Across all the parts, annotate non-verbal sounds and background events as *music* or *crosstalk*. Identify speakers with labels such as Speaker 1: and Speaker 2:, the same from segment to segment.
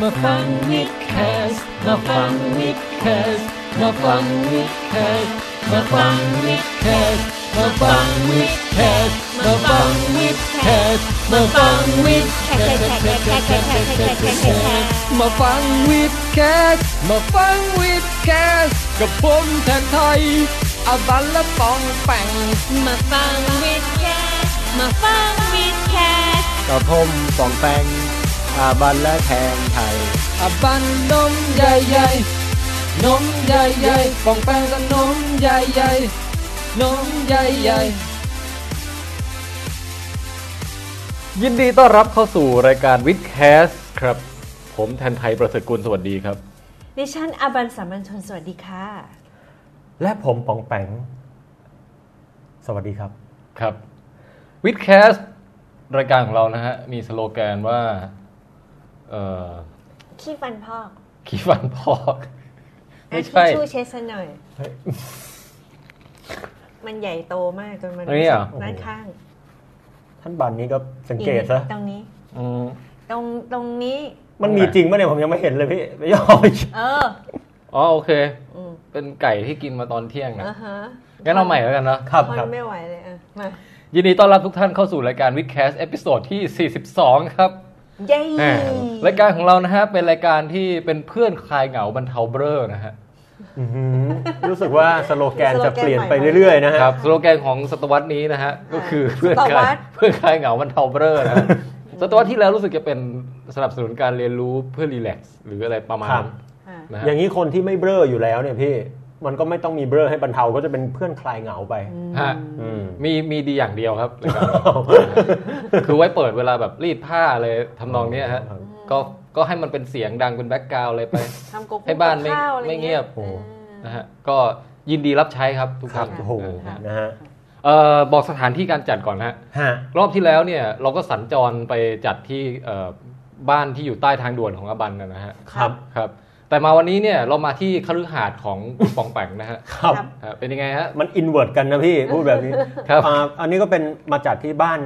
Speaker 1: มาฟังวิดแคสมาฟังวิดแคสมาฟังวิดแคสมาฟังวิดแคสมาฟังวิดแคสมาฟังวิดแคสมาฟังวิดแคสมาฟังวิดแคสมาฟังวิดแคสกับผมแทนไทยอาบัลและปองแปง
Speaker 2: มาฟังวิดแคสมาฟังวิดแคส
Speaker 3: กับผมปองแปงอาบันและแทงไทย
Speaker 1: อาบัลนมใหญ่ๆนมใหญ่ๆปองแปงก็นมใหญ่ๆนมใหญ่ๆ
Speaker 4: ยินดีต้อนรับเข้าสู่รายการวิดแคสครับ ผมแทนไทยประเสริฐกุลสวัสดีครับ
Speaker 2: ดิฉันอาบันสามัญชนสวัสดีค่ะ
Speaker 5: และผมปองแปง สวัสดีครับ
Speaker 4: ครับวิดแคสรายการของเรานะฮะ มีสโลแกนว่า เอ่อ
Speaker 2: ขี้ฟันพอก
Speaker 4: ขี้ฟันพอก ไม่ใช่
Speaker 2: ทิชชู่เช็ดซะหน่อย มันใหญ่โตมากจนมัน
Speaker 4: อันนี้เหรอ
Speaker 2: ด้านข้าง
Speaker 5: ท่านบันนี้ก็สังเกตซะ
Speaker 2: ตรงนี้
Speaker 4: อืม
Speaker 2: ตรงตรงนี้
Speaker 5: มันมีจริงปะเนี่ย ผมยังไม่เห็นเลยพี่ไม่ยอม
Speaker 2: เออ
Speaker 4: อ๋อโอเค
Speaker 2: อืม
Speaker 4: เป็นไก่ที่กินมาตอนเที่ยงนะ
Speaker 2: อ่าฮะ
Speaker 4: งั้นเอาใหม่แล้วกันเนาะ
Speaker 5: ครับ
Speaker 2: ทน
Speaker 5: ครับ
Speaker 2: ไม่ไหวเลยอ่ะมา
Speaker 4: ยินดีต้อนรับทุกท่านเข้าสู่รายการวิดแคสเอพิโซดที่ 42 ครับ
Speaker 2: เย้
Speaker 4: แหม่รายการของเรานะฮะ เป็นรายการที่เป็นเพื่อนคลายเหงาบรรเทาเบ้อนะฮะ
Speaker 5: อื้อหือรู้สึกว่าสโลแกนจะเปลี่ยนไปเรื่อยๆนะฮะ
Speaker 4: ครับสโลแกนของศตวรรษนี้นะฮะ ก็คือเพื่อนคลายเพื่อนคลายเหงาบรรเทาเบ้อนะฮะศตวรรษที่แล้วรู้สึกจะเป็นสนับสนุนการเรียนรู้เพื่อรีแลกซ์หรืออะไรประมาณนั้น
Speaker 2: อ่ะ
Speaker 4: นะฮะ
Speaker 5: อย่างนี้คนที่ไม่เบ้ออยู่แล้วเนี่ยพี่ มันก็ไม่ต้องมีเบ้อให้บรรเทาก็จะเป็นเพื่อนคลายเหงาไป
Speaker 4: ฮะ
Speaker 5: อืม
Speaker 4: มีมีดีอย่างเดียว *laughs* ครับรายการเราคือไว้เปิดเวลาแบบรีดผ้าอะไรทำนองเนี้ยฮะก็ก็ให้มันเป็นเสียงดังเป็นแบ็กกราวด์เลยไป
Speaker 2: ทำกุ๊ก
Speaker 4: ให้บ้านไม่
Speaker 2: ข้วอะร
Speaker 4: ไม่เงียบ
Speaker 2: ออ
Speaker 4: นะฮะก็ยินดีรับใช้ครับทุก
Speaker 5: ค
Speaker 4: ท่า
Speaker 5: รั
Speaker 4: น
Speaker 5: บโอ้โห
Speaker 4: นะฮะ
Speaker 5: นะฮะ
Speaker 4: เอ่อบอกสถานที่การจัดก่อนนะฮะ
Speaker 5: ฮะ
Speaker 4: รอบที่แล้วเนี่ยเราก็สัญจรไปจัดที่เอ่อบ้านที่อยู่ใต้ทางด่วนของอบันนะนะฮะ
Speaker 5: ครับ
Speaker 4: ครับ แต่มาวันนี้เนี่ยเรามาที่คฤหาสน์ของ คุณปองแปงนะฮะ
Speaker 5: ครับ
Speaker 2: ครับ
Speaker 4: ฮะเป็นยังไงฮะ
Speaker 5: มันอินเวอร์ตกันนะ
Speaker 2: *laughs*
Speaker 5: พี่พูดแบบนี้
Speaker 4: ครับ
Speaker 5: อ่าอันนี้ก็เป็นมาจากที่บ้าน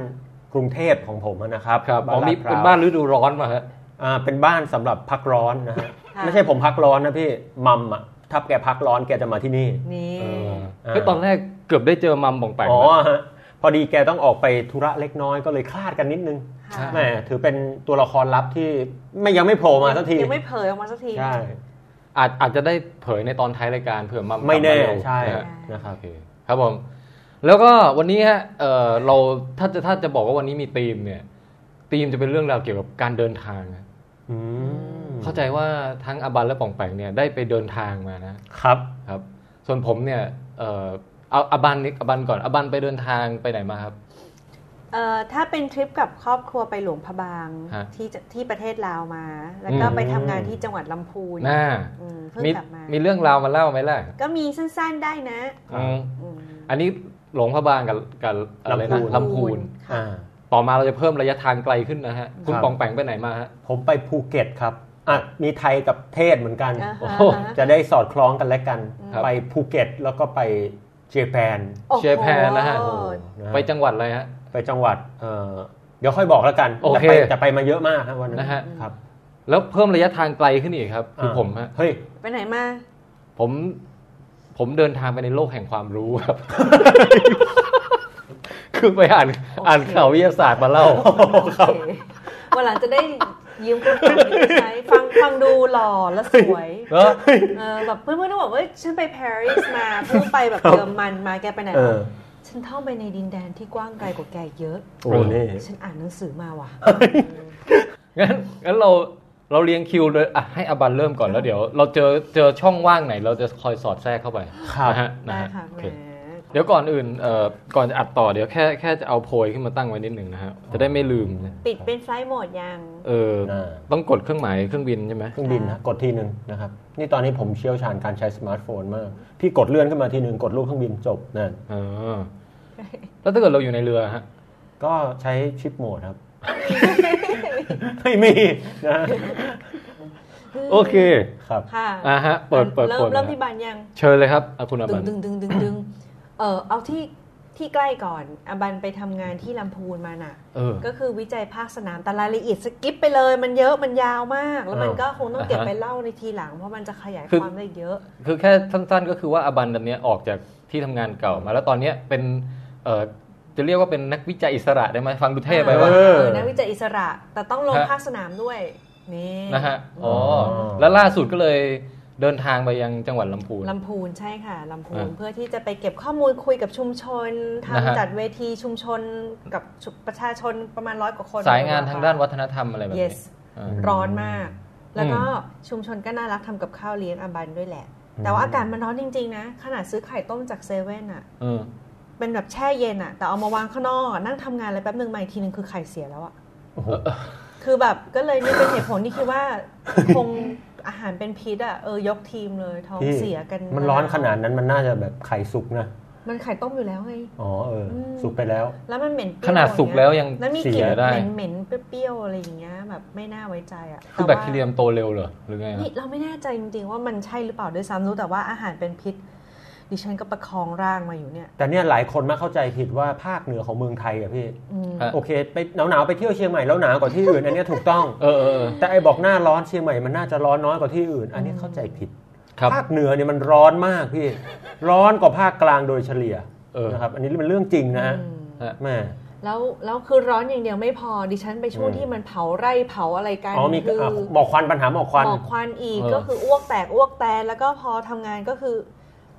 Speaker 5: กรุงเทพของผมนะครับ
Speaker 4: ครับอ๋อ
Speaker 5: ลาด
Speaker 4: มี
Speaker 5: พร้ว
Speaker 4: เป็นบ้านฤดูร้อนมาฮะ
Speaker 5: อ่าเป็นบ้านสำหรับพักร้อนนะฮะ
Speaker 2: ค่ะ
Speaker 5: ไม่ใช่ผมพักร้อนนะพี่มัมอ่ะถ้าแกพักร้อนแกจะมาที่นี่
Speaker 2: นี่
Speaker 4: เออ
Speaker 5: อ่า
Speaker 4: เฮ้ยตอนแรกเกือบได้เจอมัมปองแปง
Speaker 5: อ๋อ
Speaker 4: นะ
Speaker 5: ฮะพอดีแกต้องออกไปธุระเล็กน้อยก็เลยคลาดกันนิดนึง
Speaker 2: ค่ะ
Speaker 5: แหมถือเป็นตัวละครลับที่ไม่ยังไม่โผล่มาสักที
Speaker 2: ยังไม่เผยออกมาสักที
Speaker 5: ใช่
Speaker 4: อาจอาจจะได้เผยในตอนท้ายรายการเผื่อมัม
Speaker 5: ไม่แน่
Speaker 4: กลับาเร็ว
Speaker 5: ใช่
Speaker 4: นะฮะ
Speaker 5: นะครั
Speaker 4: โอบ เคครับผมแล้วก็วันนี้ฮะเอ่อเราถ้าจะถ้าจะบอกว่าวันนี้มีธีมเนี่ยธีมจะเป็นเรื่องราวเกี่ยวกับการเดินทางนะ
Speaker 5: อืม
Speaker 4: เข้าใจว่าทั้งอบันและป่องแปงเนี่ยได้ไปเดินทางมานะครับ ครับ ส่วนผมเนี่ยเอ่อเอาอบันนี่อบันก่อนอบันไปเดินทางไปไหนมาครับ
Speaker 2: เอ่อถ้าเป็นทริปกับครอบครัวไปหลวงพระบาง
Speaker 4: ฮะ
Speaker 2: ที่จะที่ประเทศลาวมา แล้วก็
Speaker 4: อืม
Speaker 2: ไปทำงานที่จังหวัดลำพูน
Speaker 4: น่า
Speaker 2: อืมเพิ่ง
Speaker 4: มี
Speaker 2: กลับมาม
Speaker 4: มีเรื่องราวมาเล่าไหมล่ะ
Speaker 2: ก็มีสั้นๆได้นะ
Speaker 5: ครับ
Speaker 4: อืม
Speaker 2: อืม
Speaker 4: อันนี้หลงพระบางกับกับอะไรนะ
Speaker 5: ลำพูน
Speaker 4: ลำพูน
Speaker 2: ค่ะ
Speaker 5: อ่า
Speaker 4: ต่อมาเราจะเพิ่มระยะทางไกลขึ้นนะฮะ คุณ
Speaker 5: ครับ
Speaker 4: ปองแปงไปไหนมาฮะ
Speaker 5: ผมไปภูเก็ตครับอ่ะมีไทยกับเทศเหมือนกัน
Speaker 2: อ่าฮะ
Speaker 4: โอ้โห
Speaker 5: จะได้สอดคล้องกันและกัน
Speaker 4: ครับ
Speaker 5: ไปภูเก็ตแล้วก็ไปเจแปน
Speaker 2: โอ้โห
Speaker 4: เชฟแพนนะฮะ
Speaker 2: โอ้โห
Speaker 5: นะฮะ
Speaker 4: ไปจังหวัดอะไรฮะ
Speaker 5: ไปจังหวัดเอ่อเดี๋ยวค่อยบอกแล้วกัน
Speaker 4: โอเค
Speaker 5: แต่ไปแต่ไปมาเยอะมากครับวันนั้น
Speaker 4: นะฮะ
Speaker 5: ครับ
Speaker 4: แล้วเพิ่มระยะทางไกลขึ้นอีกครับ คืออา ผมฮะ
Speaker 5: เฮ้ย
Speaker 2: ไปไหนมา
Speaker 4: ผมผมเดินทางไปในโลกแห่งความรู้
Speaker 5: *laughs*
Speaker 4: ครับ คือไปอ่านอ่านข่าววิทยาศาสตร์มาเล่า
Speaker 2: โอเควันหลังจะได้ยืมคุณฟังไปใช้ฟังฟังดูหล่อและสวย
Speaker 4: เออ
Speaker 2: เออแบบเพื่อนๆต้องบอกว่าฉันไปปารีสมาเพิ่งไปแบบเยอรมันมาแกไปไหน
Speaker 5: เออ
Speaker 2: ฉันท่องไปในดินแดนที่กว้างไกลกว่าแกเยอะ
Speaker 5: โอ้นี่
Speaker 2: ฉันอ่านหนังสือมาว่ะ
Speaker 4: งั้นงั้นเราเราเรียงคิวเลยอ่ะให้อบันเริ่มก่อนแล้วเดี๋ยว เราเจอเจอช่องว่างไหน เราจะคอยสอดแทรกเข้าไป
Speaker 5: ครับ
Speaker 4: นะฮะนะ
Speaker 2: ได้
Speaker 4: ฮะ
Speaker 2: ค่ะ
Speaker 4: โอ
Speaker 2: แห
Speaker 4: เค
Speaker 2: ม
Speaker 4: เดี๋ยวก่อนอื่นเอ่อก่อนจะอัดต่อเดี๋ยวแค่แค่จะเอาโพยขึ้นมาตั้งไว้นิดหนึ่งนะฮะจะได้ไม่ลืมนะ
Speaker 2: ปิดเป็นไฟล์โหมดยัง
Speaker 4: เออ
Speaker 5: อ่า
Speaker 4: ต้องกดเครื่องหมายเครื่องบินใช่ไหม
Speaker 5: เครื่องบินนะกดทีหนึ่งนะครับ นี่ตอนนี้ผมเชี่ยวชาญการใช้สมาร์ทโฟนมาก พี่กดเลื่อนขึ้นมาทีหนึ่งกดรูปเครื่องบินจบนั่น
Speaker 4: เออแล้วถ้าเกิดเราอยู่ในเรือฮะ
Speaker 5: ก็ใช้ชิปโหมดครับ
Speaker 2: *laughs*
Speaker 5: ไม่มีนะ
Speaker 4: โอเค
Speaker 5: ครับ
Speaker 2: ค่ะ
Speaker 4: อ่ะฮะเปิดเปิด
Speaker 2: เริ่
Speaker 4: โพ
Speaker 2: ม
Speaker 4: ยนะ
Speaker 2: เริ่ม
Speaker 4: ฮะ
Speaker 2: ที่บานยัง
Speaker 4: เชิญเลยครับอ่ะคุณอ
Speaker 2: ดึ
Speaker 4: บั
Speaker 2: ง
Speaker 4: น
Speaker 2: ดึงดึงดึงดึงเออเอาที่ ที่ใกล้ก่อนอะบันไปทำงานที่ลำพูนมาน่ะ
Speaker 4: เออ
Speaker 2: ก็คือวิจัยภาคสนามแต่รายละเอียดสกิปไปเลยมันเยอะมันยาวมาก แล้วมัน
Speaker 5: เออ
Speaker 2: ก็คงต้องเก็บ
Speaker 4: อ่าฮะ
Speaker 2: ไปเล่าในทีหลัง เพราะมันจะขยาย
Speaker 4: คือ
Speaker 2: ความได้เยอะ
Speaker 4: คือแค่สั้นๆ ก็คือว่าอบันตอนเนี้ยออกจากที่ทำงานเก่ามาแล้วตอนเนี้ยเป็นเอ่อจะเรียกว่าเป็นนักวิจัยอิสระได้ไหมฟังดูเท่ไป
Speaker 2: เอ
Speaker 4: ว่า
Speaker 5: เออ
Speaker 2: อนักวิจัยอิสระแต่ต้องลง
Speaker 4: ฮะ
Speaker 2: ภาคสนามด้วย นี่
Speaker 4: นะฮะอ๋ออ
Speaker 5: อ
Speaker 4: แล้วล่าสุดก็เลยเดินทางไปยังจังหวัดลำพูน
Speaker 2: ลำพูนใช่ค่ะลำพูน
Speaker 4: อ่า
Speaker 2: เพื่อที่จะไปเก็บข้อมูลคุยกับชุมชน
Speaker 4: นะฮะ
Speaker 2: ทำจัดเวทีชุมชนกับชุประชาชนประมาณร้อยกว่าคน
Speaker 4: สายงานทางด้านวัฒนธรรมอะไรแบบนี้
Speaker 2: yes
Speaker 4: อ่า
Speaker 2: ร้อนมาก แล้วก็
Speaker 4: อืม
Speaker 2: ชุมชนก็น่ารักทำกับข้าวเลี้ยงอาบันด้วยแหละ แต่ว่าอากาศมันร้อนจริง ๆ นะ ขนาดซื้อไข่ต้มจากเซเว่นอะ
Speaker 4: เออ
Speaker 2: เป็นแบบแช่เย็นอะแต่เอามาวางข้างนอกอะนั่งทำงานอะไรแป๊บหนึ่งมาอีกทีหนึ่งคือไข่เสียแล้วอะ
Speaker 5: โอ้โห
Speaker 2: คือแบบก็เลยนี่เป็นเหตุผลที่คิดว่า คงอาหารเป็นพิษอะเออยกทีมเลยท้อง
Speaker 5: พี่
Speaker 2: เสียกัน
Speaker 5: มันร้อนขนาดนั้นมันน่าจะแบบไข่สุกนะ
Speaker 2: มันไข่ต้มอยู่แล้วไง
Speaker 5: อ๋อเอออ
Speaker 2: ม
Speaker 5: สุกไปแล้ว
Speaker 2: แล้วมันเหม็นเปรี้
Speaker 4: ข
Speaker 2: ยว
Speaker 4: นาดสุกแล้วยัง
Speaker 2: แล้วมีก
Speaker 5: เสี
Speaker 2: ลิ่น
Speaker 5: ยได้
Speaker 2: เหม็นๆเปรี้ยวๆอะไรอย่างเงี้ยแบบไม่น่าไว้ใจอะ
Speaker 4: คือแบ
Speaker 2: ต่
Speaker 4: ค
Speaker 2: ว่า
Speaker 4: ทีเรียมโตเร็วเหรอหรือไงฮะ
Speaker 2: นี่เราไม่แน่ใจจริงๆว่ามันใช่หรือเปล่าด้วยซ้ำรู้แต่ว่าอาหารเป็นพิษ ดิฉันก็ประคองร่างมาอยู่เนี่ย
Speaker 5: แต่เนี่ยหลายคนมาเข้าใจผิดว่าภาคเหนือของเมืองไทยอะพี่
Speaker 2: อืม
Speaker 4: ฮะ
Speaker 5: โอเคไปหนาวๆไปเที่ยวเชียงใหม่แล้วหนาวกว่าที่อื่น อันเนี้ยถูกต้อง
Speaker 4: เออเออเออ
Speaker 5: แต่ไอ้บอกหน้าร้อนเชียงใหม่มันน่าจะร้อนน้อยกว่าที่อื่น อันนี้เข้าใจผิด
Speaker 4: ครับ
Speaker 5: ภาคเหนือเนี่ยมันร้อนมากพี่ ร้อนกว่าภาคกลางโดยเฉลี่ย
Speaker 4: เออ
Speaker 5: นะครับ อันนี้มันเรื่องจริงนะฮะ
Speaker 2: อืม
Speaker 5: แม่
Speaker 2: แล้วแล้วคือร้อนอย่างเดียวไม่พอดิฉันไปช่วง
Speaker 5: อืม
Speaker 2: ที่มันเผาไร่เผาอะไรกัน
Speaker 5: อ๋อมี
Speaker 2: คื
Speaker 5: อ่ะหมอกควันปัญหาหมอกควัน
Speaker 2: หมอกควันอีก
Speaker 4: เออ
Speaker 2: ก็คืออ้วกแตกอ้วกแตนแล้วก็พอทำงานก็คือ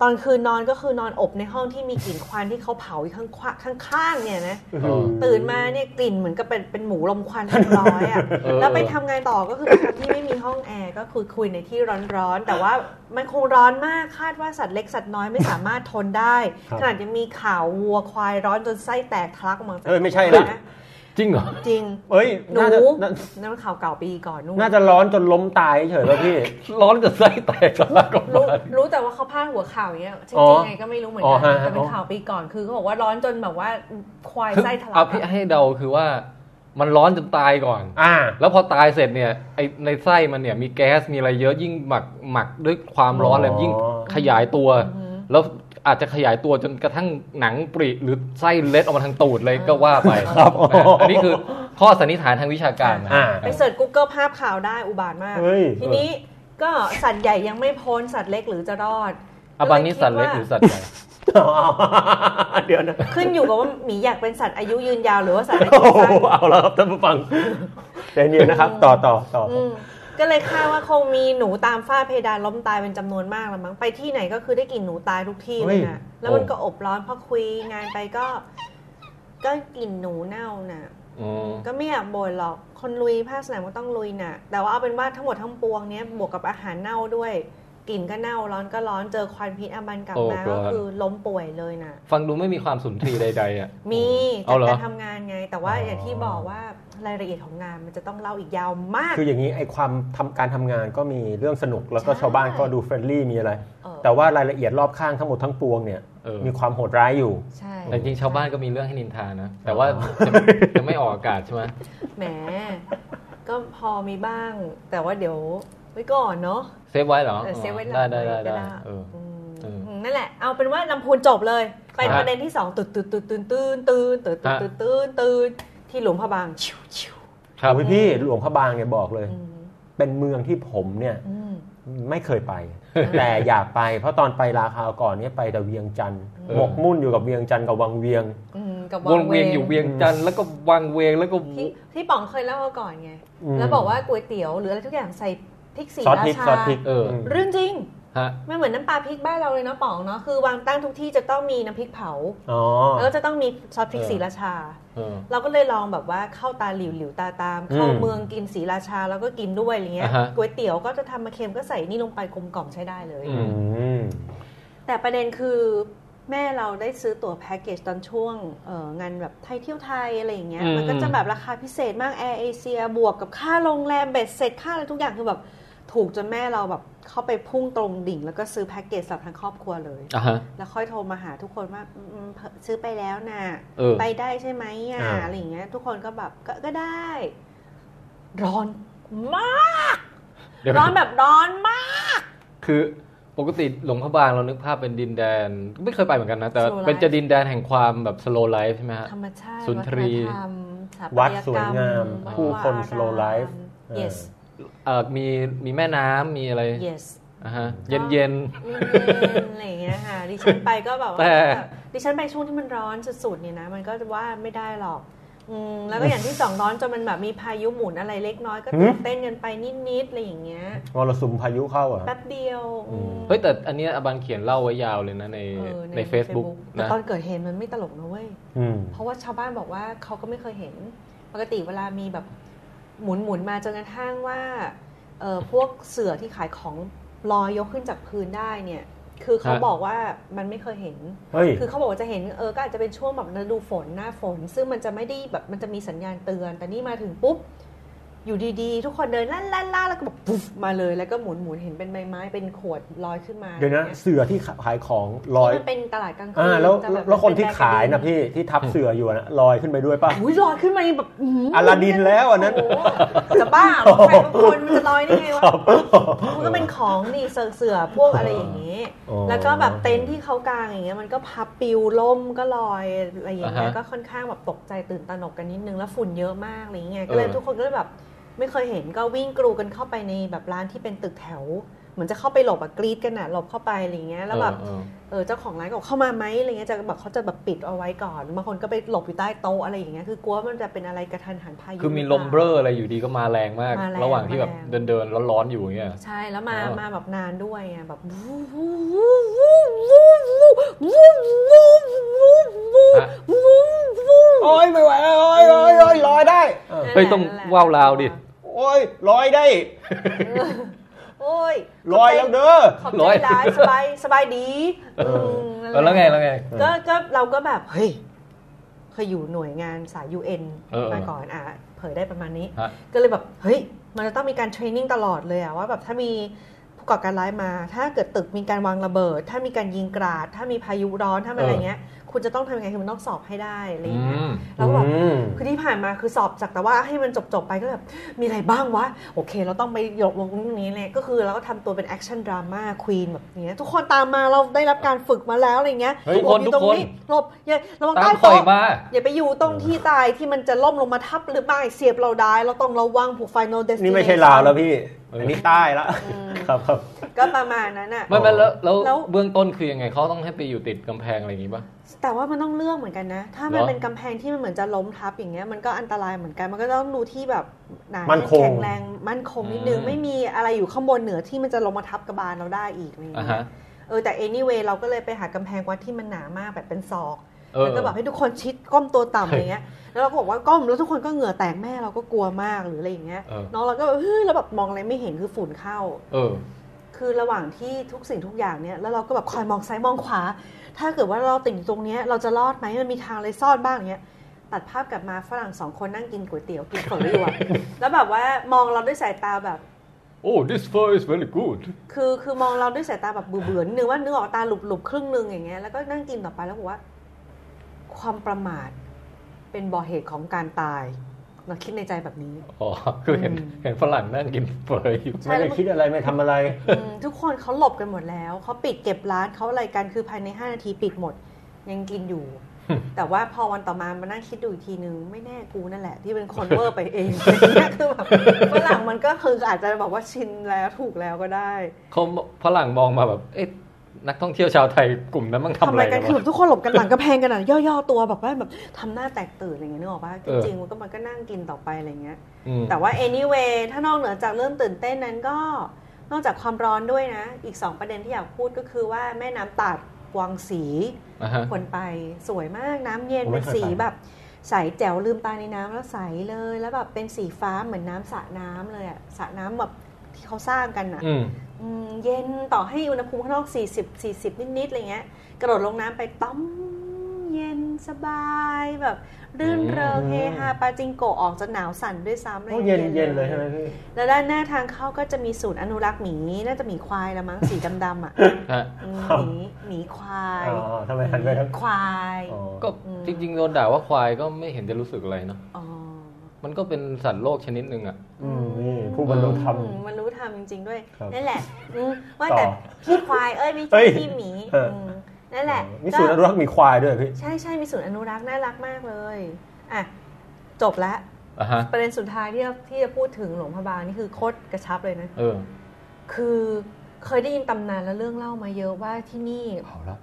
Speaker 2: ตอนคืนนอนก็คือนอนอบในห้องที่มีกลิ่นควันที่เขาเผาอยู่ข้างขวาข้างๆเนี่ยนะ
Speaker 4: เออ
Speaker 2: ตื่นมาเนี่ยกลิ่นเหมือนกับเป็นเป็นหมูลม
Speaker 5: *laughs*
Speaker 2: ควันเป็นร้อยอะ่ะ
Speaker 4: เออ
Speaker 2: แล้วไปทำงานต่อก็คือเป็นคนที่ไม่มีห้องแอร์ก็คือคุยในที่ร้อนๆ แต่ว่ามันคงร้อนมากคาดว่าสัตว์เล็กสัตว์น้อยไม่สามารถทนได้
Speaker 5: ครับ
Speaker 2: ขนาดยังมีข่าววัวควายร้อนจนไส้แตกทะลักออกมาจาก
Speaker 5: เอ้ยไม่ใช่
Speaker 2: น
Speaker 5: ละ
Speaker 4: จริงเหรอ
Speaker 2: จริง
Speaker 5: เอ้ย
Speaker 2: หนู
Speaker 5: น่าจะน่า
Speaker 2: นั่นมันข่าวเก่าปีก่อนนู่น
Speaker 5: น่าจะร้อนจนล้มตายเฉยๆป่ะพี่
Speaker 4: ร้อนจะไส้แตกแล้วก็
Speaker 2: รู้
Speaker 4: ร้อน
Speaker 2: รู้แต่ว่าเขาพาดหัวข่าวอย่างเงี้ยจริ
Speaker 5: อ๋อง
Speaker 2: ๆไงก็ไม่รู้เหมือน
Speaker 5: อ๋อ
Speaker 2: กั
Speaker 5: ฮะ
Speaker 2: นแต่เป็น
Speaker 5: อ๋อ
Speaker 2: ข่าวปีก่อนคือเขาบอกว่าร้อนจนแบบว่าควายไส้ทะลั
Speaker 4: เอา
Speaker 2: ก
Speaker 4: พี่
Speaker 2: อะ
Speaker 4: ให้เดาคือว่ามันร้อนจนตายก่อน
Speaker 5: อ่า *laughs*
Speaker 4: แล้วพอตายเสร็จเนี่ยไอในไส้มันเนี่ยมีแก๊สมีอะไรเยอะยิ่งหมักหมักด้วยความร้อนอะไร
Speaker 5: อ๋อ
Speaker 4: ยิ่งขยายตัว แล้วอาจจะขยายตัวจนกระทั่งหนังปริหรือไส้เล็ดออกมาทางตูดเลยก็ว่าไป
Speaker 5: ครับ
Speaker 4: นะอันนี้คือข้อสันนิษฐานทางวิชาการนะ
Speaker 5: อ่า
Speaker 2: ไปเสิร์ช Google ภาพข่าวได้อุบาทมาก
Speaker 5: เฮ้ย
Speaker 2: ทีนี้ก็สัตว์ใหญ่ยังไม่พ้นสัตว์เล็กหรือจะรอด
Speaker 4: อบันนี่สัตว์เล็กหรือสัตว์ใหญ่
Speaker 5: เดี๋ยวนะ
Speaker 2: ขึ้นอยู่กับว่าหมีอยากเป็นสัตว์อายุยืนยาวหรือว่าสัตว์อายุ
Speaker 5: โอ้โห
Speaker 2: สั้น
Speaker 5: เอาแล้วครับท่านผู้ฟังใจเย็นนะครับ ต่อต่อต่อ
Speaker 2: อืมก็เลยคาดว่าคงมีหนูตามฝ้าเพดานล้มตายเป็นจำนวนมากละมั้งไปที่ไหนก็คือได้กลิ่นหนูตายทุกที่เลยนะแล้วมันก็อบร้อนพอคุยงานไปก็ ก็กลิ่นหนูเน่าน่ะ
Speaker 4: อืม
Speaker 2: ก็ไม่อยากบ่นหรอก คนลุยภาคสนามก็ต้องลุยน่ะ แต่ว่าเอาเป็นว่าทั้งหมดทั้งปวงเนี้ยบวกกับอาหารเน่าด้วย กลิ่นก็เน่าร้อนก็ร้อนเจอควันพิษอาบันกลับมา
Speaker 4: โอ้
Speaker 2: ก็
Speaker 4: ร้อน
Speaker 2: คือล้มป่วยเลยน่ะ
Speaker 4: ฟังดูไม่มีความสุนทรีย์ใด ๆ อ่ะ
Speaker 2: มี
Speaker 4: เอา
Speaker 2: จาก
Speaker 4: เหรอ
Speaker 2: การทำงานไง แต่ว่าอย่างที่บอกว่ารายละเอียดของงานมันจะต้องเล่าอีกยาวมาก
Speaker 5: คืออย่างนี้ไอ้ความทำการทำงานก็มีเรื่องสนุกแล้วก็
Speaker 2: ใช่
Speaker 5: ชาวบ้านก็ดูเฟรนลี่มีอะไร
Speaker 2: เออ
Speaker 5: แต่ว่ารายละเอียดรอบข้างทั้งหมดทั้งปวงเนี่ย
Speaker 4: เออ
Speaker 5: มีความโหดร้ายอยู่
Speaker 2: ใช่
Speaker 4: แต่จริงๆชาวบ้านก็มีเรื่องให้นินทานะ แต่
Speaker 5: *laughs*
Speaker 4: ว่าจะจะไม่ออกอากาศใช่ไหม
Speaker 2: แหม ก็พอมีบ้าง แต่ว่าเดี๋ยวไว้ก่อนเนาะ
Speaker 4: เซฟไว้เหรอ
Speaker 2: เออเซเว่น
Speaker 4: ได้ได้ได้ได้เออ เออ
Speaker 2: มนั่นแหละ เอาเป็นว่าลำพูนจบเลย ไป
Speaker 4: ครับ
Speaker 2: ประเด็นที่สองตื่นตื่นตื่นตื่นตื่นตื่นตื่นตื่นตื่นตื่นที่หลวงพระบางชิวชิว
Speaker 4: ครับ
Speaker 5: พี่พี่หลวงพระบางเนี่ยบอกเลย
Speaker 2: อืม
Speaker 5: เป็นเมืองที่ผมเนี่ย
Speaker 2: อืม
Speaker 5: ไม่เค
Speaker 2: *laughs*
Speaker 5: ยไป แต่อยากไปเพราะตอนไปลาคราวก่อนเนี่ยไปแต่เวียงจันทร์
Speaker 4: เออ
Speaker 5: หมกมุ่นอยู่กับเวียงจันทร์กับวังเวียง
Speaker 2: อืมกับ
Speaker 4: วนเวียงอยู่เวียงจันทร์แล้วก็วังเวียงแล้วก็
Speaker 2: ที่ที่ป๋องเคยเล่ามาก่อนไง
Speaker 5: อืม
Speaker 2: แล้วบอกว่าก๋วยเตี๋ยวหรืออะไรทุกอย่างใส่พริกสี
Speaker 5: ซอส
Speaker 2: รา
Speaker 5: พริก
Speaker 2: ชา
Speaker 5: ซอสพริก
Speaker 4: เอออื
Speaker 5: ม
Speaker 2: เรื่องจริง
Speaker 4: ฮะ
Speaker 2: ไม่เหมือนน้ำปลาพริกบ้านเราเลยเนาะป๋องเนาะ คือวางตั้งทุกที่จะต้องมีน้ำพริกเผา
Speaker 5: อ๋อ
Speaker 2: แล้วก็จะต้องมีซอสพริก
Speaker 4: เออ
Speaker 2: สีราชา
Speaker 4: เออ
Speaker 2: เราก็เลยลองแบบว่าเข้าตาหลิวหลิวตาตาม
Speaker 5: อืม
Speaker 2: เข้าเมืองกินสีราชาแล้วก็กินด้วยอะไรเงี้ย
Speaker 4: อ่าฮะ
Speaker 2: ก๋วยเตี๋ยวก็จะทำมาเค็มก็ใส่นี่ลงไปกลมกล่อมใช้ได้เลย
Speaker 4: อื
Speaker 5: อืม
Speaker 2: แต่ประเด็นคือแม่เราได้ซื้อตั๋วแพ็กเกจตอนช่วงเอ่องานแบบไทยเที่ยวไทยอะไรอย่างเงี้ย
Speaker 4: อืม
Speaker 2: มันก็จะแบบราคาพิเศษมากแอร์เอเชียบวกกับค่าโรงแรมเบ็ดเสร็จค่าอะไรทุกอย่างคือแบบถูกจนแม่เราแบบเข้าไปพุ่งตรงดิ่ง แล้วก็ซื้อแพ็กเกจสำหรับทั้งครอบครัวเลย
Speaker 4: อ่ะฮะ
Speaker 2: แล้วค่อยโทรมาหาทุกคนว่าอืมอืมเผอซื้อไปแล้วนะ
Speaker 4: เออ
Speaker 2: ไปได้ใช่ไหมอ่ะ
Speaker 5: อ่า
Speaker 2: อะไรอย่างเงี้ย ทุกคนก็แบบก็ก็ได้ ร้อนมาก
Speaker 4: เดี๋ยว
Speaker 2: ร้อนแบบร้อนมาก
Speaker 4: คือป ปกติหลวงพระบางเรานึกภาพเป็นดินแดน ไม่เคยไปเหมือนกันนะ แต่
Speaker 2: Slow life
Speaker 4: เป็นจะดินแดนแห่งความแบบ slow life ใช่ไหมฮะ
Speaker 2: ธรรมชาติ
Speaker 4: สุนทรี
Speaker 2: วัฒนธรรมสถาปัตยกรรม
Speaker 5: วัดสวยงาม
Speaker 2: วัด
Speaker 5: ผู้คน
Speaker 2: วาราม
Speaker 5: slow life
Speaker 2: yes
Speaker 4: เอ่อมีมีแม่น้ำมีอะไร
Speaker 2: yes
Speaker 4: อ่าฮะเย็นเย็น
Speaker 2: เย็นๆอะไรอย่างเงี้ยค่ะดิฉันไปก็แบบว่า
Speaker 4: แต่
Speaker 2: แบบดิฉันไปช่วงที่มันร้อนสุดๆเนี่ยนะ มันก็จะว่าไม่ได้หรอกอืมแล้วก็อย่างที่สองร้อนจนมันแบบมีพายุหมุนอะไรเล็กน้อยก็ตื่นเต้นกันไปนิดๆอะไรอย่างเงี้ย
Speaker 5: มรสุมพายุเข้าอ่ะ
Speaker 2: แป๊บเดียวอืม
Speaker 4: เฮ้ยแต่อันเนี้ยอบันเขียนเล่าไว้ยาวเลยนะใน
Speaker 2: เออ
Speaker 4: ใน Facebook
Speaker 2: แต่
Speaker 4: นะ
Speaker 2: ตอนเกิดเหตุมันไม่ตลกนะเว้ย
Speaker 5: อืม
Speaker 2: เพราะว่าชาวบ้านบอกว่าเขาก็ไม่เคยเห็น ปกติเวลามีแบบหมุนหมุนมาจนกระทั่งว่าเออพวกเสือที่ขายของลอยยกขึ้นจากพื้นได้เนี่ย คือเขา
Speaker 4: ฮะ
Speaker 2: บอกว่ามันไม่เคยเห็น
Speaker 5: เฮ้ย
Speaker 2: คือเขาบอกว่าจะเห็นเออก็อาจจะเป็นช่วงแบบฤดูฝนหน้าฝน ซึ่งมันจะไม่ได้แบบมันจะมีสัญญาณเตือน แต่นี่มาถึงปุ๊บ อยู่ดีๆ ทุกคนเดินลั่นลั่นล่าแล้วก็แบบปุ๊บมาเลยแล้วก็หมุนหมุนเห็นเป็นใบไม้เป็นขวดลอยขึ้นมา
Speaker 5: เดี๋ยวนะ
Speaker 2: อไรงี้
Speaker 5: เสือที่ขายของลอย
Speaker 2: ที่มันเป็นตลาดกลางคื
Speaker 5: อ่าแล้ว
Speaker 2: จะบบ
Speaker 5: แล้วคนที่
Speaker 2: เป็
Speaker 5: ขายนะ
Speaker 2: แบบ
Speaker 5: พี่ที่ทับเสืออยู่นะลอยขึ้นไปด้วยป่ะ
Speaker 2: อุ้ยลอยขึ้นมาแบบหืม
Speaker 5: อลาดินแล้วอันนั้น
Speaker 2: โโหจะบ้าเหรอใครบางคนมันจะลอยได้ไงวะ
Speaker 5: ครับ
Speaker 2: มันก็เป็นของนี่เสือเสือพวกอะไรอย่างนี้
Speaker 5: อ๋อ
Speaker 2: แล้วก็แบบเต็นท์ที่เขากางอย่างเงี้ยมันก็พับปิวล่มก็ลอยอะไรอย่างเงี้ย
Speaker 4: อ่าฮะ
Speaker 2: ก็ค่อนข้างแบบตกใจตื่นตระหนกกันนิดนึงแล้วฝุ่นเยอะมากอะไรอย่างเงี้ยก็เลย
Speaker 4: เออ
Speaker 2: ทุกคนก็เลยแบบไม่เคยเห็นก็วิ่งกรูกันเข้าไปในแบบร้านที่เป็นตึกแถว เหมือนจะเข้าไปหลบอะกรีดกันอะหลบเข้าไปอะไรอย่างเงี้ยแล้วแบบ
Speaker 4: เออ
Speaker 2: เออเจ้าของร้านก็บอกเข้ามาไหมอะไรเงี้ยจะแบบเขาจะแบบปิดเอาไว้ก่อนบางคนก็ไปหลบอยู่ใต้โต๊ะอะไรอย่างเงี้ยคือกลัวว่ามันจะเป็นอะไรกระทันหันพายุ
Speaker 4: คือมีลมเบลออะไรอยู่ดีก็มาแรงมาก
Speaker 2: มาแรง
Speaker 4: ระหว่างที่แบบ
Speaker 2: มาแร
Speaker 4: เดิ
Speaker 2: ง
Speaker 4: นเดินๆร้อนๆอยู่อย่างเงี้ย
Speaker 2: ใช่แล้วมา
Speaker 4: อ๋อ
Speaker 2: มาแบบนานด้วยไงแบบวูบวูบวูบวูบวูบวูบวูบวูบวูบวูบวูบ
Speaker 5: โอ้ยไม่ไหวแล้วโอ้ยโอ้ยโอ้ยลอยได้เออ
Speaker 4: เฮ้ยต้องว้าวราวดิ
Speaker 5: โอ้ยลอยได้
Speaker 2: โอ้ย
Speaker 5: ลอยแล้วเด้อ
Speaker 2: ขอบ
Speaker 4: ร้อย
Speaker 2: ใจหลายสบายสบายดี
Speaker 5: เออ
Speaker 2: มนั่
Speaker 4: เออ
Speaker 2: นหะ
Speaker 4: แล้วไงแล้วไง
Speaker 2: ก็ก็เราก็แบบ เฮ้ย เคยอยู่หน่วยงานสาย UN
Speaker 4: เออเออ
Speaker 2: มาก่อนอ่ะเผยได้ประมาณนี้
Speaker 4: ฮะ
Speaker 2: ก็เลยแบบ เฮ้ย มันจะต้องมีการเทรนนิ่งตลอดเลยอะว่าแบบถ้ามีผู้ก่อการร้ายมา ถ้าเกิดตึกมีการวางระเบิด ถ้ามีการยิงกราด ถ้ามีพายุร้อน ถ้ามันอะไรเงี้ย คุณจะต้องทำยังไงคือมันต้องสอบให้ได้อะไร
Speaker 4: อื
Speaker 2: เงี้ย
Speaker 4: ม
Speaker 2: เราก็แบบ
Speaker 5: อืม
Speaker 2: คือที่ผ่านมาคือสอบจากแต่ว่าให้มันจบจบๆไปก็แบบมีอะไรบ้างวะ โอเค เราต้องไปหยกลงตรงนี้เลยก็คือเราก็ทำตัวเป็นแอคชั่นดราม่าควีนแบบเนี้ยทุกคนตามมาเราได้รับการฝึกมาแล้วอะไรเงี้ย
Speaker 4: เฮ้ยทุกคน
Speaker 2: หลบอยู่ตรง
Speaker 4: ทุกคน
Speaker 2: หลบอย่าระวัง
Speaker 4: ตา
Speaker 2: ใต้
Speaker 4: มข่อย
Speaker 2: โต๊ะ
Speaker 4: มา
Speaker 2: อย่าไปอยู่ตรงที่ตายที่มันจะล่มลงมาทับหรือไม่เสียบเราได้ เราต้องระวังผูกไฟโนเดส
Speaker 5: นี่ไม่ใช่ลาวแล้วพี่
Speaker 4: เอออั
Speaker 5: อันนี้ใต้ละ
Speaker 2: อืม
Speaker 5: ครับครับ
Speaker 2: ก็ประมาณนั้นอ่ะ
Speaker 4: ไม่ไม่แล้วแล้ว
Speaker 2: แล้ว
Speaker 4: เบื้องต้นคือยังไงเขาต้องให้ไปอยู่ติดกำแพงอะไรอย่างงี้ป่ะ
Speaker 2: แต่ว่ามันต้องเลือกเหมือนกันนะ ถ้ามัน
Speaker 4: เหรอ
Speaker 2: เป็นกำแพงที่มันเหมือนจะล้มทับอย่างเงี้ยมันก็อันตรายเหมือนกัน มันก็ต้องดูที่แบบหนา
Speaker 5: มั่
Speaker 2: แน่น
Speaker 5: นคง
Speaker 2: แข็งแรงมั่นคงนิดนึง ไม่มีอะไรอยู่ข้างบนเหนือที่มันจะลงมาทับกระบาลเราได้อีกอะไรอย่าง
Speaker 4: อ่ะ
Speaker 2: เงี้
Speaker 4: ฮะ
Speaker 2: ยเออแต่ anyway เราก็เลยไปหากำแพงวัดที่มันหนามากแบบเป็นซอก
Speaker 4: เออ
Speaker 2: แล้วก็แบบให้ทุกคนชิดก้มตัวต่ำอะไรเงี้ยแล้วเราก็บอกว่าก้มแล้วทุกคนก็เหงื่อแตกแม่เราก็กลัวมากหรืออะไรอย่างเงี้ย
Speaker 4: เออ
Speaker 2: น้องเราก็แบบเฮ้ยแล้วแบบมองอะไรไม่เห็นคือฝุ่นเข้า
Speaker 4: เออ
Speaker 2: คือระหว่างที่ทุกสิ่งทุกอย่างเนี่ยแล้วเราก็แบบคอยมองซ้ายมองขวา ถ้าเกิดว่าเราติดอยู่ตรงเนี้ยเราจะรอดไหมมันมีทางอะไรซ่อนบ้างอย่างเงี้ยตัดภาพกลับมาฝรั่งสองคนนั่งกินก๋วยเตี๋ยวกินเฝออยู่อะ แล้วแบบว่ามองเราด้วยสายตาแบบ
Speaker 4: โอ้ this fur is very good
Speaker 2: คือคือมองเราด้วยสายตาแบบเบื่อๆนิดนึงว่านึกออกตาหลุบๆครึ่งนึงอย่างเงี้ยแล้วก็นั่งกินต่อไปแล้วบอกว่า ความประมาทเป็นบ่อเหตุของการตายเราคิดในใจแบบนี้
Speaker 4: อ๋อ คือเห็น
Speaker 2: อืม
Speaker 4: เห็นฝรั่งนั่งกินเฟยอยู่
Speaker 2: ใช่
Speaker 5: ไม่
Speaker 2: แล้
Speaker 5: ได้
Speaker 2: วมัน
Speaker 5: คิดอะไรไม่ทำอะไร
Speaker 2: อืมทุกคนเขาหลบกันหมดแล้ว เขาปิดเก็บร้านเขาอะไรกันคือภายใน 5 นาทีปิดหมด ยังกิน
Speaker 4: *laughs*
Speaker 2: อยู่ แต่ว่าพอวันต่อมามานั่งคิดดูอีกทีนึง ไม่แน่กูนั่นแหละ ที่เป็น
Speaker 4: *laughs*
Speaker 2: คนเวอร์ไปเอง คือแบบฝรั่งมันก็คืออาจจะบอกว่าชินแล้วถูกแล้วก็ได้
Speaker 4: เขาฝรั่งมองมาแบบ เอ๊ะ นักท่องเที่ยวชาวไทยกลุ่มนั้นมันทำ
Speaker 2: ทำ
Speaker 4: อะ
Speaker 2: อะไร ไรกั
Speaker 4: กัน น
Speaker 2: คือแบ
Speaker 4: วะ
Speaker 2: บทุกคนหลบกันหลังกระแพงกันอ่ะย่อๆตัวแบบว่าแบบทำหน้าแตกตื่นอะไรอย่างเงี้ยนึกออกปะ
Speaker 4: เออ
Speaker 2: จริงๆมันก็มันก็นั่งกินต่อไปอะไรอย่างเงี้ย
Speaker 4: อืม
Speaker 2: แต่ว่า anyway ถ้านอกเหนือจากเรื่องตื่นเต้นนั้นก็ นอกจากความร้อนด้วยนะ อีก 2 ประเด็นที่อยากพูดก็คือว่าแม่น้ำตาดวังสี
Speaker 4: อ่ะฮะ
Speaker 2: ควรไปสวยมากน้ำเย็น
Speaker 5: ผมไม่
Speaker 2: เป็น
Speaker 5: เคย
Speaker 2: สี
Speaker 5: ไป
Speaker 2: แบบใสแจ๋วลืมตาในน้ำแล้วใสเลย แล้วแบบเป็นสีฟ้าเหมือนน้ำสระน้ำเลยอะสระน้ำแบบที่เขาสร้างกันอะ
Speaker 4: อืม
Speaker 2: อืมเย็นต่อให้อุณหภูมิข้างนอก 40 40 นิดๆอะไรเงี้ย กระโดดลงน้ำไปต้อมเย็นสบายแบบรื่นเริงเฮฮาปาจิงโกะออกจะหนาวสั่นด้วยซ้ำอะไร
Speaker 5: โอ้
Speaker 2: อาง
Speaker 5: เย็
Speaker 2: งี้
Speaker 5: นเย็นเลยใช่ไหมพี่
Speaker 2: แล้วด้านหน้าทางเข้าก็จะมีศูนย์อนุรักษ์หมี น่า
Speaker 5: *laughs*
Speaker 2: จะหมีควายละมั้ง สีดำๆอ่ะ
Speaker 4: ฮะ
Speaker 2: อืม
Speaker 5: ครับ
Speaker 2: หมีหมีควาย
Speaker 5: อ๋อทำไมหันไปทาง
Speaker 2: ควาย
Speaker 5: อ๋อ
Speaker 4: ก็จริงๆโดนด่าว่าควายก็ไม่เห็นจะรู้สึกอะไรเนาะ
Speaker 2: อ๋อ
Speaker 4: มันก็เป็นสัตว์โลกชนิดหนึ่งอะ
Speaker 5: อืมนี่ผู้บรรลุธรรม
Speaker 2: อืมมันรู้ ทำจริง ๆ ด้วย
Speaker 5: ครับ
Speaker 2: นั่นแหละอืมว่า
Speaker 5: ต่อ
Speaker 2: แต่พี่ควายเอ้ยไม่
Speaker 5: เอ้
Speaker 2: ใช่
Speaker 5: ย
Speaker 2: พี่หมี
Speaker 5: เอออื
Speaker 2: มนั่นแหละ
Speaker 5: มีสูตรอนุรักษ์มีควายด้วยพี่
Speaker 2: ใช่ใช่มีศูนย์อนุรักษ์น่ารักมากเลยอ่ะจบละ
Speaker 4: อ่ะฮะ
Speaker 2: ประเด็นสุดท้ายที่จะที่จะพูดถึงหลวงพระบางนี่คือโคตรกระชับเลยนะ
Speaker 4: เออ
Speaker 2: คือเคยได้ยินตำนานและเรื่องเล่ามาเยอะว่าที่นี่
Speaker 4: เอาละ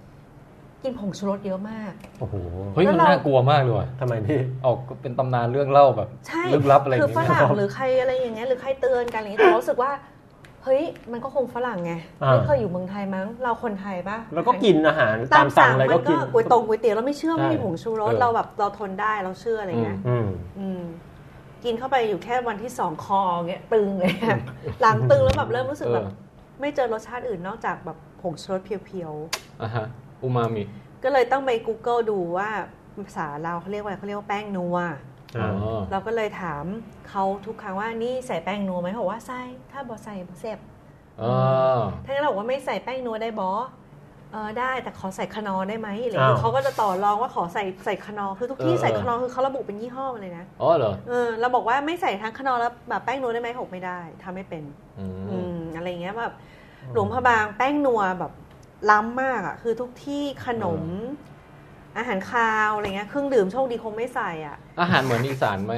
Speaker 2: กินผงชูรสเยอะมาก
Speaker 5: โอ้โห
Speaker 4: เฮ้ยมัน
Speaker 2: แล้วเรา
Speaker 4: น่ากลัวมากเลยว่ะ
Speaker 5: ทำไมพี่
Speaker 4: เอาก็เป็นตำนานเรื่องเล่าแบบ
Speaker 2: ใช่
Speaker 4: ลึกลับอะไรอย่าง
Speaker 2: คือฝ
Speaker 4: เงี้ย
Speaker 2: รั่ง
Speaker 5: ครับ
Speaker 2: หรือใครอะไรอย่างเงี้ยหรือใครเตือนกันอะไรอย่างเงี้ยแต่เรารู้สึกว่า เฮ้ยมันก็คงฝรั่งไง
Speaker 5: อ่า
Speaker 2: ไม่เคยอยู่เมืองไทยมั้ง เราคนไทยปะ
Speaker 5: แล้วก็กินอาหารตามสั่งอะไร
Speaker 2: มั
Speaker 5: ก็กิน
Speaker 2: ก๋วยตรงก๋วยเตี๋ยวเราไม่เชื่อ
Speaker 5: ใช่
Speaker 2: ไม่มีผงชูรสเราแบบเราทนได้เราเชื่ออะไรเงี้ย
Speaker 5: อืม
Speaker 2: อืมกินเข้าไปอยู่แค่วันที่สองคอเงี้ยตึงเลยอะ *laughs* หลังตึงแล้วแบบเริ่มรู้สึก
Speaker 4: เอ
Speaker 2: แบ
Speaker 4: อบ
Speaker 2: ไม่เจอรสชาติอื่นนอกจากแบบผงชูรสเพียวๆ
Speaker 4: อ่ะฮะอูมามิ
Speaker 2: ก็เลยต้องไป Google ดูว่าภาษาเราวเขาเรียกว่าอะไรเขาเรียกว่าแป้งนัว
Speaker 4: อ๋อ
Speaker 2: เราก็เลยถามเขาทุกครั้งว่านี่ใส่แป้งนัวไหมเขาบอกว่าใส่ถ้าบอใส่บอเสพ
Speaker 4: อ๋อ
Speaker 2: ถ้างั้นเราบอกว่าไม่ใส่แป้งนัวได้บอเออได้แต่ขอใส่คนอร์ได้ไหมอะไรอย่างเงี้ย
Speaker 5: อ้าว
Speaker 2: เขาก็จะต่อรองว่าขอใส่ใส่คนอร์คือทุกที่ใส่คนอร์คือเขาระบุเป็นยี่ห้อมาเลยนะ
Speaker 4: อ๋อเหรอ
Speaker 2: เออเราบอกว่าไม่ใส่ทั้งคนอร์แล้วแบบแป้งนัวได้ไหมหกไม่ได้ทำไม่เป็น
Speaker 4: อื
Speaker 2: อื
Speaker 4: ม
Speaker 2: มอะไรอย่างเงี้ยแบบหลวงพระบางแป้งนัวแบบล้ำมากอะคือทุกที่ขนม อาหารคาวอะไรเงี้ยเครื่องดื่มโชคดีคงไม่ใส่อ่ะ
Speaker 4: อาหารเหมือนอีสานไหม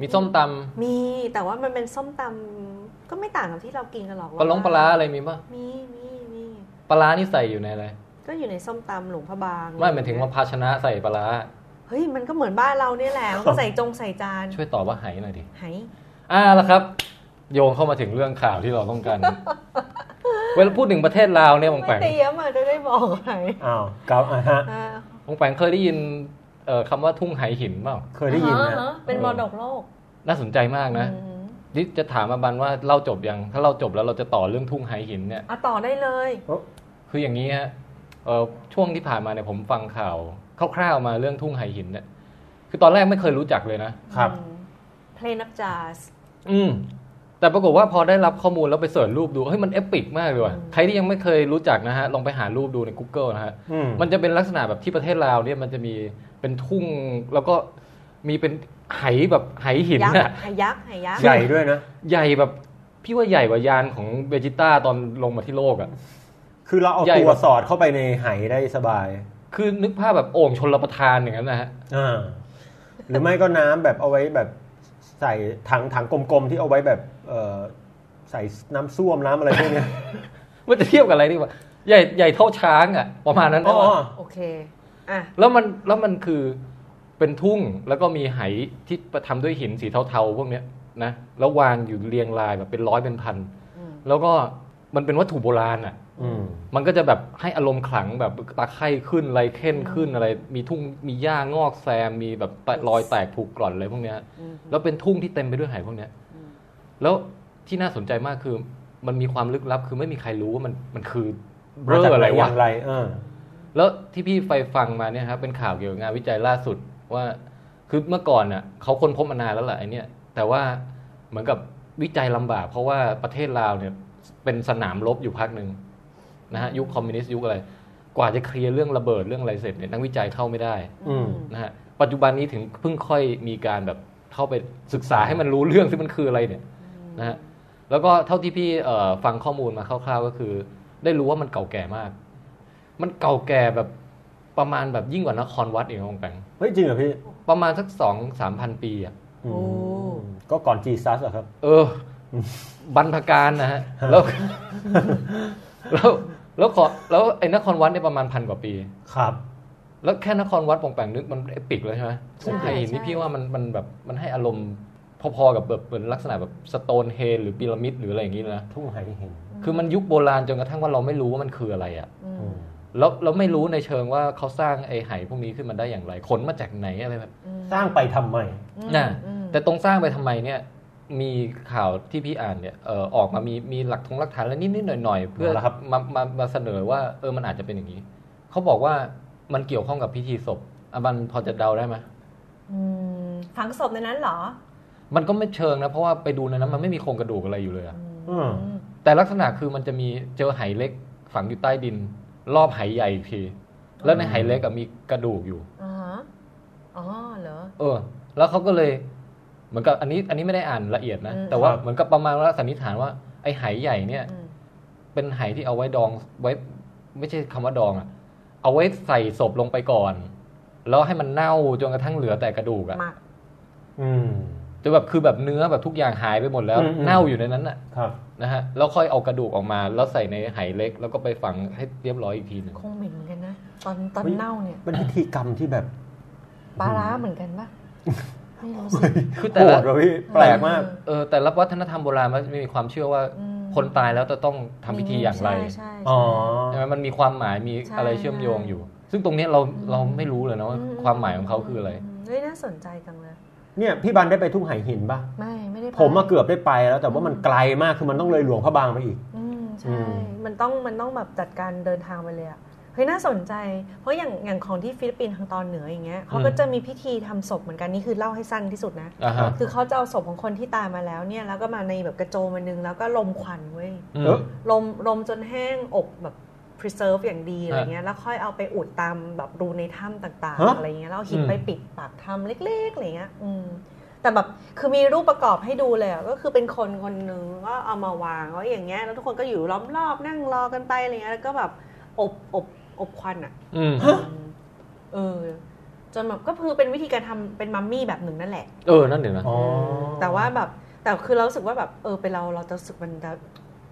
Speaker 4: มีส้มตำ
Speaker 2: มีแต่ว่ามันเป็นส้มตำก็ไม่ต่างกับที่เรากินกันหรอก
Speaker 4: ปลาล้งปลาร้าอะไรมีป่ะ
Speaker 2: มีมีมี
Speaker 4: ปลาร้านี่ใส่อยู่ในอะไร
Speaker 2: ก็อยู่ในส้มตำหลวงพระบาง
Speaker 4: ไม่หมายถึงว่าภาชนะใส่ปลาร้า
Speaker 2: เฮ้ยมันก็เหมือนบ้านเราเนี่ยแหละมันก็ใส่จงใส่จาน
Speaker 4: ช่วยตอบว่าไหหน่อยดิ
Speaker 2: ไหาย
Speaker 4: อ่าแล้วครับ โยงเข้ามาถึงเรื่องข่าวที่เราต้องการ *laughs* เวลาพูดถึงประเทศลาวเนี่ยบางแป
Speaker 2: ไม่
Speaker 4: ง
Speaker 2: เตรียมอ่ะจะได้บอกไหน
Speaker 5: อ้าวเกาอ่ะฮะ
Speaker 2: อ่า
Speaker 4: บางแปงเคยได้ยินเอ่อคำว่าทุ่งไหหินเปล่า
Speaker 5: เคยได้ยิน
Speaker 2: อ่า
Speaker 5: นะ
Speaker 2: ฮะเป็นมรดกโลก
Speaker 4: น่าสนใจมากนะ
Speaker 2: อืม
Speaker 4: นี่จะถามอาบันว่าเล่าจบยัง ถ้าเราจบแล้วเราจะต่อเรื่องทุ่งไหหินเนี่ย
Speaker 2: อ่ะต่อได้เลย
Speaker 4: คืออย่างนี้ฮะเอ่อช่วงที่ผ่านมาเนี่ยผมฟังข่าวคร่าวๆมาเรื่องทุ่งไหหินเนี่ย คือตอนแรกไม่เคยรู้จักเลยนะ
Speaker 5: ครับ
Speaker 2: เพลงนักจาส
Speaker 4: อืม แต่ปรากฏว่าพอได้รับข้อมูลแล้วไปเสิร์ชรูปดู เฮ้ยมันเอปิกมากเลยว่ะ ใครที่ยังไม่เคยรู้จักนะฮะ ลองไปหารูปดูใน Google นะฮะ
Speaker 5: อืม
Speaker 4: มันจะเป็นลักษณะแบบที่ประเทศลาวเนี่ยมันจะมีเป็นทุ่งแล้วก็มีเป็นไหแบบไหหิน
Speaker 2: ยักษ์
Speaker 4: น่ะ
Speaker 2: หายักษ์หายักษ์
Speaker 5: ใหญ่ด้วยนะ
Speaker 4: ใหญ่แบบพี่ว่าใหญ่กว่ายานของเบจิต้าตอนลงมาที่โลกอะ่ะ
Speaker 5: คือเราเอา
Speaker 4: ใหญ่
Speaker 5: ตัว
Speaker 4: กว่า
Speaker 5: สอดเข้าไปในไหได้สบาย
Speaker 4: คือนึกภาพแบบโอ่งชนระทานอย่างนั้นนะฮะ
Speaker 5: อ่าหรือไม่ก็น้ำแบบเอาไว้แบบใส่ถังถังกลมๆที่เอาไว้แบบเอ่อใส่น้ำส้วมน้ำอะไรพวกเนี้ย
Speaker 4: มันจะเทียบกับอะไรดีวะใหญ่ใหญ่เท่าช้างอะ่ะ ประมาณนั้น
Speaker 5: อ๋
Speaker 4: นะ
Speaker 5: อ
Speaker 4: วะ
Speaker 2: โอเค อ่ะ
Speaker 4: แล้วมันแล้วมันคือเป็นทุ่งแล้วก็มีไหที่ประทำด้วยหินสีเทาๆพวกเนี้ยนะแล้ววางอยู่เรียงรายแบบเป็นร้อยเป็นพัน
Speaker 2: อืม
Speaker 4: แล้วก็มันเป็นวัตถุโบราณอ่ะ
Speaker 5: อืม
Speaker 4: มันก็จะแบบให้อารมณ์ขลังแบบตาไข้ขึ้นไรเค้นขึ้นอะไร มีทุ่งมีหญ้างอกแซม มีแบบแตะรอยแตกถูกกร่อนอะไรพวกเนี้ย
Speaker 2: อืม
Speaker 4: แล้วเป็นทุ่งที่เต็มไปด้วยหายพวกเนี้ยแล้วที่น่าสนใจมากคือ มันมีความลึกลับคือไม่มีใครรู้ว่ามันมันคือเบอ
Speaker 5: มาจาก
Speaker 4: อะไร
Speaker 5: อ
Speaker 4: วะ
Speaker 5: ย่างไรเออ
Speaker 4: แล้วที่พี่ไปฟังมาเนี่ยครับเป็นข่าวเกี่ยวกับงานวิจัยล่าสุดว่าคือเมื่อก่อนน่ะเขาค้นพบมานานแล้วแหละไอเนี่ยแต่ว่าเหมือนกับวิจัยลำบาก เพราะว่าประเทศลาวเนี่ยเป็นสนามรบอยู่พักหนึ่ง นะฮะยุคคอมมิวนิสต์ยุคอะไร กว่าจะเคลียร์เรื่องระเบิดเรื่องอะไรเสร็จเนี่ยนักวิจัยเข้าไม่ได้
Speaker 5: อืม
Speaker 4: นะฮะปัจจุบันนี้ถึงเพิ่งค่อยมีการแบบเข้าไปศึกษาให้มันรู้เรื่องที่มันคืออะไรเนี่ยนะฮะแล้วก็เท่าที่พี่เอ่อฟังข้อมูลมาคร่าวๆก็คือ ได้รู้ว่ามันเก่าแก่มาก มันเก่าแก่แบบประมาณแบบยิ่งกว่านครวัดอีกนะองแปง
Speaker 5: เฮ้ยจริงเหรอพี่
Speaker 4: ประมาณสักสองสามพันปีอ่ะ
Speaker 5: อืม
Speaker 2: โอ้
Speaker 5: ก็ก่อนจีซัสอะครับ
Speaker 4: เออ *laughs* บรรพการนะฮะแล้ว *laughs* แล้วแล้วขอแล้วไอ้นครวัดเนี่ยประมาณพันกว่าปี
Speaker 5: ครับ
Speaker 4: แล้วแค่นครวัดปองแปงนึกมันเอปิกเลยใช่ไหม
Speaker 2: ใช่
Speaker 4: ซึ่งไทยหิน
Speaker 2: ใช่
Speaker 4: นี่พี่ว่ามันมันแบบมันให้อารมณ์พอๆกับแบบเหมือนลักษณะแบบสโตนเฮนหรือพีระมิดหรืออะไรอย่างนี้เลยนะ
Speaker 5: ทุ่งไหเห็น
Speaker 4: คือมันยุคโบราณจนกระทั่งว่าเราไม่รู้ว่ามันคืออะไรอะ่ะ
Speaker 2: อื
Speaker 5: อื
Speaker 2: ม
Speaker 5: ม
Speaker 4: แล้วเราไม่รู้ในเชิงว่าเขาสร้างไอ้ไหพวกนี้ขึ้นมาได้อย่างไร ขนมาจากไหนอะไรแบบ
Speaker 2: อืม
Speaker 5: สร้างไปทำไม
Speaker 2: อืม
Speaker 4: น่ะ
Speaker 2: อืม
Speaker 4: แต่ตรงสร้างไปทำไมเนี่ย มีข่าวที่พี่อ่านเนี่ยเออออกมามีมีหลักทงหลักฐานแล้วนิดๆหน่อยๆ เพื่อมามามาเสนอว่าเออมันอาจจะเป็นอย่างนี้ เขาบอกว่ามันเกี่ยวข้องกับพิธีศพอะบันพอจะเดาได้ไหม
Speaker 2: อืมฝังศพในนั้นเหรอ
Speaker 4: มันก็ไม่เชิงนะ เพราะว่าไปดูในนั้นมันไม่มีโครงกระดูกอะไรอยู่เลยอะ
Speaker 5: อืม
Speaker 2: อืม
Speaker 4: แต่ลักษณะคือมันจะมีเจอไหเล็กฝังอยู่ใต้ดิน รอบไหใหญ่อีกที แล้วในไหเล็กอะมีกระดูกอยู่
Speaker 2: อ่าฮะอ๋อเหรอ
Speaker 4: เออ แล้วเขาก็เลย เหมือนกับอันนี้อันนี้ไม่ได้อ่านละเอียดนะ
Speaker 2: อืม
Speaker 4: แต่ว่าเหมือนกับประมาณว่าสันนิษฐานว่าไอ ไอ้ไหใหญ่เนี่ย
Speaker 2: อืม
Speaker 4: เป็นไหที่เอาไว้ดองไว้ ไม่ใช่คำว่าดองอะเอาไว้ใส่ศพลงไปก่อน แล้วให้มันเน่าจนกระทั่งเหลือแต่กระดูกอะ
Speaker 2: หมัก
Speaker 5: อืม
Speaker 4: จนแบบคือแบบเนื้อแบบทุกอย่างหายไปหมดแล้ว
Speaker 5: อืมอืม
Speaker 4: เน่าอยู่ในนั้นอะ
Speaker 5: ครับ
Speaker 4: นะฮะแล้วค่อยเอากระดูกออกมา แล้วใส่ในไหเล็ก แล้วก็ไปฝังให้เรียบร้อยอีกทีหนึ่ง
Speaker 2: คงเหม็นเหมือนกันนะ ตอนตอน
Speaker 5: เฮ้ย
Speaker 2: เน่าเนี่ย
Speaker 5: เป็นพิธีกรรมที่แบบ
Speaker 2: ปลาร้าเหมือนกันปะไม่รู้สิ
Speaker 4: คือ *laughs*
Speaker 5: โห
Speaker 4: แต่ละ
Speaker 5: ดว่ะพี่แปลกมาก
Speaker 4: เออแต่ละวัฒนธรรมโบราณมันมีความเชื่อว่า
Speaker 2: อืม
Speaker 4: คนตายแล้วจะต้องทำพิธีอย่างไร
Speaker 2: ใช่ใช่ใช่
Speaker 5: อ๋อ
Speaker 4: ใช่ไหมมันมีความหมายมี
Speaker 2: ใช่
Speaker 4: อะไรเชื่อมโยงอยู่ ซึ่งตรงเนี้ยเราเราไม่รู้เลยนะว่า
Speaker 2: อื
Speaker 4: ความหมายของเขาคืออะไร
Speaker 2: มเฮ้ยน่าสนใจจังเลย
Speaker 5: เนี่ยพี่บันได้ไปทุ่งไหหินปะ
Speaker 2: ไม่ไม่ได้ไป
Speaker 5: ผมมาเกือบได้ไปแล้ว แต่ว่ามันไกลมากคือมันต้องเลยหลวงพระบางไปอีก
Speaker 2: อืม
Speaker 5: อื
Speaker 2: ใช่
Speaker 5: ม
Speaker 2: มันต้องมันต้องแบบจัดการเดินทางไปเลยอะเฮ้ยน่าสนใจ เพราะอย่างอย่างของที่ฟิลิปปินส์ทางตอนเหนืออย่างเงี้ยเขาก็จะมีพิธีทำศพเหมือนกันนี่คือเล่าให้สั้นที่สุดนะ
Speaker 4: อ่าฮะ
Speaker 2: คือเขาจะเอาศพของคนที่ตายมาแล้วเนี่ยแล้วก็มาในแบบกระโจมอันนึงแล้วก็ลมควันเว้ย
Speaker 4: อืม
Speaker 5: เออ
Speaker 2: ลมลมจนแห้งอบแบบ preserve อย่างดีอะไรเงี้ยแล้วค่อยเอาไปอุดตามแบบรูในถ้ำต่างๆ
Speaker 5: ฮะ
Speaker 2: อะไรเงี้ยแล้วเอาหิน
Speaker 4: อืม
Speaker 2: ไปปิดปากถ้ำเล็กๆอะไรเงี้ยอืมแต่แบบคือมีรูปประกอบให้ดูเลยอะก็คือเป็นคนคนหนึ่งก็เอามาวางไว้อย่างเงี้ยแล้วทุกคนก็อยู่ล้อมรอบนั่งรอกันไปอะไรเงี้ยแล้วก็แบบอบอบอบควันอ่ะ
Speaker 4: อืม
Speaker 2: เออจนแบบก็คือเป็นวิธีการทำเป็นมัมมี่แบบหนึ่งนั่นแหละ
Speaker 4: เออ นั่นเดี๋ยวนะ
Speaker 5: อ๋อ
Speaker 2: แต่ว่าแบบแต่คือเรารู้สึกว่าแบบเออเป็นเราเราจะรู้สึกมันจะ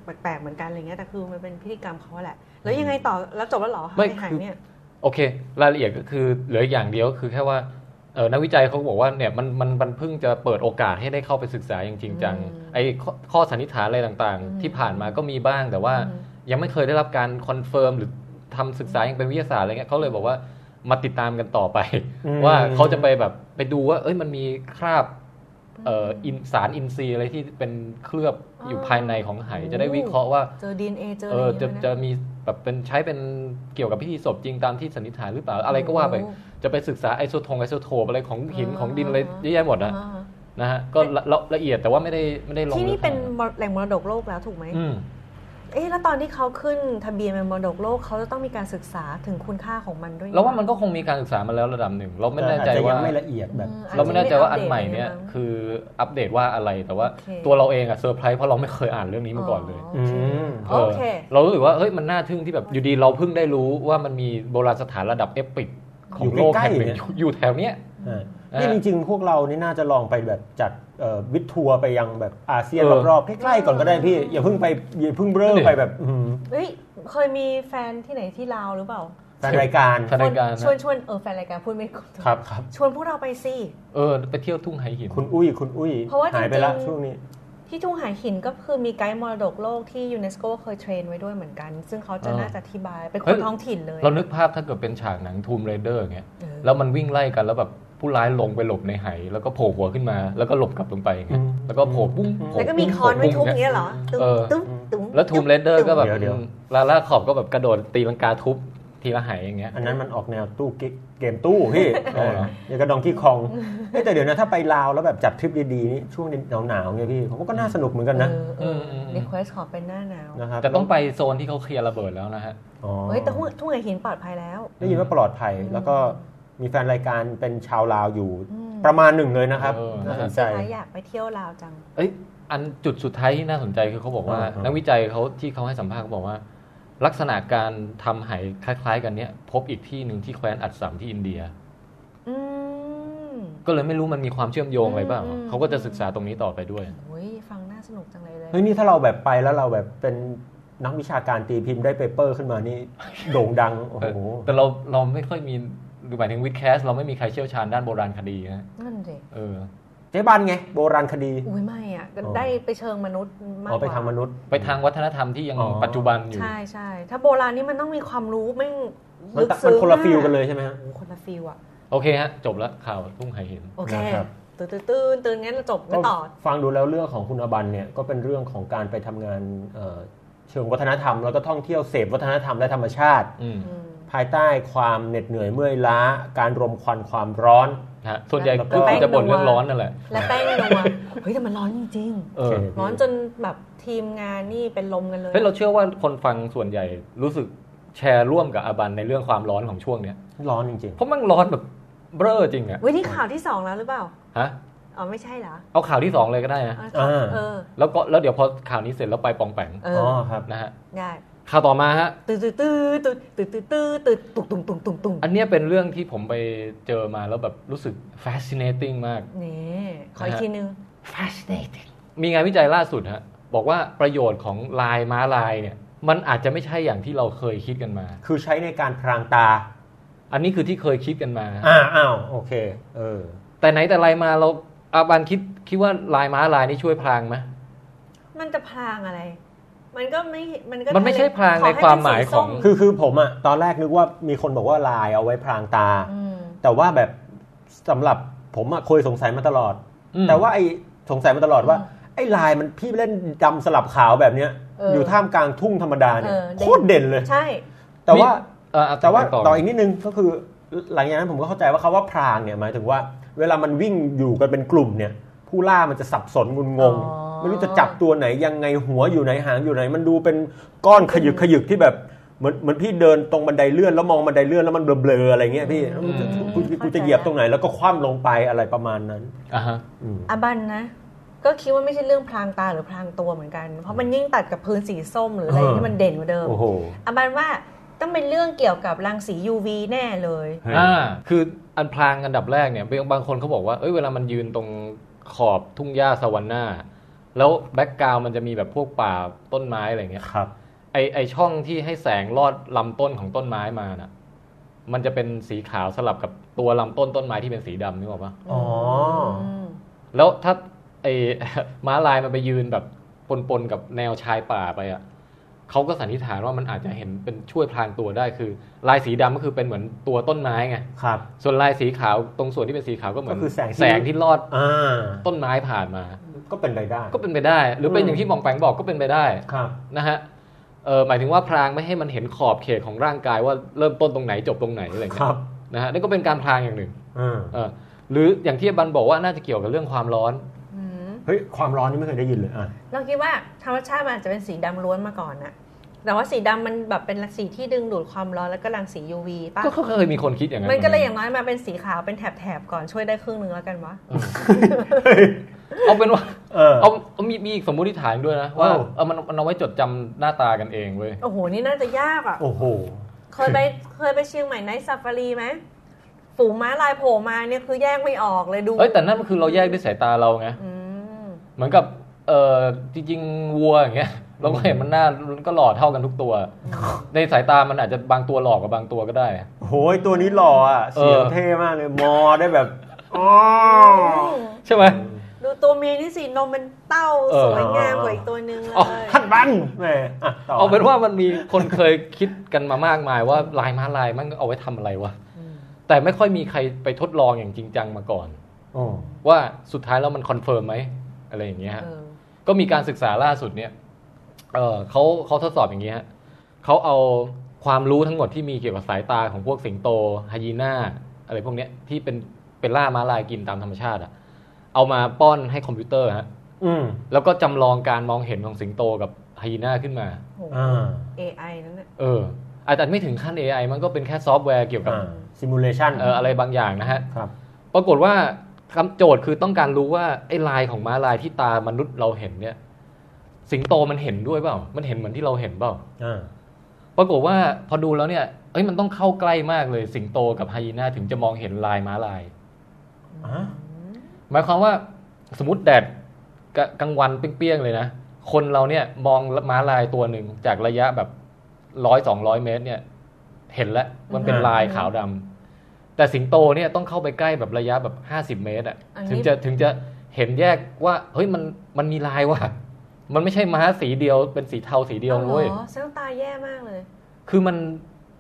Speaker 2: แปลกๆเหมือนกันอะไรเงี้ยแต่คือมันเป็นพิธีกรรมเขาแหละ แล้วยังไงต่อแล้วจบแล้วเหรอ
Speaker 4: ไม่
Speaker 2: หายหาย
Speaker 4: คือ
Speaker 2: เนี่ย
Speaker 4: โอเค รายละเอียดก็คือเหลืออย่างเดียวก็คือแค่ว่าเออนักวิจัยเขาบอกว่าเนี่ยมันมันมันเพิ่งจะเปิดโอกาสให้ได้เข้าไปศึกษาอย่างจริงจัง
Speaker 2: อืม
Speaker 4: ไอ้ข้อข้อสันนิษฐานอะไรต่าง
Speaker 2: อื
Speaker 4: ๆ
Speaker 2: ม
Speaker 4: ที่ผ่านมาก็มีบ้าง แต่ว่า
Speaker 2: อืม
Speaker 4: ยังไม่เคยได้รับการคอนเฟิร์มหรือทำศึกษาอย่างเป็นวิทยาศาสตร์อะไรเงี้ยเขาเลยบอกว่ามาติดตามกันต่อไป
Speaker 5: อืม
Speaker 4: ว่าเขาจะไปแบบไปดูว่า เอ้ยมันมีคราบ เอ่ออินสารอินทรีย์อะไรที่เป็นเคลือบอยู่ภายในของไหจะได้วิเคราะห์ว่า
Speaker 2: เจอดีเอ็นเอเจอ
Speaker 4: เอ
Speaker 2: อะไร
Speaker 4: อ
Speaker 2: เงี้ย
Speaker 4: จะ
Speaker 2: ไหม
Speaker 4: จะมีแบบเป็นใช้เป็นเกี่ยวกับพิธีศพจริงตามที่สันนิษฐานหรือเปล่าอะไรก็ว่าไป
Speaker 2: โอ้
Speaker 4: จะไปศึกษาไอโซทงไอโซโทปอะไรของหิน
Speaker 2: อ่า
Speaker 4: ของดินอะไรเยอะแยะหมดนะ
Speaker 2: อ่า
Speaker 4: นะฮะก็ละละละเอียดแต่ว่าไม่ได้ไม่ได้ลง
Speaker 2: ที่นี่
Speaker 4: ลึก
Speaker 2: เป็น
Speaker 4: ขด
Speaker 2: มรแหล่งมรดกโลกแล้วถูกไหม
Speaker 4: อืม
Speaker 2: เอ๊ะแล้วตอนที่เขาขึ้นทะเบียนเป็นมรดกโลกเขาจะต้องมีการศึกษาถึงคุณค่าของมันด้วย
Speaker 4: แล้วว่ามันก็คงมีการศึกษามาแล้วระดับหนึ่ง เราไม่แน่ใจ
Speaker 5: แต่อจจะ
Speaker 4: ว่า
Speaker 5: ยังไม่ละเอียดแบบ
Speaker 2: อื
Speaker 4: เราไม่แน่ใจว่าอัน
Speaker 2: จจะ
Speaker 4: ใหม่
Speaker 2: ปด
Speaker 4: เนี่ย
Speaker 2: ตะไรมั้ง
Speaker 4: คืออัปเดตว่าอะไรแต่ว่า
Speaker 2: โอเค
Speaker 4: ตัวเราเองอะเซอร์ไพรส์เพราะเราไม่เคยอ่านเรื่องนี้มาก่อนเลย
Speaker 2: โอเค
Speaker 5: อืม
Speaker 2: โอเค
Speaker 4: เออเรารู้สึกว่าเฮ้ยมันน่าทึ่งที่แบบอยู่ดีเราเพิ่งได้รู้ว่ามันมีโบราณสถานระดับเอปิกของโลกแห่งหนึ่งอ
Speaker 5: อยู่ใกล้ๆเนี่ย
Speaker 4: ยู่แถวเนี้ย
Speaker 5: อ่า
Speaker 4: อ่า
Speaker 5: นี่จริงๆ พวกเรานี่น่าจะลองไปแบบจัดเอ่อวิททัวร์ไปยังแบบอาเซียน
Speaker 4: เออ
Speaker 5: รอบๆใกล้ๆก่อนก็ได้พี่ อย่าเพิ่งไปอย่าเพิ่งเริ่มไปแบบอืม
Speaker 2: เฮ้ยเคยมีแฟนที่ไหนที่ลาวหรือเปล่า
Speaker 5: แฟนรายการ
Speaker 4: แฟนรายการ
Speaker 2: ชวน
Speaker 4: นะ
Speaker 2: ชวนเออแฟนรายการพูดไม่ถูก
Speaker 5: ครับครับ
Speaker 2: ชวนพวกเราไปสิ
Speaker 4: เออไปเที่ยวทุ่งไหหิน
Speaker 5: คุณอุ้ยคุณอุ้ย
Speaker 2: เพราะว่าจริงๆ
Speaker 5: หายไปละช่วงนี้
Speaker 2: ที่ทุ่งหายหินก็คือมีไกด์มรดกโลกที่ยูเนสโกเคยเทรนไว้ด้วยเหมือนกัน ซึ่งเขาจะ
Speaker 4: อ่า
Speaker 2: น่าจะอธิบาย เป็นค
Speaker 4: เฮ้
Speaker 2: น
Speaker 4: ย
Speaker 2: ท้องถิ่นเลย
Speaker 4: เรานึกภาพถ้าเกิดเป็นฉากหนังทูมเรเดอร์เงี้ย
Speaker 2: เออ
Speaker 4: แล้วมันวิ่งไล่กันแล้วแบบผู้ร้ายลงไปหลบในไหแล้วก็โผล่หัวขึ้นมา แล้วก็หลบกลับลงไปอย่างเงี้ย
Speaker 5: อืม
Speaker 4: แล้วก็โผล่ปุ้งโผ
Speaker 2: แล้วก็มีคอนไว้ทุบ
Speaker 4: ปุ้ง
Speaker 2: เงี้ยเหรอตึ้ง
Speaker 4: เออ
Speaker 2: ตึ้งตึ้ง
Speaker 4: แล้วทูมเรเดอร์ก็แบบ
Speaker 5: เดี๋ยว
Speaker 4: ลาล่าขอบก็แบบกระโดดตีลังกาทุบทีละไหอย่างเงี้ย
Speaker 5: อันนั้นมันออกแนวตู้เกเกมตู้พี่
Speaker 4: อ๋ *laughs* อเหรอ
Speaker 5: อย่างกระดองที่คองเอ้ยแต่เดี๋ยวนะถ้าไปลาวแล้วแบบจัดทริปดีๆนี่ช่วงหนาวๆเนี่ยพี่ผมว่าก็น่าสนุกเหมือนกันนะ
Speaker 2: เออเออ
Speaker 4: ม
Speaker 2: รีเควสขอเป็นหน้าหนาว
Speaker 5: นะครับ
Speaker 4: แต่ต้องไปโซนที่เขาเคลียร์ระเบิดแล้วนะฮะ
Speaker 5: อ๋อ
Speaker 2: เฮ้ยแต่ทุ่งทุ่งหายหินปลอดภัยแล้ว
Speaker 5: ได้ยินว่าปลอดภัย
Speaker 2: อืม
Speaker 5: แล้วก็มีแฟนรายการเป็นชาวลาวอยู่
Speaker 2: อืม
Speaker 5: ประมาณหนึ่งเลยนะครับ
Speaker 4: เออ
Speaker 5: น่าสน
Speaker 2: สุ
Speaker 5: ใจ
Speaker 2: ดท้ายอยากไปเที่ยวลาวจัง
Speaker 4: เอ้ยอันจุดสุดท้ายที่น่าสนใจคือเขาบอกว่า
Speaker 5: อ่าอ่านั
Speaker 4: นักวิจัยเขาที่เขาให้สัมภาษณ์เขาบอกว่า ลักษณะการทำไหคล้ายๆ กันเนี้ยพบอีกที่หนึ่งที่แคว้นอัสสัมที่อินเดีย
Speaker 2: อืม
Speaker 4: ก็เลยไม่รู้มันมีความเชื่อมโยงอะไรบ้าง
Speaker 2: อืม
Speaker 4: เขาก็จะศึกษาตรงนี้ต่อไปด้วย
Speaker 2: โอ้ยฟังน่าสนุกจังเลยเลย
Speaker 5: เฮ้ยนี่ถ้าเราแบบไปแล้วเราแบบเป็นนักวิชาการตีพิมพ์ได้เปเปอร์ขึ้นมานี่ โด่งดัง โอ้โห
Speaker 4: แต่เราเราไม่ค่อยมีหรือหมายถึงวิดแคส เราไม่มีใครเชี่ยวชาญด้านโบราณคดีนะ
Speaker 2: นั่นสิ
Speaker 4: เออ
Speaker 5: เจ๊บันไง โบราณคดี
Speaker 2: อุ้ยไม่อ่ะก็
Speaker 5: อ๋อ
Speaker 2: ได้ไปเชิงมนุษย์มาก
Speaker 5: เอา
Speaker 2: ก
Speaker 5: ไป
Speaker 2: ว่า
Speaker 5: ทางมนุษย์
Speaker 4: ไปทางวัฒนธรรมที่ยัง
Speaker 5: อ๋อ
Speaker 4: ปัจจุบันอยู่
Speaker 2: ใช่ใช่ถ้าโบราณนี่มันต้องมีความรู้แม่ง
Speaker 5: มัน
Speaker 2: ลึก
Speaker 5: ตะ
Speaker 2: ซึ้
Speaker 5: มัน
Speaker 2: ง
Speaker 5: คนละฟิลกัน
Speaker 2: อะ
Speaker 5: เลยใช่ไหมฮะ
Speaker 2: โอ้โหคนละฟิลอ่ะ
Speaker 4: โอเคฮะ จบแล้วข่าวทุ่งไหเห็น
Speaker 2: โอเค
Speaker 5: นะครับ
Speaker 2: ตื่นตื่นตื่นตื่นงั้นเราจบไม่
Speaker 5: ก็
Speaker 2: ต่อ
Speaker 5: ฟังดูแล้วเรื่องของคุณอบันเนี่ยก็เป็นเรื่องของการไปทำงานเอ่อเชิงวัฒนธรรม แล้วก็ท่องเที่ยวเสพวัฒนธรรมและธรรมชาติ
Speaker 4: อืม
Speaker 2: อืม
Speaker 5: ภายใต้ความเหน็ดเหนื่อยเมื่อยล้า การรมควันความร้อน
Speaker 4: ฮะส่วนใหญ่
Speaker 5: แล้วก็
Speaker 4: ก็คือจะบ่นเรื่องร้อนนั่นแหละ
Speaker 2: และแป้งนัวเฮ้ยแต่มันร้อนจริง
Speaker 4: เออ
Speaker 2: ๆร้อนจนแบบทีมงานนี่เป็นลมกันเลย
Speaker 4: เฮ้ยเราเชื่อว่าคนฟังส่วนใหญ่รู้สึกแชร์ร่วมกับอาบันในเรื่องความร้อนของช่วงเนี้ย
Speaker 5: ร้อนจริง ๆ
Speaker 4: เพราะมันร้อนแบบเบ้อจริงอะ
Speaker 2: วินี่ข่าวที่สองแล้วหรือเปล่า
Speaker 4: ฮะ
Speaker 2: อ๋อไม่ใช่เหรอ
Speaker 4: เอาข่าวที่สองเลยก็ได้นะ
Speaker 2: เอาต่อเออ
Speaker 4: แล้วก็แล้วเดี๋ยวพอข่าวนี้เสร็จแล้วไปปองแปง
Speaker 2: เอ
Speaker 5: อ๋อ
Speaker 2: อ
Speaker 5: ครับ
Speaker 4: นะฮะ
Speaker 2: ได้
Speaker 4: ข่าวต่อมาฮะ
Speaker 2: ตื่นตื่นตื่นตื่นตื่นตื่นตื่นตื่นตุ่งตุ่งตุ่งตุ่งตุ่ง
Speaker 4: อันเนี้ยเป็นเรื่องที่ผมไปเจอมาแล้วแบบรู้สึก fascinating มาก
Speaker 2: นี่ขออีกทีนึง
Speaker 4: fascinating มีงานวิจัยล่าสุดฮะบอกว่าประโยชน์ของลายม้าลายเนี่ยมันอาจจะไม่ใช่อย่างที่เราเคยคิดกันมา
Speaker 5: คือใช้ในการพรางตา
Speaker 4: อันนี้คือที่เคยคิดกันมาฮะ
Speaker 5: อ่าอ้าวโอเค เออ
Speaker 4: แต่ไหนแต่ไรมาเราอาบานคิดคิดว่าลายม้าลายนี่ช่วยพรางไหม
Speaker 2: มันจะพรางอะไร มันก็ไม่ มันก็
Speaker 4: มันไม่ใช่พราง
Speaker 2: ขอ
Speaker 4: ในความหมายของ
Speaker 2: ให้เป็นสี
Speaker 5: คื
Speaker 2: ส้ม
Speaker 5: อคือผมอะตอนแรกนึกว่ามีคนบอกว่าลายเอาไว้พรางตา
Speaker 2: ม
Speaker 5: แต่ว่าแบบสำหรับผมอะเคยสงสัยมาตลอด
Speaker 4: อืม
Speaker 5: แต่ว่าไอสงสัยมาตลอดว่า ไอ้ลายมันพี่เล่นดำสลับขาวแบบเนี้ย อยู่ท่ามกลางทุ่งธรรมดาเนี่ยโคตรเด่นเลย
Speaker 2: ใช่
Speaker 5: แต่ว่า
Speaker 4: เอ่อ
Speaker 5: แต่ว่า
Speaker 4: ไป
Speaker 5: ต่ออีกนิดนึงก็คือหลังจากนั้นผมก็เข้าใจว่าคาว่าพรางเนี่ยหมายถึงว่า เวลามันวิ่งอยู่กันเป็นกลุ่มเนี่ย ผู้ล่ามันจะสับสนงุนงง
Speaker 2: อ๋อ
Speaker 5: ไม่รู้จะจับตัวไหนยังไงหัวอยู่ไหนหางอยู่ไหน มันดูเป็นก้อนขยึกขยึกที่แบบเหมือนเหมือนพี่เดินตรงบันไดเลื่อนแล้วมองบันไดเลื่อนแล้วมันเบลอๆอะไรเงี้ยพี่แล้วมันจะกูจะกูจะเหยียบตรงไหนแล้วก็คว่ำลงไปอะไรประมาณนั้น
Speaker 4: อ่าฮะ
Speaker 5: อืม
Speaker 2: อาบันนะ ก็คิดว่าไม่ใช่เรื่องพรางตาหรือพรางตัวเหมือนกัน เพราะมันยิ่งตัดกับพื้นสีส้มหรืออะไรที่มันเด่นกว่าเดิม
Speaker 5: โอ้โห
Speaker 2: อาบันว่าต้องเป็นเรื่องเกี่ยวกับรังสี UV แน่เลย
Speaker 4: อ่าคืออันพรางอันดับแรกเนี่ยบางคนเขาบอกว่าเอ้ยเวลามันยืนตรงขอบทุ่งหญ้าสวรรค์หน้า แล้วแบ็กกราวมันจะมีแบบพวกป่าต้นไม้อะไรเงี้ย
Speaker 5: ครับ
Speaker 4: ไอไอช่องที่ให้แสงลอดลำต้นของต้นไม้มาน่ะ มันจะเป็นสีขาวสลับกับตัวลำต้นต้นไม้ที่เป็นสีดำนึกออกปะ
Speaker 5: อ๋อ
Speaker 2: ม
Speaker 4: แล้วถ้า *laughs* ไอ ม้าลายมันไปยืนแบบปนๆกับแนวชายป่าไปอ่ะเขาก็สันนิษฐานว่ามันอาจจะเห็นเป็นช่วยพรางตัวได้คือ ลายสีดำก็คือเป็นเหมือนตัวต้นไม้ไง
Speaker 5: ครับ
Speaker 4: ส่วนลายสีขาวตรงส่วนที่เป็นสีขาวก็เหมือน
Speaker 5: ก็คือแสงที่
Speaker 4: ที่ลอด
Speaker 5: อ่า
Speaker 4: ต้นไม้ผ่านมา
Speaker 5: ก็เป็นไปได้
Speaker 4: ก็เป็นไปได้ หรือเป็นอย่างที่บองแปงบอกก็เป็นไปได้
Speaker 5: ครับ
Speaker 4: นะฮะ เออหมายถึงว่าพรางไม่ให้มันเห็นขอบเขตของร่างกายว่าเริ่มต้นตรงไหนจบตรงไหนอะไร
Speaker 5: ค
Speaker 4: เงี้ย
Speaker 5: รับ
Speaker 4: นะฮะนี่ก็เป็นการพรางอย่างหนึ่ง
Speaker 5: อ่า
Speaker 4: เออหรืออย่างที่บันบอกว่าน่าจะเกี่ยวกับเรื่องความร้อน
Speaker 2: อืม
Speaker 5: เฮ้ยความร้อนนี่ไม่เคยได้ยินเลยอ่ะ
Speaker 2: เราคิดว่าธรรมชาติมันอาจจะเป็นสีดำล้วนมาก่อนน่ะ แต่ว่าสีดำมันแบบเป็นสีที่ดึงดูดความร้อนแล้วก็รังสี UV ป่ะ
Speaker 4: ก็เคยมีคนคิดอย่างนั้น
Speaker 2: มันก็เลยอย่างน้อยมาเป็นสีขาวเป็นแถบๆก่อนช่วยได้ครึ่งหนึงแล้วกันวะ
Speaker 4: เอาเป็นว่า
Speaker 5: เออ
Speaker 4: เอาเอามีมีอีกสมมติฐานด้วยนะว่า
Speaker 5: เออ
Speaker 4: เออมันมันเอาไว้จดจำหน้าตากันเองเว้ย
Speaker 2: โอ้โห นี่น่าจะยากอ่ะ
Speaker 5: โอ้โห
Speaker 2: เคยไปเคยไปเชียงใหม่ไนท์ซาฟารีไหมฝูงม้าลายโผล่มาเนี่ยคือแยกไม่ออกเลยดู
Speaker 4: เอ้ยแต่นั่นมันคือเราแยกด้วยสายตาเราไง
Speaker 2: อืม
Speaker 4: เหมือนกับเออจริงๆวัวอย่างเงี้ยเราก็เห็นมันหน้ามันก็หล่อเท่ากันทุกตัว ในสายตามันอาจจะบางตัวหล่อกว่าบางตัวก็ได้
Speaker 5: โหยตัวนี้หล่ออ่ะ เสียงเท่มากเลย มอได้แบบอ๋อ
Speaker 4: ใช่ไหม
Speaker 2: ดูตัวเมียนี่สินมเป็นเต้า
Speaker 4: เออ
Speaker 2: สวยงามกว่าอีกตัวนึงเล
Speaker 4: อ๋อ
Speaker 2: ย
Speaker 5: ท่านบันแหมอ่ะต่อ
Speaker 4: เอาเป็นว่ามันมีคนเคยคิดกันมามากมายว่าลายม้าลายมันเอาไว้ทำอะไรวะแต่ไม่ค่อยมีใครไปทดลองอย่างจริงจังมาก่อน
Speaker 5: โอ้
Speaker 4: ว่าสุดท้ายแล้วมันคอนเฟิร์มไหมอะไรอย่างเงี้ยฮะ
Speaker 2: เออ
Speaker 4: ก็มีการศึกษาล่าสุดเนี่ยเออเขาเขาทดสอบอย่างเงี้ยฮะเขาเอาความรู้ทั้งหมดที่มีเกี่ยวกับสายตาของพวกสิงโตไฮยีน่าอะไรพวกเนี้ยที่เป็นเป็นล่าม้าลายกินตามธรรมชาติอะเอามาป้อนให้คอมพิวเตอร์ฮะ
Speaker 5: อืม
Speaker 4: แล้วก็จำลองการมองเห็นของสิงโตกับไฮยีน่าขึ้นมา
Speaker 2: โอ้โห
Speaker 5: อ่า
Speaker 2: AI นั่นน่ะ
Speaker 4: เอออาจจะไม่ถึงขั้น AI มันก็เป็นแค่ซอฟต์แวร์เกี่ยวกับ
Speaker 5: อ่าซิมูเลชัน
Speaker 4: เอ่ออะไรบางอย่างนะฮะ
Speaker 5: ครับ
Speaker 4: ปรากฏว่าคำโจทย์คือต้องการรู้ว่าไอ้ลายของม้าลายที่ตามนุษย์เราเห็นเนี่ย สิงโตมันเห็นด้วยเปล่า มันเห็นเหมือนที่เราเห็นเปล่า
Speaker 5: อ่า
Speaker 4: ปรากฏว่าพอดูแล้วเนี่ย เอ้ยมันต้องเข้าใกล้มากเลย สิงโตกับไฮยีน่าถึงจะมองเห็นลายม้าลาย
Speaker 5: อ่ะ
Speaker 4: หมายความว่าสมมติแดดกะกลางวันเปรี้ยงๆเลยนะ คนเราเนี่ยมองม้าลายตัวหนึ่งจากระยะแบบร้อยสองร้อยเมตร เนี่ย เห็นแล้วมันเป็นลายขาวดำแต่สิงโตเนี่ยต้องเข้าไปใกล้แบบระยะแบบห้าสิบ50 เมตรอะ
Speaker 2: อัน
Speaker 4: ถึง
Speaker 2: นี้
Speaker 4: จะถึงจะเห็นแยกว่า เฮ้ยมันมันมีลายว่ะมันไม่ใช่ม้าสีเดียวเป็นสีเทาสีเดียว
Speaker 2: อาหร
Speaker 4: นะเว้ย
Speaker 2: อเส้นตาแย่มากเลย
Speaker 4: คือมัน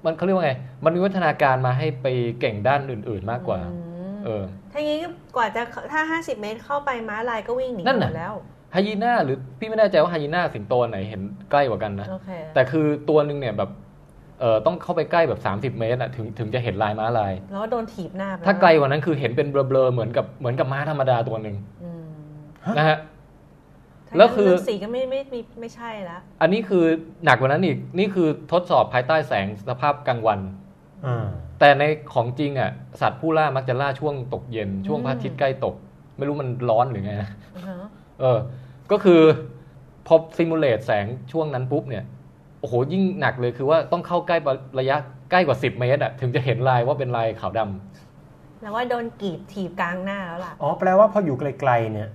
Speaker 4: มันเขาเรียกว่าไง มันมีวัฒนาการมาให้ไปเก่งด้านอื่น ๆ มากกว่า
Speaker 2: อืม
Speaker 4: เออ
Speaker 2: ถ้างี้ก็กว่าจะถ้า 50 เมตรเข้าไปม้าลายก็วิ่งหนี
Speaker 4: นั่น
Speaker 2: หม
Speaker 4: น่ะ
Speaker 2: ดแล้ว
Speaker 4: ไฮยีน่าหรือพี่ไม่แน่ใจว่าไฮยีน่าสิงโตอันไหนเห็นใกล้กว่ากันนะ
Speaker 2: โอเค
Speaker 4: แต่คือตัวหนึ่งเนี่ยแบบเอ่อต้องเข้าไปใกล้แบบ 30 เมตรอะถึงถึงจะเห็นลายม้าลาย
Speaker 2: แล้วก็โดนถีบหน้าไป
Speaker 4: ถ้าไกลกว่านั้นคือเห็นเป็นเบลอๆเหมือนกับเหมือนกับม้าธรรมดาตัวหนึ่ง
Speaker 2: อืม
Speaker 4: นะฮะ แล้
Speaker 2: แล้ว ว
Speaker 4: คื
Speaker 2: คือ องสีก็ไม่ไม่ไม่ไม่ใช่ละ
Speaker 4: อันนี้คือหนักกว่านั้นอีกนี่คือทดสอบภายใต้แสงสภาพกลางวัน
Speaker 5: อ่า
Speaker 4: แต่ในของจริงอ่ะสัตว์ผู้ล่ามักจะล่าช่วงตกเย็นช่วงพระอาทิตย์ใกล้ตก ไม่รู้มันร้อนหรือไงนะ
Speaker 2: อือฮะ
Speaker 4: เออ ก็คือพอซิมูเลตแสงช่วงนั้นปุ๊บเนี่ย โอ้โห ยิ่งหนักเลยคือว่าต้องเข้าใกล้ระยะใกล้กว่า 10 เมตรอะถึงจะเห็นลายว่าเป็นลายขาวดำ
Speaker 2: แล้วว่าโดนกรีดถีบกลางหน้าแล้วล่ะ
Speaker 5: อ๋อแปลว่าพออยู่ไกลๆเนี่ย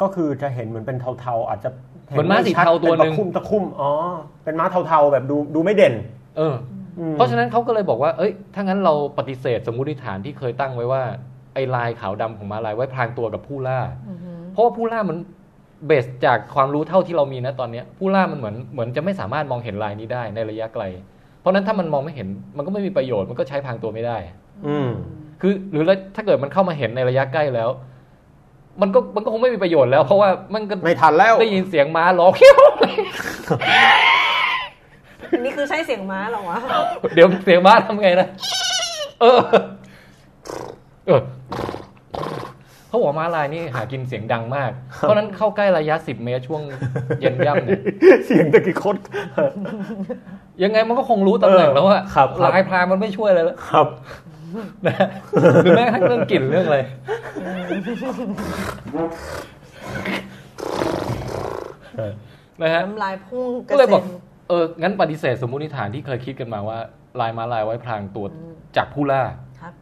Speaker 5: ก็คือจะเห็นเหมือนเป็นเทาๆ อาจจะ
Speaker 4: เหมือนม้าสีเทาตัวหนึ่ง
Speaker 5: เป็ตะคุ่มตะคุ่มอ๋อเป็นม้าเทาๆแบบดูดูไม่เด่น
Speaker 4: เออ
Speaker 5: อืม
Speaker 4: เพราะฉะนั้นเขาก็เลยบอกว่า เอ้ย ถ้างั้นเราปฏิเสธสมมุติฐานที่เคยตั้งไว้ว่า ไอ้ลายขาวดำของมาลายไว้พรางตัวกับผู้ล่า
Speaker 2: อือฮึ
Speaker 4: เพราะว่าผู้ล่ามันเบสจากความรู้เท่าที่เรามีนะตอนเนี้ยผู้ล่ามันเหมือนเหมือนจะไม่สามารถมองเห็นลายนี้ได้ในระยะไกล เพราะฉะนั้นถ้ามันมองไม่เห็นมันก็ไม่มีประโยชน์มันก็ใช้พรางตัวไม่ได้
Speaker 5: อืม
Speaker 4: คือหรือถ้าเกิดมันเข้ามาเห็นในระยะใกล้แล้ว มันก็มันก็คงไม่มีประโยชน์แล้ว เพราะว่ามันก็
Speaker 5: ไม่ทันแล้ว
Speaker 4: ได้ยินเสียงม้าร้องเขี้ยว *laughs*
Speaker 2: นี่คือใช่เสียงม้าเหรอวะ
Speaker 4: เดี๋ยวเสียงม้าทำไงนะเออเออเขาบอกว่าม้าลายนี่หากินเสียงดังมาก เพราะฉะนั้นเข้าใกล้ระยะ 10 เมตรช่วงเย็นย่ำเนี่ย
Speaker 5: เสียงตะกี้โคตร
Speaker 4: ยังไงมันก็คงรู้ตำแหน่งแล้วอะ
Speaker 5: เออครับครับ
Speaker 4: ลายพรางมันไม่ช่วยอะไรแล้ว
Speaker 5: ครับ
Speaker 4: นะ *laughs* หรือแม้กระทั่งเรื่องกลิ่นเรื่องอะไร นะฮะ
Speaker 2: น้ำลายพุ่ง
Speaker 4: ก็เลยบอก
Speaker 2: ระซ็น
Speaker 4: เออ งั้นปฏิเสธสมมติฐานที่เคยคิดกันมาว่า ลายมาลายไว้พรางตัวจากผู้ล่า
Speaker 2: ครับ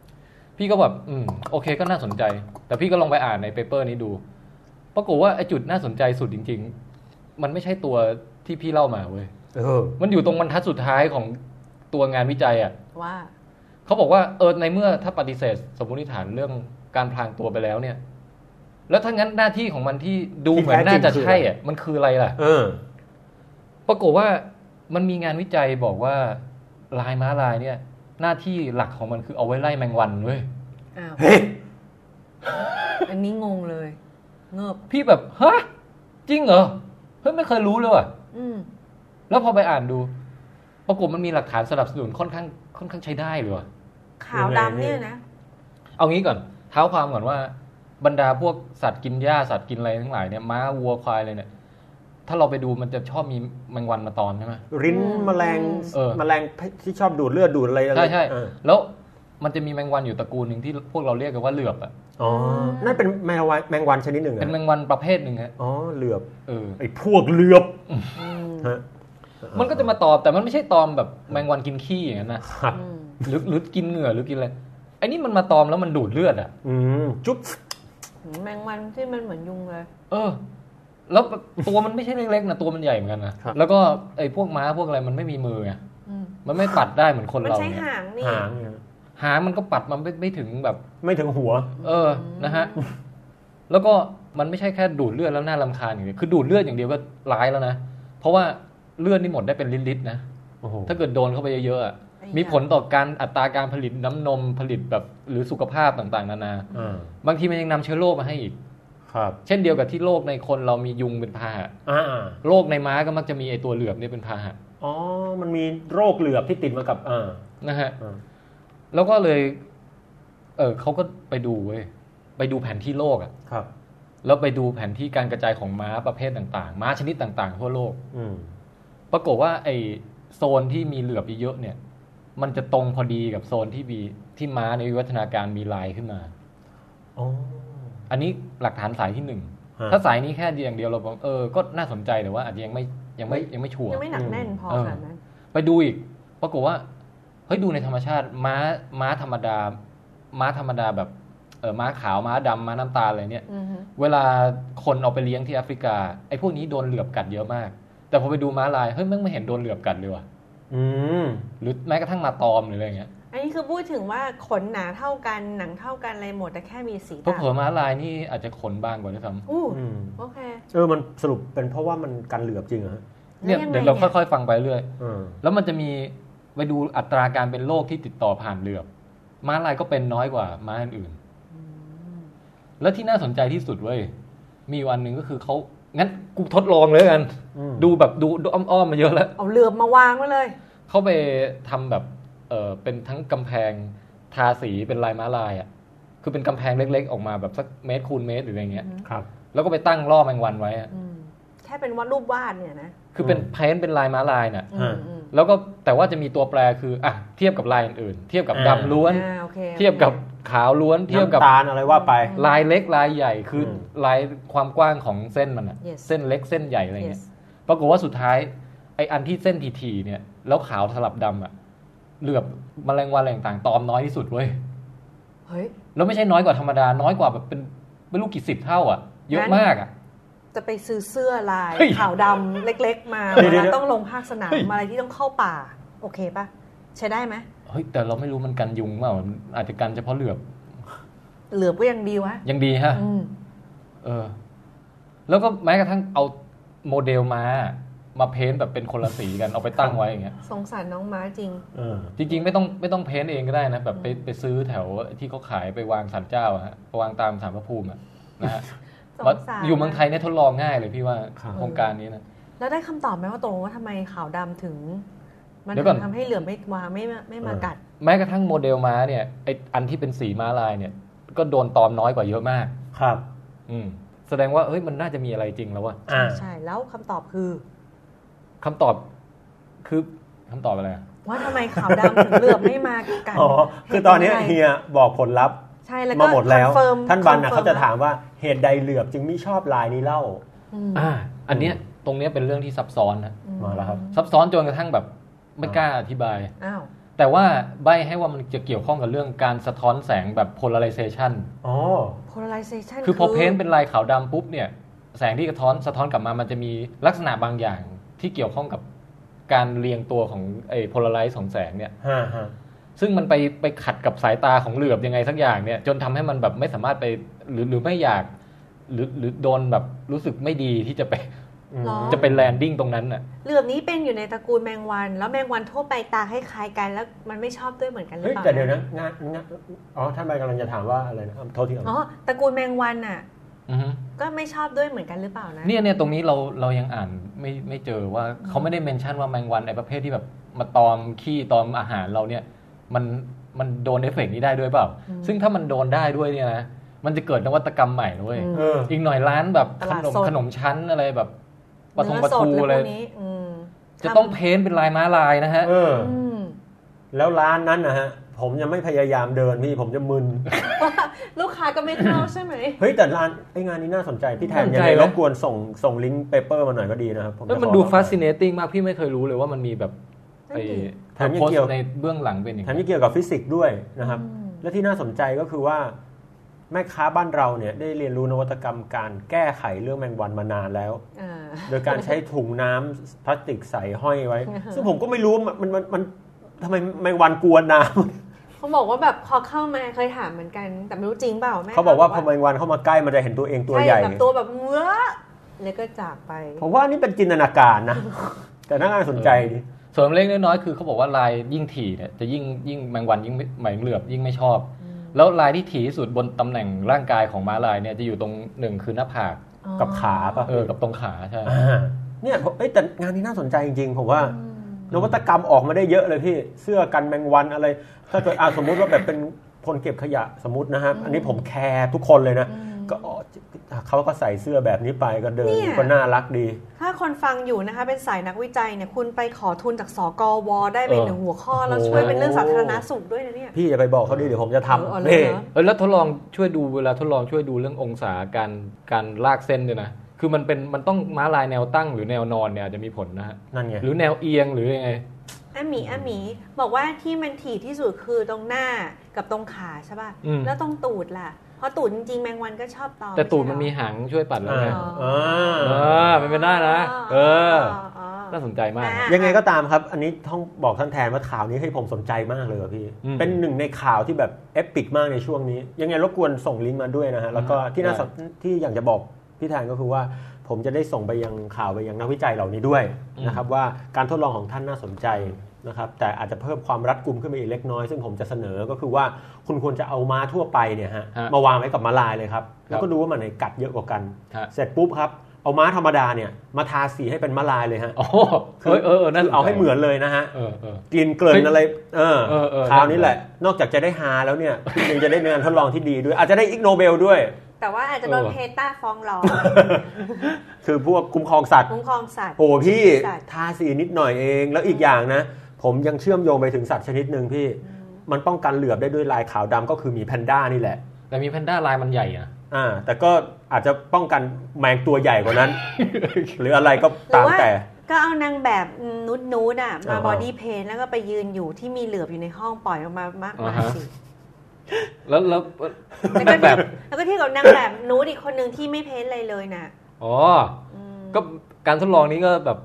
Speaker 4: พี่ก็แบบอืมโอเคก็น่าสนใจ แต่พี่ก็ลองไปอ่านในเปเปอร์นี้ดู ปรากฏว่าไอจุดน่าสนใจสุดจริง ๆ มันไม่ใช่ตัวที่พี่เล่ามาเว้ย
Speaker 5: เออ
Speaker 4: มันอยู่ตรงบรรทัดสุดท้ายของตัวงานวิจัยอะ
Speaker 2: ว่า
Speaker 4: เขาบอกว่าเออในเมื่อถ้าปฏิเสธสมมติฐานเรื่องการพรางตัวไปแล้วเนี่ย แล้วถ้างั้นหน้าที่ของมันที่ดูเหมือน
Speaker 5: ที่แท้จริง
Speaker 4: น่าจะ
Speaker 5: คืออะไร
Speaker 4: ใช่อ่ะมันคืออะไรล่ะ
Speaker 5: เออ
Speaker 4: ปรากฏว่ามันมีงานวิจัยบอกว่าลายม้าลายเนี่ย หน้าที่หลักของมันคือเอาไว้ไล่แมงวันเว้ย
Speaker 2: อ้าว
Speaker 5: เฮ้ย
Speaker 2: อันนี้งงเลย เงิบ
Speaker 4: พี่แบบฮะจริงเหรอเพิ่งไม่เคยรู้เลยว่ะ
Speaker 2: อืม
Speaker 4: แล้วพอไปอ่านดู ปรากฏมันมีหลักฐานสนับสนุนค่อนข้างค่อนข้างใช้ได้เลยว่ะ
Speaker 2: ขาวดำเนี่ยนะ
Speaker 4: เอางี้ก่อนเท้าความก่อนว่าบรรดาพวกสัตว์กินหญ้าสัตว์กินอะไรทั้งหลายเนี่ยม้าวัวควายอะไรเนี่ย ถ้าเราไปดูมันจะชอบมีแมงวันมาตอมใช่ไหม
Speaker 5: ริ้นแมลง
Speaker 4: เออ
Speaker 5: แมลงที่ชอบดูดเลือดดูดอะไรอะไร
Speaker 4: ใช่ใช่
Speaker 5: เออ
Speaker 4: แล้วมันจะมีแมงวันอยู่ตระกูลหนึ่งที่พวกเราเรียกกันว่าเหลือบอ่ะ
Speaker 5: อ๋อนั่นเป็นแมงวันแมงวันชนิดหนึ่งเหร
Speaker 4: เป็นแม
Speaker 5: อง
Speaker 4: วันประเภทหนึ่งฮะ
Speaker 5: อ๋อเหลือบ
Speaker 4: เออ
Speaker 5: ไอ้พวกเหลือบ
Speaker 2: อืม
Speaker 5: ฮะ
Speaker 4: มันก็จะมาตอมแต่มันไม่ใช่ตอมแบบแมงวันกินขี้อย่างนั้นนะครับ
Speaker 2: อืม
Speaker 4: หรือหรือกินเหงื่อหรือกินอะไรไอ้นี่มันมาตอมแล้วมันดูดเลือดอ่ะ
Speaker 5: อืมจุ๊บ
Speaker 2: อืมแมงวันที่มันเหมือนยุงเลย
Speaker 4: เออ แล้วตัวมันไม่ใช่เล็กๆนะตัวมันใหญ่เหมือนกันนะครับ แล้วก็ไอ้พวกม้าพวกอะไรมันไม่มีมือไง
Speaker 2: อืม
Speaker 4: มันไม่ปัดได้เหมือนคน
Speaker 2: มัน
Speaker 4: เรา
Speaker 2: ใช้
Speaker 4: เนี่ย
Speaker 2: หางนี่
Speaker 5: หางเนี่ย
Speaker 4: หางมันก็ปัดมันไม่ไม่ถึงแบบ
Speaker 5: ไม่ถึงหัว
Speaker 4: เออนะฮะ แล้วก็มันไม่ใช่แค่ดูดเลือดแล้วน่ารำคาญอย่างเดียวคือดูดเลือดอย่างเดียวก็ร้ายแล้วนะ เพราะว่าเลือดนี่หมดได้เป็นลิตรๆนะ
Speaker 5: โอ้โห
Speaker 4: ถ้าเกิดโดนเข้าไปเยอะๆอะ
Speaker 2: ไอ้ยามี
Speaker 4: มีผลต่อการอัตราการผลิตน้ำนมผลิตแบบหรือสุขภาพต่างๆ นานา
Speaker 5: อ่า
Speaker 4: บางทีมันยังนำเชื้อโรคมาให้อีก
Speaker 5: ครับ
Speaker 4: เช่นเดียวกับที่โรคในคนเรามียุงเป็นพาหะ
Speaker 5: อ่า
Speaker 4: โรคในม้าก็มักจะมีไอตัวเหลือบเนี่ยเป็นพาหะ
Speaker 5: อ๋อ มันมีโรคเหลือบที่ติดมากับ อ่า
Speaker 4: นะฮะ
Speaker 5: อ่า
Speaker 4: แล้วก็เลย เออเขาก็ไปดูเว้ยไปดูแผนที่โลกอะ
Speaker 5: ครับ
Speaker 4: แล้วไปดูแผนที่การกระจายของม้าประเภทต่างๆ ม้าชนิดต่างๆ ทั่วโลก
Speaker 5: อืม
Speaker 4: ปรากฏว่าไอโซนที่มีเหลือบเยอะๆเนี่ย มันจะตรงพอดีกับโซนที่มีที่ม้าในวิวัฒนาการมีลายขึ้นมา
Speaker 5: อ๋อ
Speaker 4: อันนี้หลักฐานสายที่หนึ่ง
Speaker 5: ฮะ
Speaker 4: ถ้าสายนี้แค่อย่างเดียวเราบอกเออ ก็น่าสนใจแต่ว่าอาจจะยังไม่ยังไม่ยังไม่ชัวร์
Speaker 2: ยังไม่หนักแน่นพอ
Speaker 4: เออ
Speaker 2: ขนาดนั้น
Speaker 4: ไปดูอีก ปรากฏว่า เฮ้ยดูในธรรมชาติ ม้าม้าธรรมดา ม้าธรรมดาแบบเออม้าขาวม้าดำม้าน้ำตาลอะไรเนี่ย
Speaker 2: อือฮึ
Speaker 4: เวลาคนเอาไปเลี้ยงที่แอฟริกาไอ้พวกนี้โดนเหลือบกัดเยอะมาก แต่พอไปดูม้าลายเฮ้ยแม่งไม่เห็นโดนเหลือบกัดเลยว่ะ
Speaker 5: อืม
Speaker 4: หรือแม้กระทั่งมาตอมหรืออะไรเงี้ย
Speaker 2: อันนี้คือพูดถึงว่าขนหนาเท่ากันหนังเท่ากันอะไรหมดแต่แค่มีสี
Speaker 4: พวก
Speaker 2: ต่าง
Speaker 4: เผลอม้าลายนี่อาจจะขนบางกว่าด้วยซ้
Speaker 2: อู้
Speaker 5: อืม
Speaker 2: โอเค
Speaker 5: เออ มันสรุปเป็นเพราะว่ามันกันเหลือบจริงเหรอฮะ
Speaker 4: ำเนี่ยเดี๋ยวเราค่อยๆฟังไปเรื่อย
Speaker 5: อ่า
Speaker 4: แล้วมันจะมีไปดูอัตราการเป็นโรคที่ติดต่อผ่านเหลือบ ม้าลายก็เป็นน้อยกว่าม้าอื่นๆแล้วที่น่าสนใจที่สุดเว้ยมีอยู่อันหนึ่งก็คือเขางั้นกูทดลองเลยละกัน
Speaker 5: อืม
Speaker 4: ดูแบบดูดูอ้อมๆมาเยอะแล้ว
Speaker 2: เอาเรือบมาวางไว้เลย
Speaker 4: เขาไปทำแบบเออเป็นทั้งกำแพงทาสีเป็นลายม้าลายอะ่ะ คือเป็นกำแพงเล็ก ๆ ออกมาแบบสักเมตรคูณเมตรหรืออะไรเงี้ย
Speaker 2: อือฮึ
Speaker 5: ครับ
Speaker 4: แล้วก็ไปตั้งล่อแมงวันไว้อะ
Speaker 2: อืมแค่เป็นวาดรูปวาดเนี่ยนะ
Speaker 4: คือเป็นเพ้นท์เป็นลายม้าลายน่ะ
Speaker 2: อืมอืม
Speaker 4: แล้วก็แต่ว่าจะมีตัวแปรคืออ่ะเทียบกับลายอื่นๆเทียบกับ
Speaker 5: อ่า
Speaker 4: ดำล้วน
Speaker 2: อ่าโอค
Speaker 4: เทียบกับ ขาวล้วนเทียบกับ
Speaker 5: น้ำตาลอะไรว่าไป
Speaker 4: ลายเล็กลายใหญ่คืออ
Speaker 5: ม
Speaker 4: ลายความกว้างของเส้นมันอะ
Speaker 2: Yes
Speaker 4: เส้นเล็กเส้นใหญ่อะไรเงี้
Speaker 2: Yes
Speaker 4: ยปรากฏว่าสุดท้ายไออันที่เส้นทีๆเนี่ยแล้วขาวสลับดำอะเหลือบแมลงวันอะไรต่างๆตอมน้อยที่สุดเว้ย
Speaker 2: เฮ้ย
Speaker 4: แล้วไม่ใช่น้อยกว่าธรรมดา น้อยกว่าแบบเป็นไม่รู้กี่สิบเท่าอะเยอะมากอะ
Speaker 2: จะไปซื้อเสื้อลาย
Speaker 4: เฮ้ย
Speaker 2: ขาวดำเล็กๆ มา
Speaker 5: เดี๋ยวๆ
Speaker 2: เวลา
Speaker 5: เดี๋ยว
Speaker 2: ต้องลงภาคสนาม
Speaker 4: เฮ้ย
Speaker 2: อะไรที่ต้องเข้าป่า โอเคปะใช้ได้ไหม
Speaker 4: เฮ้ยแต่เราไม่รู้มันกันยุงเปล่ามันอาจจะกันเฉพาะเหลือบ
Speaker 2: เหลือบก็ยังดีวะ
Speaker 4: ยังดีฮะ
Speaker 2: อืม
Speaker 4: เออ แล้วก็แม้กระทั่งเอาโมเดลมามาเพ้นท์แบบเป็นคนละสีกันเอาไปตั้งไว้อย่างเงี้ย
Speaker 2: สงสารน้องม้าจริง
Speaker 5: เออ
Speaker 4: จริงๆไม่ต้องไม่ต้องเพ้นท์เองก็ได้นะแบบไปไปซื้อแถวที่เขาขายไปวางสันเจ้าอะฮะไปวางตามสารพระภูมิอะนะฮะ
Speaker 2: สงสาร
Speaker 4: อยู่เมืองไทยเนี่ยทดลองง่ายเลยพี่ว่า
Speaker 5: ครับ
Speaker 4: โครงการนี้นะ
Speaker 2: แล้วได้คำตอบไหมว่าตกลงว่าทำไมขาวดำถึง มัน
Speaker 4: เดี๋ยวก่อน
Speaker 2: ทำให้เหลือบไม่มาไม่มาไม่มา
Speaker 5: เออ
Speaker 2: กัด
Speaker 4: แม้กระทั่งโมเดลม้าเนี่ยไออันที่เป็นสีม้าลายเนี่ย ก็โดนตอมน้อยกว่าเยอะมาก
Speaker 5: ครับ
Speaker 4: อืมแสดงว่าเฮ้ยมันน่าจะมีอะไรจริงแล้วว่ะ
Speaker 5: อ่า
Speaker 2: ใช่แล้วคำตอบคือ
Speaker 4: คำตอบคือคำตอบอะไรอะ
Speaker 2: ว่าทำไมขาวดำถึงเหลือบไม่มากัด
Speaker 5: อ๋อ คือตอนเนี้ยเฮียบอกผลลัพธ์
Speaker 2: ใช่แล้วก็
Speaker 5: มาหมดแล้ว
Speaker 2: คอเฟิร์ม
Speaker 5: ท่านบันน่ะ
Speaker 2: คอ
Speaker 5: เขา
Speaker 2: ฟิร์
Speaker 5: จะถามว่าเหตุใดเหลือบจึงไม่ชอบลายนี้เล่า
Speaker 2: อืม
Speaker 4: อ่า อันเนี้ยตรงเนี้ยเป็นเรื่องที่ซับซ้อนนะ
Speaker 2: อื
Speaker 5: มาแล้วครับ
Speaker 4: ซับซ้อนจนกระทั่งแบบไม่กล้าอธิบาย
Speaker 2: อ้าว
Speaker 4: แต่ว่าใบให้ว่ามันจะเกี่ยวข้องกับเรื่องการสะท้อนแสงแบบ polarization
Speaker 5: อ๋อ
Speaker 2: โพลาริเซชัน
Speaker 4: คือพอเพ้นท์เป็นลายขาวดำปุ๊บเนี่ย แสงที่สะท้อนสะท้อนกลับมามันจะมีลักษณะบางอย่างที่เกี่ยวข้องกับการเรียงตัวของไอ้ polarize ของแสงเนี่ย
Speaker 5: ฮะฮะ
Speaker 4: ซึ่งมันไปไปขัดกับสายตาของเหลือบยังไงสักอย่างเนี่ย จนทำให้มันแบบไม่สามารถไปหรือหรือไม่อยาก หรือหรือโดนแบบรู้สึกไม่ดีที่จะไป
Speaker 5: อืม
Speaker 2: หรอ
Speaker 4: จะเป็นแลนดิ้งตรงนั้นน่ะ
Speaker 2: เหลือบนี้เป็นอยู่ในตระกูลแมงวัน แล้วแมงวันทั่วไปตาคล้ายๆกันแล้วมันไม่ชอบด้วยเหมือนกันหรือ
Speaker 5: เฮ้ย
Speaker 2: เปล่า
Speaker 5: แต่เดี๋ยวนะงานงานอ๋อ ท่านบันกำลังจะถามว่าอะไรนะโทษทีครับ
Speaker 2: อ๋อตระกูลแมงวันน่ะ
Speaker 4: อือฮึ
Speaker 2: ก็ไม่ชอบด้วยเหมือนกันหรือเปล่านะ
Speaker 4: เนี่ยเนี่ยตรงนี้เราเรายังอ่านไม่ไม่เจอว่าเขาไม่ได้เมนชั่นว่าแมงวันไอ้ประเภทที่แบบมาตอมขี้ตอมอาหารเราเนี่ย มันมันโดนเอฟเฟกต์นี้ได้ด้วยเปล่า ซึ่งถ้ามันโดนได้ด้วยเนี่ยนะมันจะเกิดนวัตกรรมใหม่นะเว้ย
Speaker 2: อืม
Speaker 5: เออ
Speaker 4: อีกหน่อยร้านแบบ
Speaker 2: ต
Speaker 4: ข
Speaker 2: ลาด
Speaker 4: นม
Speaker 2: สด
Speaker 4: ขนมชั้นอะไรแบบปะทง
Speaker 2: เนื้
Speaker 4: ปะ
Speaker 2: สด
Speaker 4: ทู
Speaker 2: อะ
Speaker 4: อะไร ไร
Speaker 2: พวกนี้อืม
Speaker 4: จะต้องเพ้นท์เป็นลายม้าลายนะฮะ
Speaker 5: เออ
Speaker 2: อืม *laughs*
Speaker 5: แล้วร้านนั้นนะฮะ ผมยังไม่พยายามเดินพี่ ผมจะมึน
Speaker 2: ลูกค้าก็ไม่เข้าใช่ไหม
Speaker 5: เฮ้ย แต่ร้านไอ้งานนี้น่าสนใจ พี่แทนยังไงรบกวนส่งส่งลิงก์เปเปอร์มาหน่อยก็ดีนะครับผมจะ
Speaker 4: แล้วมัน
Speaker 5: ขอ
Speaker 4: ดู
Speaker 5: ลอง
Speaker 4: ฟาสซิเนติ้งมากพี่ไม่เคยรู้เลยว่ามันมีแบบไอ้
Speaker 5: แถมยัง
Speaker 4: โพส
Speaker 5: เกี่ยว
Speaker 4: ต์ในเบื้องหลังเป็นอย่าง
Speaker 5: แถ
Speaker 4: นี้
Speaker 5: มยังเกี่ยวกับฟิสิกส์ด้วยนะครับ
Speaker 2: อืม
Speaker 5: และที่น่าสนใจก็คือว่า แม่ค้าบ้านเราเนี่ยได้เรียนรู้นวัตกรรมการแก้ไขเรื่องแมงวันมานานแล้ว
Speaker 2: อ่า
Speaker 5: โดยการใช้ถุงน้ำพลาสติกใส่ห้อยไว้ ซึ่งผมก็ไม่รู้ว่ามันมันมันมันทำไมแมงวันกลัวน้
Speaker 2: เขาบอกว่าแบบพอเข้ามาเคยถามเหมือนกัน แต่ไม่รู้จริงเปล่า
Speaker 5: ำ
Speaker 2: แม่
Speaker 5: เขาบอกว่าพอแมงวันเข้ามาใกล้มันจะเห็นตัวเองตัวใหญ่
Speaker 2: ช่แบบตัวแบบเมื้อแล้วก็จากไป
Speaker 5: ผมว่านี่เป็นจินตนาการนะ แต่น่าสนใจดี
Speaker 4: ส่วนเล็กน้อยๆคือเขาบอกว่าลายยิ่งถี่เนี่ยจะยิ่งยิ่งแมงวันยิ่งไม่หมายถึงเหลือบยิ่งไม่ชอบ แล้วลายที่ถี่ที่สุดบนตำแหน่งร่างกายของม้าลายเนี่ยจะอยู่ตรงหนึ่งคือหน้าผาก
Speaker 5: กับขาปะ
Speaker 4: เออกับตรงขาใช่
Speaker 5: อ่าเนี่ยผมเอ้ยแต่งานนี้น่าสนใจจริงๆผมว่า นวัตกรรมออกมาได้เยอะเลยพี่ เสื้อกันแมงวันอะไร ถ้าเกิดอ่ะสมมุติว่าแบบเป็นคนเก็บขยะสมมตินะฮะอันนี้ผมแคร์ทุกคนเลยนะ ก็อ๋อเขาก็ใส่เสื้อแบบนี้ไปก็เดิน
Speaker 2: เนี่ย
Speaker 5: ก็น่ารักดี
Speaker 2: ถ้าคนฟังอยู่นะคะ เป็นสายนักวิจัยเนี่ยคุณไปขอทุนจากสกว ได้เป็นหนึ่งหัวข้อ แล้ว
Speaker 5: โอ้โห
Speaker 2: ช่วยเป็นเรื่องสาธารณสุขด้วยนะเนี่ย
Speaker 5: พี่อย่าไปบอกเขาดิเดี๋ยวผมจะ
Speaker 2: เออเอา
Speaker 5: ทำ
Speaker 2: เลย
Speaker 5: นี่
Speaker 2: เหรอ
Speaker 4: เออแล้วทดลองช่วยดูเวลาทดลองช่วยดูเรื่ององศาการการลากเส้นด้วยนะคือมันเป็นมันต้องม้าลายแนวตั้งหรือแนวนอนเนี่ยอาจจะมีผลนะฮะ
Speaker 5: นั่นไง
Speaker 4: หรือแนวเอียงหรือยังไง
Speaker 2: อาหมีอาหมีบอกว่าที่มันถี่ที่สุดคือตรงหน้ากับตรงขาใช่ป่ะ
Speaker 4: อืม
Speaker 2: แล้วตรงตูดล่ะ เพราะตูดจริงๆแมงวันก็ชอบตอม
Speaker 4: แต่ตูด
Speaker 2: ไใช่เหรอ
Speaker 4: มันมีหางช่วยปัดแล้ว
Speaker 5: อ่า
Speaker 4: ไง
Speaker 5: อ่
Speaker 4: เอา อเป็นไปได้นะ เออ
Speaker 2: อ๋อ
Speaker 4: น่าสนใจมาก
Speaker 2: อ่ะ
Speaker 5: ยังไงก็ตามครับ อันนี้ต้องบอกท่านแทนว่าข่าวนี้ให้ผมสนใจมากเลยอะพี่
Speaker 4: อืม
Speaker 5: เป็นหนึ่งในข่าวที่แบบเอปิกมากในช่วงนี้ ยังไงรบกวนส่งลิงก์มาด้วยนะฮะ แล้วก็
Speaker 4: ได้
Speaker 5: ที่น่าสนที่อยากจะบอกพี่แทนก็คือว่า ผมจะได้ส่งไปยังข่าวไปยังนักวิจัยเหล่านี้ด้วยนะครับว่าการทดลองของท่านน่าสนใจนะครับแต่อาจจะเพิ่มความรัดกุมขึ้นไปอีกเล็กน้อย ซึ่งผมจะเสนอก็คือว่าคุณควรจะเอาม้าทั่วไปเนี่ยฮะ
Speaker 4: ฮะ
Speaker 5: มาวางไว้กับมาลายเลยครับแล้วก็ดูว่ามันไหนกัดเยอะกว่ากัน
Speaker 4: ฮะ
Speaker 5: เสร็จปุ๊บครับเอาม้าธรรมดาเนี่ยมาทาสีให้เป็นมาลายเลยฮะ
Speaker 4: โอ้โหเออเออเออน่าสนใจ
Speaker 5: เอาให้เหมือนเลยนะฮะ
Speaker 4: เออเออ
Speaker 5: กลินเกลิ่นอะไร เออ
Speaker 4: เออเออ
Speaker 5: คราวนี้แหละ นอกจากจะได้หาแล้วเนี่ย *laughs* ยังจะได้งานทดลองที่ดีด้วย อาจจะได้อิกโนเบลด้วย
Speaker 2: แต่ว่าอาจจะโดน
Speaker 4: เออ
Speaker 2: เพต้าฟ้องร้อง
Speaker 5: คือพวกคุ้มครองสัตว์
Speaker 2: คุ้มครองสัตว์
Speaker 5: โอ้พี่
Speaker 2: สัตว์
Speaker 5: ทาสีนิดหน่อยเอง แล้วอีกอย่างนะ ผมยังเชื่อมโยงไปถึงสัตว์ชนิดหนึ่งพี่ มันป้องกันเหลือบได้ด้วยลายขาวดำก็คือหมีแพนด้านี่แหละ
Speaker 4: แต่มีแพนด้าลายมันใหญ่อะ
Speaker 5: อ่า แต่ก็อาจจะป้องกันแมงตัวใหญ่กว่า *laughs* นั้น หรืออะไรก็
Speaker 2: หรือ
Speaker 5: ตาม
Speaker 2: ว่า
Speaker 5: แต่
Speaker 2: ก็เอานางแบบนุดนูดๆอ่ะมา
Speaker 5: อ่าฮะ
Speaker 2: บอดี้เพนแล้วก็ไปยืนอยู่ที่มีเหลือบอยู่ในห้องปล่อยออกมามากมาย
Speaker 4: อ่าฮะ
Speaker 2: สิ
Speaker 4: แล้วแล้ว
Speaker 2: แล้วก็
Speaker 4: แบ
Speaker 2: เทียบบ แล้วก็เทียบกับนางแบบนูดอีกคนหนึ่งที่ไม่เพ้นอะไรเลยน่ะ
Speaker 4: อ๋อ
Speaker 2: อืม
Speaker 4: ก็การทดลองนี้ก็แบบ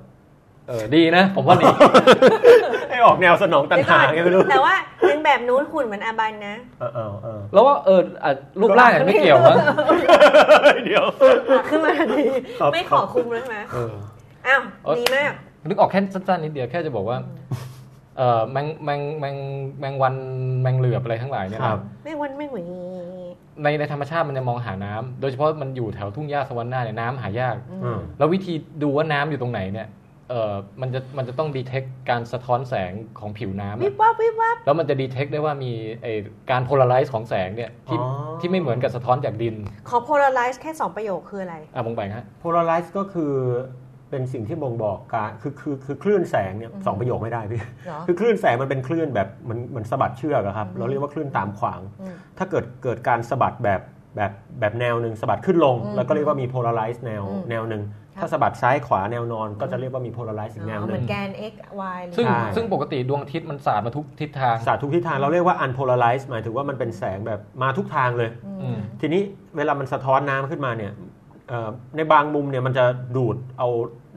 Speaker 4: เออดีนะ ผม *laughs* ว่าดี
Speaker 5: ให้ออกแนวสนองตันหาไงไม่รู้
Speaker 2: แต่ว่านางแบบนูดหุ่นเหมือนอาบันนะ
Speaker 5: เออเออเออ
Speaker 4: แล้วว่าเอออ่ะรูปร่างอ่ะไม่เกี่ยวมั้ง
Speaker 5: เดี๋ยว
Speaker 2: ขึ้นมาทันที
Speaker 5: ครับ
Speaker 2: ไม่ขอคุมแล้วนะ
Speaker 4: เออ
Speaker 2: อ้าว
Speaker 4: เอ้ย
Speaker 2: ดีมาก
Speaker 4: นึกออกแค่สั้นๆนิดเดียวแค่จะบอกว่า เออแมงแมงแมงแมงวันแมงเหลือบอะไรทั้งหลายเนี่ย
Speaker 5: ค
Speaker 4: นะ
Speaker 5: รับ
Speaker 2: ไม่วันไม่หวย
Speaker 4: ในในธรรมชาติมันจะมองหาน้ำโดยเฉพาะมันอยู่แถวทุ่งหญ้าสวรรค์หน้าเนี่ยน้ำหายาก
Speaker 5: อืม
Speaker 4: แล้ววิธีดูว่าน้ำอยู่ตรงไหนเนี่ย เออมันจะมันจะต้องดีเทคการสะท้อนแสงของผิวน้ำ
Speaker 2: วิ
Speaker 4: อะ
Speaker 2: บวับวิบวับ
Speaker 4: แล้วมันจะดีเทคได้ว่ามีไอการโพลาไรซ์ของแสงเนี่ยที่
Speaker 5: อ๋อ
Speaker 4: ที่ไม่เหมือนกับสะท้อนจากดิน
Speaker 2: ขอโพลาไรซ์แค่สองประโยคคืออะไร
Speaker 4: อ่ะมองไปฮะ
Speaker 5: polarize ก็คือเป็นสิ่งที่บ่งบอกการคือคือคือคลื่นแสงเนี่ย
Speaker 2: อืม
Speaker 5: สองประโยคไม่ได้พี่
Speaker 2: เหรอ
Speaker 5: คือคลื่นแสงมันเป็นคลื่นแบบเหมันเหมันสะบัดเชือกอะครับ
Speaker 2: อืม
Speaker 5: เราเรียกว่าคลื่นตามขวาง
Speaker 2: อืม
Speaker 5: ถ้าเกิดเกิดการสะบัดแบบแบบแบบแนวหนึ่งสะบัดขึ้นลง
Speaker 2: อืม
Speaker 5: แล้วก็เรียกว่ามี polarize แนว
Speaker 2: อืม
Speaker 5: แนวหนึ่ง
Speaker 2: ครับ
Speaker 5: ถ้าสะบัดซ้ายขวาแนวนอนก็จะเรียกว่ามี polarize อีกแนว
Speaker 2: อ๋อ
Speaker 5: ห
Speaker 2: เห
Speaker 5: นึ่
Speaker 2: มือง นแกน x y หรือ
Speaker 4: ซึ่ง
Speaker 5: ใช่
Speaker 4: ซึ่งปกติดวงอาทิตย์มันสาดมาทุกทิศทาง
Speaker 5: ศาสตร์ทุกทิศทางเราเรียกว่า unpolarize หมายถึงว่ามันเป็นแสงแบบมาทุกทางเลย
Speaker 2: อืม
Speaker 4: อืม
Speaker 5: ทีนี้เวลามันสะท้อนน้ำขึ้นมาเนี่ยเอ่อในบางมุมเนี่ยมันจะดูดเอา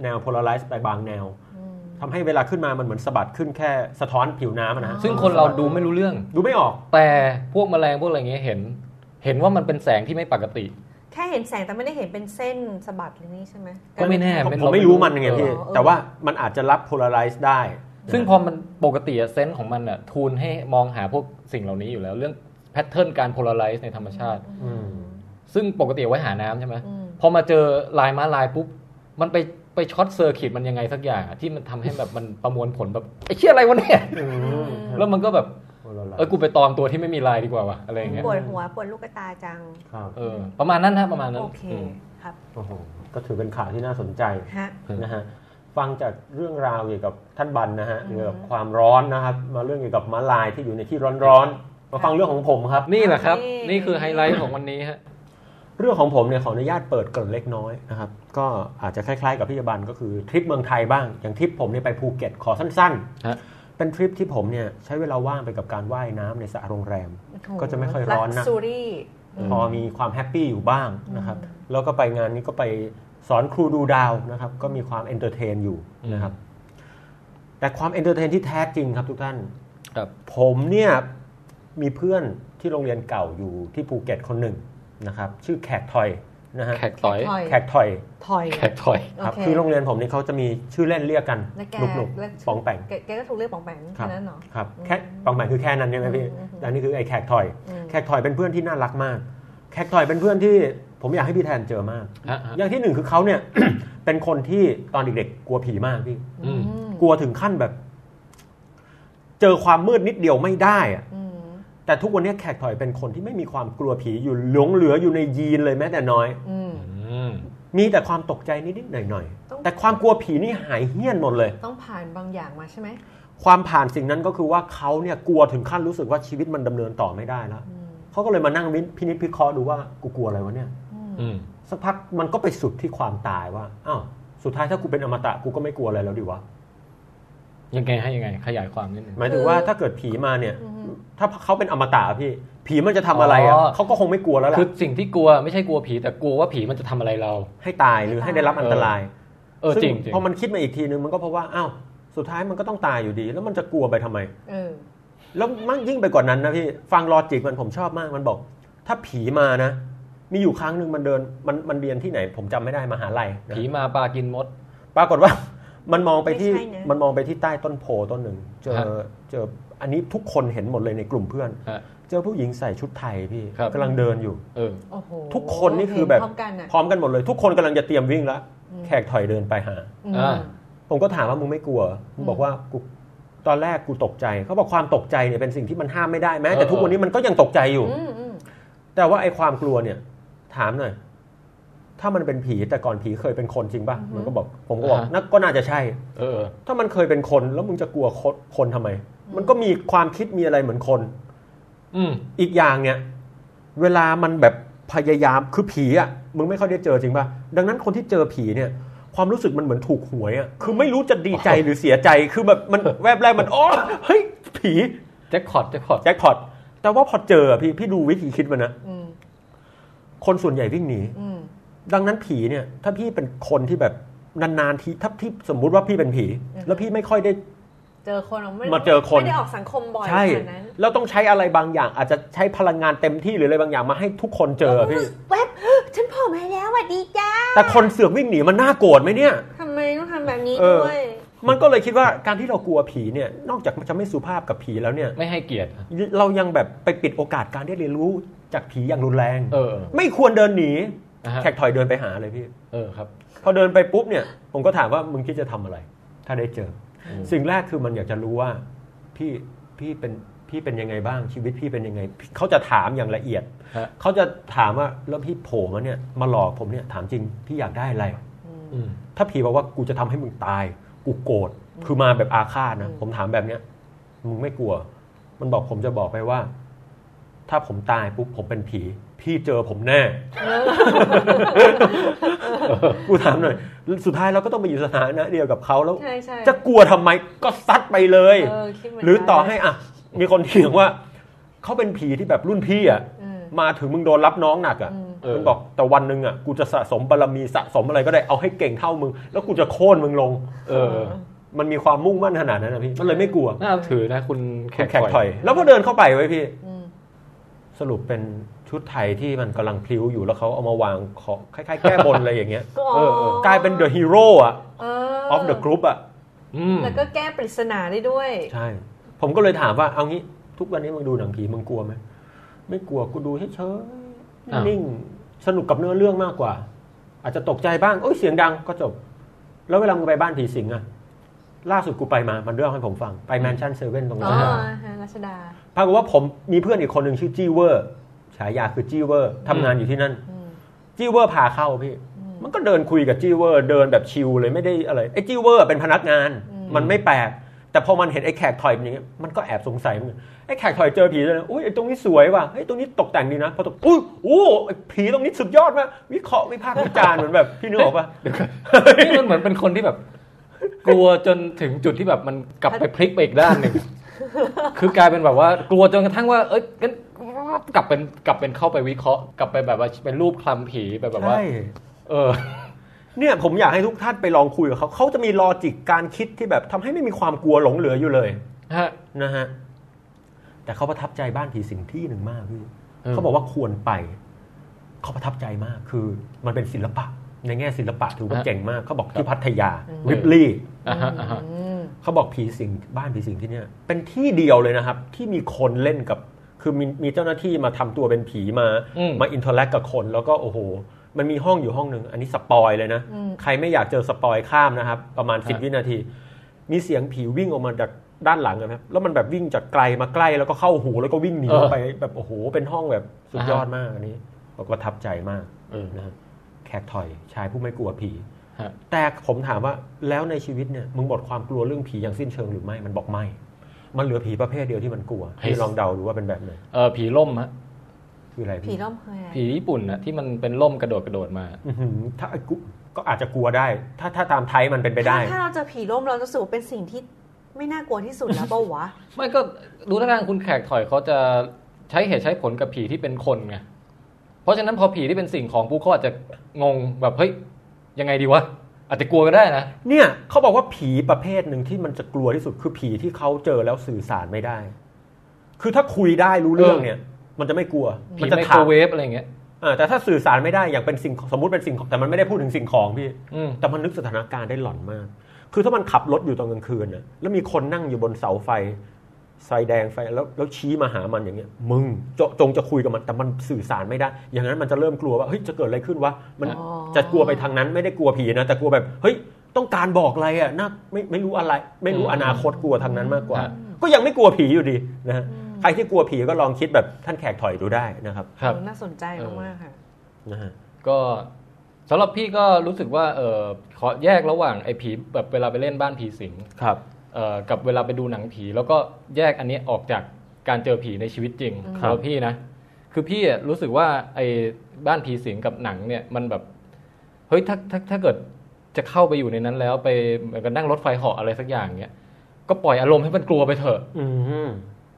Speaker 5: แนว polarize ไปบางแนว
Speaker 2: อืม
Speaker 5: ทำให้เวลาขึ้นมามันเหมือนสะบัดขึ้นแค่สะท้อนผิวน้ำอะนะฮะ
Speaker 4: ซึ่งคนเราดูไม่รู้เรื่อง
Speaker 5: ดูไม่ออก
Speaker 4: แต่พวกแมลงพวกอะไรเงี้ยเห็น เห็นว่ามันเป็นแสงที่ไม่ปกติ
Speaker 2: แค่เห็นแสงแต่ไม่ได้เห็นเป็นเส้นสะบัดหรือนี่ใช่ไหม
Speaker 4: ก็ไม่แน่
Speaker 5: ผม
Speaker 4: เป็น
Speaker 5: ผม
Speaker 4: เราไม่
Speaker 5: ไม่รู้
Speaker 4: รู้
Speaker 5: มันไง
Speaker 4: เออ
Speaker 5: พี่
Speaker 2: เออ
Speaker 5: แต่ว่ามันอาจจะรับ polarize ได้
Speaker 4: ซึ่งพอมันปกติอะเซนส์ของมันอะทูนให้มองหาพวกสิ่งเหล่านี้อยู่แล้ว เรื่องแพทเทิร์นการโพลาไรซ์ในธรรมชาติ
Speaker 5: อืม
Speaker 4: ซึ่งปกติเอาไว้หาน้ำใช่ไหม
Speaker 2: อืม
Speaker 4: พอมาเจอลายม้าลายปุ๊บ มันไปไปช็อตเซอร์กิตมันยังไงสักอย่างอะที่มันทำให้แบบมันประมวลผลแบบไอ้เชี่ยอะไรวะเนี่ย
Speaker 5: แล้
Speaker 4: แล้ว วมันก็แบบ
Speaker 5: polarize
Speaker 4: เออกูไปตอมตัวที่ไม่มีลายดีกว่าวะอะไรอย่างเงี้ย
Speaker 2: ปวดหัวปวดลูกตาจัง
Speaker 5: ครับ
Speaker 4: เออประมาณนั้นฮะประมาณนั้น
Speaker 2: โอเค
Speaker 4: อืม
Speaker 2: ครับ
Speaker 5: โอ้โหก็ถือเป็นข่าวที่น่าสนใจ
Speaker 2: ฮะ
Speaker 4: อืม
Speaker 5: นะฮะฟังจากเรื่องราวเกี่ยวกับท่านบันนะฮะ
Speaker 2: อืม
Speaker 5: เกี่ยวกับความร้อนนะครับมาเรื่องเกี่ยวกับมาลายที่อยู่ในที่ร้อนๆมาฟังเรื่องของผมครับ
Speaker 4: นี่แหละครับ
Speaker 2: โอเค
Speaker 4: นี่คือไฮไลท์ของวันนี้ฮะ
Speaker 5: เรื่องของผมเนี่ยขออนุญาตเปิดเกรินเล็กน้อยนะครับก็อาจจะคล้ายๆกับพี่ยาบันก็คือทริปเมืองไทยบ้าง อย่างทริปผมเนี่ยไปภูเก็ตขอสั้น
Speaker 4: ฮะ
Speaker 5: ๆ เป็นทริปที่ผมเนี่ยใช้เวลาว่างไปกับการว่ายน้ำในสระโรงแรม ก็จะไม่ค่อยร้อนนะ
Speaker 2: ซูรี่
Speaker 5: พอมีความแฮปปี้อยู่บ้างนะครับ
Speaker 2: อืม
Speaker 5: แล้วก็ไปงานนี้ก็ไปสอนครูดูดาวนะครับก็มีความเอนเตอร์เทนอยู่นะครับแต่ความเอนเตอร์เทนที่แท้จริงครับทุกท่าน
Speaker 4: ครับ
Speaker 5: ผมเนี่ยมีเพื่อนที่โรงเรียนเก่าอยู่ที่ภูเก็ตคนหนึ่งนะครับชื่อแขกทอยนะฮะ
Speaker 4: แขกถอย
Speaker 2: ถอย
Speaker 5: แขกทอย
Speaker 2: ถอย
Speaker 4: แขกถอย
Speaker 5: ครับ
Speaker 2: โอเค
Speaker 5: คือโรงเรียนผมนี่เขาจะมีชื่อเล่นเรียกกัน
Speaker 2: แล้วแก
Speaker 5: หนุกหนุก
Speaker 2: แล้ว
Speaker 5: ปองแปง
Speaker 2: แกแกก็ถูกเรียกปองแปง
Speaker 5: ครับ
Speaker 2: แค่นั้นเหรอ
Speaker 5: ครับ
Speaker 2: อืม
Speaker 5: แค่ปองแปงคือแค่นั้นใช่ไหมพี่
Speaker 2: อืมอืม
Speaker 5: แต่อันนี้คือไอ้แขกถอย
Speaker 2: อืม
Speaker 5: แขกถอยเป็นเพื่อนที่น่ารักมาก แขกถอยเป็นเพื่อนที่ผมอยากให้พี่แทนเจอมาก
Speaker 4: ฮะฮะ
Speaker 5: อย่างที่หนึ่งคือเขาเนี่ย *coughs* เป็นคนที่ตอนเด็กๆ กลัวผีมากพี่
Speaker 4: อืม
Speaker 5: กลัวถึงขั้นแบบ เจอความมืดนิดเดียวไม่ได้อะ
Speaker 2: อืม
Speaker 5: แต่ทุกวันนี้แขกถอยเป็นคนที่ไม่มีความกลัวผีอยู่หลงเหลืออยู่ในยีนเลยแม้แต่น้อย
Speaker 2: อืม
Speaker 4: อืม
Speaker 5: มีแต่ความตกใจนิดๆหน่อย
Speaker 2: ต้อง
Speaker 5: ๆแต่ความกลัวผีนี่หายเหี้ยนหมดเลย
Speaker 2: ต้องผ่านบางอย่างมาใช่ไหม
Speaker 5: ความผ่านสิ่งนั้นก็คือว่าเขาเนี่ยกลัวถึงขั้นรู้สึกว่าชีวิตมันดำเนินต่อไม่ได้แล้ว
Speaker 2: อืม
Speaker 5: เขาก็เลยมานั่งวิพินิจพิเคราะห์ดูว่ากูกลัวอะไรวะเนี่ย
Speaker 2: อืม
Speaker 4: อืม
Speaker 5: สักพักมันก็ไปสุดที่ความตายว่าอ้าวสุดท้ายถ้ากูเป็นอมตะกูก็ไม่กลัวอะไรแล้วดิวะ
Speaker 4: ยังไงให้ยังไง ขยายความนิดนึง
Speaker 5: หมายถึงว่าถ้าเกิดผีมาเนี่ย
Speaker 2: อืม
Speaker 5: ถ้าเขาเป็นอมตะอะพี่ ผีมันจะทำอะไรอ่ะ
Speaker 4: อ๋อ
Speaker 5: เขาก็คงไม่กลัวแล้วล่ะ
Speaker 4: คือสิ่งที่กลัวไม่ใช่กลัวผี แต่กลัวว่าผีมันจะทำอะไรเรา
Speaker 5: ให้ตายหรือให้ได้รับอันตราย
Speaker 4: เออจ
Speaker 5: ซึ่
Speaker 4: ริงจริง
Speaker 5: พอมันคิดมาอีกทีนึงมันก็เพราะว่าอ้าวสุดท้ายมันก็ต้องตายอยู่ดี แล้วมันจะกลัวไปทำไม
Speaker 2: เออ
Speaker 5: แล้วมันยิ่งไปกว่านั้นนะพี่ฟังลอจิกมันผมชอบมากมันบอก ถ้าผีมานะ มีอยู่ครั้งหนึ่งมันเดินมันมันเรียนที่ไหน ผมจำไม่ได้มหาลัยนะ
Speaker 4: ผีมาปลากินมด
Speaker 5: ปรากฏ *laughs* ว่า มันมองไปที่
Speaker 2: ไม่ใช่นะ
Speaker 5: มันมองไปที่ใต้ต้นโพต้นหนึ่งเจอ
Speaker 4: ฮะ
Speaker 5: เจออันนี้ทุกคนเห็นหมดเลยในกลุ่มเพื่อน
Speaker 4: ฮะ
Speaker 5: เจอผู้หญิงใส่ชุดไทยพี่
Speaker 4: ครับ
Speaker 5: กำลังเดินอยู่
Speaker 4: เออ
Speaker 2: โอ้โห
Speaker 5: ทุกคนนี่คือแบบ
Speaker 2: เห็พร้อมกันอ่ะ
Speaker 5: พร้อมกันหมดเลย ทุกคนกำลังจะเตรียมวิ่งแล้ว
Speaker 2: อืม
Speaker 5: แขกถอยเดินไปหา
Speaker 2: อืม
Speaker 4: อ่า
Speaker 5: ผมก็ถามว่ามึงไม่กลัวมึงบอกว่ากูตอนแรกกูตกใจเขาบอกความตกใจเนี่ยเป็นสิ่งที่มันห้ามไม่ได้แม้แต่ทุกวันนี้มันก็ยังตกใจอยู่
Speaker 2: อืมอืม
Speaker 5: แต่ว่าไอ้ความกลัวเนี่ย ถามหน่อย ถ้ามันเป็นผีแต่ก่อนผีเคยเป็นคนจริงป่ะมันก็บอก ผมก็บอก
Speaker 4: อ่าฮะ
Speaker 5: นักก็น่าจะใช่
Speaker 4: เออ
Speaker 5: ถ้ามันเคยเป็นคนแล้วมึงจะกลัวคนคนทำไม มันก็มีความคิดมีอะไรเหมือนคน
Speaker 4: อืม
Speaker 5: อีกอย่างเนี่ย เวลามันแบบพยายามคือผีอ่ะมึงไม่ค่อยได้เจอจริงป่ะดังนั้นคนที่เจอผีเนี่ย ความรู้สึกมันเหมือนถูกหวยอ่ะคือไม่รู้จะดีใจหรือเสียใจคือแบบมันแวบแรกมันอ๋อเฮ้ยผี
Speaker 4: แจ็คพอตแจ็คพอต
Speaker 5: แจ็คพอตแต่ว่าพอเจออะพี่พี่ดูวิธีคิดมันนะ
Speaker 2: อืม
Speaker 5: คนส่วนใหญ่วิ่งหนี
Speaker 2: อืม
Speaker 5: ดังนั้นผีเนี่ย ถ้าพี่เป็นคนที่แบบนานๆทีถ้าพี่สมมุติว่าพี่เป็นผี แล้วพี่ไม่ค่อยได้
Speaker 2: เจอคนหรกไ
Speaker 5: มาเจอคน
Speaker 2: ไม่ได้ออกสังคมบ่อยข
Speaker 5: ใช่
Speaker 2: นาดนั้น
Speaker 5: แล้วต้องใช้อะไรบางอย่าง อาจจะใช้พลังงานเต็มที่หรืออะไรบางอย่างมาให้ทุกคนเจอพี่
Speaker 2: แวบฉันผอมมาแล้วสวัสดีจ้า
Speaker 5: แต่คนเสือกวิ่งหนีมันน่าโกรธไหมเนี่ย
Speaker 2: ทำไมต้องทำแบบนี้
Speaker 5: เออ
Speaker 2: ด้วย
Speaker 5: มันก็เลยคิดว่าการที่เรากลัวผีเนี่ย นอกจากจะไม่สุภาพกับผีแล้วเนี่ย
Speaker 4: ไม่ให้เกียรติ
Speaker 5: เรายังแบบไปปิดโอกาสการได้เรียนรู้จากผีอย่างรุนแรง
Speaker 4: เออ
Speaker 5: ไม่ควรเดินหนี
Speaker 4: นะฮะ
Speaker 5: แขกถอยเดินไปหาเลยพี่
Speaker 4: เออครับ
Speaker 5: พอเดินไปปุ๊บเนี่ย ผมก็ถามว่ามึงคิดจะทำอะไร ถ้าได้เจอ สิ่งแรกคือมันอยากจะรู้ว่า พี่พี่เป็นพี่เป็นยังไงบ้างชีวิตพี่เป็นยังไง เขาจะถามอย่างละเอียด
Speaker 4: ฮะ
Speaker 5: เขาจะถามว่าแล้วพี่โผล่มาเนี่ยมาหลอกผมเนี่ยถามจริงพี่อยากได้อะไร
Speaker 4: อืม
Speaker 5: ถ้าผีบอกว่ากูจะทำให้มึงตาย กูโกรธคือมาแบบอาฆาตนะ
Speaker 2: อืม
Speaker 5: ผมถามแบบเนี้ยมึงไม่กลัว มันบอกผมจะบอกไปว่า ถ้าผมตายปุ๊บผมเป็นผี พี่เจอผมแน่
Speaker 2: *laughs*
Speaker 5: กูถามหน่อย สุดท้ายเราก็ต้องไปอยู่สถานะเดียวกับเขาแล้ว
Speaker 2: ใช่ใช่
Speaker 5: จะกลัวทำไมก็ซัดไปเลย
Speaker 2: เออคิดเมืนกัน
Speaker 5: หรือต่อให้อ่ะ มีคนเถียงว่าเขาเป็นผีที่แบบรุ่นพี่อ่ะ
Speaker 2: อืม
Speaker 5: มาถึงมึงโดนรับน้องหนักอ่ะ
Speaker 2: อืม
Speaker 4: เออ
Speaker 5: มึงบอกแต่วันหนึ่งอ่ะกูจะสะสมบารมีสะสมอะไรก็ได้เอาให้เก่งเท่ามึง แล้วกูจะโค่นมึงลง
Speaker 4: เออ
Speaker 5: มันมีความมุ่งมั่นขนาดนั้นนะพี่ มันเลยไม่กลัว
Speaker 4: น่านับถือนะคุณแขก
Speaker 5: แขก
Speaker 4: ถ
Speaker 5: ถ
Speaker 4: อ
Speaker 5: อย ย แล้วพอเดินเข้าไปไว้ยพี่
Speaker 2: อืม
Speaker 5: สรุปเป็นชุดไทยที่มันกำลังพลิ้วอยู่แล้วเขาเอามาวางของคล้ายๆ แก้บนอะไรอย่างเงี้ย
Speaker 2: ก็
Speaker 4: เออเออ
Speaker 5: กลายเป็นเดอะฮีโร่อะ
Speaker 2: เอ
Speaker 5: ออฟเดอะกรุ๊ปอะ
Speaker 4: อืม
Speaker 2: แล้วก็แก้ปริศนาได้ด้วย
Speaker 5: ใช่ ผมก็เลยถามว่าเอางี้ ทุกวันนี้มึงดูหนังผีมึงกลัวไหมไม่กลัวกูดูเฉย
Speaker 4: าว
Speaker 5: ๆนิ่งๆสนุกกับเนื้อเรื่องมากกว่า อาจจะตกใจบ้างโอ้ยเสียงดังก็จบ แล้วเวลามึงไปบ้านผีสิงอะล่าสุดกูไปมามันเรื่องให้ผมฟังไปแมนชั่นเซเว่นตรง
Speaker 2: อ๋
Speaker 5: นั้
Speaker 2: อน
Speaker 5: อะ
Speaker 2: ฮะรัชดา
Speaker 5: ปรากฏว่าผมมีเพื่อนอีกคนหนึ่งชื่อจีเวอร์ฉายาคือจีเวอร์ทำงานอยู่ที่นั่น
Speaker 2: อืม
Speaker 5: จีเวอร์พาเข้าพี่ มันก็เดินคุยกับจีเวอร์เดินแบบชิลเลยไม่ได้อะไรไอ้จีเวอร์เป็นพนักงาน
Speaker 2: อืม
Speaker 5: มันไม่แปลก แต่พอมันเห็นไอ้แขกถอยเป็นอย่างเงี้ยมันก็แอบสงสัยเหมือนกันไอ้แขกถอยเจอผีเลยอุ้ยไอ้ตรงนี้สวยว่ะไอ้ยตรงนี้ตกแต่งดีนะพอตกอุ้ยโอ้ไอ้ผีตรงนี้สุดยอดมากวิเคราะห์วิพากษ์วิจารณ์เหมือนแบบพี่นึกออกปะ
Speaker 4: นี่มันเหมือนเป็นคนที่แบบ กลัวจนถึงจุดที่แบบมันกลับไปพลิกไปอีกด้านหนึ่ง คือกลายเป็นแบบว่ากลัวจนกระทั่งว่า เอ้ยงั้นกลับเป็นกลับเป็นเข้าไปวิเคราะห์ กลับไปแบบว่าเป็นรูปคลำผีไปแบบว่า
Speaker 5: ใช่
Speaker 4: เออ *laughs*
Speaker 5: เนี่ยผมอยากให้ทุกท่านไปลองคุยกับเขาเขาจะมีลอจิกการคิดที่แบบทำให้ไม่มีความกลัวหลงเหลืออยู่เลย
Speaker 4: ฮะ
Speaker 5: นะฮะแต่เขาประทับใจบ้านผีสิงที่หนึ่งมากพี่
Speaker 4: เออ
Speaker 5: เขาบอกว่าควรไป เขาประทับใจมากคือมันเป็นศิลปะ ในแง่ศิลปะถือว่า
Speaker 4: ฮะ
Speaker 5: เจ๋งมาก เขาบอกที่พัทยา
Speaker 4: อ
Speaker 5: ริบลี่
Speaker 4: อ่ะฮะอ่ะฮะ
Speaker 2: อืม
Speaker 5: เขาบอกผีสิงบ้านผีสิงที่เนี่ยเป็นที่เดียวเลยนะครับ ที่มีคนเล่นกับ คือมีมีเจ้าหน้าที่มาทำตัวเป็นผีมา
Speaker 4: อืม
Speaker 5: มาอินเทอร์แลกกับคน แล้วก็โอ้โห มันมีห้องอยู่ห้องหนึ่งอันนี้สปอยเลยนะ
Speaker 2: อืม
Speaker 5: ใครไม่อยากเจอสปอยข้ามนะครับ ประมาณ 10 วินาที มีเสียงผีวิ่งออกมาจากด้านหลังนะครับแล้วมันแบบวิ่งจากไกลมาใกล้แล้วก็เข้าหูแล้วก็วิ่งหนีออกไปแบบโอ้โหเป็นห้องแบบสุดยอดมากอันนี้บอกว่าทับใจมาก
Speaker 4: เออ
Speaker 5: นะฮะแขกถอยชายผู้ไม่กลัวผี
Speaker 4: ฮะ
Speaker 5: แต่ผมถามว่าแล้วในชีวิตเนี่ยมึงหมดความกลัวเรื่องผีอย่างสิ้นเชิงหรือไม่มันบอกไม่ มันเหลือผีประเภทเดียวที่มันกลัวพี่ลองเดาดูว่าเป็นแบบไหน
Speaker 4: เออผีล่มฮะ
Speaker 5: คืออะไร
Speaker 2: ผี
Speaker 5: พี่
Speaker 2: ร่มเคยอะไร
Speaker 4: ผีญี่ปุ่นนะที่มันเป็นล่มกระโดดกระโดดมา
Speaker 5: อื้อหือถ้าไอ้กูก็อาจจะกลัวได้ ถ้าถ้าตามไทยมันเป็นไปได้
Speaker 2: ถ้าถ้าเราเจอผีร่มเราจะรู้สูเป็นสิ่งที่ไม่น่ากลัวที่สุดแล้วเปล่าวะ
Speaker 4: ไม่ก็ดูท่าทางคุณแขกถอยเขาจะใช้เหตุใช้ผลกับผีที่เป็นคนไง เพราะฉะนั้นพอผีที่เป็นสิ่งของปุ๊บเขาอาจจะงงแบบเฮ้ยยังไงดีวะ อาจจะกลัวก็ได้นะ
Speaker 5: เนี่ยเขาบอกว่าผีประเภทหนึ่งที่มันจะกลัวที่สุดคือผีที่เขาเจอแล้วสื่อสารไม่ได้ คือถ้าคุยได้รู้เรื่องเนี่ย มันจะไม่กลัว
Speaker 4: ผี
Speaker 5: มันจะ
Speaker 4: ไมโค
Speaker 5: ถาร ม
Speaker 4: เวฟอะไรอย่างเงี้ย
Speaker 5: อ่าแต่ถ้าสื่อสารไม่ได้อย่างเป็นสิ่งของสมมติเป็นสิ่งของแต่มันไม่ได้พูดถึงสิ่งของพี่
Speaker 4: อืม
Speaker 5: แต่มันนึกสถานการณ์ได้หลอนมาก คือถ้ามันขับรถอยู่ตอนกลางคืนน่ะแล้วมีคนนั่งอยู่บนเสาไฟไฟแดงไฟแล้วแล้วชี้มาหามันอย่างเงี้ย มึงจจงจะคุยกับมันแต่มันสื่อสารไม่ได้ อย่างนั้นมันจะเริ่มกลัวว่าเฮ้ยจะเกิดอะไรขึ้นวะมัน
Speaker 2: อ๋อ
Speaker 5: จะกลัวไปทางนั้นไม่ได้กลัวผีนะแต่กลัวแบบเฮ้ยต้องการบอกอะไรอ่ะน่าไม่ไม่รู้อะไร ไม่รู้
Speaker 4: อืม
Speaker 5: อนาคตกลัวทางนั้นมากกว่า
Speaker 4: ฮะ
Speaker 5: ก็ยังไม่กลัวผีอยู่ดีนะฮะใครที่กลัวผีก็ลองคิดแบบท่านแขกถอยดูได้นะครับ
Speaker 4: ครับ
Speaker 2: น่าสนใจมากๆค่ะ
Speaker 5: นะฮะ
Speaker 4: ก็สำหรับพี่ก็รู้สึกว่าเออขอแยกระหว่างไอ้ผีแบบเวลาไปเล่นบ้านผีสิง
Speaker 5: ครับ
Speaker 4: เ เอ่อกับเวลาไปดูหนังผี แล้วก็แยกอันนี้ออกจากการเจอผีในชีวิตจริง
Speaker 2: อืม
Speaker 4: แล้วพี่นะ คือพี่อะรู้สึกว่าไอ้บ้านผีสิงกับหนังเนี่ยมันแบบเฮ้ยถ้าถ้าถ้าเกิดจะเข้าไปอยู่ในนั้นแล้วไปเหมือนกันนั่งรถไฟเหาะอะไรสักอย่างเนี่ยก็ปล่อยอารมณ์ให้มันกลัวไปเถอะ
Speaker 5: อืม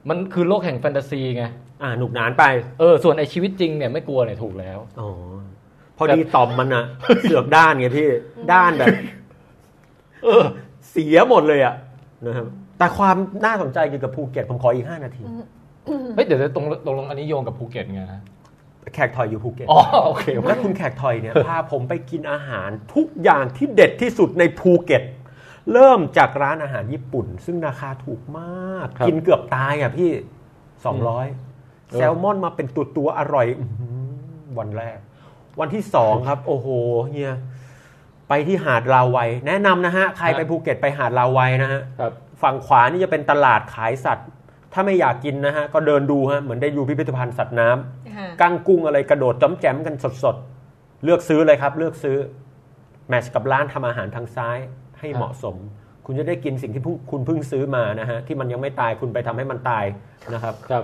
Speaker 4: มันคือโลกแห่งแฟนตาซีไง
Speaker 5: อ่าหนุกหนานไป
Speaker 4: เออส่วนไอ้ชีวิตจริงเนี่ยไม่กลัวเนี่ยถูกแล้ว
Speaker 5: อ๋อพอดีต่อม *laughs* มันอะ เสือกด้านไงพี่ด้านแบบ *laughs* เออ เสียหมดเลยอะนะครับแต่ความน่าสนใจเกี่ยวกับภูเก็ตผมขออีกห้านาที
Speaker 4: เฮ้ยเดี๋ยวจะตรงตรงลงอันนี้โยงกับภูเก็ตไงฮะ
Speaker 5: แขกถอยอยู่ภูเก็ต
Speaker 4: อ๋อโอเคโอเค
Speaker 5: แล้วคุณแขกถอยเนี่ย พาผมไปกินอาหารทุกอย่างที่เด็ดที่สุดในภูเก็ต เริ่มจากร้านอาหารญี่ปุ่น ซึ่งราคาถูกมาก
Speaker 4: ครับ
Speaker 5: กินเกือบตายอ่ะพี่สองร้อย
Speaker 4: ออ
Speaker 5: แซลมอนมาเป็นตัวตัวๆอร่อยอื้อหือวันแรก วันที่สองครับ โอ้โหเฮียไปที่หาดลาวัย แนะนำนะฮะ ใครไปภูเก็ตไปหาดลาวัยนะฮะ
Speaker 4: ครับ
Speaker 5: ฝั่งขวานี่จะเป็นตลาดขายสัตว์ ถ้าไม่อยากกินนะฮะ ก็เดินดูฮะเหมือนได้ดูพิพิธภัณฑ์สัตว์น้ำ
Speaker 2: ค่ะ
Speaker 5: กั้งกุ้งอะไรกระโดดจ้อมแจมกันสดๆ เลือกซื้อเลยครับ เลือกซื้อ แมทช์กับร้านทำอาหารทางซ้ายให้เหมาะสม คุณจะได้กินสิ่งที่เพิ่งคุณเพิ่งซื้อมานะฮะ ที่มันยังไม่ตายคุณไปทำให้มันตายนะครับ
Speaker 4: ครับ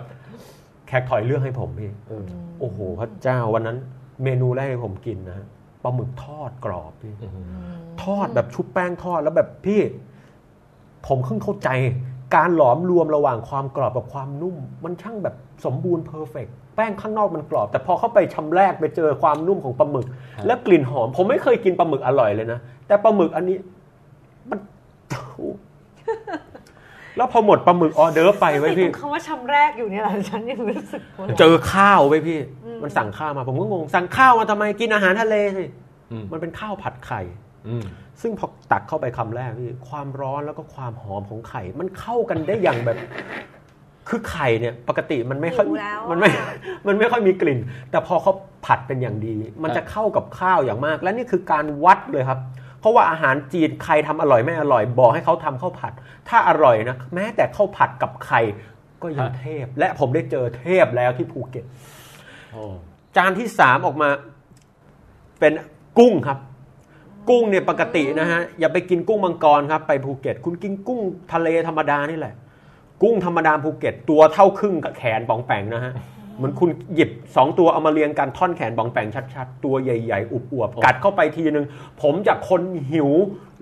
Speaker 5: แขกถอยเลือกให้ผมพี่โอ้โหพระเจ้าวันนั้น เมนูแรกที่ผมกินนะฮะปลาหมึกทอดกรอบพี่
Speaker 4: อืม
Speaker 5: ทอดแบบชุบแป้งทอดแล้วแบบพี่ ผมเพิ่งเข้าใจ การหลอมรวมระหว่างความกรอบกับความนุ่ม มันช่างแบบสมบูรณ์เพอร์เฟกแป้งข้างนอกมันกรอบ แต่พอเข้าไปชำแรกไปเจอความนุ่มของปลาหมึก
Speaker 4: ครับ
Speaker 5: และกลิ่นหอม ผมไม่เคยกินปลาหมึกอร่อยเลยนะ แต่ปลาหมึกอันนี้ มัน *laughs* แล้วพอหมดปลาหมึกออเดอร์ไปไว้
Speaker 2: ตร
Speaker 5: พี่
Speaker 2: งคำว่าชำแรกอยู่เนี่ยแหละฉันยังรู้สึกว่า
Speaker 5: เจอข้าวไว้พี่ มันสั่งข้าวมา ผมก็งงสั่งข้าวมาทำไมกินอาหารทะเลสิ
Speaker 4: อืม
Speaker 5: มันเป็นข้าวผัดไข่
Speaker 4: อืม
Speaker 5: ซึ่งพอตักเข้าไปคำแรกพี่ความร้อนแล้วก็ความหอมของไข่ มันเข้ากันได้อย่างแบบ คือไข่เนี่ย ปกติมันไม่ค่อย
Speaker 2: หิวแล้ว
Speaker 5: มันไม่
Speaker 2: อะ
Speaker 5: *laughs* มันไม่ค่อยมีกลิ่น แต่พอเขาผัดเป็นอย่างดี มันจะเข้ากับข้าวอย่างมาก และนี่คือการวัดเลยครับ เพราะว่าอาหารจีนใครทำอร่อยไม่อร่อย บอกให้เขาทำข้าวผัด ถ้าอร่อยนะแม้แต่ข้าวผัดกับไข่ก็ยังเทพ และผมได้เจอเทพแล้วที่ภูเก็ต
Speaker 4: โอ้
Speaker 5: จานที่สามออกมาเป็นกุ้งครับ กุ้งเนี่ยปกตินะฮะ อย่าไปกินกุ้งมังกรครับ ไปภูเก็ต คุณกินกุ้งทะเลธรรมดานี่แหละ กุ้งธรรมดาภูเก็ต ตัวเท่าครึ่งกับแขนปองแปงนะฮะเหมือนคุณหยิบสองตัวเอามาเรียงกันท่อนแขนบองแปงชัดๆ ตัวใหญ่ๆอวบๆกัดเข้าไปทีนึง ผมจากคนหิว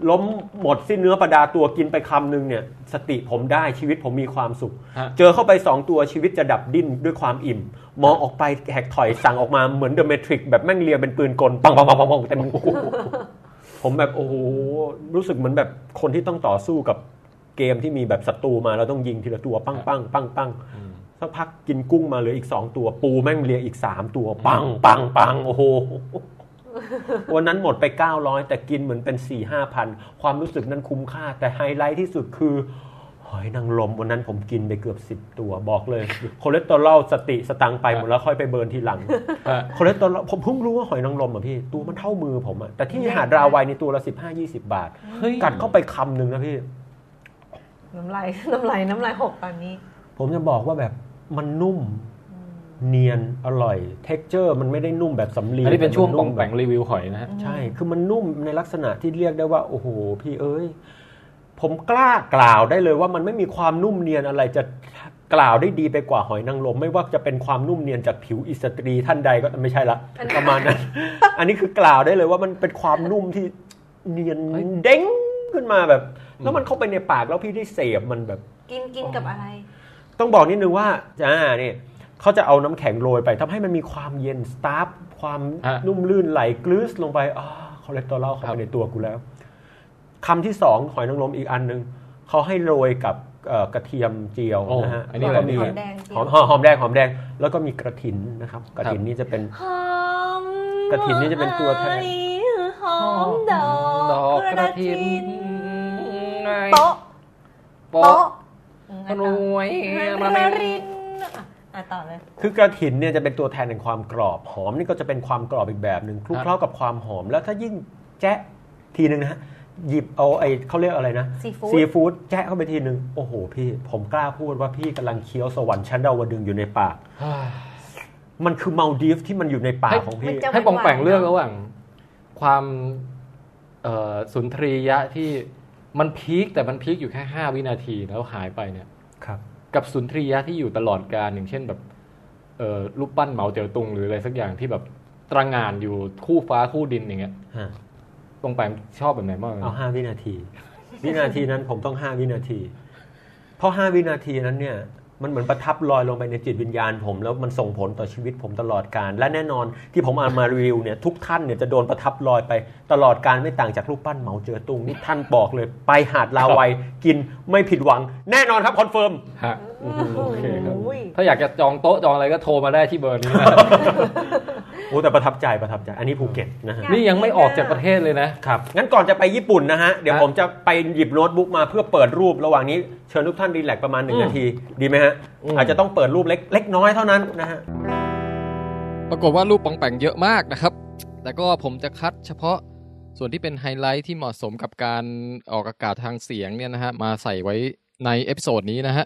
Speaker 5: ล้มหมดสิ้นเนื้อประดาตัวกินไปคำนึงเนี่ย สติผมได้ชีวิตผมมีความสุข
Speaker 4: ฮะ
Speaker 5: เจอเข้าไป 2 ตัวชีวิตจะดับดิ้นด้วยความอิ่ม มองออกไปแหกถอยสั่งออกมาเหมือนเดอะเมทริกแบบแม่งเลียเป็นปืนกล ปังปังปังปังปังแต่มัน ผมแบบโอ้โห รู้สึกเหมือนแบบคนที่ต้องต่อสู้กับเกมที่มีแบบศัตรูมาเราต้องยิงทีละตัวปังปังปังปัง
Speaker 4: อืม
Speaker 5: สักพักกินกุ้งมาเหลืออีก 2 ตัว ปูแม่งเลียอีก 3 ตัวปังปังปังโอ้โห วันนั้นหมดไป 900 แต่กินเหมือนเป็น4ี่ห้าพันความรู้สึกนั้นคุ้มค่า แต่ไฮไลท์ที่สุดคือ หอยนางรมวันนั้นผมกินไปเกือบ 10 ตัวบอกเลยคอเลสเตอรอลสติสตังค์ไปหมดแล้วค่อยไปเบิร์นทีหลัง
Speaker 4: ฮะ
Speaker 5: คอเลสเตอรอลผมเพิ่งรู้ว่าหอยนางรมอ่ะพี่ ตัวมันเท่ามือผมอ่ะแต่ที่หาดราวัยในตัวละ 15 20 บาท
Speaker 4: เฮ้ย
Speaker 5: กัดเข้าไปคำหนึ่งนะพี่
Speaker 2: น้ำลายน้ำลายน้ำลายหกตอนนี้
Speaker 5: ผมจะบอกว่าแบบมันนุ่มเนียนอร่อย เท็กเจอร์มันไม่ได้นุ่มแบบสำลี
Speaker 4: อันนี้เป็นช่วง
Speaker 5: มั
Speaker 4: ป่อง
Speaker 5: ม
Speaker 4: แป
Speaker 5: บบ
Speaker 4: งรีวิวหอยนะฮะ
Speaker 5: ใช่ คือมันนุ่มในลักษณะที่เรียกได้ว่า โอ้โห พี่เอ้ย ผมกล้ากล่าวได้เลยว่ามันไม่มีความนุ่มเนียนอะไรจะกล่าวได้ดีไปกว่าหอยนางรมไม่ว่าจะเป็นความนุ่มเนียนจากผิวอิสตรีท่านใดก็ไม่ใช่ *laughs* ละ
Speaker 2: อันนั้น
Speaker 5: ประมาณนั้น อันนี้คือกล่าวได้เลยว่ามันเป็นความนุ่มที่เนียนเด้งขึ้นมาแบบ แล้วมันเข้าไปในปากแล้วพี่ได้เสพมันแบบ
Speaker 2: กินกินกับอะไร
Speaker 5: ต้องบอกนิดนึงว่าจ้าเนี่ยเขาจะเอาน้ำแข็งโรยไปทำให้มันมีความเย็นสตาร์ฟความ
Speaker 4: ฮะ
Speaker 5: นุ่มลื่นไหลกลืสลงไปอ๋อคอเลสเตอรอลเข้า
Speaker 4: ครับ
Speaker 5: ไปในตัวกูแล้วคำที่สองหอยนางรมอีกอันนึงเขาให้โรยกับเอ่อกระเทียมเจียว
Speaker 4: โอ้
Speaker 5: นะฮะ
Speaker 4: อันนี้อะไร
Speaker 5: ล้วก็มี
Speaker 4: นี่
Speaker 2: หอมแดงเจีย
Speaker 5: ห
Speaker 2: ว
Speaker 5: อมหอมหอมแดงหอมแดง แล้วก็มีกระถินนะครับ กระถินนี่จะเป็น
Speaker 2: หอม
Speaker 5: กระถิ่นนี่จะเป็นตัวแทน
Speaker 2: หอมดอก
Speaker 4: ดอกกระถิน
Speaker 2: โต๊ะ
Speaker 4: โป๊ะ
Speaker 2: โต๊ะ
Speaker 4: รวย
Speaker 2: มา
Speaker 4: มา
Speaker 2: เม
Speaker 4: เม
Speaker 2: รินอ่ะอ่ะต่อเลย
Speaker 5: คือกระถินเนี่ยจะเป็นตัวแทนแห่งความกรอบ หอมนี่ก็จะเป็นความกรอบอีกแบบหนึ่งคลุกเคล้ากับความหอม แล้วถ้ายิ่งแจ๊ะทีหนึ่งนะฮะหยิบเอาไอ้เขาเรียกอะไรนะ
Speaker 2: ซีฟู้ด
Speaker 5: ฟู้ดแจ๊ะเข้าไปทีหนึ่งโอ้โหพี่ ผมกล้าพูดว่าพี่กำลังเคี้ยวสวรรค์ชั้นดาวดึงส์อยู่ในปาก มันคือมัลดีฟที่มันอยู่ในปากของ
Speaker 2: มัน
Speaker 5: พี่
Speaker 2: จะ
Speaker 4: ให้ป่องแปง
Speaker 2: หวานๆ
Speaker 4: เลือก
Speaker 2: เนอะ
Speaker 4: ระหว่าง ความเอ่อสุนทรียะที่ มันพีคแต่มันพีคอยู่แค่ 5 วินาทีแล้วหายไปเนี่ย
Speaker 5: ครับ
Speaker 4: กับสุนทรียะที่อยู่ตลอดการอย่างเช่นแบบเอ่อรูปปั้นเหมาเจ๋อตุงหรืออะไรสักอย่างที่แบบตระหง่านอยู่คู่ฟ้าคู่ดินอย่างเงี้ยตรงไปชอบแบบไหนมากกว่ากัน
Speaker 5: เอาห้าวินาที วินาทีนั้นผมต้องห้าวินาที เพราะห้าวินาทีนั้นเนี่ย มันเหมือนประทับลอยลงไปในจิตวิญญาณผมแล้วมันส่งผลต่อชีวิตผมตลอดการ และแน่นอนที่ผมอ่านมารีวิวเนี่ยทุกท่านเนี่ยจะโดนประทับลอยไปตลอดการไม่ต่างจากรูปปั้นเหมาเจ๋อตุงนี่ท่านบอกเลย ไปหาดลาวัยกินไม่ผิดหวัง แน่นอนครับคอนเฟิร์ม
Speaker 4: ฮะ โอเคครับ
Speaker 2: โอ้ย
Speaker 4: ถ้าอยากจะจองโต๊ะจองอะไรก็โทรมาได้ที่เบอร์นี้นะ
Speaker 5: โอ้แต่ประทับใจประทับใจอันนี้ภูเก็ตนะฮะ
Speaker 4: นี่ยังไม่ออกจากประเทศเลยนะ
Speaker 5: ครับ งั้นก่อนจะไปญี่ปุ่นนะฮะ เดี๋ยวผมจะไปหยิบโน้ตบุ๊กมาเพื่อเปิดรูประหว่างนี้เชิญทุกท่านรีแลกซ์ประมาณหนึ่งนาที ดีไหมฮะ
Speaker 4: อืม
Speaker 5: อาจจะต้องเปิดรูปเล็กเล็กน้อยเท่านั้นนะฮะ
Speaker 6: ปรากฏว่ารูปปองแปงเยอะมากนะครับ แต่ก็ผมจะคัดเฉพาะส่วนที่เป็นไฮไลท์ที่เหมาะสมกับการออกอากาศทางเสียงเนี่ยนะฮะมาใส่ไว้ในเอพิโซดนี้นะฮะ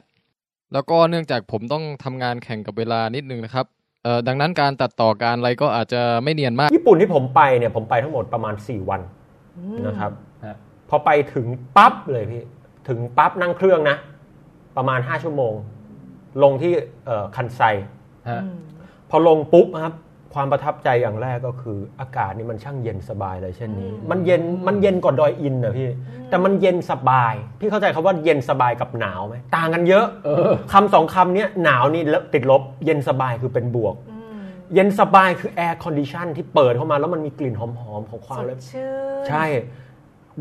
Speaker 6: แล้วก็เนื่องจากผมต้องทำงานแข่งกับเวลานิดนึงนะครับเอ่อดังนั้นการตัดต่อการอะไรก็อาจจะไม่เนียนมาก
Speaker 5: ญี่ปุ่นที่ผมไปเนี่ยผมไปทั้งหมดประมาณ 4 วันนะครับ
Speaker 4: ฮะ
Speaker 5: พอไปถึงปั๊บเลยพี่ ถึงปั๊บนั่งเครื่องนะ ประมาณ 5 ชั่วโมง ลงที่เอ่อคันไซ
Speaker 4: ฮะ
Speaker 5: พอลงปุ๊บครับ ความประทับใจอย่างแรกก็คืออากาศนี่มันช่างเย็นสบายเลยเช่นนี้ มันเย็นมันเย็นกว่าดอยอินนะพี่ แต่มันเย็นสบาย พี่เข้าใจคำว่าเย็นสบายกับหนาวไหมต่างกันเยอะ
Speaker 4: เออ
Speaker 5: คำสองคำเนี้ยหนาวนี่ติดลบ เย็นสบายคือเป็นบวก
Speaker 2: อืม
Speaker 5: เย็นสบายคือแอร์คอนดิชันที่เปิดเข้ามาแล้วมันมีกลิ่นหอมๆของค
Speaker 2: ส
Speaker 5: วามเล
Speaker 2: ด
Speaker 5: ย
Speaker 2: ชื่น
Speaker 5: ใช่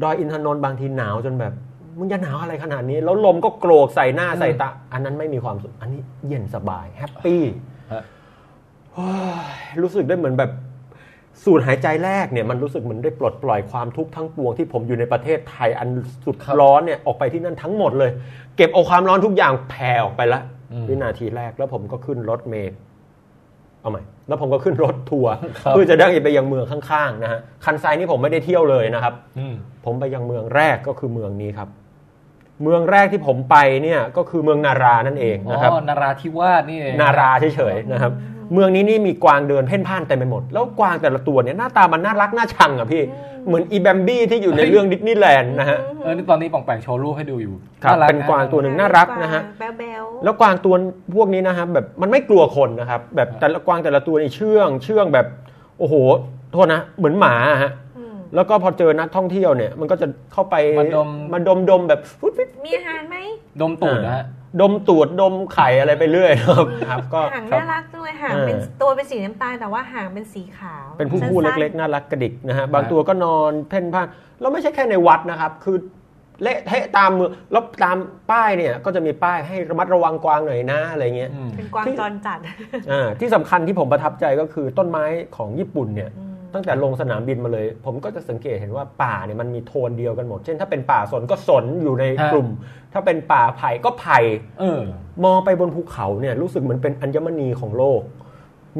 Speaker 5: ดอยอินทนนท์บางทีหนาวจนแบบมึงจะหนาวอะไรขนาดนี้ แล้วลมก็โกรกใส่หน้าใส่ตา อันนั้นไม่มีความสุข อันนี้เย็นสบายแฮปปี้
Speaker 4: ฮะ
Speaker 5: โอ้ยรู้สึกได้เหมือนแบบ สูดหายใจแรกเนี่ยมันรู้สึกเหมือนได้ปลดปล่อยความทุกข์ทั้งปวงที่ผมอยู่ในประเทศไทยอันสุดร้อนเนี่ยออกไปที่นั่นทั้งหมดเลย เก็บเอาความร้อนทุกอย่างแผ่ออกไปละ
Speaker 4: อืม
Speaker 5: วินาทีแรกแล้วผมก็ขึ้นรถเมล์ เอาใหม่แล้วผมก็ขึ้นรถทัวร์เพื่อจะได้ไปยังเมืองข้างๆนะฮะคันไซนี่ผมไม่ได้เที่ยวเลยนะครับ
Speaker 4: อืม
Speaker 5: ผมไปยังเมืองแรกก็คือเมืองนี้ครับ เมืองแรกที่ผมไปเนี่ยก็คือเมืองนารานั่นเอง
Speaker 4: อ๋
Speaker 5: นะครับ
Speaker 4: อนาราธิวาสนี่เอง
Speaker 5: นาราเฉยๆนะครับ เมืองนี้นี่มีกวางเดินเพ่นพ่านเต็มไปหมด แล้วกวางแต่ละตัวเนี่ยหน้าตามันน่ารักน่าชังอ่ะพี่ เหมือนอีแบมบี้ที่อยู่ในเรื่องดิสนีย์แลนด์นะฮะ
Speaker 4: เออนี่ตอนนี้ปองแปงโชว์รูปให้ดูอยู่
Speaker 5: ครับ
Speaker 4: รั
Speaker 5: เป็นกวางตัวหนึ่ง น่ารักนะฮะ
Speaker 2: แบ๊วๆ
Speaker 5: แล้วกวางตัวพวกนี้นะครับแบบมันไม่กลัวคนนะครับ แบบแต่ละกวางแต่ละตัวนี่เชื่องเชื่องแบบโอ้โหโทษนะเหมือนหมาอะฮะ
Speaker 2: อืม
Speaker 5: แล้วก็พอเจอนักท่องเที่ยวเนี่ย มันก็จะเข้าไป
Speaker 4: มันดม
Speaker 5: มันดมดมแบบฟุดฟิด
Speaker 2: มีอาหารไหม
Speaker 4: ดมตูดนะฮะ
Speaker 5: ดมตูดดมไข่อะไรไปเรื่อยนะครับครับก็
Speaker 2: หางน่ารักจังเลยหางเป็น
Speaker 5: เออ
Speaker 2: ตัวเป็นสีน้ำตาลแต่ว่าหางเป็นสีขาว
Speaker 5: เป็นผู้ผู้
Speaker 2: สั้นๆ
Speaker 5: เล็กๆน่ารักกระดิกนะฮะบาง
Speaker 4: ครับ
Speaker 5: ตัวก็นอนเพ่นพ่านแล้วไม่ใช่แค่ในวัดนะครับ คือเละเทะตามเมืองแล้วตามป้ายเนี่ย ก็จะมีป้ายให้ระมัดระวังกวางหน่อยนะอะไรเงี้ย
Speaker 4: อืม
Speaker 2: เป็นกวางจรจัด
Speaker 5: อ่าที่สำคัญที่ผมประทับใจก็คือต้นไม้ของญี่ปุ่นเนี่ย ตั้งแต่ลงสนามบินมาเลย ผมก็จะสังเกตเห็นว่าป่าเนี่ยมันมีโทนเดียวกันหมด เช่นถ้าเป็นป่าสนก็สนอยู่ใน
Speaker 4: ฮะ
Speaker 5: กลุ่ม ถ้าเป็นป่าไผ่ก็ไผ่
Speaker 4: เออ
Speaker 5: มองไปบนภูเขาเนี่ยรู้สึกเหมือนเป็นอัญมณีของโลก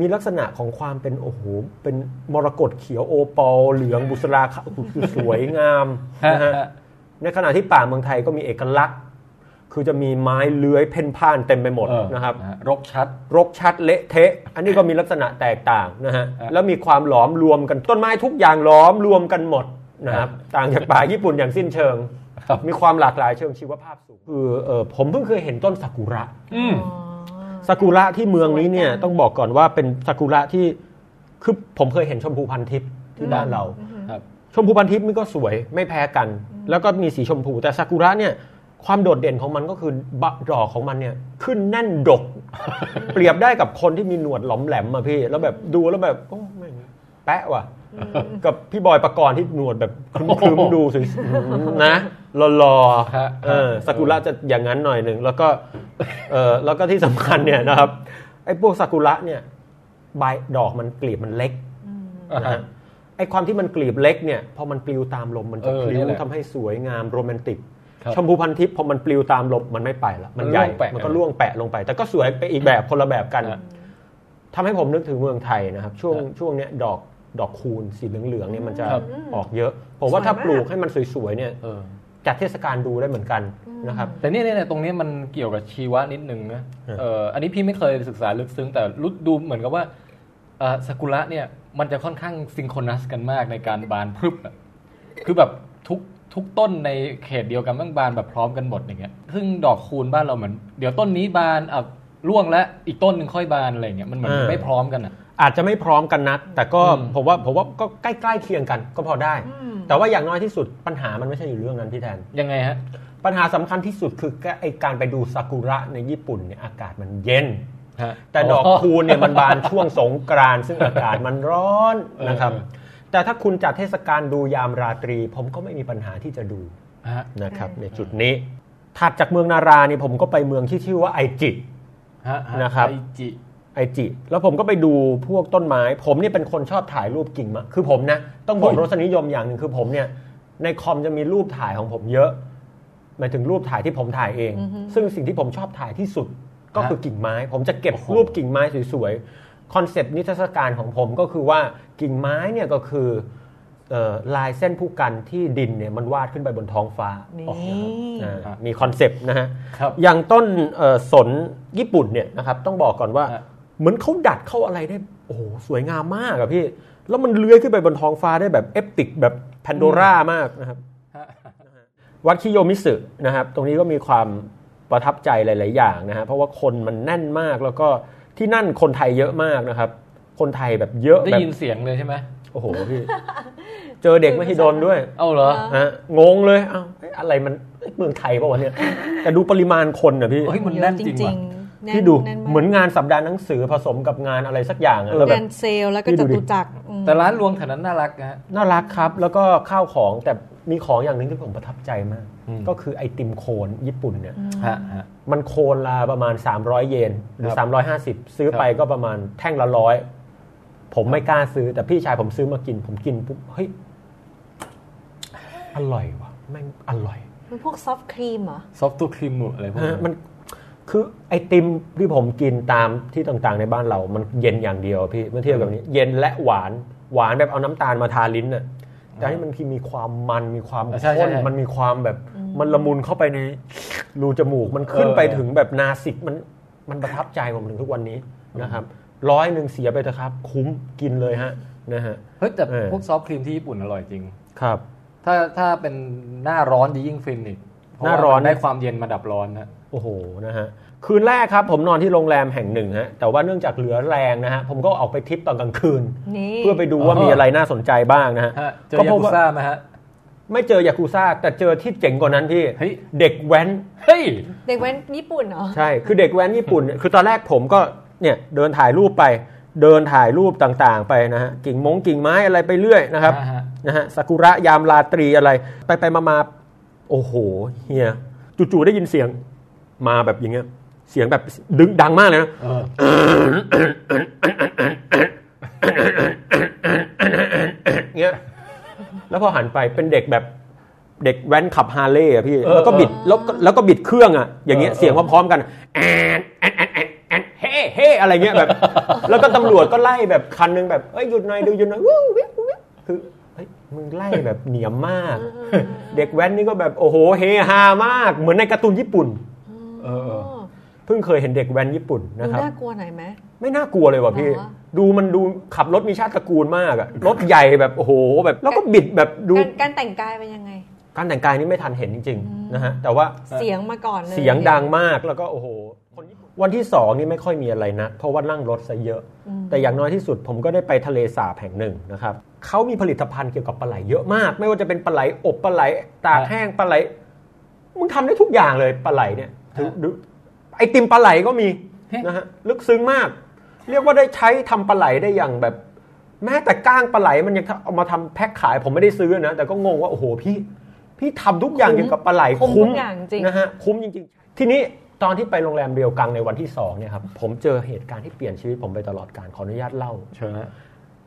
Speaker 5: มีลักษณะของความเป็นโอ้โหเป็นมรกตเขียวโอปอลเหลืองบุษราขาวโอ้โหคือสวย
Speaker 4: *laughs*
Speaker 5: งามนะฮะ ในขณะที่ป่าเมืองไทยก็มีเอกลักษณ์ คือจะมีไม้เลื้อยเพ่นพ่านเต็มไปหมด
Speaker 4: เออ
Speaker 5: นะครับ
Speaker 4: นะฮะ
Speaker 5: รกชัด รกชัดเละเทะ อันนี้ก็มีลักษณะแตก
Speaker 4: *laughs*
Speaker 5: ต่างนะฮะ
Speaker 4: ฮะ
Speaker 5: แล้วมีความหลอมรวมกัน ต้นไม้ทุกอย่างหลอมรวมกันหมด
Speaker 4: *laughs*
Speaker 5: นะครับ ต่างจากป่าญี่ปุ่นอย่างสิ้นเชิง
Speaker 4: ครับ
Speaker 5: มีความหลากหลายเชิงชีวภาพสูง คือเออผมเพิ่งเคยเห็นต้นซากุระ
Speaker 4: อืม
Speaker 5: ซากุระที่เมืองนี้เนี่ย
Speaker 2: สวยจัง
Speaker 5: ต้องบอกก่อนว่าเป็นซากุระที่คือผมเคยเห็นชมพูพันทิพย์ที่บ้านเรา
Speaker 4: ครับ
Speaker 5: ชมพูพันทิพย์มันก็สวยไม่แพ้กัน แล้วก็มีสีชมพู แต่ซากุระเนี่ยความโดดเด่นของมันก็คือบะดอกของมันเนี่ยขึ้นแน่นดก เปรียบได้กับคนที่มีหนวดหลอมแหลมอะพี่ แล้วแบบดูแล้วแบบโอ้แม่งแปะว่ะ กับพี่บอยประกรณ์ที่หนวดแบบคลึ้มๆดูสวยๆนะหล่อ
Speaker 4: ฮะ
Speaker 5: ๆเออซากุระจะอย่างนั้นหน่อยหนึ่งแล้วก็เออแล้วก็ที่สำคัญเนี่ยนะครับไอ้พวกซากุระเนี่ยใบดอกมันกลีบมันเล็ก
Speaker 4: อ่าฮะ
Speaker 5: ไอความที่มันกลีบเล็กเนี่ยพอมันปลิวตามลมมันจะ
Speaker 4: เออ
Speaker 5: พลิ้
Speaker 4: นี่
Speaker 5: ว
Speaker 4: แหละ
Speaker 5: ทำให้สวยงามโรแมนติก
Speaker 4: ครับ
Speaker 5: ชมพูพันทิพย์พอมันปลิวตามลมมันไม่ไปละมัน
Speaker 4: มัน
Speaker 5: ใหญ่
Speaker 4: ร่วงแปะ
Speaker 5: มันก็ล่วงแปะลงไป แต่ก็สวยไปอีกแบบคนละแบบกัน
Speaker 4: อ่ะ
Speaker 5: ทำให้ผมนึกถึงเมืองไทยนะครับ ช่วง
Speaker 4: ครับ
Speaker 5: ช่วงเนี้ยดอกดอกคูณสีเหลืองๆเนี่ยมันจะ
Speaker 4: ครับ
Speaker 5: ออกเยอะ ผมว่าถ้า
Speaker 2: สวยมาก
Speaker 5: ปลูกให้มันสวยๆเนี่ย
Speaker 4: เออ
Speaker 5: จัดเทศกาลดูได้เหมือนกันนะครับ
Speaker 4: แต่เนี่ยเนี่ยเนี่ยตรงเนี้ยมันเกี่ยวกับชีวะนิดนึงนะ
Speaker 5: เออ
Speaker 4: เอออันนี้พี่ไม่เคยศึกษาลึกซึ้ง แต่รู้ดูเหมือนกับว่าเอ่อซากุระเนี่ยมันจะค่อนข้างซิงโครนัสกันมากในการบานพรึบอะคือแบบทุก ทุกต้นในเขตเดียวกันแม่งบานแบบพร้อมกันหมดอย่างเงี้ยซึ่งดอกคูณบ้านเราเหมือน เดี๋ยวต้นนี้บานอ่ะร่วงแล้วอีกต้นหนึ่งค่อยบานอะไรเงี้ยมันเหมือน
Speaker 5: เออ
Speaker 4: ไม่พร้อมกันอ่ะ
Speaker 5: อาจจะไม่พร้อมกันนัก แต่ก็
Speaker 4: อืม
Speaker 5: ผมว่าผมว่าก็ใกล้ๆเคียงกันก็พอได้
Speaker 2: อืม
Speaker 5: แต่ว่าอย่างน้อยที่สุดปัญหามันไม่ใช่อยู่เรื่องนั้นพี่แทน
Speaker 4: ยังไงฮะ
Speaker 5: ปัญหาสำคัญที่สุดคือไอการไปดูซากุระในญี่ปุ่นเนี่ยอากาศมันเย็น แต่ดอกคูณเนี่ยมันบานช่วงสงกรานต์ซึ่งอากาศมันร้อน
Speaker 4: เออ
Speaker 5: นะครับ
Speaker 4: เออ
Speaker 5: แต่ถ้าคุณจัดเทศกาลดูยามราตรี ผมก็ไม่มีปัญหาที่จะดู
Speaker 4: ฮะ
Speaker 5: นะครับ
Speaker 2: ใช่
Speaker 5: ในจุดนี้ ถัดจากเมืองนาราเนี่ยผมก็ไปเมืองที่ชื่อว่าไอจิ
Speaker 4: ฮะฮ
Speaker 5: นะครับ
Speaker 4: ไอจิ
Speaker 5: ไอจิ แล้วผมก็ไปดูพวกต้นไม้ ผมเนี่ยเป็นคนชอบถ่ายรูปกิ่งมะคือผมนะ ต้องบอกรสนิยมอย่างหนึ่งคือผมเนี่ยในคอมจะมีรูปถ่ายของผมเยอะหมายถึงรูปถ่ายที่ผมถ่ายเอง
Speaker 2: อือฮึ
Speaker 5: ซึ่งสิ่งที่ผมชอบถ่ายที่สุดก็คือกิ่งไม้ ผมจะเก็บรูปกิ่งไม้สวยๆคอนเซปต์นิทรรศการของผมก็คือว่ากิ่งไม้เนี่ยก็คือเอ่อลายเส้นผู้กันที่ดินเนี่ยมันวาดขึ้นไปบนท้องฟ้า
Speaker 2: นี่
Speaker 5: โอ้โหอ่ามีคอนเซปต์นะฮะ
Speaker 4: ครับ
Speaker 5: อย่างต้นเอ่อสนญี่ปุ่นเนี่ยนะครับต้องบอกก่อนว่า
Speaker 4: ฮะ
Speaker 5: เหมือนเขาดัดเข้าอะไรได้โอ้โหสวยงามมากอะพี่ แล้วมันเลื้อยขึ้นไปบนท้องฟ้าได้แบบเอปติกแบบแพนโดร่ามากนะครับวัดคิโยมิสึนะครับตรงนี้ก็มีความประทับใจหลาย ๆ อย่างนะฮะเพราะว่าคนมันแน่นมากแล้วก็ที่นั่นคนไทยเยอะมากนะครับ คนไทยแบบเยอะ
Speaker 4: ได้
Speaker 5: แบบ
Speaker 4: ยินเสียงเลยใช่ไหม
Speaker 5: โอ้โหพี่ เจอเด็กไม่ฮิดน
Speaker 4: *laughs*
Speaker 5: ด้วย
Speaker 4: เอาเหรอ
Speaker 5: ฮะงงเลยอ้าวเอ๊ะอะไรมันเอ๊ะเมืองไทยป่าวะเนี่ย แต่ดูปริมาณคนนะพี่
Speaker 4: เฮ้ยมัน
Speaker 2: เย
Speaker 4: แน่
Speaker 2: อะ
Speaker 4: น
Speaker 2: จ
Speaker 4: จริง
Speaker 2: ริ
Speaker 4: ว่ะ
Speaker 2: งๆแน่น
Speaker 5: พี่ดู
Speaker 2: แาก
Speaker 5: เหมือนงานสัปดาห์หนังสือผสมกับงานอะไรสักอย่างอะแล้วแบ
Speaker 2: งา
Speaker 5: บ
Speaker 2: นเซลล์แล้วก็
Speaker 5: พี่
Speaker 2: จ
Speaker 5: ดูดิ
Speaker 2: ตุจักรอืม
Speaker 4: แต่ร้านรวงแถวนั้นน่ารักนะฮะ
Speaker 5: น่ารักครับ แล้วก็ข้าวของแต่มีของอย่างหนึ่งที่ผมประทับใจมาก
Speaker 4: อืม
Speaker 5: ก็คือไอติมโคนญี่ปุ่นเนี่ย
Speaker 4: ฮะฮะ
Speaker 5: มันโคนละประมาณ 300 เยนหรือ
Speaker 4: ครั
Speaker 5: 350 ซื้อ
Speaker 4: ครับ
Speaker 5: ไปก็ประมาณแท่งละร้อยผมไม่กล้าซื้อ แต่พี่ชายผมซื้อมากิน ผมกินปุ๊บเฮ้ยอร่อยว่ะแม่งอร่อย
Speaker 2: มันพวกซอฟต์ครีมเหรอ
Speaker 4: ซอฟต์ตัวครีมอะไรพวก
Speaker 5: ฮะ
Speaker 4: นี้
Speaker 5: มันคือไอติมที่ผมกินตามที่ต่างๆในบ้านเรา มันเย็นอย่างเดียวพี่เมื่อเทียบกับนี้ เย็นและหวานหวานแบบเอาน้ำตาลมาทาลิ้นน่ะแต่อันนี่มันคือมีความมันมีความ
Speaker 4: ใช่
Speaker 5: ข้
Speaker 4: ใช่
Speaker 5: น
Speaker 4: ใช่
Speaker 5: มันมีความแบบมันละมุนเข้าไปในรูจมูก มันขึ้นไป
Speaker 4: เออ
Speaker 5: ถึงแบบนาสิกมันมันประทับใจผมถึงทุกวันนี้นะครับร้อยหนึ่งเสียไปเถอะครับ คุ้มกินเลยฮะนะฮะ
Speaker 4: เฮ้ยแต่
Speaker 5: เออ
Speaker 4: พวกซอฟต์ครีมที่ญี่ปุ่นอร่อยจริง
Speaker 5: ครับ
Speaker 4: ถ้าถ้าเป็นหน้าร้อนจะยิ่งฟินอีกเพะว่
Speaker 5: หน้าร้อน
Speaker 4: มัได้ความเย็นมาดับร้อนนะ
Speaker 5: โอ้โห นะฮะ คืนแรกครับ ผมนอนที่โรงแรมแห่งหนึ่งฮะ แต่ว่าเนื่องจากเหลือแรงนะฮะ ผมก็ออกไปทริปตอนกลางคืน
Speaker 2: นี่
Speaker 5: เพื่อไปดูว่า
Speaker 4: อ๋อ
Speaker 5: มีอะไรน่าสนใจบ้างนะฮะ
Speaker 4: ฮะเจอ
Speaker 5: ก็
Speaker 4: ยา
Speaker 5: พบ
Speaker 4: กุ
Speaker 5: ว่า
Speaker 4: ซ่าไหมฮะ
Speaker 5: ไม่เจอยากูซ่า แต่เจอที่เจ๋งกว่านั้นพี่
Speaker 4: เฮ้ย
Speaker 5: เด็กแว้น
Speaker 4: เฮ้ย
Speaker 2: เด็กแว้นญี่ปุ่นเหรอ
Speaker 5: ใช่ คือเด็กแว้นญี่ปุ่น คือตอนแรกผมก็เนี่ยเดินถ่ายรูปไป เดินถ่ายรูปต่างๆ ไปนะฮะ กิ่งมงกิ่งไม้อะไรไปเรื่อยนะครับ
Speaker 4: อ่าฮะ
Speaker 5: นะฮะซากุระยามราตรีอะไร ไปไปมามาโอ้โหเฮียจู่ๆได้ยินเสียงมาแบบอย่างเงี้ย เสียงแบบดึงดังมากเลยนะ
Speaker 4: เออ
Speaker 5: เงี้ย แล้วพอหันไปเป็นเด็กแบบเด็กแว้นขับฮาร์เลย์อะพี่ แล้วก็บิดแล้วก็แล้วก็บิดเครื่องอะอย่างเงี้ยเสียงพร้อมๆกันแอนแอนแอนแอนแอนเฮ้เฮ้อะไรเงี้ยแบบ *laughs* แล้วก็ตำรวจก็ไล่แบบคันหนึงแบบเอ้ยหยุดหน่อยดูหยุดหน่อยวู้วิววิวคือเฮ้ยมึงไล่แบบเหนียมมาก เด็กแว้นนี่ก็แบบโอ้โหเฮฮามาก เหมือนในการ์ตูนญี่ปุ่น
Speaker 4: เออเออ
Speaker 5: เพิ่งเคยเห็นเด็กแว้นญี่ปุ่น
Speaker 2: ดู
Speaker 5: นะครับ
Speaker 2: น่ากลัวหน่อยไหม
Speaker 5: ไม่น่ากลัวเลยว่ะพี่
Speaker 2: หรอ
Speaker 5: ดูมันดูขับรถมีชาติตระกูลมากอะรถใหญ่แบบโอ้โหแบบแล้วก็บิดแบบดู
Speaker 2: การการแต่งกายเป็นยังไง
Speaker 5: การแต่งกายนี่ไม่ทันเห็นจริงๆนะฮะแต่ว่า
Speaker 2: เสียงมาก่อนเลย
Speaker 5: เสียงดังมากแล้วก็โอ้โหคนญี่ปุ่นวันที่สองนี่ไม่ค่อยมีอะไรนะเพราะว่านั่งรถซะเยอะ แต่อย่างน้อยที่สุดผมก็ได้ไปทะเลสาบแห่งหนึ่งนะครับเขามีผลิตภัณฑ์เกี่ยวกับปลาไหลเยอะมาก ไม่ว่าจะเป็นปลาไหลอบปลาไหลตากแห้งปลาไหลมึงทำได้ทุกอย่างเลยปลาไหลเนี่ยถึงดูไอติมปลาไหลก็มี
Speaker 4: เฮ้
Speaker 5: นะฮะลึกซึ้งมาก เรียกว่าได้ใช้ทำปลาไหลได้อย่างแบบ แม้แต่ก้างปลาไหลมันยังเอามาทำแพ็คขายผมไม่ได้ซื้อนะแต่ก็งงว่าโอ้โหพี่ พี่ทำทุกอย่างเกี่ยวกับปลาไหล
Speaker 2: คุ้มทุกอย่างจริง
Speaker 5: นะฮะคุ้มจริงๆ ทีนี้ตอนที่ไปโรงแรมเรียวกังในวันที่สองเนี่ยครับผมเจอเหตุการณ์ที่เปลี่ยนชีวิตผมไปตลอดการขออนุญาตเล่า
Speaker 4: เชิญฮะ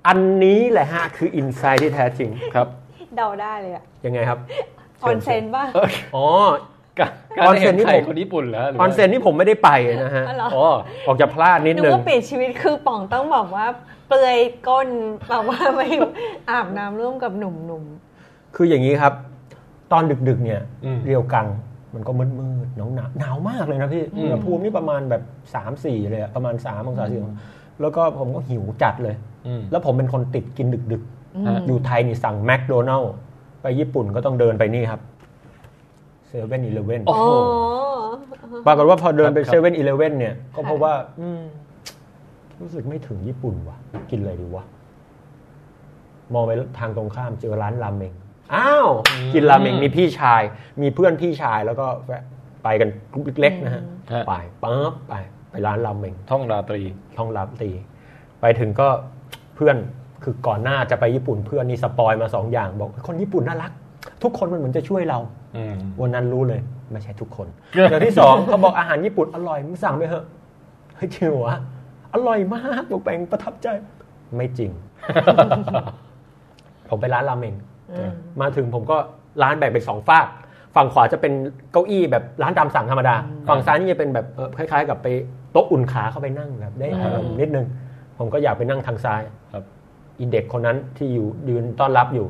Speaker 5: อันนี้แหละฮะคืออินไซต์ที่แท้จริง
Speaker 4: *laughs* ครับ
Speaker 2: เดาได้เลยอะ
Speaker 5: ยังไงครับ
Speaker 2: ออนเซนบ้าง
Speaker 5: อ๋อ
Speaker 4: การ
Speaker 5: ออนเซ็นนี่ผม
Speaker 4: ห็ใครคนญี่ปุ่นเหรอหรื
Speaker 5: ออนเซ็นนี่ผมไม่ได้ไปนะฮะ
Speaker 2: อ๋อเหรอ
Speaker 5: อ๋อออกจะพลาดนิด
Speaker 2: นึก
Speaker 5: นึง
Speaker 2: ว่าเปลี่ยนชีวิตคือป่องต้องบอกว่า เปลือยก้นแบบว่าไปอาบน้ำร่วมกับหนุ่ม
Speaker 5: คืออย่างนี้ครับ ตอนดึกๆเนี่ย
Speaker 4: อืม
Speaker 5: เรียวกังมันก็มืดมืดหนาวหนาวหนาวมากเลยนะพี่
Speaker 4: อืม
Speaker 5: อุณหภูมินี่ประมาณแบบ3ามสี่เลยอะประมาณ3ามองศาสี่แล้วก็ผมก็หิวจัดเลย
Speaker 4: อืม
Speaker 5: แล้วผมเป็นคนติดกินดึก
Speaker 2: ๆอืม
Speaker 4: ฮะ
Speaker 5: ๆ อยู่ไทยนี่สั่งแมคโดนัลล์ ไปญี่ปุ่นก็ต้องเดินไปนี่ครับเซเว่นอีเลเว่น
Speaker 4: โอ้โห
Speaker 5: ปรากฏว่าพอเดินไป
Speaker 4: ครับ
Speaker 5: เซเว่นอีเลเว่นเนี่ย ก็เพราะว่า อืมรู้สึกไม่ถึงญี่ปุ่นว่ะ กินอะไรดีวะ มองไปทางตรงข้ามเจอร้านรามเมงอ้าว กินรามเมงมีพี่ชาย มีเพื่อนพี่ชายแล้วก็แวะไปกันกลุ่มเล็กๆนะฮะ
Speaker 4: ฮะ
Speaker 5: ไปปั๊บไป ไปร้านรามเมง
Speaker 4: ท่องราตรี
Speaker 5: ท้องรับตี ไปถึงก็เพื่อนคือก่อนหน้าจะไปญี่ปุ่นเพื่อนนี่สปอยมาสองอย่างบอกคนญี่ปุ่นน่ารัก ทุกคนมันเหมือนจะช่วยเรา
Speaker 4: อืม
Speaker 5: วันนั้นรู้เลยไม่ใช่ทุกคน อย่างที่สองเขาบอกอาหารญี่ปุ่นอร่อยมึงสั่งไปเถอะเฮ้ยจริงเหรอวะอร่อยมากบอกแปงประทับใจ ไม่จริง *laughs* ผมไปร้านราเมง
Speaker 2: อืม
Speaker 5: มาถึงผมก็ร้านแบ่งเป็นสองฝากฝั่งขวาจะเป็นเก้าอี้แบบร้านตามสั่งธรรมดา ฝั่งซ้ายนี่จะเป็นแบบเอ่อคล้าย ๆ กับไปโต๊ะอุ่นขาเข้าไปนั่งแบบได้อารมณ์นิดนึง ผมก็อยากไปนั่งทางซ้าย
Speaker 4: ครับ
Speaker 5: อีเด็กคนนั้นที่อยู่ยืนต้อนรับอยู่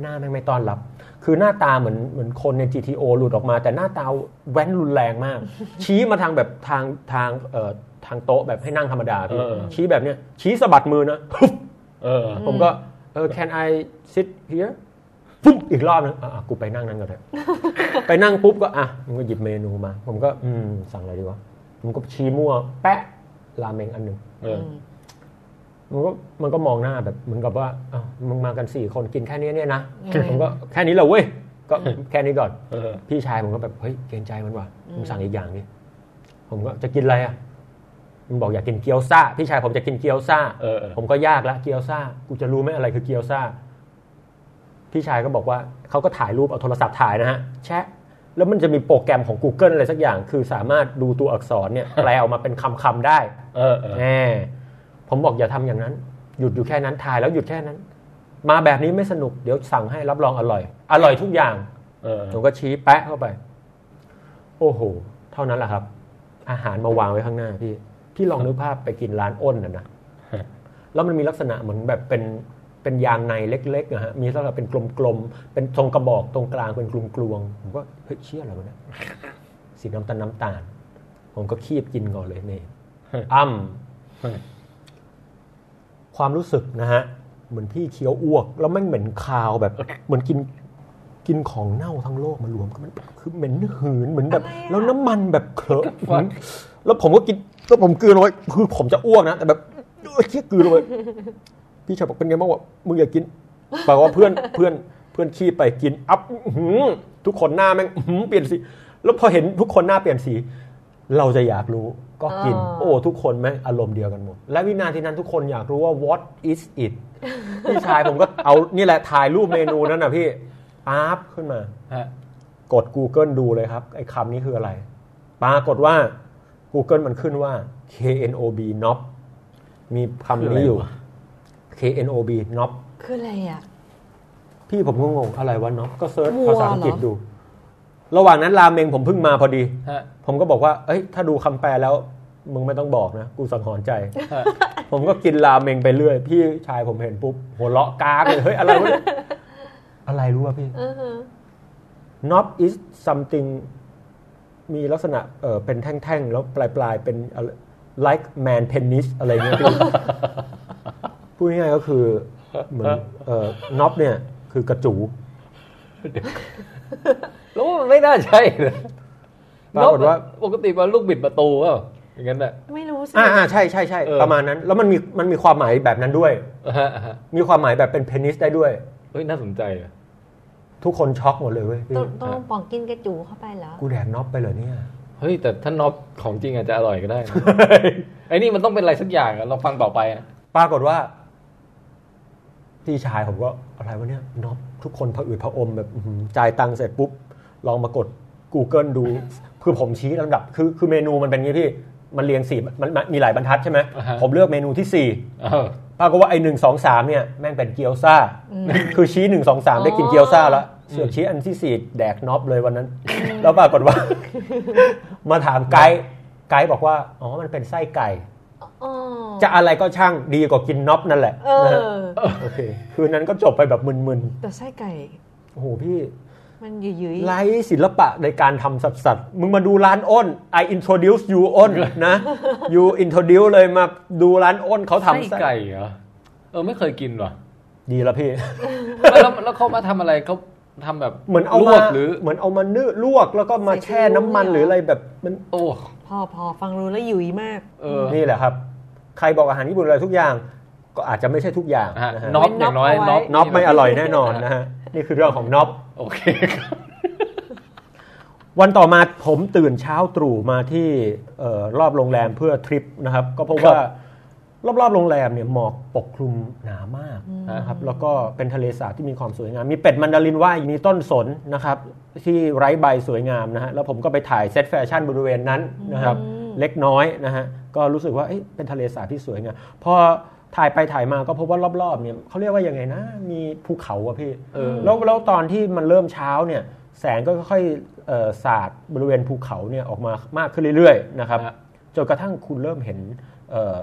Speaker 5: หน้าแม่งไม่ต้อนรับ คือหน้าตาเหมือนเหมือนคนใน GTO หลุดออกมา แต่หน้าตาแว้นรุนแรง
Speaker 4: *laughs*
Speaker 5: มาก ชี้มาทางแบบทางทางเอ่อทางโต๊ะแบบให้นั่งธรรมดาพี่
Speaker 4: เออ
Speaker 5: ชี้แบบเนี้ยชี้สะบัดมือนะ *laughs*
Speaker 4: เออ
Speaker 5: ผมก็เออ can I sit here ปุ๊บอีกรอบนึงอ่ะอ่ะกูไปนั่งนั้นก่อนเถอะ ไปนั่งปุ๊บก็อ่ะมันก็หยิบเมนูมา ผมก็อืมสั่งอะไรดีวะมันก็ชี้มั่ว แปะราเมงอันหนึ่ง
Speaker 4: เออ
Speaker 5: มันก็มันก็มองหน้าแบบเหมือนกับว่าอ้าวมึงมากันสี่คนกินแค่นี้เนี่ยนะ
Speaker 2: อืม
Speaker 5: ผมก็แค่นี้แหละเว้ย
Speaker 4: *laughs*
Speaker 5: ก็ แค่นี้ก่อน
Speaker 4: เออ
Speaker 5: พี่ชายผมก็แบบเฮ้ยเกรงใจมันว่ะมึงสั่งอีกอย่างดิผมก็จะกินอะไรอ่ะมันบอกอยากกินเกี๊ยวซ่า พี่ชายผมจะกินเกี๊ยวซ่า
Speaker 4: เออเออ
Speaker 5: ผมก็ยากละเกี๊ยวซ่า กูจะรู้ไหมอะไรคือเกี๊ยวซ่า พี่ชายก็บอกว่าเขาก็ถ่ายรูปเอาโทรศัพท์ถ่ายนะฮะแชะ แล้วมันจะมีโปรแกรมของ Google อะไรสักอย่าง คือสามารถดูตัวอักษรเนี่ยแปลออกมาเป็นคำๆได้
Speaker 4: เออเออ
Speaker 5: แน่ผมบอกอย่าทำอย่างนั้น หยุดอยู่แค่นั้นถ่ายแล้วหยุดแค่นั้น มาแบบนี้ไม่สนุกเดี๋ยวสั่งให้รับรองอร่อย อร่อยทุกอย่าง
Speaker 4: เออ
Speaker 5: ผมก็ชี้แปะเข้าไป โอ้โห เท่านั้นแหละครับ อาหารมาวางไว้ข้างหน้าพี่พี่ลองนึกภาพไปกินร้านอ้น
Speaker 4: *laughs*
Speaker 5: นะนะ
Speaker 4: ฮะ
Speaker 5: แล้วมันมีลักษณะเหมือนแบบเป็นเป็นยางในเล็กๆนะฮะมีลักษณะเป็นกลมๆเป็นทรงกระบอกตรงกลางเป็นกลวงๆผมก็เฮ้ยเชี่ยอะไรวะเนี่ยสีน้ำตาลน้ำตาล ผมก็คีบกินก่อนเลย *laughs* นี่ อ้ำ ความรู้สึกนะฮะ เหมือนพี่เคี้ยวอ้วก แล้วแม่งเหม็นคาวแบบ เหมือนกินกินของเน่าทั้งโลกมารวมกันมันคือเหม็นหืนเหมือนแบบ
Speaker 2: อะไรอะ
Speaker 5: แล้วน้ำมันแบบเค *laughs* ลอะแล้วผมก็กินแล้วผมกลืนลงไปคือผมจะอ้วกนะ แต่แบบเอ้ยเคี้ยกลืนลงไป *laughs* พี่ชายบอกเป็นไงบ้างวะมึงอย่ากินแปลว่าเพื่อนเพื่อนเพื่อนขี้ไปกินอัพอื้อหือทุกคนหน้าแม่งอื้อหือเปลี่ยนสีแล้วพอเห็นทุกคนหน้าเปลี่ยนสี เราจะอยากรู้ก็กิน
Speaker 2: อ๋อ
Speaker 5: โอ้ ทุกคนแม่งอารมณ์เดียวกันหมด และวินาทีนั้นทุกคนอยากรู้ว่า what is it พี่ชายผมก็เอานี่แหละถ่ายรูปเมนูนั้นนะพี่ปั๊บขึ้นมา
Speaker 4: ฮะ
Speaker 5: กด Google ดูเลยครับ ไอ้คำนี้คืออะไร ปรากฏว่า Google มันขึ้นว่า KNOB knob มีคำนี้อยู่
Speaker 4: คืออะไรวะ
Speaker 5: KNOB knob
Speaker 2: คืออะไรอ่ะ
Speaker 5: พี่ผมก็งงอะไรวะน็อบก็เซิร์ช
Speaker 2: วัว
Speaker 5: ภาษาอังกฤษ
Speaker 2: เหรอ
Speaker 5: ดู ระหว่างนั้นราเมงผมเพิ่งมาพอดี
Speaker 4: ฮะ
Speaker 5: ผมก็บอกว่า เอ้ย ถ้าดูคำแปลแล้ว มึงไม่ต้องบอกนะ กูสังหรณ์ใจ
Speaker 4: ฮะ
Speaker 5: ผมก็กินราเมงไปเรื่อย พี่ชายผมเห็นปุ๊บ หัวเราะกากเลย เฮ้ย อะไรวะเนี่ยอะไรรู้ป่ะพี่
Speaker 2: อือฮึ
Speaker 5: not is something มีลักษณะเออเป็นแท่งๆ แล้วปลายๆ เป็นอะไร like man penis อะไรเงี้ย *laughs* พี่ พูดง่ายๆก็คือเหมือนเออ knob เนี่ย คือกระจู
Speaker 4: แล้วมันไม่น่าใช่เลย
Speaker 5: ปรากฏว่า
Speaker 4: ปกติมันลูกบิดประตูเปล่าอย่างนั้นแหละ
Speaker 2: ไม่รู้สิ
Speaker 5: อ่าๆใช่ใช่ใช่
Speaker 4: เออ
Speaker 5: ประมาณนั้น แล้วมันมีมันมีความหมายแบบนั้นด้วย
Speaker 4: ฮะฮะ
Speaker 5: มีความหมายแบบเป็นเพนิสได้ด้วย
Speaker 4: เฮ้ยน่าสนใจอะ
Speaker 5: ทุกคนช็อกหมดเลยเว้ยพี่
Speaker 2: ต้องต้องป่องกินกระจูเข้าไปเหรอ
Speaker 5: กูแดกน็อปไปเหรอเนี่ย
Speaker 4: เฮ้ย แต่ถ้าน็อบของจริงอาจจะอร่อยก็ได้นะ ไอ้นี่มันต้องเป็นอะไรสักอย่างอะลองฟังต่อไปนะ
Speaker 5: ปรากฏว่า พี่ชายผมก็อะไรวะเนี่ยน็อปทุกคนผะอืดผะอมแบบอื้อหือจ่ายตังค์เสร็จปุ๊บ ลองมากด Google ดู คือผมชี้ลำดับ คือคือเมนูมันเป็นอย่างงี้พี่ มันเรียงสี่มันมันมีหลายบรรทัดใช่ไหม
Speaker 4: อ่าฮะ
Speaker 5: ผมเลือกเมนูที่สี่
Speaker 4: เออ
Speaker 5: ปรากฏว่าไอ้หนึ่งสองสามเนี่ยแม่งเป็นเกี๊ยวซ่า คือชี้หนึ่งสองสามได้กินเกี๊ยวซ่าแล้วเสือกชี้อันที่สี่แดกน็อบเลยวันนั้น แล้วปรากฏว่า มาถามไกด์ไกด์บอกว่า อ๋อ มันเป็นไส้ไก่
Speaker 2: อ๋อ
Speaker 5: จะอะไรก็ช่างดีกว่ากินน็อบนั่นแหละ
Speaker 2: เอ
Speaker 5: นะฮะ
Speaker 2: อ
Speaker 5: โอเค คืนนั้นก็จบไปแบบมึน
Speaker 2: แต่ไส้ไก่
Speaker 5: ๆ โอ้โหพี่
Speaker 2: มันหยุย
Speaker 5: ไร้ศิลปะในการทำสัตว์สัตว์มึงมาดูร้านอ้น I introduce you อ้นนะ you introduce เลยมาดูร้านอ้นเขา
Speaker 4: ไส้
Speaker 5: ทำ
Speaker 4: ไก่เหรอ เออไม่เคยกินว่ะ
Speaker 5: ดีแล้วพี่
Speaker 4: แล้วแล้วแล้วเขามาทำอะไรเขา ทำแบบ
Speaker 5: เหมือนเอา
Speaker 4: ล
Speaker 5: มาว
Speaker 4: กหรือ
Speaker 5: เหมือนเอามานึ่งลวกแล้วก็มาแช่น้ำมันหรืออะไรแบบมัน
Speaker 4: โอ้
Speaker 2: พอพอฟังรู้แล้วหยุยมาก
Speaker 4: เออ
Speaker 5: นี่แหละครับ ใครบอกอาหารญี่ปุ่นอร่อยทุกอย่าง ก็อาจจะไม่ใช่ทุกอย่าง
Speaker 4: นะฮะ
Speaker 5: นะฮะ
Speaker 4: น็อปอย่างน้อยน็อป
Speaker 5: น็อปไม่อร่อยแน่นอนนะฮะ นี่คือเรื่องของน็อป
Speaker 4: โอเคครับ
Speaker 5: วันต่อมาผมตื่นเช้าตรู่มาที่เอ่อรอบโรงแรมเพื่อทริปนะครับ ก็พบว่ารอบๆโรงแรมเนี่ยหมอกปกคลุมหนามากนะครับแล้วก็เป็นทะเลสาบที่มีความสวยงาม มีเป็ดมันดารินว่ายมีต้นสนนะครับ ที่ไร้ใบสวยงามนะฮะแล้วผมก็ไปถ่ายเซตแฟชั่นบริเวณนั้นนะครับ
Speaker 2: อืม
Speaker 5: เล็กน้อยนะฮะก็รู้สึกว่าเอ๊ะเป็นทะเลสาบที่สวยงามพอถ่ายไปถ่ายมาก็พบว่ารอบๆเนี่ยเขาเรียกว่ายังไงนะ มีภูเขาอะพี่
Speaker 4: เออ
Speaker 5: แล้วแล้วตอนที่มันเริ่มเช้าเนี่ยแสงก็ค่อยๆเอ่อสาดบริเวณภูเขาเนี่ยออกมามากขึ้นเรื่อยๆนะครับ
Speaker 4: ฮะ
Speaker 5: จนกระทั่งคุณเริ่มเห็นเอ่อ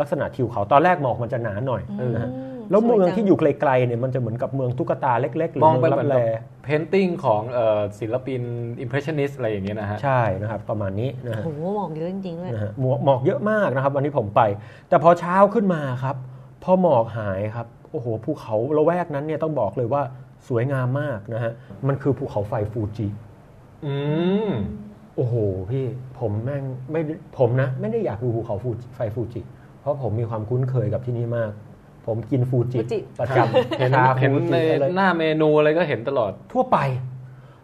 Speaker 5: ลักษณะทิวเขาตอนแรกหมอกมันจะหนาหน่อยนะฮะแล้วเมืองที่อยู่ไกลๆเนี่ยมันจะเหมือนกับเมืองตุ๊กตาเล็กๆหรื
Speaker 4: ม
Speaker 5: อ
Speaker 4: องไป
Speaker 5: เมือง
Speaker 4: เหมือบ น
Speaker 5: ลัแล
Speaker 4: แบบเพนติ้งของเอ่อศิลปินอิมเพรสชันนิสอะไรอย่างเงี้ยนะฮะ
Speaker 5: ใช่นะครับประมาณนี้นะฮะ
Speaker 2: โหหมอกเยอะจริงๆด้วย
Speaker 5: นะฮะหมอกหมอกเยอะมากนะครับ วันนี้ผมไป แต่พอเช้าขึ้นมาครับ พอหมอกหายครับโอ้โหภูเขาละแวกนั้นเนี่ยต้องบอกเลยว่าสวยงามมากนะฮะมันคือภูเขาไฟฟูจิ
Speaker 4: อืม
Speaker 5: โอ้โหพี่ผมแม่งไม่ผมนะ ไม่ได้อยากดูภูเขาฟูจิไฟฟูจิ เพราะผมมีความคุ้นเคยกับที่นี่มาก ผมกินฟูจิประจำ
Speaker 4: เห็น
Speaker 5: ชา
Speaker 4: เห็น
Speaker 5: ฟู
Speaker 4: ใน
Speaker 5: จิอะไร
Speaker 4: หน้าเมนูอะไรก็เห็นตลอด
Speaker 5: ทั่วไป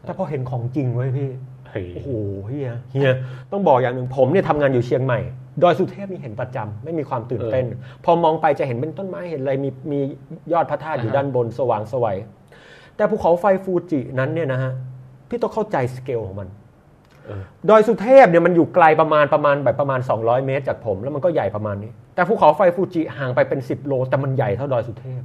Speaker 5: แต่พอเห็นของจริงเว้ยพี่
Speaker 4: เฮ้ย
Speaker 5: โอ้โหเฮียเฮียต้องบอกอย่างหนึ่งผมเนี่ยทำงานอยู่เชียงใหม่ ดอยสุเทพนี่เห็นประจำไม่มีความตื่นเต้น พอมองไปจะเห็นเป็นต้นไม้เห็นอะไรมีมียอดพระธาตุอยู่ด้านบนสว่างสวัย แต่ภูเขาไฟฟูจินั้นเนี่ยนะฮะพี่ต้องเข้าใจสเกลของมันดอยสุเทพเนี่ยมันอยู่ไกลประมาณประมาณแบบประมาณ 200 เมตรจากผมแล้วมันก็ใหญ่ประมาณนี้ แต่ภูเขาไฟฟูจิห่างไปเป็น 10 โล แต่มันใหญ่เท่าดอยสุเทพ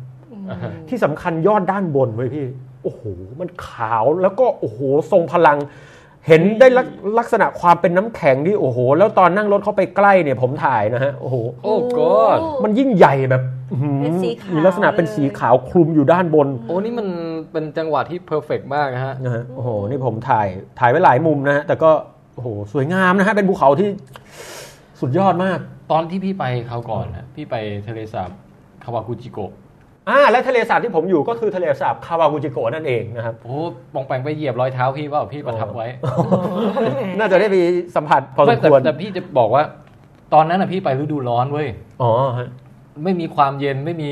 Speaker 5: ที่สำคัญยอดด้านบนเว้ยพี่ โอ้โห มันขาวแล้วก็โอ้โหทรงพลัง เห็นได้ลักลักษณะความเป็นน้ำแข็งที่โอ้โห แล้วตอนนั่งรถเข้าไปใกล้เนี่ยผมถ่ายนะฮะ โอ้โห
Speaker 4: โอ้ก็
Speaker 5: มันยิ่งใหญ่แบบอื้อหือ
Speaker 2: เป็นสีขาว
Speaker 5: มีลักษณะเป็นสีขาวคลุมอยู่ด้านบน
Speaker 4: โอ้นี่มันเป็นจังหวะที่เพอร์เฟกมากนะฮะ
Speaker 5: นะฮะโอ้โห นี่ผมถ่ายถ่ายไว้หลายมุมนะฮะ แต่ก็โอ้โห สวยงามนะฮะ เป็นภูเขาที่สุดยอดมาก
Speaker 4: ตอนที่พี่ไปคราวก่อนนะพี่ไปทะเลสาบคาวากุจิโกะ
Speaker 5: อ่าและทะเลสาบที่ผมอยู่ก็คือทะเลสาบคาวากุจิโกะนั่นเองนะครับ
Speaker 4: โอ้ปองแปงไปเหยียบรอยเท้าพี่ว่าพี่ประทับไว้
Speaker 5: น่าจะได้ไปสัมผัสพอส
Speaker 4: ไม่
Speaker 5: ม
Speaker 4: แต่
Speaker 5: ควร
Speaker 4: แต่พี่จะบอกว่า ตอนนั้นน่ะพี่ไปฤดูร้อนเว้ย
Speaker 5: อ๋อฮะ
Speaker 4: ไม่มีความเย็นไม่มี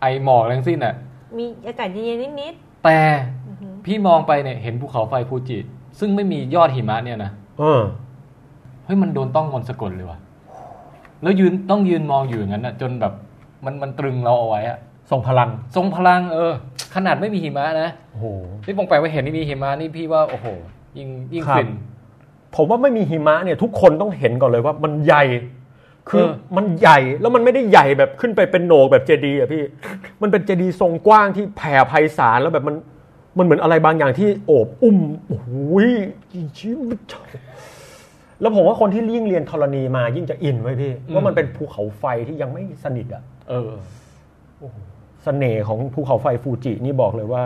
Speaker 4: ไอหมอกอะไรทั้งสิ้นอ่ะ
Speaker 2: มีอากาศเย็นๆนิด
Speaker 4: แต่พี่มองไปเนี่ยเห็นภูเขาไฟฟูจิ ซึ่งไม่มียอดหิมะเนี่ยนะ
Speaker 5: เออ
Speaker 4: เฮ้ยมันโดนต้องมนต์สะกดเลยว่ะ แล้วยืนต้องยืนมองอยู่อย่างนั้นน่ะ จนแบบมันมันตรึงเราเอาไว้อะ
Speaker 5: ส่งพลัง
Speaker 4: ทรงพลังเออ ขนาดไม่มีหิมะนะ
Speaker 5: โอ้โห
Speaker 4: นี่ปองแปลว่าเห็นนี่มีหิมะนี่พี่ว่าโอ้โห ยิ่งยิ่ง
Speaker 5: ครับ
Speaker 4: ฟิน
Speaker 5: ผมว่าไม่มีหิมะเนี่ยทุกคนต้องเห็นก่อนเลยว่ามันใหญ่ คือ
Speaker 4: เออ
Speaker 5: มันใหญ่แล้วมันไม่ได้ใหญ่แบบขึ้นไปเป็นโหนกแบบเจดีย์อะพี่
Speaker 4: *laughs*
Speaker 5: มันเป็นเจดีย์ทรงกว้างที่แผ่ไพศาลแล้วแบบมันมันเหมือนอะไรบางอย่างที่โอบอุ้มโอ้โหชิ้นแล้วผมว่าคนที่ยิ่งเรียนธรณีมายิ่งจะอินไว้ยพี่ว่ามันเป็นภูเขาไฟที่ยังไม่สนิทอะ
Speaker 4: เออ
Speaker 5: เสน่ห์ของภูเขาไฟฟูจินี่บอกเลยว่า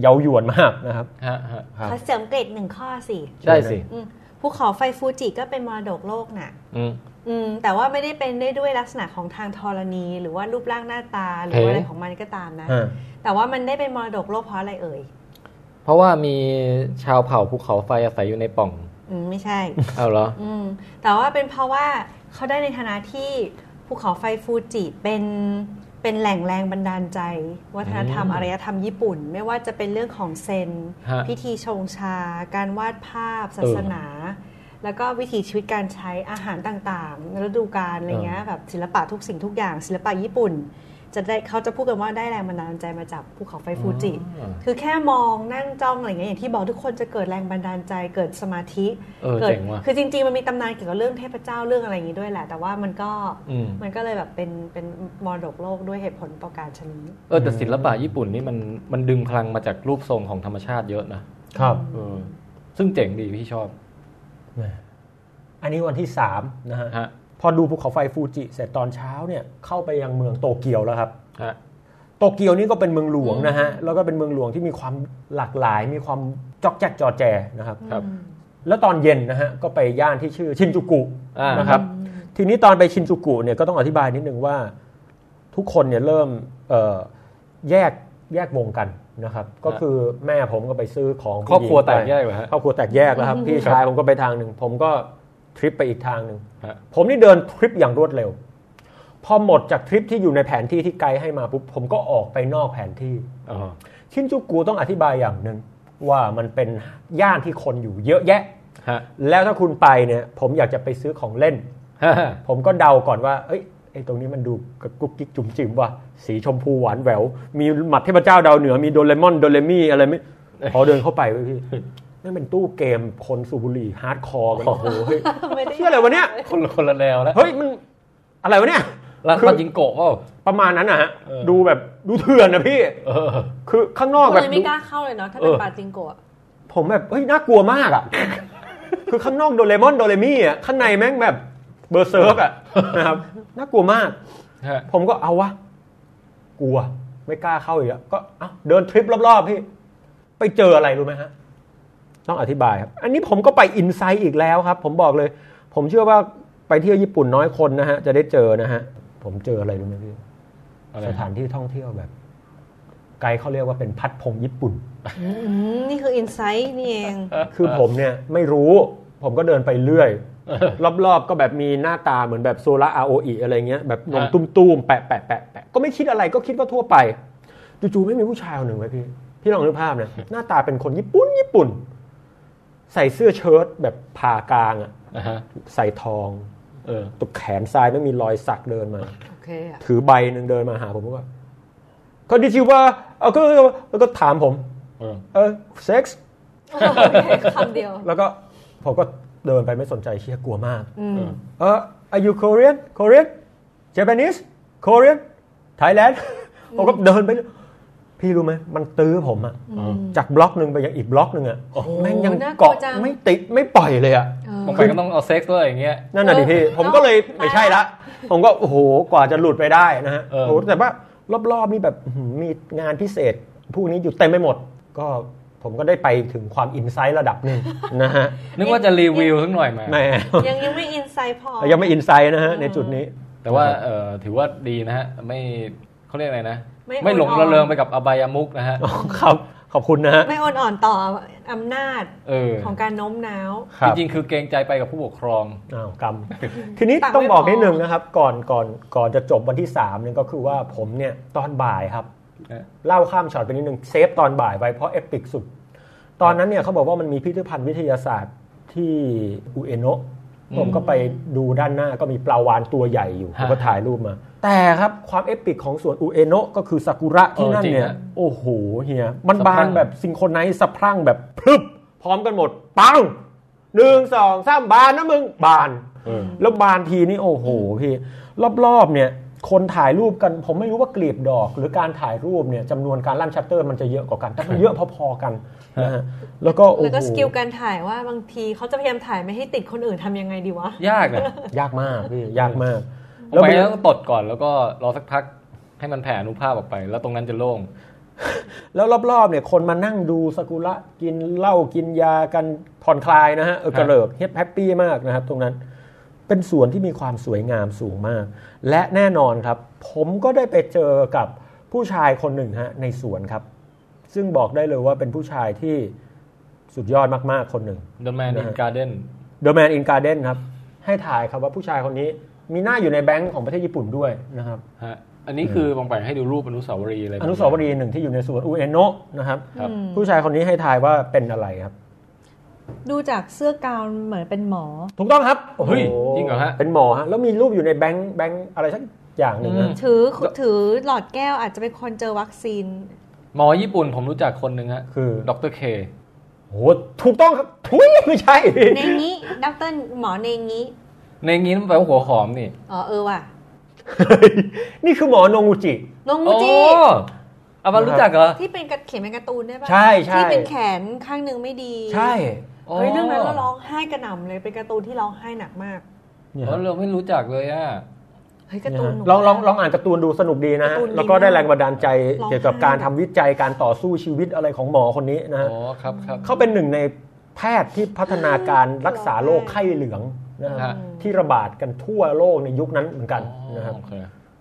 Speaker 5: เย้ายวนมากนะครับ
Speaker 4: ฮะฮะ
Speaker 5: ครับ
Speaker 2: ๆขอเสริมเกรดหนึ่งข้อสิ
Speaker 4: ได้สิ
Speaker 2: อืมภูเขาไฟฟูจิก็เป็นมรดกโลกน่ะ
Speaker 4: อืม
Speaker 2: อืมแต่ว่าไม่ได้เป็นได้ด้วยลักษณะของทางธรณี หรือว่ารูปร่างหน้าตาหรือว่า
Speaker 4: เฮ้
Speaker 2: อะไรของมันก็ตามนะ
Speaker 5: ฮะ
Speaker 2: แต่ว่ามันได้เป็นมรดกโลกเพราะอะไรเอ่ย
Speaker 4: เพราะว่ามีชาวเผ่าภูเขาไฟอาศัยอยู่ในป่อง
Speaker 2: อืมไม่ใช่
Speaker 4: เอาเหรอ
Speaker 2: อืมแต่ว่าเป็นเพราะว่าเขาได้ในฐานะที่ภูเขาไฟฟูจิเป็นเป็นแหล่งแรงบันดาลใจ วัฒนธรรม
Speaker 4: อืม
Speaker 2: อารยธรรมญี่ปุ่น ไม่ว่าจะเป็นเรื่องของเซน
Speaker 4: ฮะ
Speaker 2: พิธีชงชา การวาดภาพ ศาสนา แล้วก็วิถีชีวิตการใช้อาหารต่างๆฤดูกาลอะไรเงี้ยแบบศิลปะทุกสิ่งทุกอย่าง ศิลปะญี่ปุ่น จะได้เขาจะพูดกันว่าได้แรงบันดาลใจมาจากภูเขาไฟฟูจิ
Speaker 4: อ๋อ
Speaker 2: คือแค่มองนั่งจ้องอะไรเงี้ยอย่างที่บอกทุกคนจะเกิดแรงบันดาลใจเกิดสมาธิ
Speaker 4: เออ
Speaker 2: เกิด
Speaker 4: เจ๋งว่ะ
Speaker 2: คือจริงๆ มันมีตำนานเกี่ยวกับเรื่องเทพเจ้าเรื่องอะไรอย่างนี้ด้วยแหละ แต่ว่ามันก็
Speaker 4: อืม
Speaker 2: มันก็เลยแบบเป็นเป็นมรดกโลกด้วยเหตุผลประการชนนี้
Speaker 4: เออแต่ศิลปะญี่ปุ่นนี่มันมันดึงพลังมาจากรูปทรงของธรรมชาติเยอะนะครับ เออ ซึ่งเจ๋งดีพี่ชอบ
Speaker 5: อันนี้วันที่3นะฮะ
Speaker 4: ฮะ
Speaker 5: พอดูภูเขาไฟฟูจิเสร็จตอนเช้าเนี่ยเข้าไปยังเมืองโตเกียวแล้วครับ
Speaker 4: ฮะ
Speaker 5: โตเกียวนี่ก็เป็นเมืองหลวงนะฮะ แล้วก็เป็นเมืองหลวงที่มีความหลากหลาย มีความจอกแจ๊กจอแจนะครับ
Speaker 4: ครับ
Speaker 5: แล้วตอนเย็นนะฮะก็ไปย่านที่ชื่อชินจูกุ
Speaker 4: อ่า
Speaker 5: นะครับ ทีนี้ตอนไปชินจูกุเนี่ยก็ต้องอธิบายนิดนึงว่า ทุกคนเนี่ยเริ่มเอ่อแยก แยกวงกันนะครับ ก็คือแม่ผมก็ไปซื้อของผู้
Speaker 4: ค
Speaker 5: ห
Speaker 4: ร
Speaker 5: ญิง
Speaker 4: อบครัวแตก
Speaker 5: ไป
Speaker 4: แยกเหรอฮะ
Speaker 5: ครอบครัวแตกแยกแล้วครับ พี่ชายผมก็ไปทางหนึ่ง ผมก็ทริปไปอีกทางหนึ่ง
Speaker 4: ฮะ
Speaker 5: ผมนี่เดินทริปอย่างรวดเร็ว พอหมดจากทริปที่อยู่ในแผนที่ที่ไกด์ให้มาปุ๊บผมก็ออกไปนอกแผนที่
Speaker 4: อ๋อ *laughs*
Speaker 5: ชินจูกูต้องอธิบายอย่างหนึ่งว่ามันเป็นย่านที่คนอยู่เยอะแยะ
Speaker 4: ฮะ
Speaker 5: แล้วถ้าคุณไปเนี่ย ผมอยากจะไปซื้อของเล่น
Speaker 4: ฮะ
Speaker 5: ผมก็เดาก่อนว่า เอ้ยไอ้ตรงนี้มันดูกบกุ๊กกิ๊กจุ๋มจิ๋มว่ะสีชมพูหวานแหวว มีหมัดเทพเจ้าดาวเหนือ มีโดเรมอนโดเรมี่อะไรไม่ พอเดินเข้าไปเว้ยพี่นั่นเป็นตู้เกมคนสูบบุหรี่ฮาร์ดคอร์กันโอ้โหเฮ้ย
Speaker 2: ไม่ได้
Speaker 5: เที่ยอะไรวะเนี่ย
Speaker 4: คนละคนละแนวแล้ว
Speaker 5: เฮ้ยมันอะไรวะเนี่ย
Speaker 4: ร้าน
Speaker 5: คือ
Speaker 4: ปันจิงโกะเปล่า
Speaker 5: ประมาณนั้นนะฮะ
Speaker 4: เออ
Speaker 5: ดูแบบดูเถื่อนนะพี่
Speaker 4: เออ
Speaker 5: คือข้างนอก
Speaker 2: ก็
Speaker 5: แบ
Speaker 2: เล
Speaker 5: บ
Speaker 2: ยไม่กล้าเข้าเลยเนาะถ้าเป็น
Speaker 5: เออ
Speaker 2: ปาจิงโกะ
Speaker 5: ผมแบบเฮ้ยน่ากลัวมากอ่ะ *laughs* คือข้างนอกโดเรมอนโดเรมี่อ่ะข้างในแม่งแบบเบอร์เซิร์กอ่ะ *laughs* นะครับน่ากลัวมาก
Speaker 4: ฮะ
Speaker 5: ผมก็เอาวะกลัว ไม่กล้าเข้าอีกแล้วก็เอ้าเดินทริปรอบๆพี่ ไปเจออะไรรู้ไหมฮะ ต้องอธิบายครับ อันนี้ผมก็ไปอินไซต์อีกแล้วครับ ผมบอกเลย ผมเชื่อว่าไปเที่ยวญี่ปุ่นน้อยคนนะฮะ จะได้เจอนะฮะ ผมเจออะไรรู้ไหมพี่
Speaker 4: อะไร
Speaker 5: สถานที่ท่องเที่ยวแบบ ไกด์เขาเรียกว่าเป็นพัดพงญี่ปุ่น
Speaker 2: อืมนี่คืออินไซต์นี่เอง
Speaker 5: คือผมเนี่ยไม่รู้ ผมก็เดินไปเรื่อย *laughs* รอบๆ ก็แบบมีหน้าตาเหมือนแบบโซล่าอาโออีอะไรเงี้ยแบบนม
Speaker 4: ฮะ
Speaker 5: ตุ้มๆ แปะแปะแปะแปะก็ไม่คิดอะไรก็คิดว่าทั่วไปจู่ๆไม่มีผู้ชายคนหนึ่งไว้ยพี่ พี่ลองนึกภาพนะ หน้าตาเป็นคนญี่ปุ่นญี่ปุ่น ใส่เสื้อเชิ้ตแบบผ่ากลางอะ
Speaker 4: อ่าฮะ
Speaker 5: ใส่ทอง
Speaker 4: เออ
Speaker 5: ตกแขนซ้ายไม่มีรอยสักเดินมา
Speaker 2: โอเคอ่ะ
Speaker 5: ถือใบหนึ่งเดินมาหาผมว่าก็ดิจิว่าเออก็ก็แล้วก็ถามผม
Speaker 4: เออ
Speaker 5: เออเซ็กซ์
Speaker 2: โอเคคำเดียว
Speaker 5: แล้วก็ผมก็เดินไปไม่สนใจเชียกลัวมาก
Speaker 2: อืม
Speaker 5: เออ are you Korean Korean Japanese Korean Thailand *laughs* ผมก็เดินไป พี่รู้ไหมมันตื้อผมอะ
Speaker 4: อืม
Speaker 5: จากบล็อกหนึ่งไปยังอีกบล็อกหนึ่งอะแม่งยังเกาะไม่ติดไม่ปล่อยเลยอะ
Speaker 2: เอ
Speaker 4: ม
Speaker 2: อ
Speaker 4: งไปก็ต้องเอาเซ็กซ์ด้วยอย่างเงี้ย
Speaker 5: นั่นน่ะดิพี่ ผมก็เลยไม่ใช่ละ ผมก็โอ้โหกว่าจะหลุดไปได้นะฮะ
Speaker 4: เออ
Speaker 5: โอ้โหแต่ว่ารอบๆนี่แบบอื้อหือมีงานพิเศษพวกนี้อยู่เต็มไปหมด ก็ผมก็ได้ไปถึงความอินไซต์ระดับหนึ่งนะฮะ
Speaker 4: นึกว่าจะรีวิวสักหน่อยมา
Speaker 5: แหม่
Speaker 2: ยังยังไม่อินไซต์พอ
Speaker 5: ยังไม่อินไซต์นะฮะ ในจุดนี้
Speaker 4: แต่ว่าเอ่อถือว่าดีนะฮะ ไม่เขาเรียกอะไรนะ
Speaker 2: ไม่
Speaker 4: หลง
Speaker 2: อ่อนๆ
Speaker 4: ระเริงไปกับอบายามุกนะฮะ
Speaker 5: ครับ ขอบคุณนะฮะ
Speaker 2: ไม่อ่อนอ่อนต่ออำนาจ
Speaker 4: เออ
Speaker 2: ของการโน้มน้าว
Speaker 5: ครับ
Speaker 4: จริงๆ คือเกรงใจไปกับผู้ปกครอง
Speaker 5: อ้าวกรรม ทีนี้
Speaker 2: ปากไม่
Speaker 5: ต้องบอก
Speaker 2: พอ
Speaker 5: นิดนึงนะครับ ก่อนก่อนก่อนจะจบวันที่3เนี่ยก็คือว่าผมเนี่ยตอนบ่ายครับ
Speaker 4: เออ
Speaker 5: เล่าข้ามช็อตไปนิดนึงเซฟตอนบ่ายไว้เพราะเอปิกสุด ตอนนั้นเนี่ยเขาบอกว่ามันมีพิพิธภัณฑ์วิทยาศาสตร์ที่อุเอโนะผมก็ไปดูด้านหน้าก็มีปลาวานตัวใหญ่อยู่ผมก็ถ่ายรูปมา แต่ครับความเอปิกของสวนอุเอโนะก็คือซากุระที่นั่นเนี่
Speaker 4: เอ
Speaker 5: ย
Speaker 4: อจริงนะ
Speaker 5: โอ้โหเฮียมันบา
Speaker 4: สะพรั่
Speaker 5: น
Speaker 4: ง
Speaker 5: แบบซิงโครไนซ์สะพรั่งแบบพรึบพร้อมกันหมดปังหนึ่งสองสามบานนะมึงบาน
Speaker 4: เออ
Speaker 5: แล้วบานทีนี่โอ้โหพี่รอบๆเนี่ย คนถ่ายรูปกัน ผมไม่รู้ว่ากลีบดอก หรือการถ่ายรูปเนี่ยจำนวนการลั่นชัตเตอร์มันจะเยอะกว่ากันแต่มันเยอะพอๆกันนะฮะแล้วก็โอ้
Speaker 2: แล้ว
Speaker 5: โห
Speaker 2: ก็สกิลการถ่ายว่าบางทีเขาจะพยายามถ่ายไม่ให้ติดคนอื่นทำยังไงดีวะ
Speaker 4: ยากนะ
Speaker 5: ยากมากพี่ยากมาก
Speaker 4: แล้ไปแล้วต้องตดก่อนแล้วก็รอสักพักให้มันแผ่อนุภาพออกไป แล้วตรงนั้นจะโล่ง
Speaker 5: แล้วรอบๆเนี่ยคนมานั่งดูซากุระกินเหล้ากินยากันผ่อนคลายนะฮะเออ
Speaker 4: ครับ
Speaker 5: กระเลิกแฮปปี้มากนะครับ ตรงนั้นเป็นสวนที่มีความสวยงามสูงมาก และแน่นอนครับ ผมก็ได้ไปเจอกับผู้ชายคนหนึ่งฮะในสวนครับ ซึ่งบอกได้เลยว่าเป็นผู้ชายที่สุดยอดมากๆคนหนึ่ง
Speaker 4: เดนแมน
Speaker 5: นะ
Speaker 4: อิน
Speaker 5: ฮะ
Speaker 4: การ์เด้น
Speaker 5: The Man in Garden ครับ ให้ถ่ายครับว่าผู้ชายคนนี้มีหน้าอยู่ในแบงก์ของประเทศญี่ปุ่นด้วยนะครับ
Speaker 4: ฮะ อันนี้คือบางแปงให้ดูรูปอนุสาวรีย์อะไรแบบ
Speaker 5: อ
Speaker 4: นี้
Speaker 5: นุสาวรีย์หนึ่งที่อยู่ในสวนอุเอโนะนะครับ
Speaker 4: ครับ
Speaker 5: ผู้ชายคนนี้ให้ทายว่าเป็นอะไรครับ
Speaker 7: ดูจากเสื้อกาวเหมือนเป็นหมอ
Speaker 5: ถูกต้องครับ
Speaker 4: เฮ้ย
Speaker 5: โโ
Speaker 4: จริงเหรอฮะ
Speaker 5: เป็นหมอฮะ แล้วมีรูปอยู่ในแบงค์แบงค์อะไรสักอย่างหนึ่ง
Speaker 4: อื
Speaker 5: นะ
Speaker 4: ม
Speaker 2: ถือถือหลอดแก้วอาจจะเป็นคนเจอวัคซีน
Speaker 4: หมอญี่ปุ่นผมรู้จักคนหนึ่งฮะ
Speaker 5: คือ
Speaker 4: ดรเค
Speaker 5: โหถูกต้องครับทุยไม่ใช่ *laughs*
Speaker 2: ในนี้ดอกเตอรหมอในนี้
Speaker 4: ในงี้มันแปลว่าหัวหอมนี่
Speaker 2: อ๋อเออว่ะ
Speaker 5: นี่คือหมอโนงูจิ
Speaker 2: นงมูจิ
Speaker 4: โอ้อามารู้จักเหรอ
Speaker 2: ที่เป็นกระเขียนเป็นการ์ตูนได้ปะ
Speaker 5: ใช่ใช่
Speaker 2: ที่เป็นแขนข้างหนึ่งไม่ดี
Speaker 5: ใช่
Speaker 2: เฮ้ยเรื่องนั้นเราร้องไห้กระหน่ำเลยเป็นการ์ตูนที่ร้องไห้หนักมาก
Speaker 5: เนี่ย
Speaker 4: เอ
Speaker 5: ฮะ
Speaker 4: อเราไม่รู้จักเลยอ่ะ
Speaker 2: เฮ้ยการ์ตูนหนู
Speaker 5: ลองลองลองอ่านการ์ตูนดูสนุกดีนะฮะ
Speaker 2: การ์ตูนดี
Speaker 5: แล้วก็ได้แรงบันดาลใจ
Speaker 2: ร้องไห้
Speaker 5: เกี่ยวกับการทำวิจัยการต่อสู้ชีวิตอะไรของหมอคนนี้นะฮะ
Speaker 4: อ๋อครับครับ
Speaker 5: เขาเป็นหนึ่งในแพทย์ที่พัฒนาการรักษาโรคไข้เหลืองนะฮะ
Speaker 4: ฮะ
Speaker 5: ที่ระบาดกันทั่วโลกในยุคนั้นเหมือนกัน
Speaker 4: อ๋อ
Speaker 5: นะครับ
Speaker 4: โอเค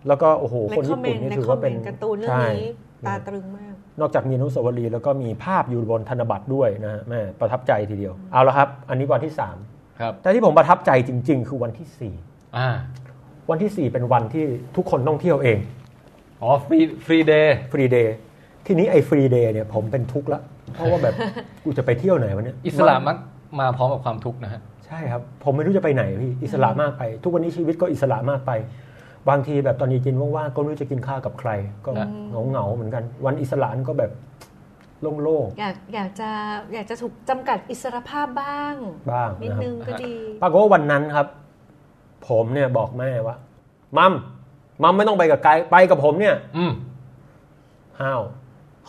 Speaker 5: แล้วก็โอ้โห
Speaker 2: เล
Speaker 5: คน
Speaker 2: คอ
Speaker 5: ญี่
Speaker 2: มเม
Speaker 5: ปุ่น
Speaker 2: นต์
Speaker 5: นี่
Speaker 2: เล
Speaker 5: ถือ
Speaker 2: คอม
Speaker 5: ว่า
Speaker 2: เม
Speaker 5: เป็น น
Speaker 2: ต์การ์ตูนเรื่อง
Speaker 5: ใช่
Speaker 2: นี้ตาตรึงมาก
Speaker 5: นอกจากมีอนุสาวรีย์แล้วก็มีภาพอยู่บนธนบัตรด้วยนะฮะแม่ประทับใจทีเดียวเอาละครับ อันนี้วันที่สาม
Speaker 4: ครับ
Speaker 5: แต่ที่ผมประทับใจจริง ๆ คือวันที่สี่
Speaker 4: อ่า
Speaker 5: วันที่สี่เป็นวันที่ทุกคนต้องเที่ยวเอง
Speaker 4: อ๋อฟรีฟรีเดย์
Speaker 5: ฟรีเดย์ทีนี้ไอ้ฟรีเดย์เนี่ยผมเป็นทุกข์ละเพราะว่าแบบ กูจะไปเที่ยวไหนวะเนี่ย
Speaker 4: อิสลามมักมาพร้อมกับความทุกข์นะฮะ
Speaker 5: ใช่ครับ ผมไม่รู้จะไปไหนพี่อิสระมากไป ทุกวันนี้ชีวิตก็อิสระมากไป บางทีแบบตอนนี้กินว่างๆก็ไม่รู้จะกินข้าวกับใคร ก็
Speaker 4: อื
Speaker 5: เหงาๆเหมือนกัน วันอิสระนี่ก็แบบโล่ง
Speaker 2: อยากอยากจะอยากจะถูกจำกัดอิสรภาพบ้าง
Speaker 5: ๆบ้าง
Speaker 2: นิด
Speaker 5: นะครับ
Speaker 2: นึงก็ดี
Speaker 5: ปรากฏว่าวันนั้นครับ ผมเนี่ยบอกแม่ว่ามัมมัมไม่ต้องไปกับไกด์ไปกับผมเนี่ย
Speaker 4: อืม
Speaker 5: ห้าว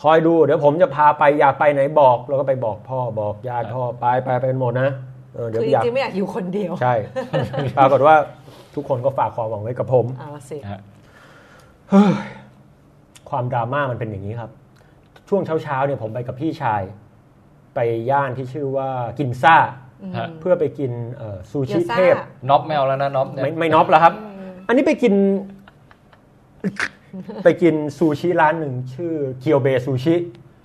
Speaker 5: คอยดูเดี๋ยวผมจะพาไปอยากไปไหนบอก แล้วก็ไปบอกพ่อบอกญาติพ่อไปไปไปกันหมดนะเออเดี๋ยว
Speaker 2: คือ
Speaker 5: อ
Speaker 2: จ
Speaker 5: ยาก
Speaker 2: ริงๆไม่อยากอยู่คนเดียว
Speaker 5: ใช่ *laughs* ปรากฏว่าทุกคนก็ฝากความหวังไว้กับผม
Speaker 2: เอาละสิ
Speaker 4: นะฮะ
Speaker 5: เฮ้ยความดราม่ามันเป็นอย่างนี้ครับ ช่วงเช้าๆเนี่ยผมไปกับพี่ชาย ไปย่านที่ชื่อว่ากินซ่า
Speaker 2: ม
Speaker 4: ฮะ
Speaker 5: เพื่อไปกินเอ่อซูชิ
Speaker 2: เกี๊ยวซ่า
Speaker 5: เทพ
Speaker 4: น็อปแมวแล้วนะน็อปเนี่ย
Speaker 5: ไม่ไม่น็อปแล้วครับ อันนี้ไปกิน ไปกินซูชิร้านหนึ่งชื่อเคียวเบซูชิ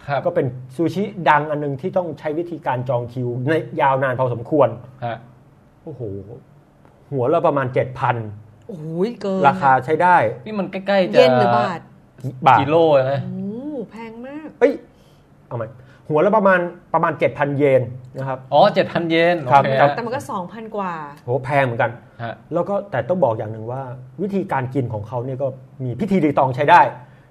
Speaker 4: ครับ
Speaker 5: ก็เป็นซูชิดังอันหนึงที่ต้องใช้วิธีการจองคิวในยาวนานพอสมควร
Speaker 4: ฮะ
Speaker 5: โอ้โห หัวละประมาณเจ็ดพัน
Speaker 2: โอ้ยเกิน
Speaker 5: ราคาใช้ได้
Speaker 4: นี่มันใกล้ๆจะ
Speaker 2: เย็นหรือบาท
Speaker 5: บาท
Speaker 4: กิโลนะ
Speaker 2: โอ้แพงมาก
Speaker 5: เอ้ย เอาใหม่หัวละประมาณประมาณ 7,000 เยนนะครับ
Speaker 4: อ๋อเจ็ดพันเยน
Speaker 5: ครับ
Speaker 4: โอเฮะ
Speaker 5: ครับ
Speaker 2: แต่มันก็ 2,000 กว่า
Speaker 5: โหแพงเหมือนกัน
Speaker 4: ฮะ
Speaker 5: แล้วก็แต่ต้องบอกอย่างหนึ่งว่า วิธีการกินของเขาเนี่ยก็มีพิธีรีตองใช้ได้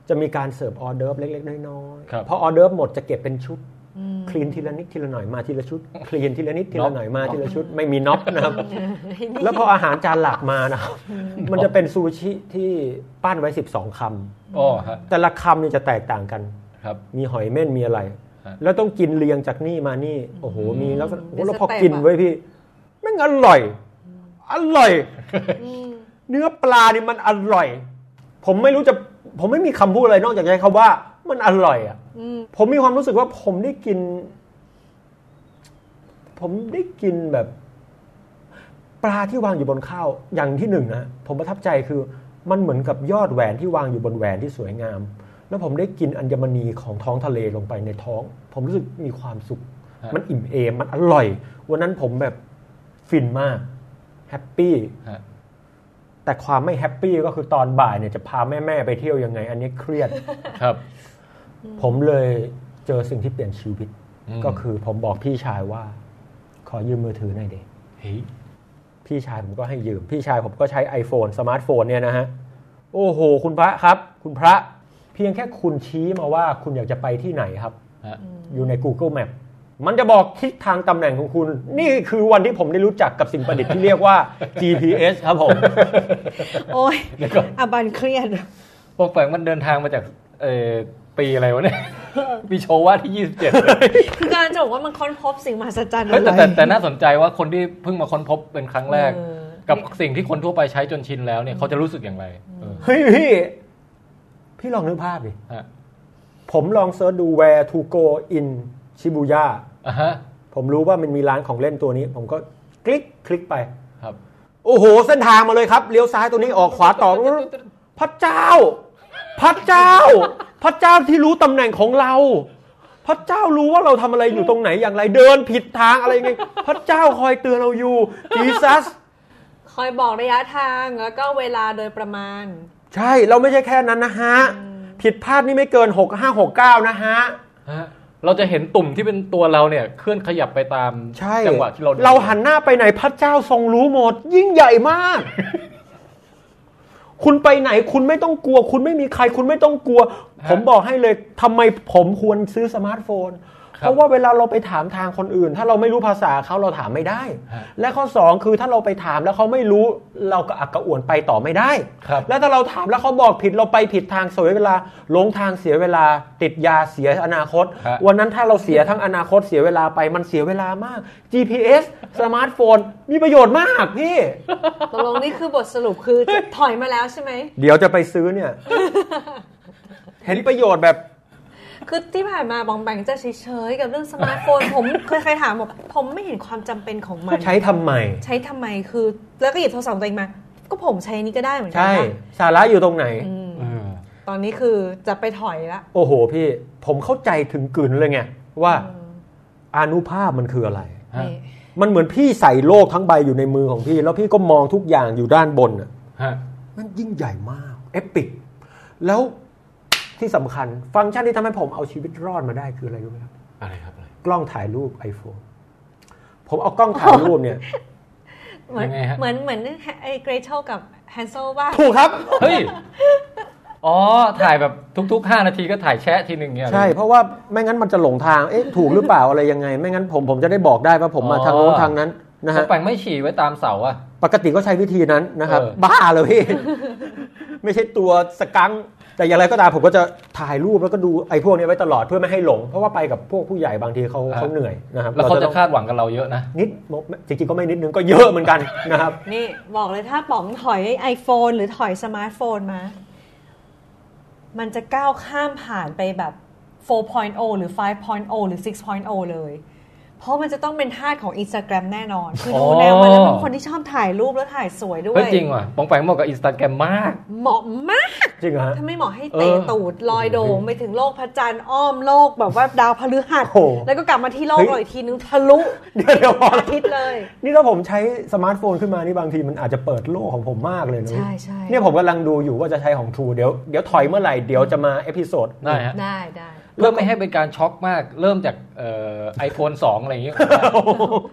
Speaker 5: จะมีการเสิร์ฟออเดิร์ฟเล็ก ๆ น้อย
Speaker 4: ครับ
Speaker 5: ๆพอออเดิร์ฟหมดจะเก็บเป็นชุด
Speaker 2: อืม
Speaker 5: คลีนทีละนิดทีละหน่อยมาทีละชุด คลีนทีละนิดที
Speaker 4: น็อ
Speaker 5: ละ
Speaker 4: ก
Speaker 5: หน่อยมาทีละชุด ไม่มีน็อปนะครับ แล้วพออาหารจานหลักมานะครับมันจะเป็นซูชิที่ปั้นไว้ 12คำ
Speaker 4: อ๋อฮะ
Speaker 5: แต่ละคำเนี่ยจะแตกต่างกัน
Speaker 4: ครับ
Speaker 5: มีหอยเม่นมีอะไร
Speaker 4: ฮะ
Speaker 5: แล้วต้องกินเรียงจากนี่มานี่ โอ้โห มีแล้วก็โอ้โห
Speaker 2: เป็น
Speaker 5: แล้วพอ
Speaker 2: สเต็ป
Speaker 5: กิน
Speaker 2: อะ
Speaker 5: ไว้ยพี่แม่งอร่อย อ
Speaker 2: *laughs*
Speaker 5: ร่อย
Speaker 2: อืม
Speaker 5: เนื้อปลานี่มันอร่อย ผมไม่รู้จะ ผมไม่มีคำพูดอะไรนอกจากใช้คำว่า มันอร่อยอ่ะ
Speaker 2: อืม
Speaker 5: ผมมีความรู้สึกว่าผมได้กิน ผมได้กินแบบ ปลาที่วางอยู่บนข้าว อย่างที่หนึ่งนะผมประทับใจคือ มันเหมือนกับยอดแหวนที่วางอยู่บนแหวนที่สวยงาม แล้วผมได้กินอัญมณีของท้องทะเลลงไปในท้อง ผมรู้สึกมีความสุข
Speaker 4: ฮะ
Speaker 5: มันอิ่มเอมมันอร่อย วันนั้นผมแบบฟินมากแฮปปี้
Speaker 4: ฮะ
Speaker 5: แต่ความไม่แฮปปี้ก็คือตอนบ่ายเนี่ยจะพาแม่ๆไปเที่ยวยังไง อันนี้เครียด
Speaker 4: ครับ
Speaker 5: ผมเลยเจอสิ่งที่เปลี่ยนชีวิต
Speaker 4: อืม
Speaker 5: ก็คือผมบอกพี่ชายว่า ขอยืมมือถือหน่อยเด
Speaker 4: เฮ้ย
Speaker 5: พี่ชายผมก็ให้ยืม พี่ชายผมก็ใช้ iPhone สมาร์ทโฟนเนี่ยนะฮะ โอ้โห คุณพระครับ คุณพระ เพียงแค่คุณชี้มาว่าคุณอยากจะไปที่ไหนครับ
Speaker 4: ฮะ
Speaker 5: อยู่ใน Google Map มันจะบอกทิศทางตำแหน่งของคุณ นี่คือวันที่ผมได้รู้จักกับสิ่งประดิษฐ์ที่เรียกว่า GPS ครับผม
Speaker 4: *laughs*
Speaker 7: โอ้ย
Speaker 4: เดี๋ยวก่อน
Speaker 7: อาบันเครียด
Speaker 4: ปองแปงมันเดินทางมาจากเอ่อปีอะไรวะเนี่ยปีโชว่าที่ยี่สิบเจ็ด
Speaker 2: คือการจะบอกว่ามันค้นพบสิ่งมหัศจรรย์
Speaker 4: เฮ้ย
Speaker 2: อะไร
Speaker 4: แต่แต่แต่น่าสนใจว่าคนที่เพิ่งมาค้นพบเป็นครั้งแรก
Speaker 2: เออ
Speaker 4: กับสิ่งที่คนทั่วไปใช้จนชินแล้วเนี่ยเขาจะรู้สึกอย่างไรเออ
Speaker 5: เฮ้ยพี่ พี่ลองนึกภาพดิ
Speaker 4: ฮะ
Speaker 5: ผมลองเซิร์ชดู where to go in Shibuya
Speaker 4: อ่ะฮะ
Speaker 5: ผมรู้ว่ามันมีร้านของเล่นตัวนี้ ผมก็คลิกคลิกไป
Speaker 4: ครับ
Speaker 5: โอ้โห เส้นทางมาเลยครับ เลี้ยวซ้ายตัวนี้ออกขวาต่อ พระเจ้า พระเจ้า พระเจ้าที่รู้ตำแหน่งของเรา พระเจ้ารู้ว่าเราทำอะไรอยู่ตรงไหนอย่างไร เดินผิดทางอะไรไง พระเจ้าคอยเตือนเราอยู่จีซัส
Speaker 2: คอยบอกระยะทางแล้วก็เวลาโดยประมาณ
Speaker 5: ใช่ เราไม่ใช่แค่นั้นนะฮะ ผิดพลาดนี่ไม่เกิน 6 5 6 9 นะฮะ
Speaker 4: ฮะ เราจะเห็นตุ่มที่เป็นตัวเราเนี่ย เคลื่อนขยับไปตาม
Speaker 5: ใช่
Speaker 4: จังหวะที่เราดิ
Speaker 5: เราหันหน้าไปไหนพระเจ้าทรงรู้หมด ยิ่งใหญ่มาก คุณไปไหนคุณไม่ต้องกลัว คุณไม่มีใครคุณไม่ต้องกลัว ผมบอกให้เลยทำไมผมควรซื้อสมาร์ทโฟน เพราะว่าเวลาเราไปถามทางคนอื่น ถ้าเราไม่รู้ภาษาเขาเราถามไม่ได้ และข้อสองคือถ้าเราไปถามแล้วเขาไม่รู้เราก็อักกระอ่วนไปต่อไม่ได้
Speaker 4: ครับ
Speaker 5: แล้วถ้าเราถามแล้วเขาบอกผิดเราไปผิดทางเสียเวลาหลงทางเสียเวลา ติดยาเสียอนาคต
Speaker 4: ฮะ
Speaker 5: วันนั้นถ้าเราเสียทั้งอนาคตเสียเวลาไปมันเสียเวลามาก GPS สมาร์ทโฟน มีประโยชน์มากพี่
Speaker 2: ตกลงนี่คือบทสรุปคือจะถอยมาแล้วใช่ไหม
Speaker 5: เดี๋ยวจะไปซื้อ
Speaker 2: *laughs*
Speaker 5: เนี่ย เห็นประโยชน์แบบ
Speaker 2: คือที่ผ่านมาบองแบงจะเฉยๆกับเรื่องสมาร์ทโฟน ผมเคยใครถามบอกผมไม่เห็นความจำเป็นของมัน
Speaker 5: ใช้ทำไม
Speaker 2: ใช้ทำไมคือ แล้วก็หยิบโทรศัพท์ตัวเองมา ก็ผมใช้อันนี้ก็ได้เหมือนกั
Speaker 5: ใช่
Speaker 2: ปะ
Speaker 5: สาระอยู่ตรงไหน
Speaker 2: อืม
Speaker 4: เออ
Speaker 2: ตอนนี้คือจะไปถอยละ
Speaker 5: โอ้โหพี่ผมเข้าใจถึงกลืนเลยไงว่า
Speaker 2: อืม
Speaker 5: อานุภาพมันคืออะไร
Speaker 7: ฮะ
Speaker 2: นี่
Speaker 5: มันเหมือนพี่ใส่โลกทั้งใบอยู่ในมือของพี่ แล้วพี่ก็มองทุกอย่างอยู่ด้านบนน่ะ
Speaker 7: ฮะ
Speaker 5: มันยิ่งใหญ่มาก เอปิก แล้วที่สำคัญ ฟังก์ชันที่ทำให้ผมเอาชีวิตรอดมาได้คืออะไรรู้ไหมครับ
Speaker 7: อะไรครับอะไร
Speaker 5: กล้องถ่ายรูป iPhone ผมเอากล้องถ่ายรูป
Speaker 2: *laughs*
Speaker 5: เนี่ย
Speaker 2: เหมือน
Speaker 7: ยังไงฮะ
Speaker 2: เหมือนเหมือนไอ้เกรเชลกับแฮนเซลว่า
Speaker 5: ถูกครับ
Speaker 7: เฮ้ยอ๋อถ่ายแบบทุกๆ 5 นาทีก็ถ่ายแชะทีหนึ่งเนี่ยเหรอ
Speaker 5: ใช่ เพราะว่าไม่งั้นมันจะหลงทาง เอ๊ะ ถูกหรือเปล่าอะไรยังไง ไม่งั้นผมผมจะได้บอกได้ว่าผมมา
Speaker 7: อ๋อ
Speaker 5: ทางโน้นทางนั้นนะ
Speaker 7: เขา
Speaker 5: ฮะ
Speaker 7: แปลงไม่ฉี่ไว้ตามเสาอะ
Speaker 5: ปกติก็ใช้วิธีนั้นนะครับ
Speaker 7: เออ
Speaker 5: บ้าเลยพี่ ไม่ใช่ตัวสกังค์แต่อย่างไรก็ตามผมก็จะถ่ายรูปแล้วก็ดูไอ้พวกนี้ไว้ตลอดเพื่อไม่ให้หลง เพราะว่าไปกับพวกผู้ใหญ่บางทีเขาเขาเหนื่อยนะครับ
Speaker 7: แล้วเขา
Speaker 5: ร
Speaker 7: จะ
Speaker 5: ต้อง
Speaker 7: คาดหวังกับเราเยอะนะ
Speaker 5: นิดจริงๆก็ไม่นิดนึงก็เยอะเหมือนกันนะครับ
Speaker 2: นี่ บอกเลยถ้าป๋องถอย iPhone หรือถอยสมาร์ทโฟนมา มันจะก้าวข้ามผ่านไปแบบ 4.0 หรือ 5.0 หรือ 6.0 เลย เพราะมันจะต้องเป็นท่าสของ Instagram แน่นอน คือดู
Speaker 7: อ๋อ
Speaker 2: แนวมันแล้วเป็นคนที่ชอบถ่ายรูปแล้วถ่ายสวยด้วย
Speaker 7: เฮ้ยจริงว่ะปองแปงเหมาะกับอินสตาแกรมมาก
Speaker 2: เหมาะมาก
Speaker 5: จริงเหรอฮะ
Speaker 2: ถ้าไม่เหมาะให้
Speaker 7: เอ
Speaker 2: เตะ
Speaker 7: อ
Speaker 2: ตูดลอยโด่งไปถึงโลกพระจันทร์อ้อมโลกแบบว่าดาวพฤหัส
Speaker 5: โอ้โห
Speaker 2: แล้วก็กลับมาที่โลก
Speaker 5: เฮ้ย
Speaker 2: เราอีกทีนึงทะลุ
Speaker 5: เดี๋ยวเดี๋ยวพอ
Speaker 2: อาทิตย์เลย
Speaker 5: นี่ถ้าผมใช้สมาร์ทโฟนขึ้นมานี่บางทีมันอาจจะเปิดโลกของผมมากเลยนะ
Speaker 2: ใช่ใช่
Speaker 5: เนี่ยผมกำลังดูอยู่ว่าจะใช้ของทูเดี๋ยวเดี๋ยวถอยเมื่อไหร่เดี๋ยวจะมาเอพิโซด
Speaker 7: ได้ฮะ
Speaker 2: ได้ได้
Speaker 7: เริ่มไม่ให้เป็นการช็อกมาก เริ่มจากไอโฟนสองอะไรอย่า
Speaker 5: *laughs*
Speaker 7: งเงี้ย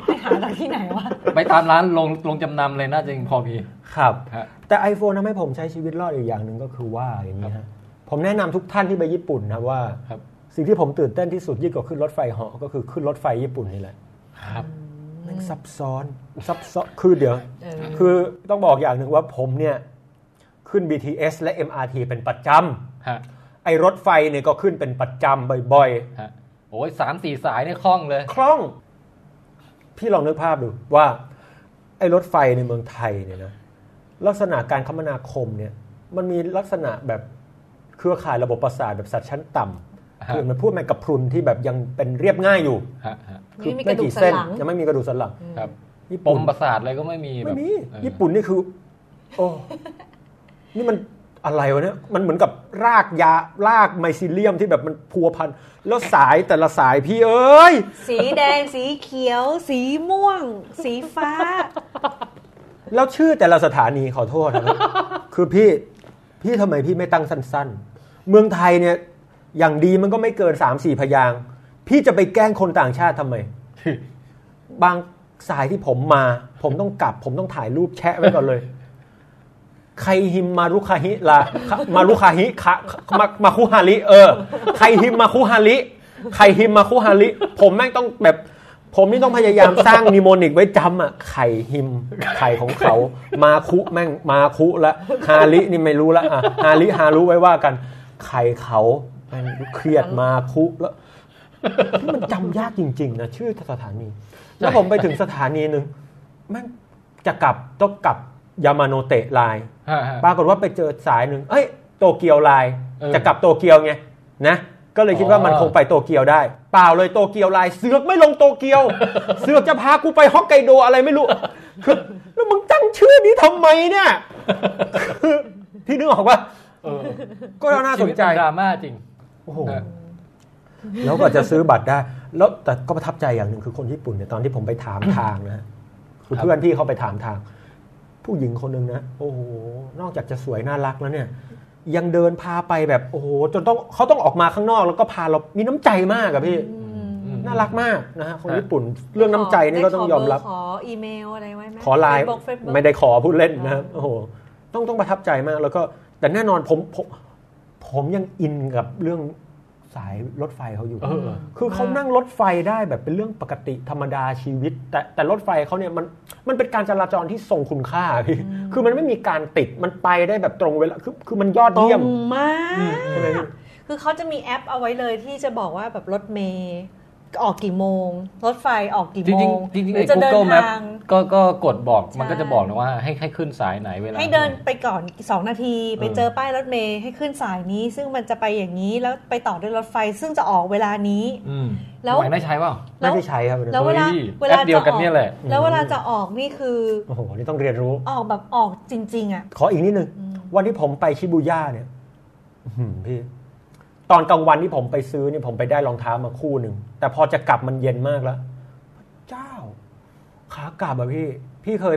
Speaker 2: ไปหาจากที่ไหนวะ
Speaker 7: ไปตามร้านลงลงจำนำเลยน่าจะยังพอมี
Speaker 5: ครับ
Speaker 7: ฮะ
Speaker 5: แต่ iPhone ทำให้ผมใช้ชีวิตรอดอีกอย่างหนึ่งก็คือว่าอย่างนี้ฮะผมแนะนำทุกท่านที่ไปญี่ปุ่นนะว่า
Speaker 7: ครับ
Speaker 5: สิ่งที่ผมตื่นเต้นที่สุดยิ่งกว่าขึ้นรถไฟเหาะก็คือขึ้นรถไฟญี่ปุ่นนี่แหละ
Speaker 7: ครับ
Speaker 5: แมันซับซ้อนซับซ้อนคือเดี๋ยว
Speaker 2: เออ
Speaker 5: คือต้องบอกอย่างหนึ่งว่าผมเนี่ย ขึ้น BTS และ MRT เป็นประจ
Speaker 7: ฮะ
Speaker 5: ำไอ้รถไฟเนี่ยก็ขึ้นเป็นประจำบ่อย
Speaker 7: ฮะ โอ้ยสามสี่สายเนี่ยคล่องเลย
Speaker 5: ๆ คล่อง พี่ลองนึกภาพดูว่า ไอ้รถไฟในเมืองไทยเนี่ยนะลักษณะการคมนาคมเนี่ย มันมีลักษณะแบบเครือข่ายระบบประสาทแบบสัตว์ชั้นต่ำ
Speaker 7: ฮะ
Speaker 5: คือมันพูดแมงกะพรุนที่แบบยังเป็นเรียบง่ายอยู่
Speaker 7: ฮะฮะ
Speaker 5: คื
Speaker 2: ไม่มีกระดูกสันหลัง
Speaker 5: ยังไม่มีกระดูกสันหลัง
Speaker 7: ครับ
Speaker 5: ญี่
Speaker 7: ป
Speaker 5: ปุ่น
Speaker 7: มประสาทอะไรก็ไม่มีแบ
Speaker 5: ไม่
Speaker 7: บ
Speaker 5: มี
Speaker 7: เออ
Speaker 5: ญี่ปุ่นนี่คือ โอ้นี่มันอะไรวะเนี่ยมันเหมือนกับรากยารากไมซิเลียมที่แบบมันพัวพันแล้วสายแต่ละสายพี่เอ้ย
Speaker 2: สีแดง สีเขียว สีม่วง สีฟ้า
Speaker 5: แล้วชื่อแต่ละสถานีขอโทษนะครับ คือพี่พี่ทำไมพี่ไม่ตั้งสั้นๆ เมืองไทยเนี่ยอย่างดีมันก็ไม่เกินสามสี่พยางค์พี่จะไปแกล้งคนต่างชาติทำไม บางสายที่ผมมา ผมต้องกลับ ผมต้องถ่ายรูปแชะไว้ก่อนเลย ใครหิมมารุคาฮิลามารุคาฮิคะมามาคุฮาริเออ ใครหิมมาคุฮาริใครหิมมาคุฮาริผมแม่งต้องแบบ ผมนี่ต้องพยายามสร้างนิโมนิกไว้จำอ่ะไข่หิมไข่ของเขา มาคุแม่งมาคุละฮารินี่ไม่รู้ละอ่ะฮาริฮารุไว้ว่ากันไข่เขาแม่งเครียดมาคุแล้วนี่มันจำยากจริง ๆ นะ ชื่อสถานี แล้วผมไปถึงสถานีหนึ่งแม่งจะกลับต้องกลับยามาโนเตะไลน์
Speaker 7: ฮะฮะ
Speaker 5: ปรากฏว่าไปเจอสายหนึ่ง เอ้ย โตเกียวไลน์
Speaker 7: เออ
Speaker 5: จะกลับโตเกียวไงนะ ก็เลยคิดว่ามัน
Speaker 7: อ๋อ
Speaker 5: คงไปโตเกียวได้ เปล่าเลยโตเกียวไลน์เสือกไม่ลงโตเกียว เสือกจะพากูไปฮอกไกโดอะไรไม่รู้คือแล้วมึงตั้งชื่อนี้ทำไมเนี่ยคือพี่นึกออกว่า
Speaker 7: เออ
Speaker 5: ก็น่าสนใจ
Speaker 7: ชีวิตมัดราม่าจริง
Speaker 5: โอ้โห
Speaker 7: ฮะ
Speaker 5: แล้วก็จะซื้อบัตรได้ แล้วแต่ก็ประทับใจอย่างหนึ่งคือคนญี่ปุ่นเนี่ยตอนที่ผมไปถามทางนะฮะคือเพื่อนพี่เขาไปถามทาง ผู้หญิงคนหนึ่งนะโอ้โหนอกจากจะสวยน่ารักแล้วเนี่ย ยังเดินพาไปแบบโอ้โหจนต้องเขาต้องออกมาข้างนอก แล้วก็พาเรามีน้ำใจมากอะพี่
Speaker 7: อืม
Speaker 5: น่ารักมากนะฮะคนญี่ปุ่น เรื่องน้ำใจนี่ก็ต้องยอมรับ
Speaker 2: ขออีเมลอะไรไว้ไหม
Speaker 5: ขอไลน์
Speaker 2: ไม่
Speaker 5: ไม่
Speaker 2: ได้
Speaker 5: ได้ขอพูดเล่นนะครับโอ้โหต้องต้องประทับใจมากแล้วก็แต่แน่นอนผมผมผมยังอินกับเรื่องสายรถไฟเขาอยู่
Speaker 7: เออเออ
Speaker 5: คือเขานั่งรถไฟได้แบบเป็นเรื่องปกติธรรมดาชีวิต แต่แต่รถไฟเขาเนี่ยมันมันเป็นการจราจรที่ทรงคุณค่าพี่คือมันไม่มีการติดมันไปได้แบบตรงเวลาคือคือมันยอด
Speaker 2: ตร
Speaker 5: เยี่ยม
Speaker 2: งมาก
Speaker 5: ใช่ไหมพี่
Speaker 2: คือเขาจะมีแอปเอาไว้เลยที่จะบอกว่าแบบรถเมย์ออกกี่โมง รถไฟออกกี่
Speaker 7: จริ
Speaker 2: โม
Speaker 7: งจริง
Speaker 2: ง
Speaker 7: จริง
Speaker 2: ห
Speaker 7: ไอ้
Speaker 2: จะเดิน
Speaker 7: Google Map
Speaker 2: ทาง
Speaker 7: ก็ก็กดบอกมัน
Speaker 2: ใช่
Speaker 7: ก็จะบอกนะว่าให้ให้ขึ้นสายไหนเวลา
Speaker 2: ให้เดินไปก่อน 2 นาที ไป
Speaker 7: เออ
Speaker 2: เจอป้ายรถเมย์ให้ขึ้นสายนี้ ซึ่งมันจะไปอย่างนี้แล้วไปต่อด้วยรถไฟซึ่งจะออกเวลานี้
Speaker 7: อืม
Speaker 2: แล้ว
Speaker 7: ไหวได้ใช้เปล่า
Speaker 5: ไม่ได้ใช้ครับ
Speaker 2: แล้วเวลา
Speaker 7: เฮ้ย
Speaker 2: เวลา
Speaker 7: แอปเดียวกันเนี่ยแหละ
Speaker 2: จออแล้วเวลาจะออกนี่คือ
Speaker 5: โอ้โหนี่ต้องเรียนรู้
Speaker 2: ออกแบบออกจริง ๆ อ่ะ
Speaker 5: ขออีกนิดนึง วันที่ผมไปชิบูย่าเนี่ย อื้อหือพี่ ตอนกลางวันที่ผมไปซื้อนี่ผมไปได้รองเท้ามาคู่หนึ่ง แต่พอจะกลับมันเย็นมากแล้วพระเจ้า ขากลับอะพี่ พี่เคย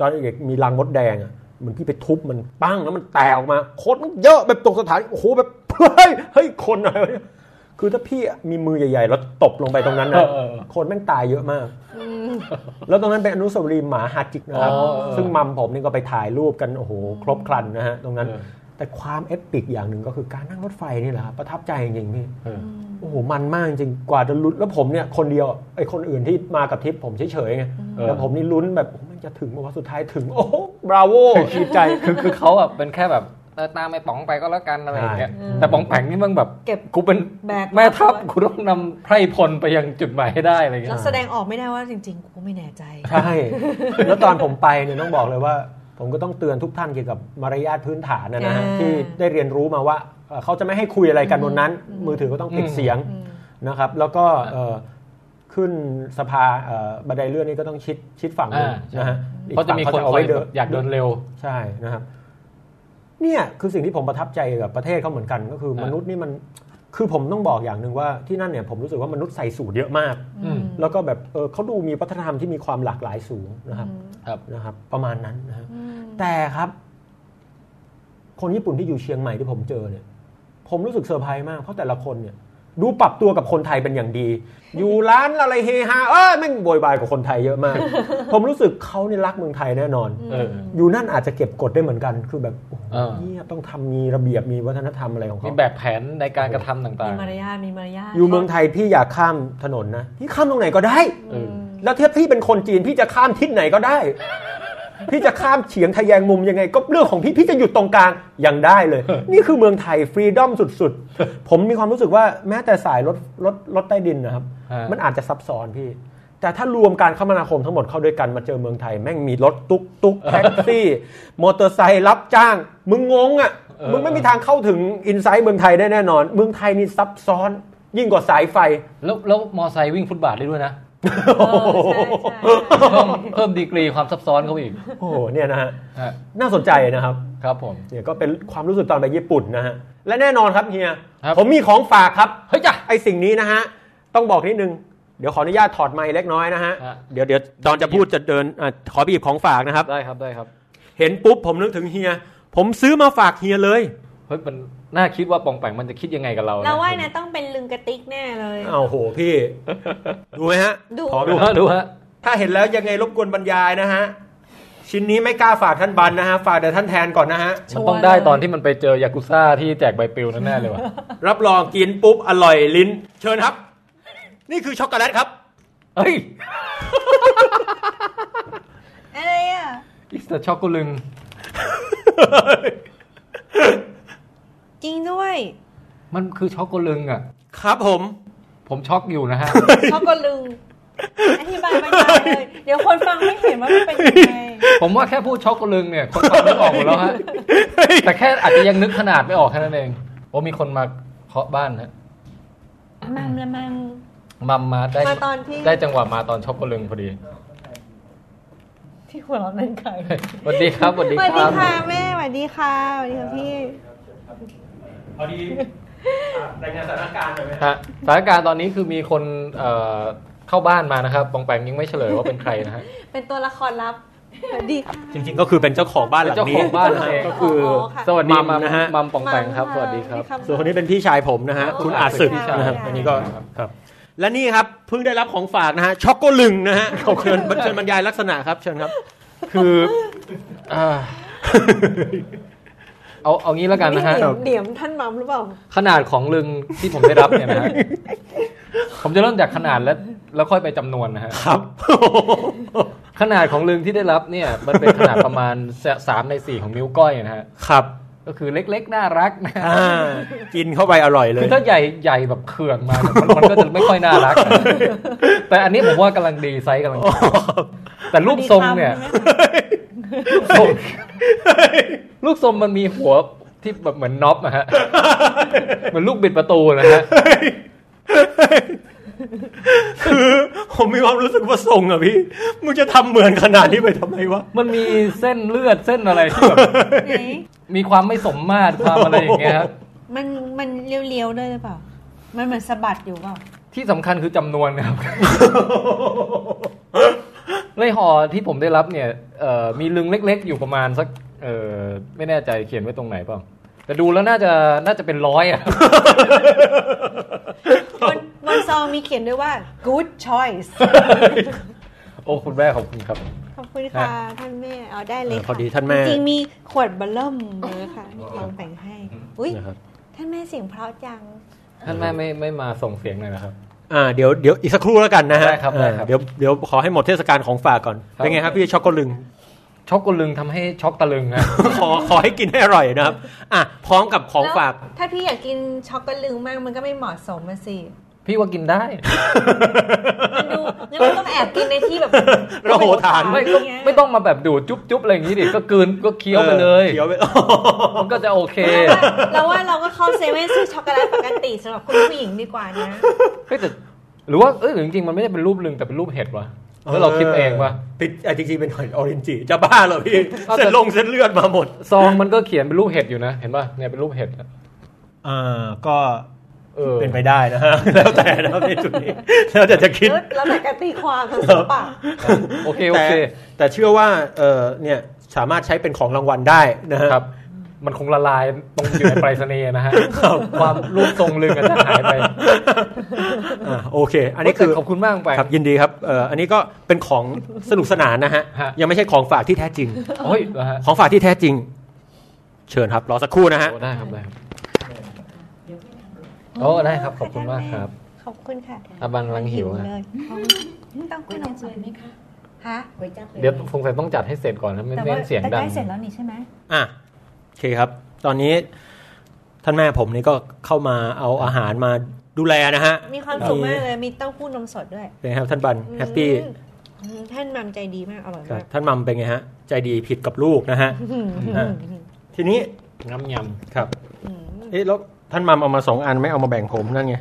Speaker 5: ตอนเด็กๆมีรังมดแดงอะเหมือนพี่ไปทุบมันปั้งแล้วมันแตกออกมาโคตรมันเยอะแบบตรงสถานโอ้โหแบบ เฮ้ยเฮ้ยคนอะไรวะเนี่ยคือถ้าพี่มีมือใหญ่ๆแล้วตบลงไปตรงนั้นนะ
Speaker 7: เออเออ
Speaker 5: คนแม่งตายเยอะมาก แล้วตรงนั้นเป็นอนุสาวรีย์หมาฮาจิกนะครับ
Speaker 7: อ๋อเออ
Speaker 5: ซึ่งมัมผมนี่ก็ไปถ่ายรูปกันโอ้โหครบครันนะฮะตรงนั้น
Speaker 7: เออ
Speaker 5: แต่ความเอปิกอย่างหนึ่งก็คือการนั่งรถไฟนี่แหละครับประทับใจจริงๆพี่
Speaker 7: เออ
Speaker 5: โอ้โห มันมากจริง กว่าจะลุ้นแล้วผมเนี่ย คนเดียวไอ้คนอื่นที่มากับทริปผมเฉยๆไง
Speaker 7: เออ
Speaker 5: แล้วผมนี่ลุ้นแบบโอ้มันจะถึงบอกว่าสุดท้ายถึง โอ้โหบราโวดีใจ
Speaker 7: คือคือเขาอะเป็นแค่แบบเออตามไอ้ป๋องไปก็แล้วกันอะไรอย่างเงี้ย
Speaker 2: ใช่อืม
Speaker 7: แต่ป๋องแปงนี่มันแบบ
Speaker 2: เก็บ
Speaker 7: กูเป็น
Speaker 2: แบก
Speaker 7: แม่ทัพกูต้องนำไพร่พลไปยังจุดหมายให้ได้อะไรอย่าง
Speaker 2: แล้ว
Speaker 7: เงี้
Speaker 2: ย แสดงออกไม่ได้ว่าจริงๆ กูก็ไม่แน่ใจ
Speaker 5: ใช่ แล้วตอนผมไปเนี่ยต้องบอกเลยว่า ผมก็ต้องเตือนทุกท่านเกี่ยวกับมารยาทพื้นฐานนะนะฮะ
Speaker 2: อ่า
Speaker 5: ที่ได้เรียนรู้มาว่าเอ่อเขาจะไม่ให้คุยอะไรกันบนนั้น มือถือก็ต้องปิดเสียงนะครับ แล้วก็เอ่อขึ้นสภานเอ่อบันไดเลื่อนนี่ก็ต้องชิดชิดฝั่งหนึง
Speaker 7: อ่า
Speaker 5: นะฮะอีก
Speaker 7: เพราะ
Speaker 5: ฝั่
Speaker 7: จะ
Speaker 5: ง
Speaker 7: มีคน
Speaker 5: เอา
Speaker 7: คอ
Speaker 5: ไว้
Speaker 7: ย
Speaker 5: เดิน
Speaker 7: อยากเดินเร็ว
Speaker 5: ใช่นะครับเนี่ยคือสิ่งที่ผมประทับใจกับประเทศเขาเหมือนกันก็คือ
Speaker 7: อ่ะ
Speaker 5: มนุษย์นี่มันคือผมต้องบอกอย่างหนึ่งว่าที่นั่นเนี่ยผมรู้สึกว่ามนุษย์ใส่สูตรเยอะมาก
Speaker 7: อืม
Speaker 5: แล้วก็แบบเออเขาดูมีวัฒนธรรมที่มีความหลากหลายสูงนะครับ
Speaker 7: ครับ
Speaker 5: นะครับ ประมาณนั้นนะครับแต่ครับ คนญี่ปุ่นที่อยู่เชียงใหม่ที่ผมเจอเนี่ย ผมรู้สึกเซอร์ไพรส์มากเพราะแต่ละคนเนี่ย ดูปรับตัวกับคนไทยเป็นอย่างดี อยู่ร้านอะไรเฮฮาเอ้ยแม่งโวยวายกว่าคนไทยเยอะ
Speaker 7: *laughs*
Speaker 5: มาก ผมรู้สึกเขาเนี่ยรักเมืองไทยแน่นอน
Speaker 7: เออ
Speaker 5: อยู่นั่นอาจจะเก็บกฎได้เหมือนกัน คือแบบโอ้โห
Speaker 7: เออ
Speaker 5: เงียบต้องทำมีระเบียบมีวัฒนธรรมอะไรของ
Speaker 7: มี
Speaker 5: เขา
Speaker 7: แบบแผนในการกระทำต่า
Speaker 2: มี
Speaker 7: ง
Speaker 2: มารยาทมีมารยาท
Speaker 5: อยู่เมืองไทยพี่อยากข้ามถนนนะพี่ข้ามตรงไหนก็ได้
Speaker 7: ๆเออ
Speaker 5: แล้วเทียบพี่เป็นคนจีนพี่จะข้ามทิศไหนก็ได้ *laughs* พี่จะข้ามเฉียงทะแยงมุมยังไง ก็เรื่องของพี่พี่จะหยุดตรงกลางยังได้
Speaker 7: *laughs*
Speaker 5: เลย นี่คือเมืองไทยฟรีดอมสุดๆ *laughs* ผมมีความรู้สึกว่าแม้แต่สายรถรถรถใต้ดินนะครับ
Speaker 7: ฮะ
Speaker 5: มันอาจจะซับซ้อนพี่ แต่ถ้ารวมการคมนาคมทั้งหมดเข้าด้วยกันมาเจอเมืองไทย แม่งมีรถตุ๊กตุ๊
Speaker 7: *laughs*
Speaker 5: กแท็กซี่ มอเตอร์ไซค์รับจ้าง มึงงงอ่ะ
Speaker 7: เออ
Speaker 5: มึงไม่มีทางเข้าถึงอินไซต์เมืองไทยได้แน่นอน เมืองไทยนี่ซับซ้อน ยิ่งกว่าสายไฟ
Speaker 7: แล้วแล้วมอไซค์วิ่งฟุตบาทได้ด้วยนะ
Speaker 2: เออใช่ใช่
Speaker 7: เพิ่มเพิ่มดีกรีความซับซ้อนเข้าไปอีก
Speaker 5: โอ้โหเนี่ยนะฮะ
Speaker 7: ฮะ
Speaker 5: น่าสนใจนะครับ
Speaker 7: ครับผม
Speaker 5: เนี่ยก็เป็นความรู้สึกตอนไปญี่ปุ่นนะฮะ และแน่นอนครับเฮีย
Speaker 7: ครับ
Speaker 5: ผมมีของฝากครับ
Speaker 7: เฮ้ยจ้ะ
Speaker 5: ไอสิ่งนี้นะฮะ ต้องบอกนิดนึง เดี๋ยวขออนุญาตถอดไมค์เล็กน้อยนะฮะ
Speaker 7: ฮะ
Speaker 5: เดี๋ยวเดี๋ยวตอนจะพูดจะเดินอะขอไปหยิบของฝากนะครับ
Speaker 7: ได้ครับได้ครับ
Speaker 5: เห็นปุ๊บผมนึกถึงเฮีย ผมซื้อมาฝากเฮียเลย
Speaker 7: เฮ้ยมันน่าคิดว่าปองแปงมันจะคิดยังไงกับเรา
Speaker 8: เราว่านะต้องเป็นลึงกระติกแน่เลย
Speaker 5: เอาโหพี่ ดูไหมฮะ
Speaker 8: ดู
Speaker 5: ขอ
Speaker 7: ดู
Speaker 5: ดู
Speaker 7: ฮะดูฮะ
Speaker 5: ถ้าเห็นแล้วยังไงรบกวนบรรยายนะฮะ ชิ้นนี้ไม่กล้าฝากท่านบันนะฮะ ฝากแต่ท่านแทนก่อนนะฮะ
Speaker 7: มันต้องได้ตอนที่มันไปเจอยากุซ่าที่แจกใบปลิวนั่นแน่เลยว่ะ
Speaker 5: รับรองกินปุ๊บอร่อยลิ้น เชิญครับ นี่คือช็อกโกแลตครับ
Speaker 7: เฮ้ย
Speaker 8: อะไรอ่ะ
Speaker 7: อิสต์ช็อกโกลึง
Speaker 8: จริงด้วย
Speaker 7: มันคือช็อกโกลึงอ่ะ
Speaker 5: ครับผม
Speaker 7: ผมช็อกอยู่นะ
Speaker 8: *laughs*
Speaker 7: ฮะ
Speaker 8: เขาก็ลึง
Speaker 2: อธิบายไม่ได้เลย เดี๋ยวคนฟังไม่เห็นว่ามันเป็นยังไง
Speaker 7: ผมว่าแค่พูดช็อกโกลึงเนี่ย คนฟังนึกออกหมดแล้วฮะ แต่แค่อาจจะยังนึกขนาดไม่ออกแค่นั้นเองผมมีคนมาเคาะบ้านฮะ
Speaker 8: มัมละมัง
Speaker 7: มัมมาได้
Speaker 8: มาตอนที่
Speaker 7: ได้จังหวะมาตอนช็อกโกลึงพอดี
Speaker 2: ที่หัวเราะนั่นใคร
Speaker 7: สวัสดีครับสวัสดี
Speaker 8: สวัส
Speaker 7: ค
Speaker 8: ดี
Speaker 7: รับ
Speaker 8: ค่ะแม่สวัสดีค่ะสวัสดีค่ะพี่
Speaker 5: พอดีรายงานสถานการณ์หน่อยไหม
Speaker 7: ฮะสถานการณ์ตอนนี้คือมีคนเอ่อเข้าบ้านมานะครับปองแปงยังไม่เฉลยว่าเป็นใครนะฮะ
Speaker 2: เป็นตัวละครลับ
Speaker 8: สวัสดีค่ะ
Speaker 5: จริงๆ ก็คือเป็นเจ้าของบ้านหลัง
Speaker 7: เป็น
Speaker 5: นี้
Speaker 7: เจ้าของบ้าน
Speaker 5: นะฮะ
Speaker 7: เอง
Speaker 5: ก็คือ
Speaker 8: อ๋อค่ะ
Speaker 7: สวัสดี
Speaker 5: มัมนะฮะ
Speaker 7: มัมปองแปงครับ
Speaker 8: มัม
Speaker 7: สวัสดีครับ
Speaker 8: ะ
Speaker 5: ส่วนคนนี้เป็นพี่ชายผมนะฮะ
Speaker 8: อ๋อ
Speaker 5: คุณอาจศึก
Speaker 8: พี่ชาย
Speaker 5: นะครับอันนี้ก็ครับ และนี่ครับเพิ่งได้รับของฝากนะฮะช็อกโกลึงนะฮะขอเชิญเชิญบรรยายลักษณะครับ เชิญครับ
Speaker 7: คือเอ่อเอาเอางี้แล้วกัน
Speaker 2: นี่
Speaker 7: นะฮะ
Speaker 2: เดี๋ยวเดี๋ยวท่านมัมหรือเปล่า
Speaker 7: ขนาดของลึงที่ผมได้รับเนี่ยนะฮะ ผมจะเริ่มจากขนาดแล้วแล้วค่อยไปจำนวนนะฮะ
Speaker 5: ครับ
Speaker 7: ขนาดของลึงที่ได้รับเนี่ย มันเป็นขนาดประมาณสามในสี่ของนิ้วก้อยนะฮะ
Speaker 5: ครับ
Speaker 7: ก็คือเล็กๆ น่ารักนะฮะ
Speaker 5: อ่ากินเข้าไปอร่อยเล
Speaker 7: คื
Speaker 5: ย
Speaker 7: อถ้าใหญ่ใหญ่แบบเขื่องมาเนี่ยมันมันก็จะไม่ค่อยน่ารักนะแต่อันนี้ผมว่ากำลังดีไซส์กำลังดีแต่รูปทรงเนี่ย รูปทรงรูปทรงมันมีหัวที่แบบเหมือนน็อปอะฮะ เหมือนลูกบิดประตูนะฮะ
Speaker 5: คือผมมีความรู้สึกว่าทรงอะพี่ มึงจะทำเหมือนขนาดนี้ไปทำไมวะ
Speaker 7: มันมีเส้นเลือดเส้นอะไรที่แบบ มีความไม่สมมาตรความอะไรอย่างเงี้ยครับ
Speaker 2: มันมันเลี้ยวๆด้วยหรือเปล่า มันเหมือนสะบัดอยู่เปล่า
Speaker 7: ที่สำคัญคือจำนวนครับ ในห่อที่ผมได้รับเนี่ยเอ่อมีลึงเล็ก ๆ อยู่ประมาณสักเอ่อไม่แน่ใจเขียนไว้ตรงไหนเปล่าแต่ดูแล้วน่าจะน่าจะเป็นร้อยอ่ะ *laughs*
Speaker 2: บนบนซองมีเขียนด้วยว่า good choice
Speaker 7: โอ้คุณแม่ขอบคุณครับ
Speaker 2: ขอบคุณค่ะ ท่านแม่เอาได้เลย
Speaker 5: เออ
Speaker 2: ค่ะ
Speaker 5: พอดีท่านแม่
Speaker 2: จริงๆมีขวดเบัลเล่มเลยค่ะมีกล่องแบ่งให้ อุ้ย
Speaker 5: นะครับ
Speaker 2: ท่านแม่เสียงเพราะจัง
Speaker 7: ท่านแม่ไม่ไม่มาส่งเสียงเลยนะครับ
Speaker 5: อ่าเดี๋ยวเดี๋ยวอีกสักครู่แล้วกันนะฮะ
Speaker 7: ได้ครับได้ครับ
Speaker 5: อ่าเดี๋ยวเดี๋ยวขอให้หมดเทศกาลของฝากก่อน
Speaker 7: ครับ
Speaker 5: เป็นไงครับพี่ช็อกโกลึง
Speaker 7: ช็อกโกลึงทำให้ช็อกตะลึงฮะ *laughs*
Speaker 5: ขอขอให้กินให้อร่อยนะครับ อ่ะพร้อมกับของฝาก
Speaker 2: แล้วถ้าพี่อยากกินช็อกโกแลตมากมันก็ไม่เหมาะสมมาสิ
Speaker 7: พี่ว่ากินได้ *laughs*
Speaker 2: มันดูงั้นเราต้องแอบกินในที่แบบ
Speaker 5: ระโหฐาน
Speaker 7: ไม่ก็ไม่ต้องมาแบบดูดจุ๊บจุ๊บอะไรอย่างนี้ดิก็กลืนก็เคี้ยวไปเลย
Speaker 5: ออเคี้ยวไป
Speaker 7: มันก็จะโอเค *laughs*
Speaker 2: เราว่าเราก็เข้าเซเว่นซื้อช็อกโกแลตปกติสำหรับคุณผู้หญิงดีกว่านะ
Speaker 7: เฮ้ยแต่หรือว่าเออหรือจริงๆมันไม่ได้เป็นรูปลึงแต่เป็นรูปเห็ดวะ *laughs* แล้วเราคิดเองวะ
Speaker 5: ปิดอ่ะจริงๆเป็นหอยออเรนจิจะบ้าเหรอพี่
Speaker 7: เอาแต่
Speaker 5: เส้นลงเส้นเลือดมาหมด
Speaker 7: ซองมันก็เขียนเป็นรูปเห็ดอยู่นะ เห็นป่ะเนี่ยเป็นรูปเห็ดอะ
Speaker 5: อ่าก็
Speaker 7: เออ
Speaker 5: เป็นไปได้นะฮะ *laughs* แล้วแต่นะครับในจุดนี้แล้วแต่จะคิด
Speaker 2: แล้วแล้วแต่การตีความทางศิลปะ
Speaker 7: โอเคโอเค
Speaker 5: แต่แต่เชื่อว่าเออเนี่ยสามารถใช้เป็นของรางวัลได้นะฮะ
Speaker 7: ครับ มันคงละลายตรงอยู่ในไปรษณีย์นะฮะความรูปทรงลึงกันจะหายไป
Speaker 5: อ่าโอเค อันนี้คือ
Speaker 7: โยแต่ขอบคุณมากไป
Speaker 5: ครับยินดีครับเอออันนี้ก็เป็นของสนุกสนานนะฮะ
Speaker 7: ฮะ
Speaker 5: ยังไม่ใช่ของฝากที่แท้จริง
Speaker 7: โอ้ยเหรอฮะ
Speaker 5: ของฝากที่แท้จริง เชิญครับรอสักครู่นะฮะ
Speaker 7: โอ้ได้ครับได้ครับโอ้ได้ครับขอบคุณมากครับ
Speaker 2: ขอบคุณค่ะ
Speaker 7: อาบันกำลังหิวฮะ
Speaker 2: เลยไม่ต้องคุยน้องเลยไหมคะฮะ
Speaker 9: ก๋วยจั๊บเลย
Speaker 7: เดี๋ยวสงสัยต้องจัดให้เสร็จก่อนนะไม่ไม่งั้นเสียง
Speaker 2: แต่
Speaker 7: ดัง
Speaker 2: ได้เสร็จแล้วนี่ใช่ไหม
Speaker 5: อ่ะโอเคครับ ตอนนี้ท่านแม่ผมนี่ก็เข้ามาเอาอาหารมาดูแลนะฮะ
Speaker 2: มีความสุขมากเลยมีเต้าหู้นมสดด้วย
Speaker 5: เป็นไงครับท่านบันแฮปปี้
Speaker 2: อืมท่านมัมใจดีมากอร่อย
Speaker 5: ครับ
Speaker 2: มาก
Speaker 5: ท่านมัมเป็นไงฮะ ใจดีผิดกับลูกนะฮะอ่ะทีนี้
Speaker 7: น้ำย
Speaker 5: ครับเอ๊ะแล้วท่านมัมเอามาสองอันไม่เอามาแบ่งผมนั่นไง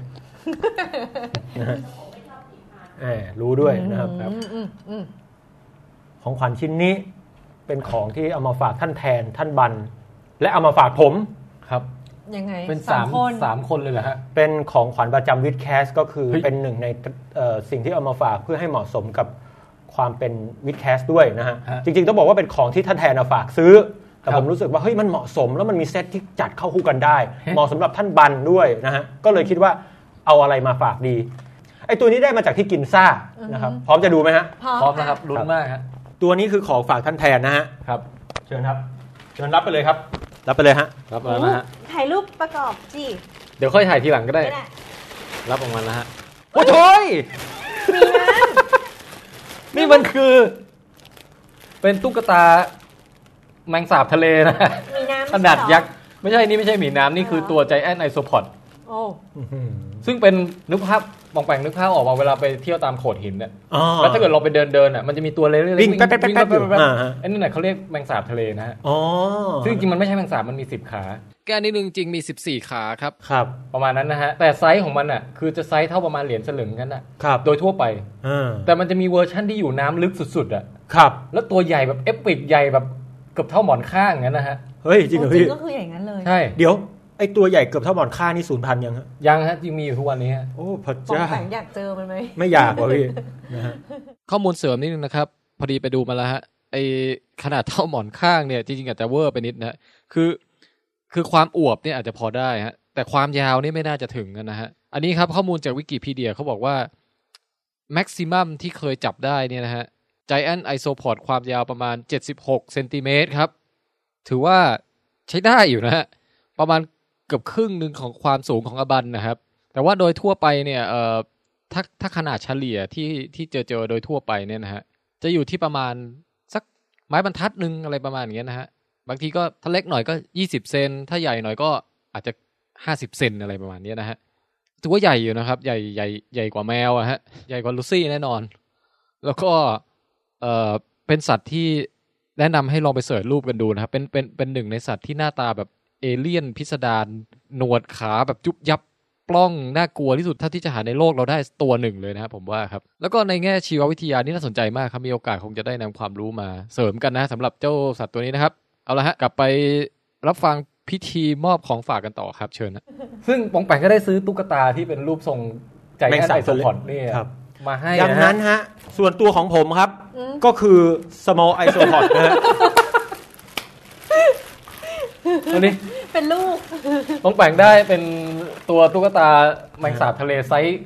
Speaker 5: นะฮะแหมรู้ด้วยนะครับครับ ของขวัญชิ้นนี้เป็นของที่เอามาฝากท่านแทนท่านบัน และเอามาฝากผม
Speaker 7: ำครับ
Speaker 2: ยังไง
Speaker 7: เป็น
Speaker 2: สา
Speaker 7: สาม ม
Speaker 2: คน
Speaker 7: สามคนเลยเหรอฮะ
Speaker 5: เป็นของขวัญประจำวิดแคสก็คือ
Speaker 7: เฮ้ย
Speaker 5: เป็นหนึ่งในเอ่อสิ่งที่เอามาฝากเพื่อให้เหมาะสมกับความเป็นวิดแคสด้วยนะฮะ จริงๆ ต้องบอกว่าเป็นของที่ท่านแทนเอาฝากซื้อ แต่ผมรู้สึกว่าเฮ้ยมันเหมาะสมแล้วมันมีเซตที่จัดเข้าคู่กันได้ เหมาะสำหรับท่านบันด้วยนะฮะ ก็เลยคิดว่าเอาอะไรมาฝากดีไอตัวนี้ได้มาจากที่กินซ่านะครับพร้อมจะดูไหมฮะ
Speaker 2: พร้อม
Speaker 7: พร้อมนะครับลุ้นมากฮะ
Speaker 5: ตัวนี้คือของฝากท่านแทนนะฮะ
Speaker 7: ครับ
Speaker 5: เชิญครับเชิญรับไปเลยครับ รับไปเลยฮะ
Speaker 7: รับแล้วนะฮะ
Speaker 2: ถ่ายรูปประกอบสิ
Speaker 7: เดี๋ยวค่อยถ่ายทีหลังก็ได้
Speaker 2: ก็ได้
Speaker 7: รับออกมาแล้วฮะ
Speaker 5: โอ้โถย
Speaker 7: นี่มันคือ เป็นตุ๊กตาแมงสาบทะเลนะฮะ
Speaker 2: มีน้ำ
Speaker 7: ขนาดยัก
Speaker 2: ษ์
Speaker 7: ษ์ไม่ใช่นี่ไม่ใช่หมีน้ำนี่คือตัวใจแอนไอโซพอด
Speaker 2: โอ้
Speaker 7: ซึ่งเป็นนึกภาพมองแปลงนึกภาพออกมาเวลาไปเที่ยวตามโขดหินเนี่ย
Speaker 5: อ๋อ
Speaker 7: แล้วถ้าเกิดเราไปเดินเดินอ่ะมันจะมีตัวเล็กๆ
Speaker 5: วิ่งแป๊ดๆๆๆ
Speaker 7: วิ่ง
Speaker 5: อยู่อ่าฮะ
Speaker 7: อันนี้น่ะเขาเรียกแมงสาบทะเลนะฮะ
Speaker 5: อ๋อ
Speaker 7: ซึ่งจริงๆมันไม่ใช่แมงสาบมันมีสิบขา
Speaker 4: แก้วนิดนึงจริงมี 14 ขาครับ
Speaker 5: ครับ
Speaker 7: ประมาณนั้นนะฮะ แต่ไซส์ของมันอ่ะ คือจะไซส์เท่าประมาณเหรียญสลึงกันอ่ะ
Speaker 5: ครับ
Speaker 7: โดยทั่วไป
Speaker 5: อ่า
Speaker 7: แต่มันจะมีเวอร์ชั่นที่อยู่น้ำลึกสุดๆอ่ะ
Speaker 5: ครับ
Speaker 7: แล้วตัวใหญ่แบบเอปิกใหญ่แบบเกือบเท่าหมอนข้างอย่างนั้นนะฮะ
Speaker 5: เฮ้ย จริงเหรอ
Speaker 2: จริ
Speaker 5: พี่
Speaker 2: งก็คืออย่างนั้นเลย
Speaker 7: ใช่
Speaker 5: เดี๋ยว ไอตัวใหญ่เกือบเท่าหมอนค่านี่ศูนย์พันยังฮะ
Speaker 7: ยังฮะยังมีอยู่ทุกวันนี้ฮะ
Speaker 5: โอ้พระ
Speaker 2: ปอง
Speaker 5: เจ้า
Speaker 2: แสงอยากเจอมันไหม
Speaker 5: ไม่อยากว่ะพี่นะฮะ
Speaker 4: ข้อมูลเสริมนิดนึงนะครับ พอดีไปดูมาแล้วฮะไอขนาดเท่าหมอนข้างเนี่ยจริงๆอาจจะเวอร์ไปนิดนะฮะคือคือความอวบเนี่ยอาจจะพอได้ฮะแต่ความยาวนี่ไม่น่าจะถึงกันนะฮะอันนี้ครับข้อมูลจากวิกิพีเดียเขาบอกว่าแม็กซิมัมที่เคยจับได้เนี่ยนะฮะ Giant Isopod ความยาวประมาณ 76เซนติเมตรครับ ถือว่าใช้ได้อยู่นะฮะ ประมาณเกือบครึ่งหนึ่งของความสูงของอบันนะครับ แต่ว่าโดยทั่วไปเนี่ยเอ่อ ถ้าถ้าขนาดเฉลี่ยที่ที่เจอเจอโดยทั่วไปเนี่ยนะฮะ จะอยู่ที่ประมาณสักไม้บรรทัดหนึ่งอะไรประมาณอย่างเงี้ยนะฮะ บางทีก็ถ้าเล็กหน่อยก็ 20 เซน ถ้าใหญ่หน่อยก็อาจจะ 50 เซนอะไรประมาณเนี้ยนะฮะ ถือว่าใหญ่อยู่นะครับ ใหญ่ใหญ่ใหญ่กว่าแมวอะฮะ ใหญ่กว่าลูซี่แน่นอน แล้วก็เออเป็นสัตว์ที่แนะนำให้ลองไปเสิร์ชรูปกันดูนะครับ เป็นเป็นเป็นหนึ่งในสัตว์ที่หน้าตาแบบเอเลี่ยนพิสดารหนวดขาแบบยุบยับ ปล้องน่ากลัวที่สุดเท่าที่จะหาในโลกเราได้ตัวหนึ่งเลยนะครับผมว่าครับ แล้วก็ในแง่ชีววิทยานี่น่าสนใจมากครับ มีโอกาสคงจะได้นำความรู้มาเสริมกันนะสำหรับเจ้าสัตว์ตัวนี้นะครับ เอาละฮะ กลับไปรับฟัง พิธีมอบของฝากกันต่อครับเชิญนะ
Speaker 7: ซึ่งปองแปงก็ได้ซื้อตุ๊กตาที่เป็นรูปทรงใจ
Speaker 5: แม
Speaker 7: แอง น
Speaker 5: สาบ
Speaker 7: ไอโซพอด
Speaker 5: ตัวเล็ก
Speaker 7: เนี่ย
Speaker 5: ครับ
Speaker 7: มาให้
Speaker 5: ดังนั้น
Speaker 7: นะฮะ
Speaker 5: ฮะ ส่วนตัวของผมครับ ก็คือ small isopod นะฮะ
Speaker 7: อันนี้
Speaker 2: เป็นลูก
Speaker 7: ปองแปงได้เป็นตัวตุ๊กตาแมงสาบทะเลไซส์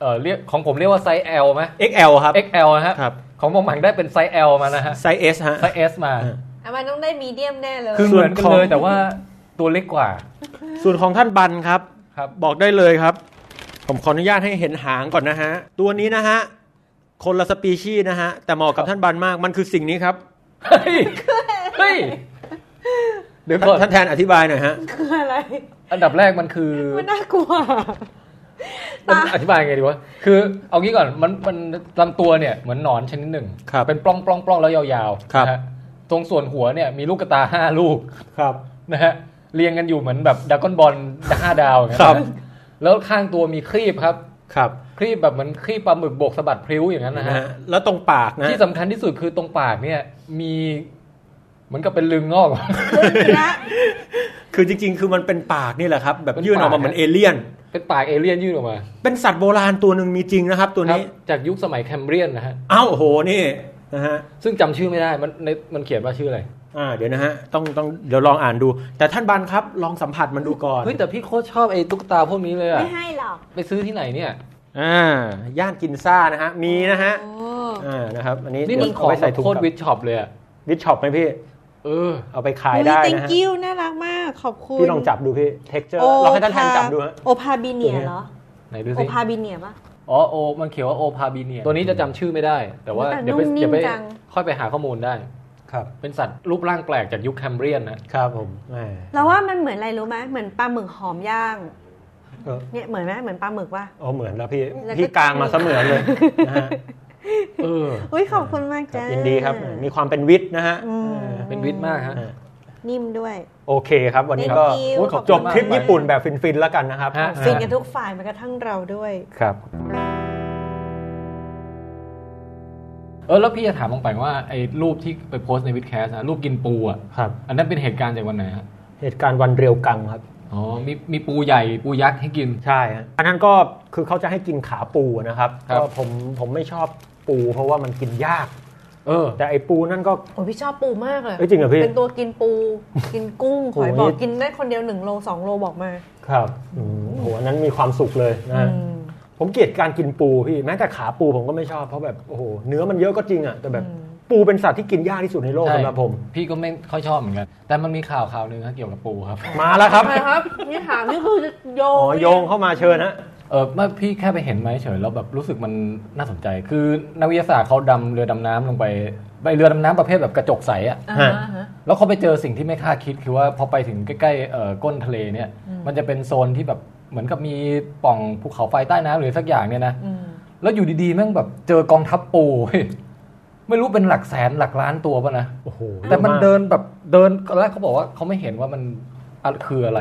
Speaker 7: เอ่อเรียกของผมเรียกว่าไซส์ L ไหม
Speaker 5: XL ครับ
Speaker 7: XL นะฮะ
Speaker 5: ครับ
Speaker 7: ของปองแปงได้เป็นไซส์ L มานะฮะ
Speaker 5: ไซส์ S ฮะ
Speaker 7: ไซส์ S มา
Speaker 5: อ่า
Speaker 2: อ่ะมันต้องได้มีเดียมแน่เลย
Speaker 7: คือเหมือนกัน
Speaker 5: ส่วนข
Speaker 7: เล
Speaker 5: อย ง
Speaker 7: แต่ว่าตัวเล็กกว่า
Speaker 5: ส่วนของท่านบันครับ
Speaker 7: ครับ
Speaker 5: บอกได้เลยครับ ผมขออนุญาตให้เห็นหางก่อนนะฮะ ตัวนี้นะฮะ คนละสปีชีส์นะฮะ แต่เหมาะกับท่านบันมากมันคือสิ่งนี้ครับ
Speaker 7: เฮ้ยเฮ้ยเดี๋ยวก่อน
Speaker 5: ท่านแทนอธิบายหน่อยฮะ
Speaker 2: คืออะไร
Speaker 7: อันดับแรกมันคือ
Speaker 2: มันน่ากลัว
Speaker 7: มัน
Speaker 2: ตา
Speaker 7: อธิบายไงดีวะ คือเอางี้ก่อน มันมันลำตัวเนี่ยเหมือนหนอนชนิดหนึ่ง
Speaker 5: ครับ
Speaker 7: เป็นปล้องปล้องปล้องแล้วยาวๆ
Speaker 5: ครับ
Speaker 7: นะฮะตรงส่วนหัวเนี่ยมีลูกกระตาห้าลูก
Speaker 5: ครับ
Speaker 7: นะฮะ เรียงกันอยู่เหมือนแบบดากอนบอลห้าดาวอย่างเงี้ย
Speaker 5: ครับ
Speaker 7: นะฮะแล้วข้างตัวมีครีบครับ
Speaker 5: ครับ
Speaker 7: ครีบแบบเหมือนครีบปลาหมึกโบกสะบัดพริ้วอย่างนั้น
Speaker 5: นะ
Speaker 7: นะฮะ
Speaker 5: ฮะแล้วตรงปากนะ
Speaker 7: ที่สำคัญที่สุดคือตรงปากเนี่ยมีเหมือนกับเป็นลึงงอก *laughs*
Speaker 5: คือจริง ๆ คือมันเป็นปากนี่แหละครับ แบบ
Speaker 7: เป็น
Speaker 5: ยื่นออ
Speaker 7: ปาม
Speaker 5: กาก เหมือนเอเลี่ยน
Speaker 7: เป็นปากเอเลี่ยนยื่นออกมา
Speaker 5: เป็นสัตว์โบราณตัวหนึ่งมีจริงนะครับ ตัว
Speaker 7: ครั
Speaker 5: นี้
Speaker 7: บจากยุคสมัยแคมเบรียนนะฮะ
Speaker 5: อ้าวโอ้โหนี่นะฮะ
Speaker 7: ซึ่งจำชื่อไม่ได้ มันในมันเขียนว่าชื่ออะไร
Speaker 5: อ่าเดี๋ยวนะฮะต้องต้องเดี๋ยวลองอ่านดู แต่ท่านบันครับลองสัมผัสมันดูก่อน
Speaker 7: เฮ้ยแต่พี่โคตรชอบไอ้ตุ๊กตาพวกนี้เลยอะ
Speaker 10: ไม่ให้หรอก
Speaker 7: ไปซื้อที่ไหนเนี่ย
Speaker 5: อ่าย่านกินซ่านะฮะมีนะฮะ
Speaker 2: โอ้
Speaker 5: อ่านะครับอันนี้
Speaker 7: นี่มั
Speaker 5: เดี๋
Speaker 7: น
Speaker 5: ยว
Speaker 7: ของ
Speaker 5: เอาไปใส่ถุง
Speaker 7: โคตรวิทช็อปเลยอะ
Speaker 5: วิทช็อปไหมพี่
Speaker 7: เออ
Speaker 5: เอาไปขายได้
Speaker 2: เฮ้
Speaker 5: นะฮะ
Speaker 2: thank you น่ารักมาก ขอบคุณ
Speaker 5: พี่ลองจับดูพี่เท็กเจอร์ลองให้ท่านแทนจับดูฮะ
Speaker 2: โอพาบิเนียเหรอ
Speaker 7: ไหนดู
Speaker 2: โอ
Speaker 7: สิ
Speaker 2: พาบิเนียปะ
Speaker 7: อ๋อโอ มันเขียนว่าโอพาบีเนียตัวนี้จะจำชื่อไม่ได้ แต่ว่า
Speaker 2: แต่
Speaker 7: เดี๋ยวไป
Speaker 2: นุ่มนิ่ม
Speaker 7: เดี๋ยวไป
Speaker 2: จัง
Speaker 7: ค่อยไปหาข้อมูลได้
Speaker 5: ครับ
Speaker 7: เป็นสัตว์รูปร่างแปลกจากยุคแคมเบรียนนะครับ
Speaker 5: ผมแหม
Speaker 2: เราว่ามันเหมือนอะไรรู้ไหมเหมือนปลาหมึกหอมย่าง
Speaker 5: เออ
Speaker 2: เนี่ยเหมือนไหมเหมือนปลาหมึกปะ
Speaker 5: เอาเหมือนแล้วพี่
Speaker 2: แล้วก็
Speaker 5: พี่กลางมาเสมือนเลยนะฮะ
Speaker 7: เออ
Speaker 2: อุ้ยขอบคุณมากจ้า
Speaker 5: ยินดีครับมีความเป็นวิทย์นะฮะ
Speaker 2: อืม
Speaker 7: เป็นวิทมากฮะ
Speaker 5: อ่า
Speaker 2: นิ่มด้วย
Speaker 5: โอเคครับ วันนี้ก็
Speaker 2: Thank you
Speaker 7: โอ้ยขอบ
Speaker 5: จ
Speaker 7: คุณ
Speaker 5: บ
Speaker 7: มาก
Speaker 5: ทริปญี่ปุ่นแบบฟินๆแล้วกันนะครับ
Speaker 7: ฮะ
Speaker 2: ฟินกันทุกฝ่ายแม้กระทั่งเราด้วย
Speaker 5: ครับ
Speaker 7: เออแล้วพี่จะถามลงไปว่าไอ้รูปที่ไปโพสต์ในวิดแคสนะรูปกินปูอะ
Speaker 5: ครับ
Speaker 7: อันนั้นเป็นเหตุการณ์จากวันไหนฮะ
Speaker 5: เหตุการณ์วันเรียวกังครับ
Speaker 7: อ๋อมีมีปูใหญ่ปูยักษ์ให้กิน
Speaker 5: ใช่ฮะอันนั้นก็คือเขาจะให้กินขาปูนะครับ
Speaker 7: ครับ
Speaker 5: ก็ผมผมไม่ชอบปูเพราะว่ามันกินยาก
Speaker 7: เออ
Speaker 5: แต่ไอ้ปูนั่นก็
Speaker 2: โอ้ยพี่ชอบปูมากเลย
Speaker 5: เอ้ยจริงเหรอพี่
Speaker 2: เป็นตัวกินปู กินกุ้
Speaker 5: *laughs*
Speaker 2: ง
Speaker 5: โอ้
Speaker 2: ขอย บอกกินได้คนเดียวหนึ่งโลสองโลบอกมา
Speaker 5: ครับอืมโหอันนั้นมีความสุขเลยนะฮะ
Speaker 2: อืม
Speaker 5: ผมเกลียดการกินปูพี่แม้แต่ขาปูผมก็ไม่ชอบเพราะแบบโอ้โหเนื้อมันเยอะก็จริงอะแต่แบบปูเป็นสัตว์ที่กินยากที่สุดในโลก
Speaker 7: ใช่
Speaker 5: สำหรับผม
Speaker 7: พี่ก็ไม่ค่อยชอบเหมือนกัน แต่มันมีข่าวข่าวหนึ่งฮะเกี่ยวกับปูครับ
Speaker 5: มาแล้วครับ
Speaker 2: ใช่ครับ นี่ถามนี่คือจะโย
Speaker 5: อ๋อง โยงเข้ามาเชิญฮะ
Speaker 7: เออไม่พี่แค่ไปเห็นมาเฉยๆแล้วแบบรู้สึกมันน่าสนใจ คือนักวิทยาศาสตร์เขาดำเรือดำน้ำลงไปไปเรือดำน้ำประเภทแบบกระจกใสอะ
Speaker 2: อ่าฮะอ่าฮะ
Speaker 7: แล้วเขาไปเจอสิ่งที่ไม่คาดคิด คือว่าพอไปถึงใกล้ๆเอ่อก้นทะเลเนี่ย มันจะเป็นโซนที่แบบเหมือนกับมีปล่องภูเขาไฟใต้น้ำหรือสักอย่างเนี่ยนะ
Speaker 2: อืม
Speaker 7: แล้วอยู่ดีๆแม่งแบบเจอกองทัพปูเว้ยไม่รู้เป็นหลักแสนหลักล้านตัวป่ะนะ
Speaker 5: โอ้โห
Speaker 7: แต่มัน
Speaker 5: ยอะาก
Speaker 7: เดินแบบเดินแรกเขาบอกว่าเขาไม่เห็นว่ามันอะคืออะไร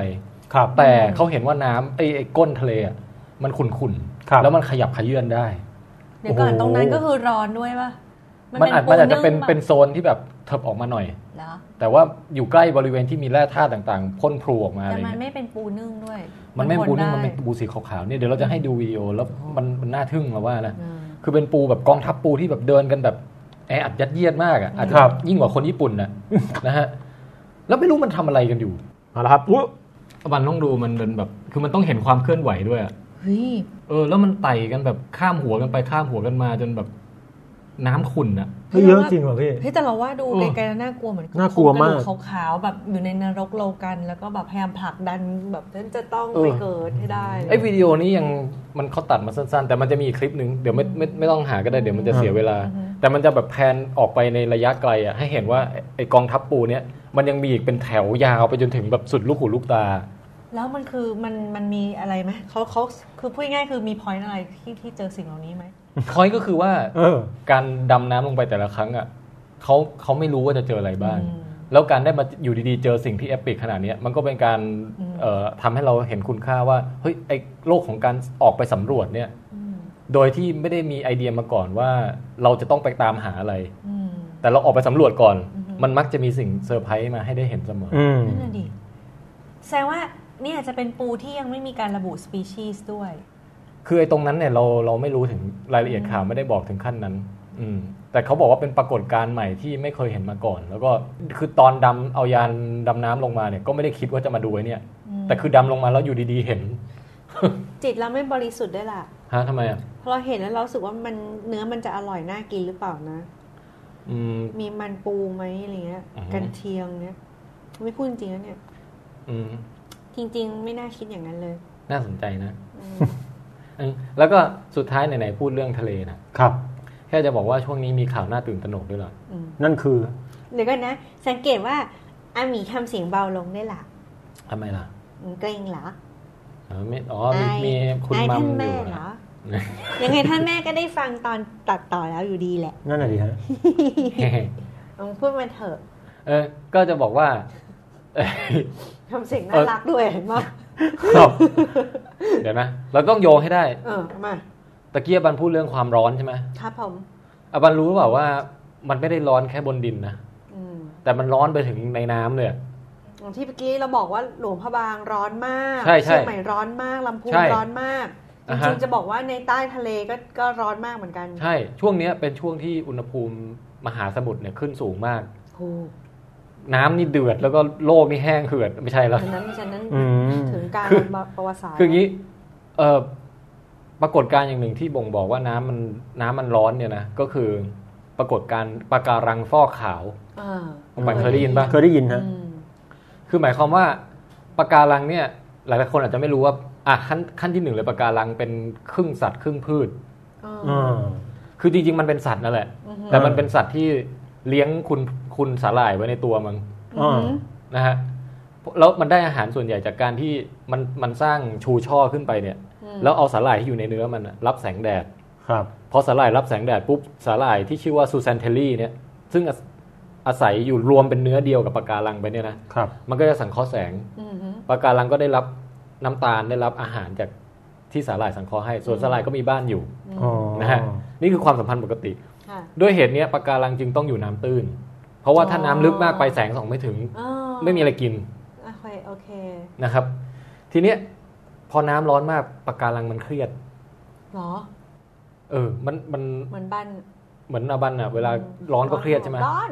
Speaker 5: ครับ
Speaker 7: แต่เขาเห็นว่าน้ำไอ้ไอ้ก้นทะเลอะมันขุ่น
Speaker 5: ครับ
Speaker 7: ๆ แล้วมันขยับขยื่นได้
Speaker 2: เดี๋ยวก่อน
Speaker 5: โอ้โห
Speaker 2: ตรงนั้นก็คือร้อนด้วยป่ะ
Speaker 7: มันอาจมันอาจจะเป็น
Speaker 2: ง
Speaker 7: เป็นโซนที่แบบเถิบออกมาหน่อย
Speaker 2: เหรอ
Speaker 7: แต่ว่าอยู่ใกล้บริเวณที่มีแร่ธาตุต่างๆพ่นพลูออกมาอะ
Speaker 2: แต่
Speaker 7: ไร
Speaker 2: มัน
Speaker 7: เงี้ย
Speaker 2: ไม่เป็นปูนึ่งด้วย
Speaker 7: มันไม่ปูนึ่งมัน
Speaker 2: ได้
Speaker 7: เป็นปูสีขาวๆเนี่ยเดี๋ยวเราจะให้ดูวิดีโอแล้วมันมันน่าทึ่งเราว่านะ
Speaker 2: อืม
Speaker 7: คือเป็นปูแบบกองทัพปูที่แบบเดินกันแบบแออัดยัดเยียดมากอ่ะอาจจะ
Speaker 5: ครับ
Speaker 7: ยิ่งกว่าคนญี่ปุ่นนะ *laughs* นะฮะแล้วไม่รู้มันทำอะไรกันอยู่
Speaker 5: มาแล้วครับอุ๊ย
Speaker 7: มันต้องดูมันเดินแบบ คือมันต้องเห็นความเคลื่อนไหวด้วยอะ
Speaker 2: เฮ้ย
Speaker 7: เออแล้วมันไต่กันแบบข้ามหัวกันไปข้ามหัวกันมาจนแบบน้ำขุ่นอะ
Speaker 5: เฮ้ยเยอะจริงเหรอพี่
Speaker 2: เฮ้ยแต่เราว่าดู
Speaker 7: เออ
Speaker 2: ไกลๆแล้วน่ากลัวเหมือน
Speaker 5: น่ากลัวมาก
Speaker 2: เขขาวๆแบบอยู่ในนรกโลกัน แล้วก็แบบพยายามผลักดันแบบ
Speaker 10: ฉันจะต้องไปเกิดให้ได้
Speaker 7: ไอ้วิดีโอนี้ยังมันเขาตัดมาสั้นๆ แต่มันจะมีอีกคลิปหนึ่งเดี๋ยวไม่ไม่ไม่ต้องหาก็ได้เดี๋ยวมันจะเสียเวลา แต่มันจะแบบแพนออกไปในระยะไกลอะให้เห็นว่าไอ้ไอ้กองทัพปูเนี่ยมันยังมีอีกเป็นแถวยาวไปจนถึงแบบสุดลูกหูลูกตา
Speaker 2: แล้วมันคือมันมันมีอะไรไหมเขาเขาคือพูดง่ายๆคือมีพอยต์อะไรที่ที่เจอสิ่งเหล่านี้ไหม
Speaker 7: คอยก็คือว่า
Speaker 5: เออ
Speaker 7: การดำน้ำลงไปแต่ละครั้งอะเขาเขาไม่รู้ว่าจะเจออะไรบ้าง
Speaker 2: อืม
Speaker 7: แล้วการได้มาอยู่ดีๆเจอสิ่งที่เอปิกขนาดเนี้ยมันก็เป็นการเอ่อทำให้เราเห็นคุณค่าว่าเฮ้ยไอ้โลกของการออกไปสำรวจเนี่ย
Speaker 2: อืม
Speaker 7: โดยที่ไม่ได้มีไอเดียมาก่อนว่าเราจะต้องไปตามหาอะไร
Speaker 2: อืม
Speaker 7: แต่เราออกไปสำรวจก่อน
Speaker 2: อือฮึ
Speaker 7: มันมักจะมีสิ่งเซอร์ไพรส์มาให้ได้เห็นเสมออ
Speaker 5: อืม
Speaker 2: นั่นน่ะดิ
Speaker 11: แสดงว่าเนี่ยจะเป็นปูที่ยังไม่มีการระบุสปีชีส์ด้วย
Speaker 7: คือไอ้ตรงนั้นเนี่ยเราเราไม่รู้ถึงรายละเอียดข่าวไม่ได้บอกถึงขั้นนั้น อืม แต่เขาบอกว่าเป็นปรากฏการณ์ใหม่ที่ไม่เคยเห็นมาก่อน แล้วก็คือตอนดำเอายานดำน้ำลงมาเนี่ยก็ไม่ได้คิดว่าจะมาดูไอ้เนี่ย แต่คือดำลงมาแล้วอยู่ดีๆเห็น
Speaker 2: จิตเราไม่บริสุทธิ์ด้วยล่ะ
Speaker 7: ฮะทำไมอ่ะ
Speaker 2: เพราะเราเห็นแล้วเรารู้สึกว่ามันเนื้อมันจะอร่อยน่ากินหรือเปล่านะ
Speaker 7: อืม
Speaker 2: มีมันปูไหมอะไรเงี้ย
Speaker 7: อือฮึ
Speaker 2: กันเทียมเนี่ยไม่พูดจริงๆนะเนี่ย
Speaker 7: อืม
Speaker 2: จริง ๆ ไม่น่าคิดอย่างนั้น
Speaker 7: *laughs*
Speaker 2: เลย
Speaker 7: น่าสนใจนะ
Speaker 2: อืม
Speaker 7: อืมแล้วก็สุดท้ายไหนๆพูดเรื่องทะเลนะครับ แค่จะบอกว่าช่วงนี้มีข่าวน่าตื่นตระหนกด้วยเหรอ
Speaker 2: อืม
Speaker 5: นั่นคือ
Speaker 2: เดี๋ยวกันนะ สังเกตว่าอาหมีทำเสียงเบาลงได้วยล่ะ
Speaker 7: ทำไมล่ะ
Speaker 2: อืมเกรงเหรอ
Speaker 7: เออไม่อ๋อมีมีคุณ
Speaker 2: อาย
Speaker 7: มัม
Speaker 2: ท่าน
Speaker 7: อ
Speaker 2: แม่
Speaker 7: ยู่
Speaker 2: เหรอ
Speaker 7: นะ
Speaker 2: ยังไงท่านแม่ก็ได้ฟังตอนตัดต่อแล้วอยู่ดีแหละ
Speaker 5: นั่นน่ะดิฮะ
Speaker 7: *laughs*
Speaker 2: ลองพูดมาเถอะ
Speaker 7: เออ ก็จะบอกว่า *laughs* เอ้ย
Speaker 2: ทำเสียง
Speaker 7: เอ
Speaker 2: น่า
Speaker 7: อ
Speaker 2: รักด้วยเห็นปะ
Speaker 5: ครับ
Speaker 7: เดี๋ยวนะ เราต้องโยงให้ได้
Speaker 2: เออมา
Speaker 7: ตะเกียบันพูดเรื่องความร้อนใช่ไหม
Speaker 2: ครับผม
Speaker 7: อะบันรู้หรือเปล่าว่า มันไม่ได้ร้อนแค่บนดินนะ
Speaker 2: อืม
Speaker 7: แต่มันร้อนไปถึงในน้ำเลยอะ
Speaker 2: อย่างที่เมื่อกี้เราบอกว่าหลวงพระบางร้อนมาก
Speaker 7: ใช่ใช่
Speaker 2: เชียงใหม่ร้อนมากลำพูน
Speaker 7: ใช่
Speaker 2: ร้อนมาก จ
Speaker 7: อ่าฮะ
Speaker 2: ริงๆจะบอกว่าในใต้ทะเลก็ก็ร้อนมากเหมือนกัน
Speaker 7: ใช่ ช่วงเนี้ยเป็นช่วงที่อุณหภูมิมหาสมุทรเนี่ยขึ้นสูงมาก
Speaker 2: ถูก
Speaker 7: น้ำนี่เดือดแล้วก็โลกนี่แห้งเหือดไม่ใช่แล้ว
Speaker 2: ฉะนั้นฉะนั้น
Speaker 5: อืม
Speaker 2: ถึงการ
Speaker 7: คือ
Speaker 2: ประวัติศาสตร์
Speaker 7: คืออย่างนี้ เอ่อ ปรากฏการณ์อย่างหนึ่งที่บ่งบอกว่าน้ำมันน้ำมันร้อนเนี่ยนะ ก็คือ ปรากฏการณ์ปะการังฟอกขาว
Speaker 2: เออ
Speaker 7: บันเคยได้ยินปะ
Speaker 5: เคยได้ยินฮะ
Speaker 2: อืม
Speaker 7: คือหมายความว่าปะการังเนี่ย หลายๆคนอาจจะไม่รู้ว่าอ่ะขั้นขั้นที่หนึ่งเลยปะการังเป็นครึ่งสัตว์ครึ่งพืช
Speaker 2: เออ
Speaker 5: อ่า
Speaker 7: คือจริงๆมันเป็นสัตว์นั่นแหละ
Speaker 2: อือฮึ
Speaker 7: แต่มันเป็นสัตว์ที่เลี้ยงคุณคุณสาหร่ายไว้ในตัวมัน
Speaker 5: อ่า
Speaker 7: นะฮะแล้วมันได้อาหารส่วนใหญ่จากการที่มันมันสร้างชูช่อขึ้นไปเนี่ย แล้วเอาสาหร่ายที่อยู่ในเนื้อมันน่ะรับแสงแดด
Speaker 5: ครับ
Speaker 7: พอสาหร่ายรับแสงแดดปุ๊บสาหร่ายที่ชื่อว่าซูซานเทลลี่เนี่ยซึ่งอาอาศัยอยู่รวมเป็นเนื้อเดียวกับปะการังไปเนี่ยนะครับ มันก็จะสังเคราะห์แสง
Speaker 2: อือฮึ
Speaker 7: ปะการังก็ได้รับน้ำตาลได้รับอาหารจากที่สาหร่ายสังเคราะห์ให้ ส่วนสาหร่ายก็มีบ้านอยู่
Speaker 5: อ๋อ
Speaker 7: นะฮะนี่คือความสัมพันธ์ปกติ
Speaker 2: ค่ะ
Speaker 7: ด้วยเหตุเนี้ยปะการังจึงต้องอยู่น้ำตื้น เพราะว่าถ้าน้ำลึกมากไปแสงส่องไม่ถึง
Speaker 2: อ๋อ
Speaker 7: ไม่มีอะไรกิน
Speaker 2: โอเคโอเค
Speaker 7: นะครับ ทีเนี้ยพอน้ำร้อนมากปะการังมันเครียด
Speaker 2: เหรอ
Speaker 7: เออ มันมัน
Speaker 2: เหมือนบ้าน
Speaker 7: เหมือนอาบันอะเวลาร้อนก็เครียดใช่ไหม
Speaker 2: ร้อน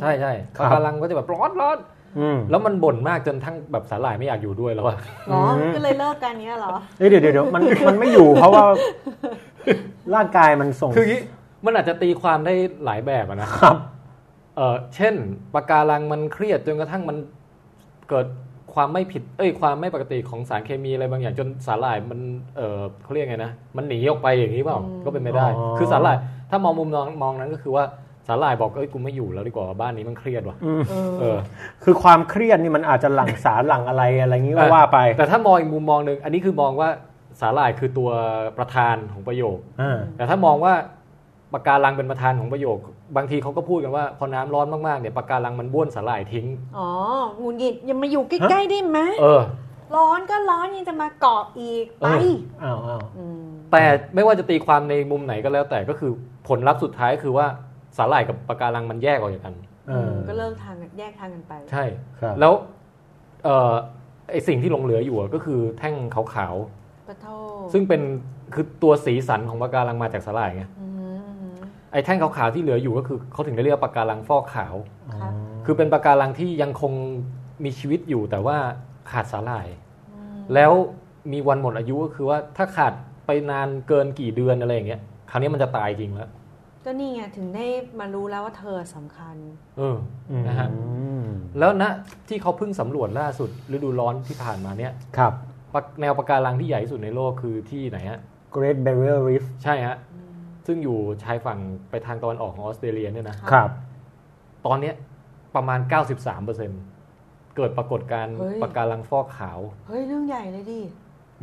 Speaker 7: ใช่ใช่ปะการังก็จะแบบร้อนร้อน
Speaker 5: อืม
Speaker 7: แล้วมันบ่นมากจนทั้งแบบสาหร่ายไม่อยากอยู่ด้วยแล้วอะ
Speaker 2: เหรอก็เลยเลิกกันเนี้ยเหรอ
Speaker 5: เอ้ยเดี๋ยวเดี๋ยวเดี๋ยวมันมันไม่อยู่เพราะว่า ร่างกายมันส่ง
Speaker 7: คืออย่างนี้มันอาจจะตีความได้หลายแบบอะนะครับ เออเช่นปะการังมันเครียดจนกระทั่งมันเกิดความไม่ผิด เอ้ยความไม่ปกติของสารเคมีอะไรบางอย่างจนสาหร่ายมันเออเขาเรียกไงนะมันหนีออกไปอย่างนี้เปล่าก็เป็นไม่ได้
Speaker 5: อ๋อ
Speaker 7: คือสาหร่ายถ้ามองมุมมองมองนั้นก็คือว่าสาหร่ายบอกเอ้ยกูไม่อยู่แล้วดีกว่าบ้านนี้มันเครียดว่ะ
Speaker 5: ม
Speaker 7: เออ
Speaker 5: คือความเครียดนี่มันอาจจะหลั่งสารหลั่งอะไรอะไรอย่างงี้ก็
Speaker 7: อ่ะ
Speaker 5: ว่าไป
Speaker 7: แต่ถ้ามองอีกมุมมองหนึ่งอันนี้คือมองว่าสาหร่ายคือตัวประธานของประโยค
Speaker 5: อ่า
Speaker 7: แต่ถ้ามองว่าปะการังเป็นประธานของประโยค บางทีเขาก็พูดกันว่าพอน้ำร้อนมากๆเนี่ยปะการังมันบ้วนสาหร่ายทิ้ง
Speaker 2: อ๋อหงุนหงิดอย่ามาอยู่ใกล้ๆได้ไหม
Speaker 7: เออ
Speaker 2: ร้อนก็ร้อนยังจะมาเกาะอีกไป
Speaker 7: เออ
Speaker 5: อ้าวอ้าว
Speaker 2: ม
Speaker 7: แต่ไม่ว่าจะตีความในมุมไหนก็แล้วแต่ก็คือผลลัพธ์สุดท้ายคือว่าสาหร่ายกับปะการังมันแยกออกจากกัน
Speaker 5: เออ
Speaker 2: ก็เลิกทางกันแยกทางกันไป
Speaker 7: ใช่
Speaker 5: ครับ
Speaker 7: แล้วเออไอสิ่งที่หลงเหลืออยู่อะก็คือแท่งขาว
Speaker 2: ปะโท
Speaker 7: ๆซึ่งเป็นคือตัวสีสันของปะการังมาจากสาหร่ายไง
Speaker 2: อืมอืม
Speaker 7: ไอแท่งขาวๆที่เหลืออยู่ก็คือเขาถึงได้เรียกว่าปะการังฟอกขาว
Speaker 2: ครับ
Speaker 7: คือเป็นปะการังที่ยังคงมีชีวิตอยู่แต่ว่าขาดสาหร่าย
Speaker 2: อืม
Speaker 7: แล้วมีวันหมดอายุก็คือว่าถ้าขาดไปนานเกินกี่เดือนอะไรอย่างเงี้ยคราวนี้มันจะตายจริงแล้ว
Speaker 2: ก็นี่ไงถึงได้มารู้แล้วว่าเธอสำคัญ
Speaker 7: เออ
Speaker 5: อืม
Speaker 7: นะฮะแล้วณที่เขาเพิ่งสำรวจล่าสุดฤดูร้อนที่ผ่านมาเนี่ย
Speaker 5: ครับ
Speaker 7: ปะแนวปะการังที่ใหญ่ที่สุดในโลกคือที่ไหนฮะ
Speaker 5: Great Barrier Reef
Speaker 7: ใช่ฮะซึ่งอยู่ชายฝั่งไปทางตะวันออกของออสเตรเลียเนี่ยนะครับ ตอนเนี้ยประมาณ 93เเกิดปรากฏการณ์
Speaker 2: เฮ้ย
Speaker 7: ปะการังฟอกขาว
Speaker 2: เฮ้ยเรื่องใหญ่เลยดิ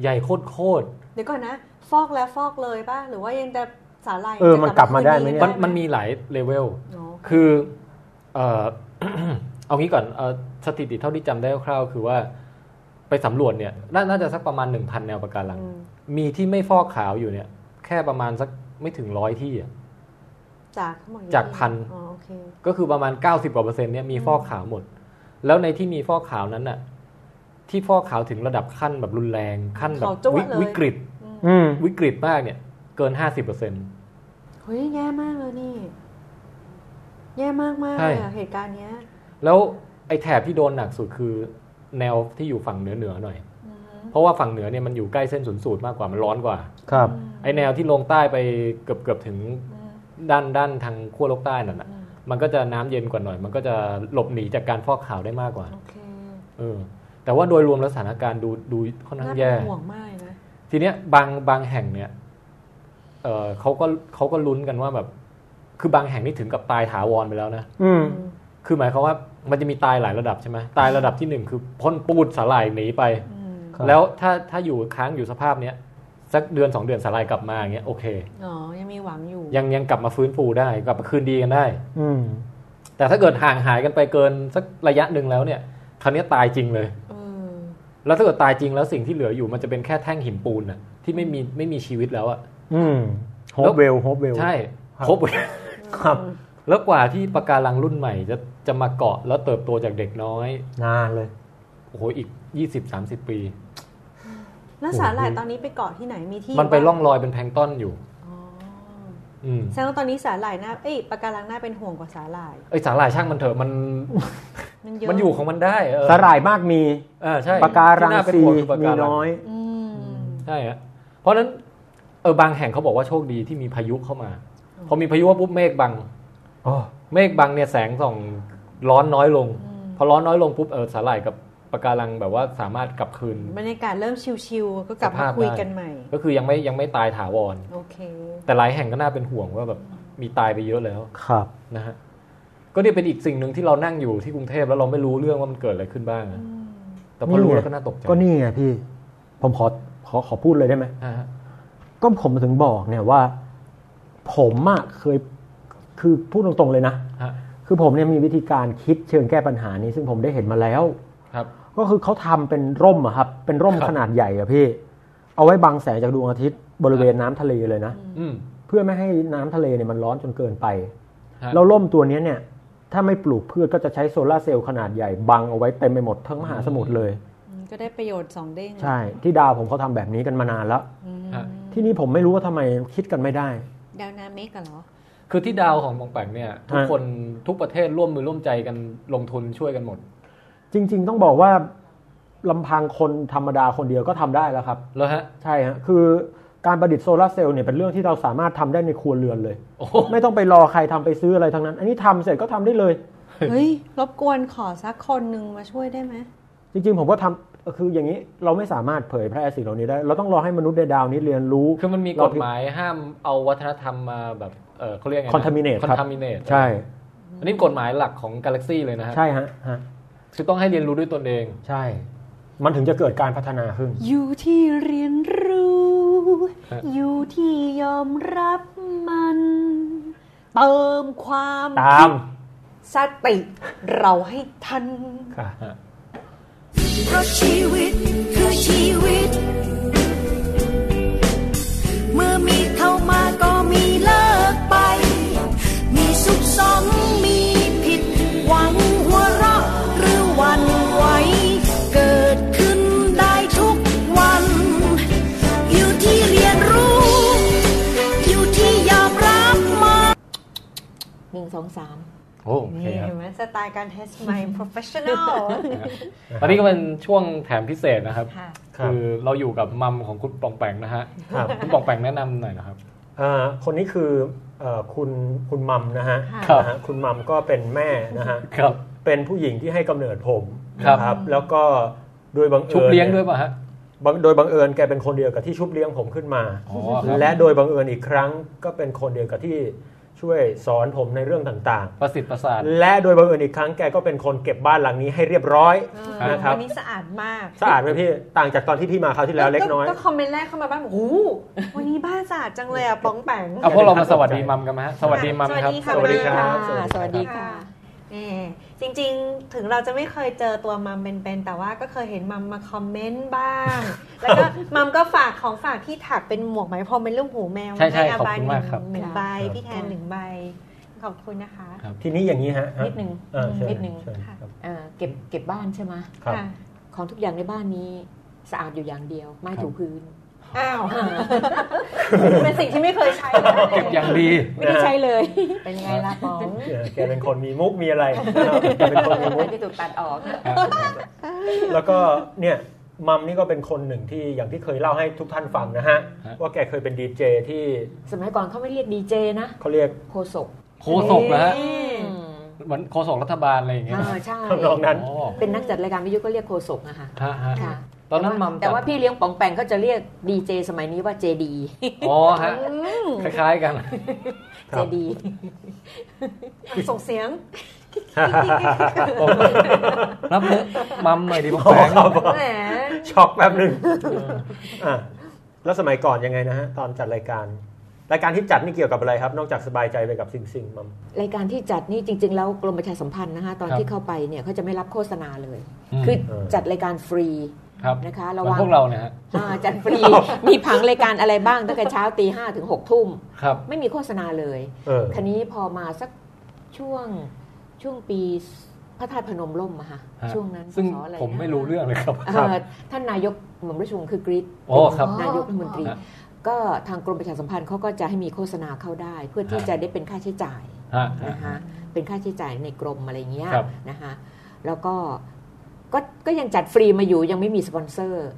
Speaker 7: ใหญ่โคตรๆ
Speaker 2: เดี๋ยวก่อนนะ ฟอกแล้วฟอกเลยป่ะหรือว่ายังจะสาลาย
Speaker 5: เออมันกลับมาได้ไหมเนี่ย
Speaker 7: มันมันมีหลายเลเวล
Speaker 2: อ๋อ
Speaker 7: คือเอ่อ *coughs* เอางี้ก่อนเอ่อสถิติเท่าที่จำได้คร่าวๆคือว่าไปสำรวจเนี่ยนาน่าจะสักประมาณ 1,000 แนวปะการัง
Speaker 2: อืม
Speaker 7: มีที่ไม่ฟอกขาวอยู่เนี่ย แค่ประมาณสักไม่ถึงร้อยที่อะ
Speaker 2: จากทั้งหมด
Speaker 7: จากพัน
Speaker 2: อ๋อโอเค
Speaker 7: ก็คือประมาณ 90กว่าเปอร์เซ็นต์เนี่ยมีฟอกขาวหมด แล้วในที่มีฟอกขาวนั้นน่ะ ที่ฟอกขาวถึงระดับขั้นแบบรุนแรงขั้นแบบ
Speaker 4: เขาจ้ว
Speaker 7: ว
Speaker 4: ดเลย
Speaker 7: วิกฤต
Speaker 5: อืม
Speaker 7: วิกฤตมากเนี่ย เกินห้าสิบเปอร์เซ็นต์
Speaker 2: เฮ้ยแย่มากเลยนี่ แย่มากมากๆ
Speaker 7: ใช่
Speaker 2: เลยอะเหตุการณ์เนี้ย
Speaker 7: แล้วไอ้แถบที่โดนหนักสุดคือ แนวที่อยู่ฝั่งเหนือเหนือๆหน่อย เพราะว่าฝั่งเหนือเนี่ยมันอยู่ใกล้เส้นศูนย์สูตรมากกว่ามันร้อนกว่า
Speaker 5: ครับ
Speaker 7: ไอแนวที่ลงใต้ไปเกือบเกือบถึงด้านด้านทางขั้วโลกใต้นั่นนะมันก็จะน้ำเย็นกว่าหน่อย มันก็จะหลบหนีจากการฟอกขาวได้มากกว่า
Speaker 2: โอเค
Speaker 7: เออแต่ว่าโดยรวมแล้วสถานการณ์ดูดูค่อนข้า
Speaker 2: น่าง เป็
Speaker 7: แย่
Speaker 2: นห่วงมากเลยนะ
Speaker 7: ทีเนี้ยบางบางแห่งเนี่ยเออเขาก็เขาก็ลุ้นกันว่าแบบ คือบางแห่งนี่ถึงกับตายถาวรไปแล้วนะ
Speaker 5: อืม
Speaker 7: คือหมายความว่ามันจะมีตายหลายระดับใช่ไหมตายระดับที่หนึ่งคือพ่นปูดสาหร่ายหนีไป
Speaker 5: ครับ
Speaker 7: แล้วถ้าถ้าอยู่ค้างอยู่สภาพเนี้ยสักเดือนสองเดือนสาหร่ายกลับมาอย่างเงี้ยโอเค
Speaker 2: อ๋อ ยังมีหวังอยู่
Speaker 7: ยังยังกลับมาฟื้นฟูได้กลับมาคืนดีกันได้
Speaker 5: อืม
Speaker 7: แต่ถ้าเกิดห่างหายกันไปเกินสักระยะหนึ่งแล้วเนี่ยคราวเนี้ยตายจริงเลย
Speaker 2: เออ
Speaker 7: แล้วถ้าเกิดตายจริงแล้วสิ่งที่เหลืออยู่มันจะเป็นแค่แท่งหินปูนน่ะที่ไม่มีไม่มีชีวิตแล้วอ่ะ
Speaker 5: อืมโฮปเวลโฮปเวล
Speaker 7: ใช่
Speaker 5: ครับ
Speaker 7: ครบ *laughs*
Speaker 5: ครับ
Speaker 7: แล้วกว่าที่ปะการังรุ่นใหม่จะจะมาเกาะแล้วเติบโตจากเด็กน้อย
Speaker 5: นานเลย
Speaker 7: โอ้โหอีก 20-30 ปี
Speaker 2: แล้วสาหร่ายตอนนี้ไปเกาะที่ไหน มีที่
Speaker 7: มันไป
Speaker 2: บ้าง
Speaker 7: ล่องลอยเป็นแพลงก์ต้อนอยู่
Speaker 2: อ๋อ
Speaker 7: อืม
Speaker 2: แสดงว่าตอนนี้สาหร่ายหน้าเอ้ยปะการังหน้าเป็นห่วงกว่าสาหร่าย
Speaker 7: ไอยสาหร่ายช่างมันเถอะมัน
Speaker 2: มันเยอะ
Speaker 7: มันอยู่ของมันได้เออ
Speaker 5: สาหร่ายมากมี
Speaker 7: อ่าใช่
Speaker 5: ปะการัง
Speaker 7: ที่น่เป็น
Speaker 5: ซี
Speaker 7: ห่วคือปะ
Speaker 5: มี
Speaker 7: การัง
Speaker 5: น้อย
Speaker 2: อืม
Speaker 7: ใช่ฮะเพราะฉะนั้นเออบางแห่งเขาบอกว่าโชคดีที่มีพายุเข้ามา พอมีพายุว่าปุ๊บเมฆบัง
Speaker 5: อ๋อ
Speaker 7: เมฆบังเนี่ยแสงส่องร้อนน้อยลง พอร้อนน้อยลงปุ๊บเออสาหร่ายกับปะการังแบบว่าสามารถกลับคืน
Speaker 2: บรรยากาศเริ่มชิวๆ ก็กลับ
Speaker 7: ส
Speaker 2: มา
Speaker 7: ภาพ
Speaker 2: คุย
Speaker 7: ได้
Speaker 2: กันใหม่
Speaker 7: ก็คือยังไม่ยังไม่ตายถาวร
Speaker 2: โอเค
Speaker 7: แต่หลายแห่งก็น่าเป็นห่วงว่าแบบมีตายไปเยอะแล้ว
Speaker 5: ครับ
Speaker 7: นะฮะก็เนี่ยเป็นอีกสิ่งหนึ่งที่เรานั่งอยู่ที่กรุงเทพแล้วเราไม่รู้เรื่องว่ามันเกิดอะไรขึ้นบ้างอะแต่พอรู้
Speaker 5: นี่ไง
Speaker 7: แล้วก็น่าตกใจ
Speaker 5: ก็นี่ไงพี่ ผมขอขอขอพูดเลยได้ไหม
Speaker 7: อ่าฮะ
Speaker 5: ก็ผมถึงบอกเนี่ยว่า ผมอะเคยคือพูดตรงๆเลยนะ
Speaker 7: ฮะ
Speaker 5: คือผมเนี่ยมีวิธีการคิดเชิงแก้ปัญหานี้ ซึ่งผมได้เห็นมาแล้ว
Speaker 7: ครับ
Speaker 5: ก็คือเขาทำเป็นร่มอะครับ เป็นร่ม
Speaker 7: ครับ
Speaker 5: ขนาดใหญ่อะพี่ เอาไว้บังแสงจากดวงอาทิตย์บริเวณน้ำทะเลเลยนะ
Speaker 7: อืม
Speaker 5: เพื่อไม่ให้น้ำทะเลเนี่ยมันร้อนจนเกินไป
Speaker 7: ฮะ
Speaker 5: แล้วร่มตัวเนี้ยเนี่ย ถ้าไม่ปลูกพืชก็จะใช้โซลาร์เซลล์ขนาดใหญ่บังเอาไว้เต็มไปหมดทั้งมหาสมุทรเลย
Speaker 2: ก็ได้ประโยชน์สองเด้ง
Speaker 5: ใช่ ที่ดาวผมเขาทำแบบนี้กันมานานแล้ว
Speaker 7: ฮะ
Speaker 5: ที่นี่ผมไม่รู้ว่าทำไมคิดกันไม่ได้
Speaker 2: ดาวนาเมกกันเหรอ
Speaker 7: คือที่ดาวของบองแปงเนี่ยทุกคนทุกประเทศร่วมมือร่วมใจกันลงทุนช่วยกันหมด
Speaker 5: จริง ๆ ต้องบอกว่าลำพังคนธรรมดาคนเดียวก็ทำได้แล้วครับ
Speaker 7: แล้วฮะ
Speaker 5: ใช่ฮะคือการประดิษฐ์โซลาร์เซลล์เนี่ยเป็นเรื่องที่เราสามารถทำได้ในครัวเรือนเลย
Speaker 7: โอ้โห
Speaker 5: ไม่ต้องไปรอใครทำไปซื้ออะไรทั้งนั้น อันนี้ทำเสร็จก็ทำได้เลย
Speaker 2: เฮ้ย รบกวนขอสักคนหนึ่งมาช่วยได้ไหม
Speaker 5: จริง ๆ ผมก็ทำคืออย่างนี้เราไม่สามารถเผยแพร่สิ่งเหล่านี้ได้ เราต้องรอให้มนุษย์ในดาวนี้เรียนรู้
Speaker 7: คือมันมีกฎหมายห้ามเอาวัฒนธรรมมาแบบเออเขาเรียกไง
Speaker 5: Contaminate
Speaker 7: คอ
Speaker 5: ครับ
Speaker 7: นทามิเนต
Speaker 5: ใช่
Speaker 7: อันนี้กฎหมายหลักของกาแล็กซี่เลยนะฮะ
Speaker 5: ใช่ฮะฮะ
Speaker 7: คือต้องให้เรียนรู้ด้วยตนเอง
Speaker 5: ใช่ มันถึงจะเกิดการพัฒนาขึ้น
Speaker 2: อยู่ที่เรียนรู้
Speaker 7: ฮะ
Speaker 2: อยู่ที่ยอมรับมัน เติมความ
Speaker 5: ตาม
Speaker 2: สติเราให้ทัน
Speaker 5: ค่ะ
Speaker 12: เพราะชีวิตคือชีวิต เมื่อมีเข้ามาก็มีเลิกไป มีสุขสมมีผิด หวังหัวเราะหรือหวันไหวเกิดขึ้นได้ทุกวัน อยู่ที่เรียนรู้ อยู่ที่ยอมรับมัน
Speaker 2: หนึ่งสองสาม
Speaker 7: โอ้โอเค
Speaker 2: นี่
Speaker 7: ครับ
Speaker 2: เห็นไหมสไตล์การ test my
Speaker 7: *laughs*
Speaker 2: professional
Speaker 7: ตอนนี้ก็เป็นช่วงแถมพิเศษนะครับ
Speaker 2: ค่ะ
Speaker 5: ครับ
Speaker 7: คือเราอยู่กับมัมของคุณปองแปงนะฮะ
Speaker 5: ครับ
Speaker 7: คุณปองแปงแนะนำหน่อยนะครับ
Speaker 5: อ่าคนนี้คือเอ่อคุณคุณมัมนะฮะ
Speaker 2: ค่ะ
Speaker 5: นะฮะคุณมัมก็เป็นแม่นะฮะ
Speaker 7: ครับ
Speaker 5: เป็นผู้หญิงที่ให้กำเนิดผม
Speaker 7: ครับ
Speaker 5: นะแล้วก็โดยบังเอิญ
Speaker 7: ชุบเลี้ยงด้วยป่ะฮะ
Speaker 5: บังโดยบังเอิญแกเป็นคนเดียวกับที่ชุบเลี้ยงผมขึ้นมา
Speaker 7: อ๋อครับ
Speaker 5: และโดยบังเอิญอีกครั้งก็เป็นคนเดียวกับที่ช่วยสอนผมในเรื่องต่าง
Speaker 7: ประสิทธิ์ประสาท
Speaker 5: ๆ และโดยบังเอิญอีกครั้งแกก็เป็นคนเก็บบ้านหลังนี้ให้เรียบร้อย
Speaker 2: เออ
Speaker 5: นะครับ
Speaker 2: วันนี้สะอาดมาก
Speaker 5: สะอาดไหมพี่ต่างจากตอนที่พี่มาคราวที่แล้วเล็กน้อย
Speaker 2: ก็คอมเมนต์แรกเข้ามาบ้างโอ้โหวันนี้บ้านสะอาดจังเลย
Speaker 7: *laughs*
Speaker 2: อ่ะป๋องแปง
Speaker 7: เอาพวกเรามาสวัสดีมัมกันไหมฮะสวัสดีมัมครับ
Speaker 2: ส
Speaker 5: สวั
Speaker 2: วัส
Speaker 5: สดี
Speaker 2: ดี
Speaker 5: ครั
Speaker 2: ค่ะ
Speaker 5: บ
Speaker 4: สวัสดีค่ะ
Speaker 2: แหมจริงๆ ถึงเราจะไม่เคยเจอตัวมัมเป็นๆ แต่ว่าก็เคยเห็นมัมมาคอมเมนต์บ้าง
Speaker 7: *laughs*
Speaker 2: แล้วก็มัมก็ฝากของฝากที่ถักเป็นหมวกไหมพรมเป็นรูปหูแมว
Speaker 7: ใช่ๆ
Speaker 2: อา
Speaker 7: ขอบคุณมากครับ
Speaker 2: หนึ่งใบ พี่แทนหนึ่งใบ ขอบคุณนะคะ
Speaker 5: ทีนี้อย่างนี้ฮะ
Speaker 13: นิดนึง
Speaker 5: อ่าเชิญ
Speaker 13: นิดนึง
Speaker 5: เชิญครับ
Speaker 13: เอ่อเก็บเก็บบ้านใช่ไหม
Speaker 5: ครับ
Speaker 2: ค่ะ
Speaker 12: ของทุกอย่างในบ้านนี้สะอาดอยู่อย่างเดียว ไม้ถูพื้น
Speaker 2: อ้าว *laughs* เป็นสิ่งที่ไม่เคยใช้เล
Speaker 4: เก็บ
Speaker 2: ย
Speaker 4: อย่างดี
Speaker 12: ไม่ได้ใช้เลย
Speaker 7: เป็นไงล่ะป๋อง
Speaker 5: เออแกเป็นคนมีมุกมีอะไรนะครับแกเป็นคนมีมุก
Speaker 12: ที่ถูกตัดออก
Speaker 5: แล้วก็เนี่ยมัมนี่ก็เป็นคนหนึ่งที่อย่างที่เคยเล่าให้ทุกท่านฟังนะฮะ
Speaker 4: ฮะ
Speaker 5: ว่าแกเคยเป็นดีเจที่
Speaker 12: สมัยก่อนเขาไม่เรียกดีเจนะ
Speaker 5: เขาเรียก
Speaker 12: โคศก
Speaker 4: โคศกนะฮะ
Speaker 12: อืม
Speaker 4: เหมือนโคศกรัฐบาลอะไรอย่างเงี้ย
Speaker 12: อ่าใช่
Speaker 5: ทำนองนั้น
Speaker 4: อ๋อ
Speaker 12: เป็นนักจัดรายการวิทยุก็เรียกโคศกอะค่ะ
Speaker 4: ฮะฮะ
Speaker 12: ค่ะ
Speaker 4: ตอนนั้นมัม
Speaker 12: แต่ว่า
Speaker 4: จัด
Speaker 12: พี่เลี้ยงป๋องแปงก็จะเรียกดีเจสมัยนี้ว่าเจ
Speaker 4: *laughs*
Speaker 12: ดี
Speaker 4: อ๋อฮะคล้ายๆกัน
Speaker 5: ครั
Speaker 12: เจ
Speaker 5: บ
Speaker 12: ดี
Speaker 2: ส่งเสียง
Speaker 4: นับเนื้อมัมหน่อยดิผม
Speaker 5: อ๋อ
Speaker 4: แปลง
Speaker 5: ครับ
Speaker 2: แหม
Speaker 5: ช็อกแป๊บหนึ่งอ่ะแล้วสมัยก่อนยังไงนะฮะ ตอนจัดรายการ รายการที่จัดนี่เกี่ยวกับอะไรครับ นอกจากสบายใจไปกับซิงซิงมัม
Speaker 12: รายการที่จัดนี่จริง ๆ แล้วกรมประชาสัมพันธ์นะคะตอนที่เข้าไปเนี่ยเขาจะไม่รับโฆษณาเลย คือจัดรายการฟรี
Speaker 4: ครับ
Speaker 12: นะคะ
Speaker 4: เห
Speaker 12: ระ
Speaker 4: มือน
Speaker 12: วัง
Speaker 4: พวกเราเนี่ยฮะ
Speaker 12: อ่าจัดฟรี *laughs* มีผังรายการอะไรบ้างตั้งแต่เช้าตีห้าถึงหกทุ่ม
Speaker 4: ครับ
Speaker 12: ไม่มีโฆษณาเลย
Speaker 5: เออ
Speaker 12: คันนี้พอมาสักช่วงช่วงปีพระธาตุพนมล่มอะค่ะ
Speaker 4: ฮะ
Speaker 12: ช่วงนั้น
Speaker 4: ซึ่ง
Speaker 12: พศอะ
Speaker 4: ผม
Speaker 12: นะ
Speaker 4: ไม่รู้เรื่องเลยครับ
Speaker 12: เอ่อท่านนายกหม่อมราชวงศ์คือกริช
Speaker 4: โอ้ครับ
Speaker 12: นายกรัฐมนตรี
Speaker 4: ฮะ
Speaker 12: ก็ทางกรมประชาสัมพันธ์เขาก็จะให้มีโฆษณาเข้าได้ เพื่อที่
Speaker 4: ฮะ
Speaker 12: จะได้เป็นค่าใช้จ่าย
Speaker 4: ฮะ
Speaker 12: นะคะเป็นค่าใช้จ่ายในกรมอะไรเงี้ย
Speaker 4: ครับ
Speaker 12: นะคะแล้วก็ก็ก็ยังจัดฟรีมาอยู่ยังไม่มีสปอนเซอร์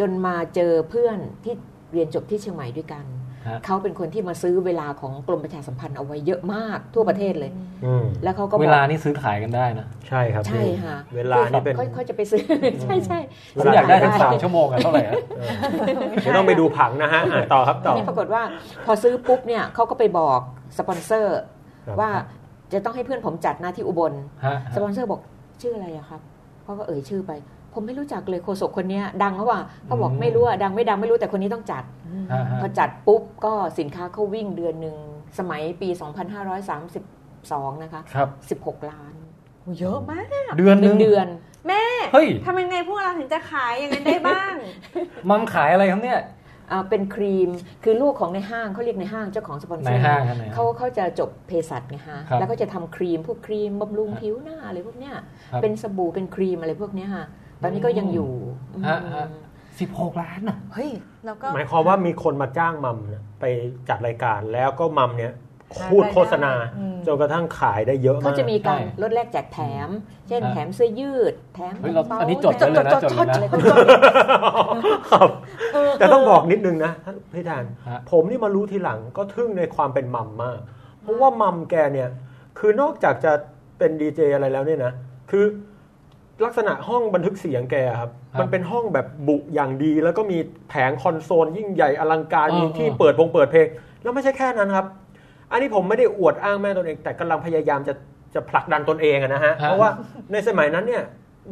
Speaker 12: จนมาเจอเพื่อนที่เรียนจบที่เชียงใหม่ด้วยกัน
Speaker 4: ฮะ
Speaker 12: เขาเป็นคนที่มาซื้อเวลาของกรมประชาสัมพันธ์เอาไว้เยอะมากทั่วประเทศเลย
Speaker 5: อืม
Speaker 12: แล้วเขาก็บ
Speaker 4: เว
Speaker 12: อก
Speaker 4: ลานี่ซื้อขายกันได้นะ
Speaker 5: ใช่ครับ
Speaker 12: ใช่ค่ะ
Speaker 5: เวลานี่เป็น
Speaker 12: เขาเขาจะไปซื้อ ใช่ใช่
Speaker 5: เว
Speaker 4: ผม
Speaker 5: ลา
Speaker 4: อยากได้ทั้ง
Speaker 12: ซื้ข
Speaker 4: สามชั่วโมงกันเท่าไหร่ฮะ
Speaker 5: เออเดี๋ยวต้องไปดูผังนะฮะอ่ะต่อครับต่อ
Speaker 12: นี่ปรากฏว่าพอซื้อปุ๊บเนี่ยเขาก็ไปบอกสปอนเซอร์
Speaker 5: ครับ
Speaker 12: ว่าจะต้องให้เพื่อนผมจัดหน้าที่อุบล
Speaker 4: ฮะ
Speaker 12: สปอนเซอร์บอกชื่ออะไรอะครับเขาก็เอ่ยชื่อไป ผมไม่รู้จักเลยโฆษกคนเนี้ยดังเขาว่าเขาบอกไม่รู้อะดังไม่ดังไม่รู้แต่คนนี้ต้องจัด
Speaker 4: ฮะฮะ
Speaker 12: พอจัดปุ๊บก็สินค้าเขาวิ่งเดือนหนึ่งสมัยปี 2532 นะคะ
Speaker 4: ครับ
Speaker 12: 16 ล้าน
Speaker 7: โอ้เยอะมาก
Speaker 4: เดือน
Speaker 12: ห
Speaker 4: หนึ
Speaker 12: นึ่
Speaker 4: ง
Speaker 12: งเดือน
Speaker 2: แม่
Speaker 4: เฮ้ย
Speaker 2: ทำยังไงพวกเราถึงจะขายอย่างนั้นได้บ้าง
Speaker 4: มัมขายอะไรครับเนี่ย
Speaker 12: อ่าเป็นครีมคือลูกของในห้างเขาเรียกในห้างเจ้าของสปอนเซอ
Speaker 4: ใน
Speaker 12: ร์
Speaker 4: ห้างครับในห้าง
Speaker 12: เขาเขาจะจบเภสัชไงฮะ
Speaker 4: ครับ
Speaker 12: แล้วก็จะทำครีมพวกครีมบำรุง
Speaker 4: ฮะ
Speaker 12: ผิวหน้าอะไรพวกเนี้ย
Speaker 4: ครับ
Speaker 12: เป็นสบู่เป็นครีมอะไรพวกเนี้ยฮะตอนนี้ก็ยังอยู่อืม
Speaker 4: ฮะฮะ สิบหกล้านอ่ะ
Speaker 2: เฮ้ยแล้วก็
Speaker 5: หมายความว่ามีคนมาจ้างมัมเนี่ยไปจัดรายการแล้วก็มัมเนี่ยพูดโฆษณาจนกระทั่งขายได้เยอะ
Speaker 12: เขา
Speaker 5: มาก
Speaker 12: จะมีการ
Speaker 4: ใช่
Speaker 12: ลดแลกแจกแถม เช่น
Speaker 4: ฮะ
Speaker 12: แถมเสื้อยืด แถม
Speaker 4: เฮ้ยเรา
Speaker 12: กระป๋
Speaker 4: อันนี้จดไว้เลยนะจดไว้นะ
Speaker 12: อะไรพวกนี้
Speaker 5: ครับแต่ต้องบอกนิดนึงนะท่านพี่ดาน
Speaker 4: ฮะ
Speaker 5: ผมนี่มารู้ทีหลังก็ทึ่งในความเป็นมัมมาก เพราะว่ามัมแกเนี่ย คือนอกจากจะเป็นดีเจอะไรแล้วเนี่ยนะ คือลักษณะห้องบันทึกเสียงแกอะครับ
Speaker 4: ครับ
Speaker 5: มันเป็นห้องแบบบุอย่างดี แล้วก็มีแผงคอนโซลยิ่งใหญ่อลังการ
Speaker 4: เออ
Speaker 5: มีที่
Speaker 4: เออ
Speaker 5: เปิดวงเปิดเพลง แล้วไม่ใช่แค่นั้นครับ อันนี้ผมไม่ได้อวดอ้างแม่ตนเอง แต่กำลังพยายามจะจะผลักดันตนเองอะนะฮะ เพราะว่าในสมัยนั้นเนี่ย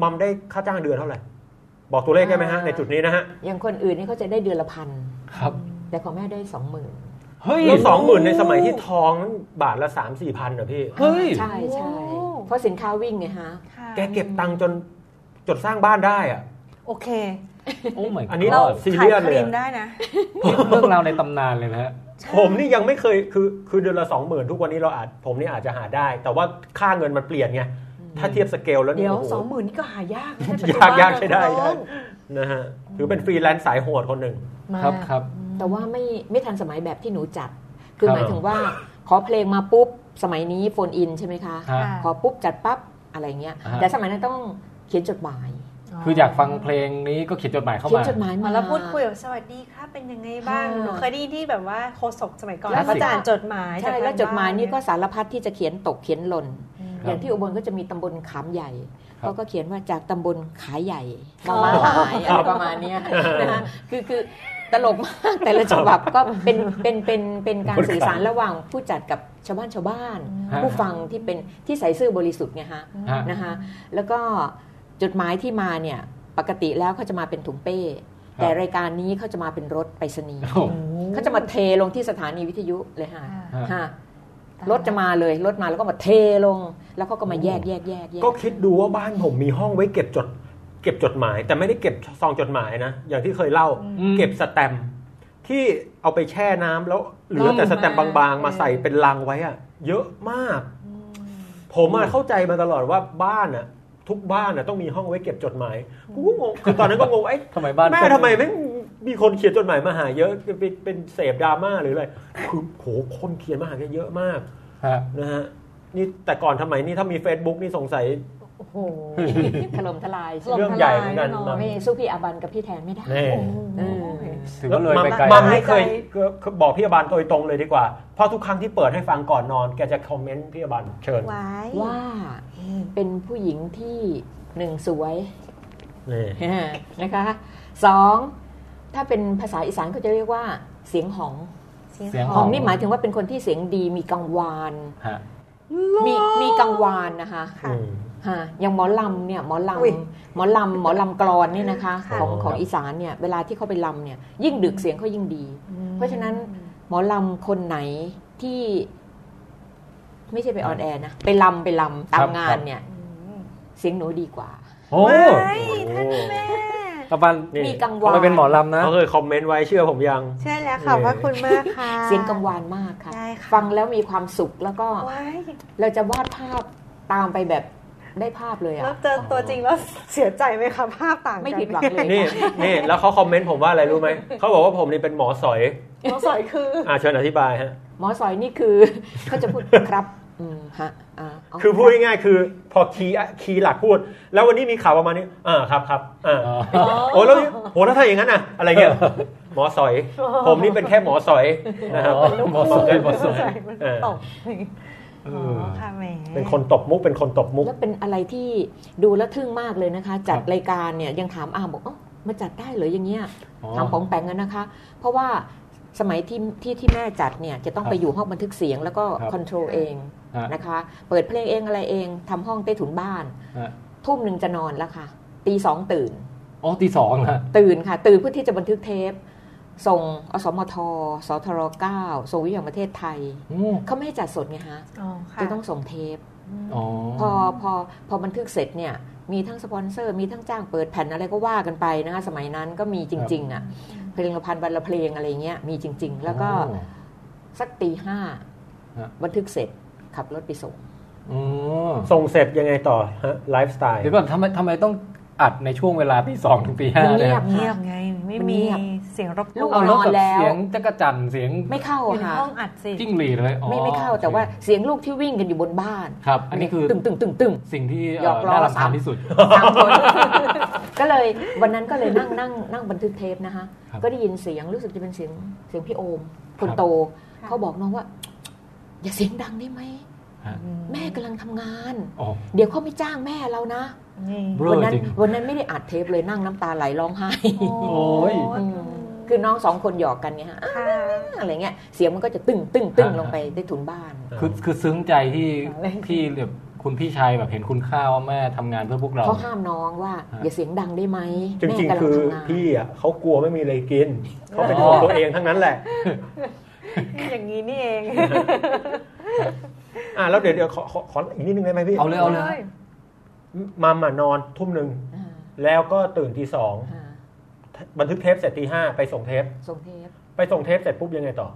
Speaker 5: มัมได้ค่าจ้างเดือนเท่าไหร่ บอกตัวเลขได้ไหมฮะ
Speaker 12: อ่า
Speaker 5: ในจุดนี้นะฮะ
Speaker 12: อย่างคนอื่นนี่เขาจะได้เดือนละพัน
Speaker 4: ครับ
Speaker 12: แต่ของแม่ได้สองหมื่น
Speaker 4: เฮ้ย
Speaker 5: แล้วสองหมื่นในสมัยที่ทองบาทละสามสี่พันเหรอพี่
Speaker 4: เฮ้ย
Speaker 12: ใช่ใช่เพราะสินค้าวิ่งไงฮะ
Speaker 2: ค่ะ
Speaker 5: แกเก็บตังค์จนจดสร้างบ้านได้อะ
Speaker 2: โอเค
Speaker 4: โอ้ my
Speaker 5: อันนี้
Speaker 2: เรา
Speaker 12: *laughs*
Speaker 4: god
Speaker 5: ซี
Speaker 2: ขา
Speaker 5: เรี
Speaker 2: ย
Speaker 5: ยส
Speaker 2: ค
Speaker 5: เลย
Speaker 2: รี
Speaker 5: อะ
Speaker 2: มได้นะ
Speaker 4: เรื่องราวในตำนานเลยนะฮะ
Speaker 5: ผมนี่ยังไม่เคยคือคือเดือนละสองหมื่นทุกวันนี้เราอาจผมนี่อาจจะหาได้ แต่ว่าค่าเงินมันเปลี่ยนไง ถ้าเทียบสเกลแล้ว
Speaker 12: เดี๋ยว
Speaker 5: โโห
Speaker 12: สองหมื่นนี่ก็หายากนะ
Speaker 5: ยากยากใช้ได้
Speaker 12: ปัจจุบั
Speaker 5: ได้
Speaker 12: นนะ
Speaker 5: นะฮะถือเป็นฟรีแลนซ์สายโหดคนหนึ่ง
Speaker 7: มา
Speaker 4: ครับครับ
Speaker 12: แต่ว่าไม่ไม่ทันสมัยแบบที่หนูจัด คือ
Speaker 4: ครับ
Speaker 12: หมายถึงว่าขอเพลงมาปุ๊บ สมัยนี้โฟนอินใช่ไหมคะ
Speaker 4: ฮะ
Speaker 12: ขอปุ๊บจัดปั๊บอะไรเงี้ย
Speaker 4: ฮะ
Speaker 12: แต่สมัยนั้นต้องเขียนจดหมาย
Speaker 4: คืออยากฟังเพลงนี้ก็เขียนจดหมายเข้า
Speaker 12: เขียน
Speaker 4: มา
Speaker 12: จดหมาย
Speaker 2: เหมือ
Speaker 12: มา
Speaker 2: นเราพูดคุยแบบสวัสดีครับเป็นยังไงบ้าง
Speaker 12: ค่ะ
Speaker 2: หนูเคยได้ยินที่แบบว่าโคศกสมัยก่อน
Speaker 12: แล้ว
Speaker 2: เขาจะอ่านจดหมาย
Speaker 12: ใช่
Speaker 2: ก
Speaker 12: แล้วจดหมายนี่ก็
Speaker 2: บ้
Speaker 12: สารพัดที่จะเขียนตกเขียนหล่น
Speaker 4: ครับ
Speaker 12: อย่างที่อุบลก็จะมีตำบลขามใหญ่
Speaker 4: ครับ
Speaker 12: เขาก็เขียนว่าจากตำบลขายใหญ่มามาขายอะไรประมาณเนี้ยนะคะคือคือตลกมากแต่ละฉบับก็เป็นเป็นเป็นเป็นการสื่อสารระหว่างผู้จัดกับชาวบ้านชาวบ้าน
Speaker 4: ฮะ
Speaker 12: ผู้ฟังที่เป็นที่ใส่ซื่อบริสุทธิ์ไงฮะ
Speaker 4: ฮะ
Speaker 12: นะคะแล้วก็จดหมายที่มาเนี่ยปกติแล้วเขาจะมาเป็นถุงเป้
Speaker 4: ครับ
Speaker 12: แต่รายการนี้เขาจะมาเป็นรถไปรษณีย์
Speaker 4: โอ้
Speaker 12: เขาจะมาเทลงที่สถานีวิทยุเลยฮะ
Speaker 4: ฮะ
Speaker 12: ฮะรถจะมาเลย รถมาแล้วก็มาเทลง แล้วเขาก็มาแยกแยกแยกแยก
Speaker 5: ก็คิดดูว่าบ้านผมมีห้องไว้เก็บจด เก็บจดหมาย แต่ไม่ได้เก็บซองจดหมายนะ อย่างที่เคยเล่า
Speaker 4: อืม
Speaker 5: เก็บสแตมป์ที่เอาไปแช่น้ำแล้วเหลือแต่สแตมป์บางๆ มาใส่เป็นลังไว้อะเยอะมาก ผมอะเข้าใจมาตลอดว่าบ้านอะ ทุกบ้านนะต้องมีห้องไว้เก็บจดหมายกูก็งงคือตอนนั้นก็งงไอ้ย
Speaker 4: ทำไมบ้าน
Speaker 5: แม่ทำไมไม่มีคนเขียนจดหมายมาหาเยอะเป็นเป็นเสพดราม่าหรืออะไรคือโหคนเขียนมาหาแกเยอะมาก
Speaker 4: ฮะ
Speaker 5: นะฮะนี่แต่ก่อนทำไมนี่ถ้ามี Facebook นี่สงสัย
Speaker 12: โอ้โหถล่มทลาย
Speaker 7: ถล่ม
Speaker 5: เรื่องใหญ่เหมือนกัน
Speaker 7: ทลายแน่น
Speaker 5: มั
Speaker 7: อน
Speaker 5: ม
Speaker 12: ไม่สู้พี่อาบันกับพี่แทนไม่ได้
Speaker 5: แน่
Speaker 12: เออ
Speaker 4: ถือว่าเลยไปไกล
Speaker 5: มัม
Speaker 4: นะ
Speaker 5: นี่เคยเคยบอกพี่อาบันโดยตรงเลยดีกว่า เพราะทุกครั้งที่เปิดให้ฟังก่อนนอนแกจะคอมเมนต์พี่อาบันเชิญ
Speaker 2: ไว้
Speaker 12: ว่าเป็นผู้หญิงที่หนึ่งส *laughs* วย
Speaker 5: นี่
Speaker 12: นะคะสองถ้าเป็นภาษาอีสานก็จะเรียกว่าเสียงหอง
Speaker 4: เสียง
Speaker 12: หองนี่หมายถึงว่าเป็นคนที่เสียงดีมีกังวาน
Speaker 4: ฮะ
Speaker 12: มีมีกังวานนะคะ
Speaker 2: ค่ะ
Speaker 5: อืม
Speaker 12: ฮะอย่างหมอลำเนี่ยหมอล
Speaker 2: อุ๊ย
Speaker 12: ำหมอลำหมอลำกรอนเนี่ยนะคะ
Speaker 2: ค่ะ
Speaker 12: ของของ
Speaker 5: ครับ
Speaker 12: อีสานเนี่ยเวลาที่เขาไปลำเนี่ยยิ่งดึกเสียงเขายิ่งดี เพราะฉะนั้นหมอลำคนไหนที่ ไม่ใช่ไปออนแอร์นะไปลำไปลำตา
Speaker 4: ครั
Speaker 12: ม
Speaker 4: บ
Speaker 12: งา
Speaker 4: ครั
Speaker 12: น
Speaker 4: บ
Speaker 12: เนี่ย เสียงหนูดีกว่า
Speaker 4: โอ้
Speaker 2: ไว้ท่านแม่
Speaker 4: ตะบัน
Speaker 5: นี่
Speaker 12: มีกัง
Speaker 4: ทำ
Speaker 12: วาน
Speaker 4: ไมเป็นหมอลำนะ
Speaker 5: เขาเคยคอมเมนต์ไว้เชื่อผมยัง
Speaker 2: ใช่แล้วค่ะ
Speaker 5: เอ่ย
Speaker 2: ว่าคุณมากค่ะ
Speaker 12: เสียงกังวานมากค่ะ
Speaker 2: ได้ค่ะ
Speaker 12: ฟังแล้วมีความสุขแล้วก็
Speaker 2: ไว้
Speaker 12: เราจะวาดภาพตามไปแบบได้ภาพเลย
Speaker 2: แล้
Speaker 12: อะ
Speaker 2: วเจอตัวจริงแล้วเสียใจไหมคะภาพต่างกัน
Speaker 12: ไม่ผิดหวังเลย
Speaker 5: นี่นี่แล้วเขาคอมเมนต์ผมว่าอะไรรู้ไหม เขาบอกว่าผมนี่เป็นหมอสอย
Speaker 2: น้องสอยคือ
Speaker 5: อ่าเชิญอธิบายฮะ
Speaker 12: หมอสอยนี่คือ *laughs* เขาจะพูดครับอืมฮะอ่าเา
Speaker 5: คือพูดง่ายๆคือพอคีย์คีย์หลักพูด แล้ววันนี้มีข่าวประมาณนี้อ่าครับครับอ่าโอ้แล้วโหแล้วถ้าอย่างนั้นอ่ะ อะไรเงี้ยหมอส
Speaker 12: *laughs*
Speaker 5: อย ผมนี่เป็นแค่หมอสอยนะครับ
Speaker 4: หมอสอย
Speaker 5: เป็นหมอสอย
Speaker 2: มัน
Speaker 5: อ่า
Speaker 2: ตก
Speaker 4: เอ
Speaker 2: อ๋อ
Speaker 4: อ
Speaker 2: ค่ะแหม
Speaker 5: เป็นคนตบมุกเป็นคนตบมุก
Speaker 12: แล้วเป็นอะไรที่ดูแล้วทึ่งมากเลยนะคะ จัดรายการเนี่ยยังถามอามบอกเอ้ามาจัดได้เหรืออย่างเงี้ย
Speaker 4: อ๋อ
Speaker 12: ถามปองแปงกันนะคะ เพราะว่าสมัยที่ที่ที่แม่จัดเนี่ยจะต้องไปอยู่ห้องบันทึกเสียงแล้วก็
Speaker 4: ครับ
Speaker 12: คอนโทรลเอง
Speaker 4: ฮะ
Speaker 12: นะคะ เปิดเพลงเองอะไรเองทำห้องใต้ถุนบ้าน
Speaker 4: ฮะ
Speaker 12: ทุ่มหนึ่งจะนอนแล้วค่ะตีสองตื่น
Speaker 4: อ๋อตีสองนะ
Speaker 12: ตื่นค่ะ ตื่นเพื่อที่จะบันทึกเทป ส่งอสมทสทรเก้าส่งวิทยุแห่งประเทศไทย เขาไม่ให้จัดสดไงฮะ
Speaker 2: อ๋อค่ะ
Speaker 12: จะต้องส่งเทป
Speaker 4: อ๋อ
Speaker 12: พอพอพอบันทึกเสร็จเนี่ย มีทั้งสปอนเซอร์ มีทั้งจ้างเปิดแผ่นอะไรก็ว่ากันไปนะคะสมัยนั้นก็มีจริง ๆ อ่ะ เพลงละพันวันละเพลงอะไรเงี้ยมีจริง ๆ แล้วก็
Speaker 4: อ๋อ
Speaker 12: สักตีห้า
Speaker 4: ฮะ
Speaker 12: บันทึกเสร็จขับรถไปส่ง
Speaker 4: อ๋อ
Speaker 5: ส่งเสร็จยังไงต่อฮะไลฟ์สไตล์
Speaker 4: เดี๋ยวก่อนทำไมทำไมต้องอัดในช่วงเวลาตีสองถึงตีห้า
Speaker 12: มันเงี
Speaker 4: เนี่ย
Speaker 12: ยบ
Speaker 2: เงียบไง ไม่มี
Speaker 12: มันเงียบ
Speaker 2: เสียงรบก
Speaker 12: ลูก
Speaker 2: วน
Speaker 12: นอนแล้ว
Speaker 4: เสียงจักรจันทร์เสียง
Speaker 12: ไม่เข้า
Speaker 2: อยู่ใน
Speaker 12: ค่ะ
Speaker 2: ห้องอัดสิ
Speaker 4: จิ้งหรีดเลยอ๋อ
Speaker 12: ไม่ไม่เข้าแต่ว่าเสียงลูกที่วิ่งกันอยู่บนบ้าน
Speaker 4: ครับ อันนี้คือ
Speaker 12: ตึงตึงตึงตึง
Speaker 4: สิ่งที่เอ่อ
Speaker 12: หยอกล้อ
Speaker 4: น่ารำคาญที่สุด
Speaker 12: สามคน ก็เลยวันนั้นก็เลยนั่งนั่งนั่งบันทึกเทปนะคะ
Speaker 4: ครับ
Speaker 12: ก็ได้ยินเสียงรู้สึกจะเป็นเสียงเสียงพี่โอม คน
Speaker 4: ครับ
Speaker 12: โต
Speaker 2: ค่ะ
Speaker 12: เขาบอกน้องว่า อย่าเสียงดังได้ไหม
Speaker 4: ฮะ
Speaker 12: แม่กำลังทำงาน
Speaker 4: อ๋อ
Speaker 12: เดี๋ยวเขาไม่จ้างแม่เรานะ
Speaker 2: นี่
Speaker 4: เบ้อ
Speaker 12: วันั้น
Speaker 4: จริง
Speaker 12: วันนั้นไม่ได้อัดเทปเลยนั่งน้ำตาไหลร้องไห้
Speaker 4: โอ้ย
Speaker 12: อืมคือน้องสองคนหยอกกันไงฮะ
Speaker 2: ค่ะ
Speaker 12: อะไรเงี้ยเสียงมันก็จะตึงตึงตึง
Speaker 4: ฮะ
Speaker 12: ลงไปใต้ถุนบ้าน
Speaker 4: คือคือซึ้งใจที่ที่แบบคุณพี่ชายแบบเห็นคุณค่าว่าแม่ทำงานเพื่อพวกเรา
Speaker 12: เขาห้ามน้องว่า
Speaker 4: ฮะ
Speaker 12: อย่าเสียงดังได้ไหม
Speaker 5: จริงจริง
Speaker 12: แม่
Speaker 5: ๆ
Speaker 12: กำ
Speaker 5: คือ
Speaker 12: ลังทำงาน
Speaker 5: พี่อ่ะเขากลัวไม่มีอะไรกินเขาเป็นห่วงตัวเองทั้งนั้นแหละ
Speaker 2: อย่างนี้นี่เอง
Speaker 5: อ่าแล้วเดี๋ยวเดี๋ยวขอขอขออีกนิดนึงได้ไหมพี่
Speaker 4: เอาเลยเอาเลย
Speaker 5: มัมอ่ะนอนทุ่มหนึ่ง
Speaker 12: อ่า
Speaker 5: แล้วก็ตื่นทีสอง
Speaker 12: อ่า
Speaker 5: บันทึกเทปเสร็จตีห้าไปส่งเทป
Speaker 12: ส่งเทป
Speaker 5: ไปส่งเทปเสร็จปุ๊บยังไงต่อ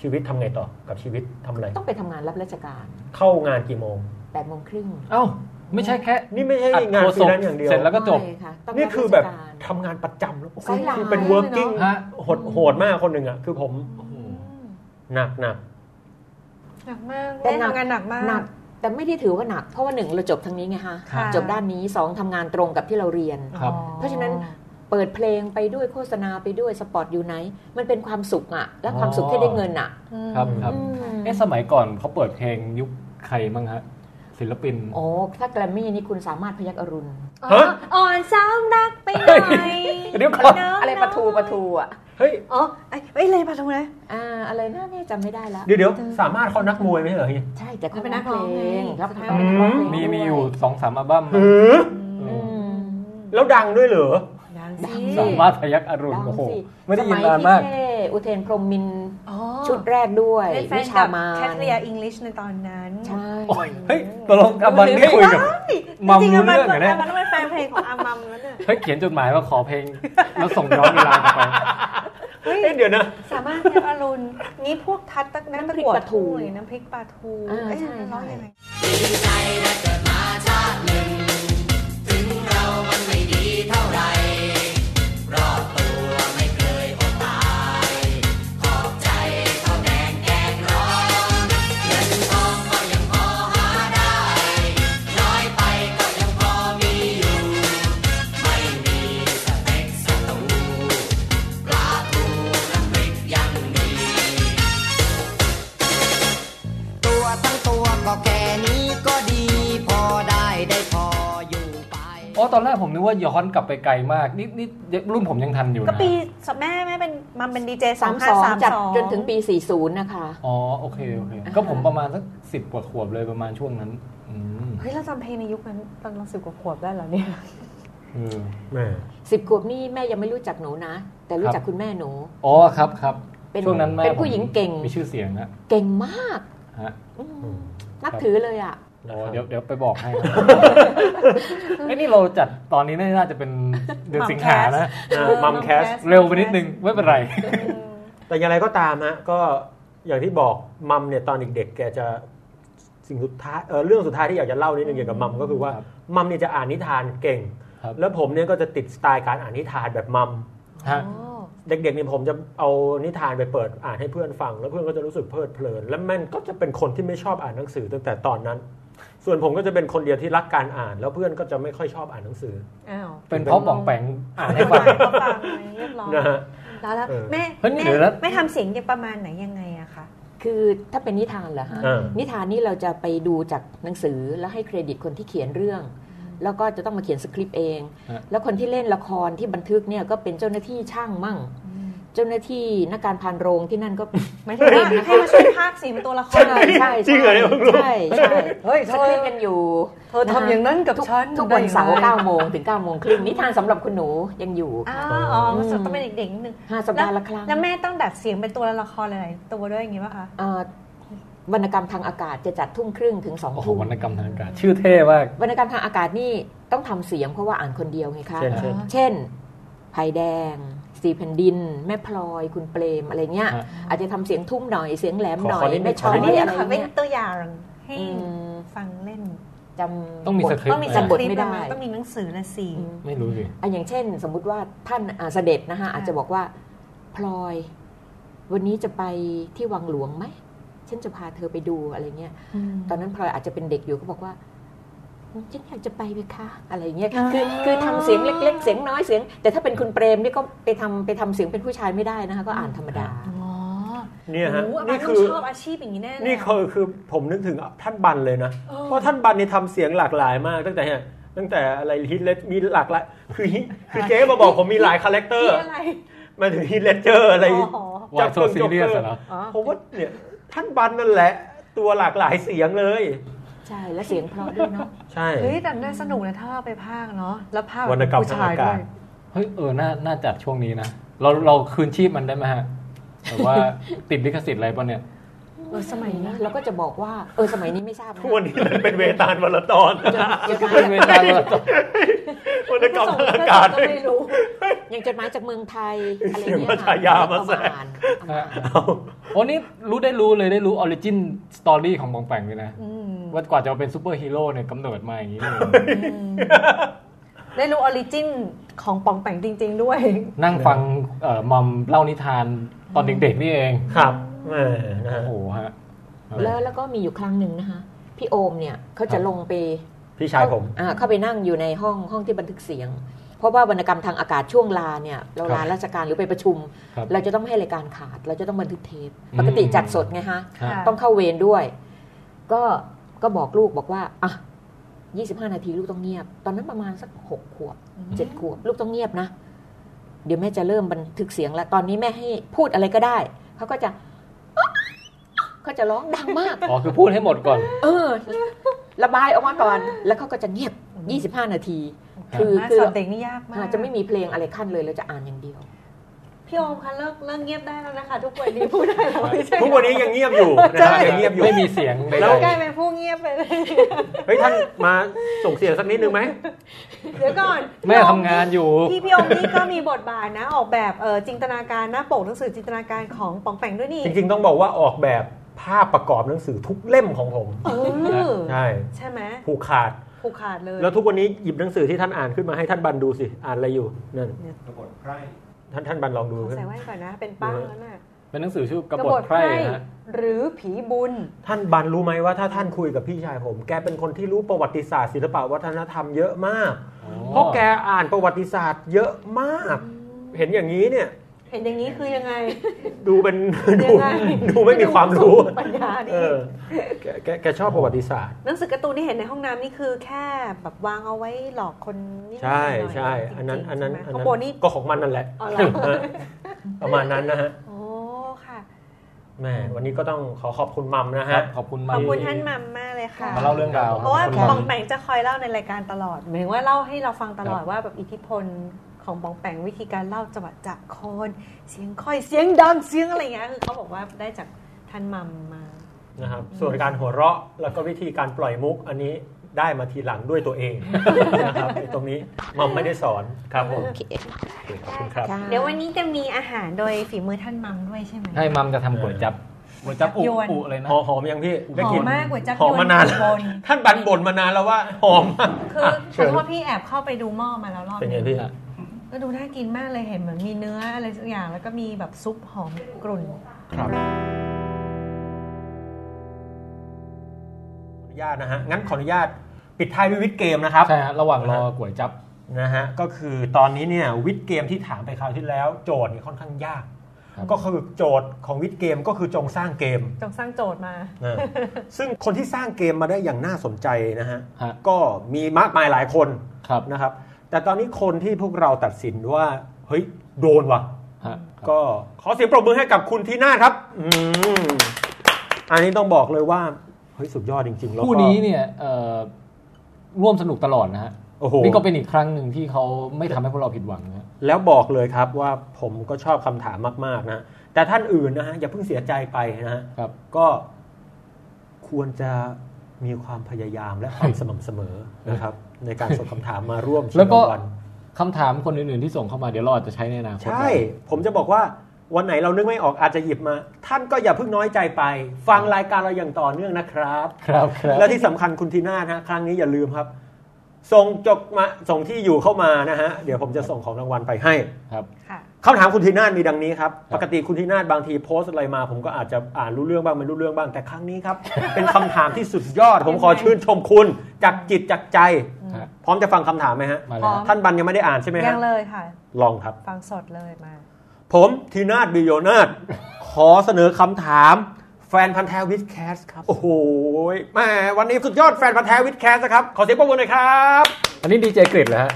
Speaker 5: ชีวิตทำไงต่อกับชีวิตทำอะไร
Speaker 12: ต้องไปทำงานรับราชการ
Speaker 5: เข้างานกี่โมง
Speaker 12: 8ปดโมงครึ่ง
Speaker 4: เอ้าไม่ใช่แค่
Speaker 5: นี่ไม่ใช่
Speaker 4: อัด
Speaker 5: งาน
Speaker 4: โฆ
Speaker 5: ฟ
Speaker 4: ษ
Speaker 5: รี
Speaker 4: ก
Speaker 5: แลนซ์อย่างเดียว
Speaker 4: เสร็จแล้วก็จบ
Speaker 12: ไม่ค่ะต้อง
Speaker 5: นี่
Speaker 12: รับ
Speaker 5: คือแบบ
Speaker 12: ราชการ
Speaker 5: ทำงานประจำแล้วโอ้โห
Speaker 12: สายลาย
Speaker 5: คือเป็น
Speaker 12: เลยเนอะ
Speaker 5: working
Speaker 4: ฮะ
Speaker 5: โหดโหดมากคนหนึ่งอ่ะคือผม
Speaker 4: โอ้โห
Speaker 5: หนักหนัก
Speaker 2: หนักมาก
Speaker 12: แต่
Speaker 2: ได้
Speaker 12: หนัก
Speaker 2: ทำงานหนักมาก
Speaker 12: หนักแต่ไม่ได้ถือว่าหนัก เพราะว่าหนึ่งเราจบทางนี้ไงฮะ
Speaker 2: ค่ะ
Speaker 12: จบด้านนี้สองทำงานตรงกับที่เราเรียน
Speaker 4: ครับ
Speaker 2: อ๋อ
Speaker 12: เพราะฉะนั้นเปิดเพลงไปด้วยโฆษณาไปด้วยสปอตอยู่ไหน มันเป็นความสุขอะและความสุขที่ได้เงินอะ
Speaker 4: ครับครับ
Speaker 12: อืม
Speaker 4: เอ๊ะสมัยก่อนเขาเปิดเพลงยุคใครบ้างฮะศิลปิน
Speaker 12: โอ้ถ้าแกรมมี่นี่คุณสามารถพยักอรุณ
Speaker 5: ฮะ
Speaker 2: อ่อนซ้ำรักไปหน่อย
Speaker 4: เดี๋ยวก่อน
Speaker 2: น้งๆ
Speaker 12: อะไรปะทูปะทูอะ
Speaker 5: เฮ้ย
Speaker 2: อ๋อไอ้ไอ้ยเลยปะทูนะ
Speaker 12: อ่าอะไรนะเนี่ยจำไม่ได้ละ
Speaker 5: เดี๋ยวเดี๋ยวสามารถเขานักมวยไหมเหรอเฮีย
Speaker 12: ใช่แต่เขา
Speaker 2: เป็นนักร้อง
Speaker 12: เพลง
Speaker 2: ไง
Speaker 12: ครับเขาเป็นนักร้องเพลง
Speaker 4: มี
Speaker 12: ด้ว
Speaker 4: มีอยู่สองสามอัลบั้มนะ
Speaker 5: หือ
Speaker 4: เอ
Speaker 12: อื
Speaker 4: อ
Speaker 12: ม
Speaker 5: แล้วดังด้วยเหรอ
Speaker 2: ดัง
Speaker 12: ดั
Speaker 2: สิ
Speaker 12: ง
Speaker 4: สามารถพยักอรุณ
Speaker 12: ดัง
Speaker 4: โอ้โห
Speaker 12: สิ
Speaker 4: ไม่ได้ยิน
Speaker 12: ส
Speaker 4: นานมาก
Speaker 12: ที่เท่อุเทนพรหมมินทร์
Speaker 2: อ๋อ
Speaker 12: ชุดแรกด้วย
Speaker 2: เป็นแฟ
Speaker 12: วิ
Speaker 2: น
Speaker 12: ชา
Speaker 2: กับ
Speaker 12: มาร
Speaker 2: แคทเรียอิงลิชในตอนนั้น
Speaker 12: ใช่
Speaker 4: โอ้ยเฮ้ยตกลงอับันได้คุยกับ มัม
Speaker 2: จริงๆ
Speaker 4: รู้เรื่องเหรอเนี่ย
Speaker 2: มันเป็นแฟนเพลงของอามัมแล้วเนี่ย
Speaker 4: เฮ้ยเขียนจดหมายมาขอเพลง แล้วส่งย้อนเวลากลับไป
Speaker 2: เฮ้ย
Speaker 5: เอ๊ะเดี๋ยวนะ
Speaker 2: สามารถเรียกอรุณนี่พวกทัดตักนั้นประกวดทูเลยน้ำพริกปลาทู
Speaker 12: อ่า
Speaker 2: เอ้ย
Speaker 12: ใช่
Speaker 2: มันร้องยังไง
Speaker 14: ดีใจนะเกิดมาชาติหนึ่ง
Speaker 7: ตอนแรกผมนึกว่าย้อนกลับไปไกลมากนี่นี่รุ่นผมยังทันอยู่
Speaker 15: ก็
Speaker 7: นะ
Speaker 15: ปีแม่แม่เป็นมันเป็นดีเจสา
Speaker 12: สาม ม
Speaker 15: ห้า
Speaker 12: สอง
Speaker 15: สาม
Speaker 12: จัด
Speaker 15: สอง
Speaker 12: จนถึงปี 40 นะคะ
Speaker 7: อ๋อโอเคโอเค ก็ผมประมาณสักสิบกว่าขวบเลยประมาณช่วงนั้น อืม
Speaker 2: เฮ้ยเราจำเพลงในยุคนั้นตอนเราสิบกว่าขวบได้เหรอเนี่ย
Speaker 7: เออ
Speaker 5: แม่
Speaker 12: 10ขวบนี่แม่ยังไม่รู้จักหนูนะ แต่รู้จั
Speaker 7: ค
Speaker 12: ก
Speaker 7: รับ
Speaker 12: คุณแม่หนู
Speaker 7: อ๋อครับครับ
Speaker 12: เป็น
Speaker 7: ช่วงนั้นแม่
Speaker 12: เป็นผู้หญิงเก่ง
Speaker 7: ผมมีชื่อเสียงนะ
Speaker 12: เก่งมาก
Speaker 7: ฮะ
Speaker 12: อืมนับถือเลยอ่ะ
Speaker 7: โอ้เดี๋ยวเดี๋ยวไปบอก
Speaker 5: *laughs*
Speaker 7: ให้ครับไอ้นี่เราจัดตอนนี้น่าจะเป็นเดือนสิงหานะ
Speaker 5: มัมแคส
Speaker 7: เร็วไปนิดนึงไม่
Speaker 5: *laughs*
Speaker 7: เป็นไร
Speaker 5: แต่อย่างไรก็ตามฮะก็อย่างที่บอกมัมเนี่ยตอนเด็กๆแกจะสิ่งสุดท้ายเออเรื่องสุดท้ายที่อยากจะเล่านิดนึงเกี่ยวกับมัมก็คือว่า
Speaker 7: ครับ
Speaker 5: มัมเนี่ยจะอ่านนิทานเก่ง
Speaker 7: ครับ
Speaker 5: แล้วผมเนี่ยก็จะติดสไตล์การอ่านนิทานแบบมัม
Speaker 7: ฮะ
Speaker 5: เด็กๆเนี่ยผมจะเอานิทานไปเปิดอ่านให้เพื่อนฟัง แล้วเพื่อนก็จะรู้สึกเพลิดเพลิน และแม่นก็จะเป็นคนที่ไม่ชอบอ่านหนังสือตั้งแต่ตอนนั้น ส่วนผมก็จะเป็นคนเดียวที่รักการอ่าน แล้วเพื่อนก็จะไม่ค่อยชอบอ่านหนังสือ
Speaker 2: อ้าว
Speaker 7: เป็นเพราะป่องแปงอ่านให้
Speaker 2: ฟั
Speaker 7: ฟั
Speaker 2: ง
Speaker 7: ง
Speaker 2: เขาฟังไหมเรียบร้อย
Speaker 5: นะฮะ
Speaker 2: แล้วแล้ว
Speaker 5: เออ
Speaker 2: แม่
Speaker 7: เฮ้ย
Speaker 2: แม่
Speaker 7: เดี๋ยวนะ
Speaker 2: แม่ทำเสียงยังประมาณไหนยังไงอะคะ
Speaker 12: คือถ้าเป็นนิทานเหรอฮะ
Speaker 5: เออ
Speaker 12: นิทานนี่เราจะไปดูจากหนังสือแล้วให้เครดิตคนที่เขียนเรื่อง แล้วก็จะต้องมาเขียนสคริปต์เอง
Speaker 7: ฮะ
Speaker 12: แล้วคนที่เล่นละครที่บันทึกเนี่ยก็เป็นเจ้าหน้าที่ช่างมั่ง เจ้าหน้าที่นักการพานโรงที่นั่นก็
Speaker 2: หมายถึงว่าให้มาช่วยภาคเสียงเป็นตัวละคร
Speaker 12: ใช่ใช่
Speaker 5: จริงเหรอเนี่ยเพิ่งรู้
Speaker 12: ใช่ใช่
Speaker 2: เฮ้ยเธ
Speaker 12: ส
Speaker 2: อ
Speaker 12: คริปต์กันอยู่
Speaker 2: เธอทำอย่างนั้นกับ
Speaker 12: ทุก
Speaker 2: ฉัน
Speaker 12: ทุกวันเสาร์
Speaker 2: ได้ยังไง
Speaker 12: 9โมงถึง9โมงครึ่งนิทานสำหรับคุณหนูยังอยู่
Speaker 2: อ้าวอ๋อมันจะต้องเป็นเด็กๆนิดนึง
Speaker 12: ห้าสัปดาห์ละครั้ง
Speaker 2: แล้วแม่ต้องดัดเสียงเป็นตัวละครหลายๆตัวด้วยอย่างงี้ป่ะคะ
Speaker 12: เอ่อวรรณกรรมทางอากาศจะจัดทุ่มครึ่งถึงสอง
Speaker 7: โอ้โห
Speaker 12: ทุ่ม
Speaker 7: วรรณกรรมทางอากาศชื่อเท่มาก
Speaker 12: วรรณกรรมทางอากาศนี่ต้องทำเสียงเพราะว่าอ่านคนเดียวไงคะ
Speaker 5: เช่นเช่น
Speaker 12: เช่นภัยแดง สีแผ่นดิน แม่พลอยคุณเปรมอะไรเงี้ย
Speaker 7: ฮะ
Speaker 12: อาจจะทำเสียงทุ่มหน่อยเสียงแหลมหน่อ
Speaker 5: ขอย นิดนึง
Speaker 12: แม่ชอ
Speaker 5: ข
Speaker 12: ย
Speaker 5: นิด
Speaker 12: นี่
Speaker 5: ง
Speaker 12: อะไร
Speaker 2: ขอเป็น
Speaker 12: เงี้ย
Speaker 2: ตัวอย่างให้
Speaker 12: อืม
Speaker 2: ฟังเล่น
Speaker 12: จำ
Speaker 7: ต้องมีสคริป
Speaker 2: ต้อ
Speaker 7: ต์
Speaker 2: งมี
Speaker 7: ไหม
Speaker 2: ส
Speaker 12: ะ
Speaker 2: ค
Speaker 12: บ
Speaker 2: ริ
Speaker 12: ด
Speaker 2: ปต์
Speaker 12: ไม่
Speaker 2: ไม่
Speaker 12: ได้
Speaker 2: ได้ต้องมีหนังสือละสิ
Speaker 12: อืม
Speaker 7: ไม่รู้สิ
Speaker 12: อ่ะอย่างเช่น สมมุติว่าท่านอ่ะเสด็จนะคะอาจจะบอกว่าพลอย วันนี้จะไปที่วังหลวงไหมฉันจะพาเธอไปดูอะไรเงี้ย ตอนนั้นพลอยอาจจะเป็นเด็กอยู่ก็บอกว่าฉันอยากจะไปไปค่ะ อะไรเงี้ยคือคือทำเสียงเล็ก ๆ เสียงน้อยเสียง แต่ถ้าเป็นคุณเปรมนี่ก็ไปทำไปทำเสียงเป็นผู้ชายไม่ได้นะคะ ก็อ่านธรรมดา
Speaker 2: อ๋อ
Speaker 5: เนี่ยฮะ
Speaker 2: โอ้โหอา
Speaker 5: นี่
Speaker 2: จารย์ต้
Speaker 5: คื
Speaker 2: อง
Speaker 5: อ
Speaker 2: ชอบอาชีพอย่างนี้แน่เลย
Speaker 5: นี่คือคือผมนึกถึงท่านบันเลยนะ เพราะท่านบันนี่ทำเสียงหลากหลายมาก ตั้งแต่เนี่ยตั้งแต่อะไรฮิตเลสมีหลากหลายคือฮิคือเจ๊มาบอกผมมีหลายคาแรคเตอร์
Speaker 2: ที่อะไร
Speaker 5: มาถึงฮิตเลสเจอร์อะไร
Speaker 2: อ๋อ
Speaker 7: Why so serious อะเหรอ
Speaker 5: ผมว่าเนี่ยท่านบันนั่นแหละตัวหลากหลายเสียงเลย
Speaker 12: ใช่และเสียงเพราะด้วยเนาะ
Speaker 5: ใช่
Speaker 2: เฮ้ยแต่น่าสนุกนะถ้าเราไปภาคเนาะแล้วภาค
Speaker 5: วรรณกรรม
Speaker 2: ผู้
Speaker 5: ทาง
Speaker 2: ชาย
Speaker 5: อากา
Speaker 2: ด้วย
Speaker 5: ศ
Speaker 7: เฮ้ยเออน่าน่าจัดช่วงนี้นะ เราเราคืนชีพมันได้ไหมฮะแบบว่า ติดลิขสิทธิ์อะไรป่ะเนี่ย
Speaker 2: เออสมัยนี้
Speaker 12: เราก็จะบอกว่าเออสมัยนี้ไม่ทราบนะ
Speaker 5: ทุกวันนี้เลยเป็นเวตาลวันละต
Speaker 2: *laughs*
Speaker 5: อน
Speaker 12: จ *laughs* ดหมา
Speaker 7: เป็
Speaker 12: ย
Speaker 7: นเว
Speaker 5: *laughs*
Speaker 7: ลาเรา
Speaker 5: วรรณกรรมทางอากาศ
Speaker 12: ก็ไม่รู้อย่างจดหมายจากเมืองไทยอะไร
Speaker 5: เสียง
Speaker 12: เงี้
Speaker 5: พระ
Speaker 12: ย
Speaker 5: ชายามาแทรก
Speaker 12: เอมอ่าน
Speaker 5: เอา
Speaker 7: โอ้นี่รู้ได้รู้เลยได้รู้ออริจินสตอรี่ของบองแปงเลยนะ
Speaker 2: อืม
Speaker 7: ว่ากว่าจะมาเป็นซูเปอร์ฮีโร่เนี่ยกำเนิดมาอย่างนี้เลย
Speaker 2: ได้รู้ออริจินของปองแปงจริง ๆ ด้วย
Speaker 7: นั่งฟังเอ่อมอมเล่านิทานตอนเด็กๆนี่เอง
Speaker 5: ครับแหม่นะฮะ
Speaker 7: โอ้โหฮะ
Speaker 12: แล้วแล้วก็มีอยู่ครั้งหนึ่งนะคะพี่โอมเนี่ยเขาจะลงไป
Speaker 5: พี่ชายผม
Speaker 12: อ่าเข้าไปนั่งอยู่ในห้องห้องที่บันทึกเสียง เพราะว่าวรรณกรรมทางอากาศช่วงลาเนี่ยเราลาราชการหรือไปประชุม
Speaker 7: ครับ
Speaker 12: เราจะต้องไม่ให้รายการขาด เราจะต้องบันทึกเทป
Speaker 7: อืม
Speaker 12: ปกติจัดสดไงฮะ
Speaker 7: ฮะ
Speaker 2: ค่ะ
Speaker 12: ต้องเข้าเวรด้วย ก็ก็บอกลูกบอกว่าอ่ะ25 นาทีลูกต้องเงียบ ตอนนั้นประมาณสักหกขวบเจ็ดขวบลูกต้องเงียบนะ เดี๋ยวแม่จะเริ่มบันทึกเสียงแล้วตอนนี้แม่ให้พูดอะไรก็ได้เขาก็จะเขาจะร้องดังมาก
Speaker 7: อ๋อคือพูดให้หมดก่อน
Speaker 12: เออ ระบายออกมาก่อน แล้วเขาก็จะเงียบ 25 นาที
Speaker 7: ครับ
Speaker 12: คือ
Speaker 2: มา
Speaker 12: คือ
Speaker 2: สอนเด็กนี่ยากมาก
Speaker 12: อาจจะไม่มีเพลงอะไรขั้นเลยเราจะอ่านอย่างเดียว
Speaker 2: พี่โอมคะเลิกเลิกเงียบได้แล้วนะคะ ทุกวันนี้พูดได้แล้วไม่ใช่
Speaker 5: ทุกวันนี้ยังเงียบอยู่นะครับยังเงียบอยู่
Speaker 7: ไม่มีเสียงใด
Speaker 5: แล้ว
Speaker 2: ใกล้เป็นผู้เงียบไปเลย
Speaker 5: เฮ้ยท่านมาส่งเสียงสักนิดนึงไหม
Speaker 2: เดี๋ยวก่อน
Speaker 7: ๆแม่ทำงานอยู่
Speaker 2: พี่พี่โอมนี่ก็มีบทบาทนะ ออกแบบเออจินตนาการหน้าปกหนังสือจินตนาการของปองแปงด้วยนี่
Speaker 5: จริงๆ ต้องบอกว่าออกแบบภาพประกอบหนังสือทุกเล่มของผม
Speaker 2: เออ
Speaker 5: ใช่
Speaker 2: ใช่ไหม
Speaker 5: ผูกขาด
Speaker 2: ผูกขาดเลย
Speaker 5: แล้วทุกวันนี้หยิบหนังสือที่ท่านอ่านขึ้นมาให้ท่านบันดูสิ อ่านอะไรอยู่นั่นท่านท่านบันลองดู
Speaker 2: ขอ
Speaker 5: ขึ้น
Speaker 2: ใส่ไว้ก่อนนะ เป็นป้างแล้วน่ะ
Speaker 7: เป็นหนังสือชื่อกบฏไพ
Speaker 2: ก
Speaker 7: ร่
Speaker 2: ร่
Speaker 7: ฮะ
Speaker 2: หรือผีบุญ
Speaker 5: ท่านบันรู้ไหมว่าถ้าท่านคุยกับพี่ชายผม แกเป็นคนที่รู้ประวัติศาสตร์ศิลปะวัฒนธรรมเยอะมาก เพราะแกอ่านประวัติศาสตร์เยอะมาก เห็นอย่างนี้เนี่ย
Speaker 2: เห็นอย่างนี้คือยังไง
Speaker 5: ดูเป็นดู
Speaker 2: *laughs* ยังไง
Speaker 5: ดูไม่มีความรู้
Speaker 2: ปัญญาดิ
Speaker 5: เออแกแกแกชอบประวัติศาสตร์
Speaker 2: หนังสือการ์ตูนที่เห็นในห้องน้ำนี่คือแค่แบบวางเอาไว้หลอกคนนิดหน่
Speaker 5: ใช่
Speaker 2: อย
Speaker 5: ใช่
Speaker 2: จริงๆ
Speaker 5: อันนั้นอันนั้น
Speaker 2: ใช่ไหม
Speaker 5: อัน
Speaker 2: ของ
Speaker 5: นั้น
Speaker 2: โบนี่
Speaker 5: ก็ของมันนั่นแหละ
Speaker 2: อ๋อเหรอ
Speaker 5: ฮะ *laughs* ประมาณนั้นนะฮะ
Speaker 2: โอ้ค่ะ
Speaker 5: แหม่วันนี้ก็ต้องขอขอบคุณมัมนะ
Speaker 4: ครั
Speaker 5: ฮะ
Speaker 4: บขอบคุณ
Speaker 2: ข
Speaker 4: มา
Speaker 2: อก บคุณท่านมัมมากเลยค่ะ
Speaker 4: มาเล่าเรื่องราว
Speaker 2: เพราะว่า
Speaker 4: ขอบ
Speaker 2: ป
Speaker 4: คุณ
Speaker 2: อ
Speaker 4: มั
Speaker 2: ง
Speaker 4: ม
Speaker 2: แปงจะคอยเล่าในรายการตลอดหมายถึงว่าเล่าให้เราฟังตลอดว่าแบบอิทธิพลของปองแปงวิธีการเล่าจังหวะจากโคน เสียงค่อยเสียงดังเสียงอะไรอย่างเงี้ยคือเขาบอกว่าได้จากท่านมัมมา
Speaker 5: นะครับส่วนการหัวเราะแล้วก็วิธีการปล่อยมุกอันนี้ได้มาทีหลังด้วยตัวเอง นะครับไอ้ตรงนี้มัมไม่ได้สอนครับผม
Speaker 12: โอเค
Speaker 5: โอเคขอบคุณครับ
Speaker 12: ค่ะ
Speaker 2: เดี๋ยววันนี้จะมีอาหารโดยฝีมือท่านมัมด้วยใช่ไหม
Speaker 4: ให้มัมจะทำก๋วยจับก๋วยจับอุ
Speaker 2: ยวน
Speaker 4: อุอะไรนะ
Speaker 5: หอมหอมยังพี่ได้
Speaker 2: หอ
Speaker 5: กิ
Speaker 2: ม
Speaker 5: น
Speaker 2: มากก๋วยจั๊บ
Speaker 5: หอมมานานแล้ว
Speaker 2: ยวนอยู่บน
Speaker 5: ท่านบันบ่นมานานแล้วว่าหอมมาก
Speaker 2: คืออะ ขอ
Speaker 5: เชิญ
Speaker 2: โทษพี่แอบเข้าไปดูหม้อมาแล้วรอบ
Speaker 5: เป็นไง
Speaker 2: นึง
Speaker 5: พี่
Speaker 4: อ่ะ
Speaker 2: ก็ดูน่ากินมากเลยเห็นเหมือนมีเนื้ออะไรสักอย่างแล้วก็มีแบบซุปหอมกรุ่น
Speaker 5: ขออนุญาตนะฮะงั้นขออนุญาตปิดท้ายด้วยวิดเกมนะครับ
Speaker 4: ใช่ฮะระหว่างรอก๋วยจับ
Speaker 5: นะฮะก็คือตอนนี้เนี่ยวิดเกมที่ถามไปคราวที่แล้ว โจทย์เนี่ยค่อนข้างยาก
Speaker 4: ครับ
Speaker 5: ก็คือโจทย์ของวิดเกมก็คือจงสร้างเกม
Speaker 2: จงสร้างโจทย์มา
Speaker 5: นะซึ่งคนที่สร้างเกมมาได้อย่างน่าสนใจนะฮะ
Speaker 4: ฮะ
Speaker 5: ก็มีมากมายหลายคน
Speaker 4: ครับ
Speaker 5: นะครับ แต่ตอนนี้คนที่พวกเราตัดสินว่า เฮ้ย โดนว่ะ
Speaker 4: ฮะก็
Speaker 5: ก็ขอเสียงปรบมือให้กับคุณทีน่าครับ อืมอันนี้ต้องบอกเลยว่า เฮ้ย สุดยอดจริงๆแล้วก็
Speaker 4: คู่นี้เนี่ยเอ่อร่วมสนุกตลอดนะฮะ
Speaker 5: โอ้โห
Speaker 4: นี่ก็เป็นอีกครั้งหนึ่งที่เขาไม่ทำให้พวกเราผิดหวังนะฮะ
Speaker 5: แล้วบอกเลยครับว่าผมก็ชอบคำถามมาก ๆ นะ แต่ท่านอื่นนะฮะ อย่าเพิ่งเสียใจไปนะฮะ
Speaker 4: ครับ
Speaker 5: ก็ควรจะมีความพยายามและความสม่ำเสมอ
Speaker 4: *laughs*
Speaker 5: นะครับ ในการส่งคำถามมาร่วมชิง
Speaker 4: แล้วก็
Speaker 5: รางวัล
Speaker 4: คำถามคนอื่นๆที่ส่งเข้ามาเดี๋ยวเราอาจจะใช้ในอนาคต
Speaker 5: ใช่ ผมจะบอกว่าวันไหนเรานึกไม่ออกอาจจะหยิบมา ท่านก็อย่าเพิ่งน้อยใจไป ฟังรายการเราอย่างต่อเนื่องนะครับ
Speaker 4: ครับครับ
Speaker 5: และที่สำคัญคุณทีน่านะฮะครั้งนี้อย่าลืมครับ ส่งจดมาส่งที่อยู่เข้ามานะฮะเดี๋ยวผมจะส่งของรางวัลไปให้
Speaker 4: ครับ
Speaker 2: ค่ะ
Speaker 5: คำถามคุณทีนาศมีดังนี้ครับ ปกติคุณทีนาศบางทีโพสต์อะไรมา ผมก็อาจจะอ่านรู้เรื่องบ้างไม่รู้เรื่องบ้าง แต่ครั้งนี้ครับ เป็นคำถามที่สุดยอด ผมขอชื่นชมคุณ จากจิตจากใจ
Speaker 4: ฮะ
Speaker 5: พร้อมจะฟังคำถามไหมฮะ
Speaker 4: มาแล้ว
Speaker 2: พร้อม
Speaker 5: ท่านบันยังไม่ได้อ่านใช่ไหม
Speaker 2: ยั
Speaker 5: ฮะ
Speaker 2: งเลยค่ะ
Speaker 5: ลองครับ
Speaker 2: ฟังสดเลยมา
Speaker 5: ผมทีนาศบิโยนาศขอเสนอคำถาม แฟนพันธ์แท้วิดแคสครับ โอ้โหแหมวันนี้สุดยอดแฟนพันธ์แท้วิดแคสนะครับ ขอเสียงปรบมือหน่อยครับ
Speaker 4: อันนี้ดีเจกริดเหรอฮะ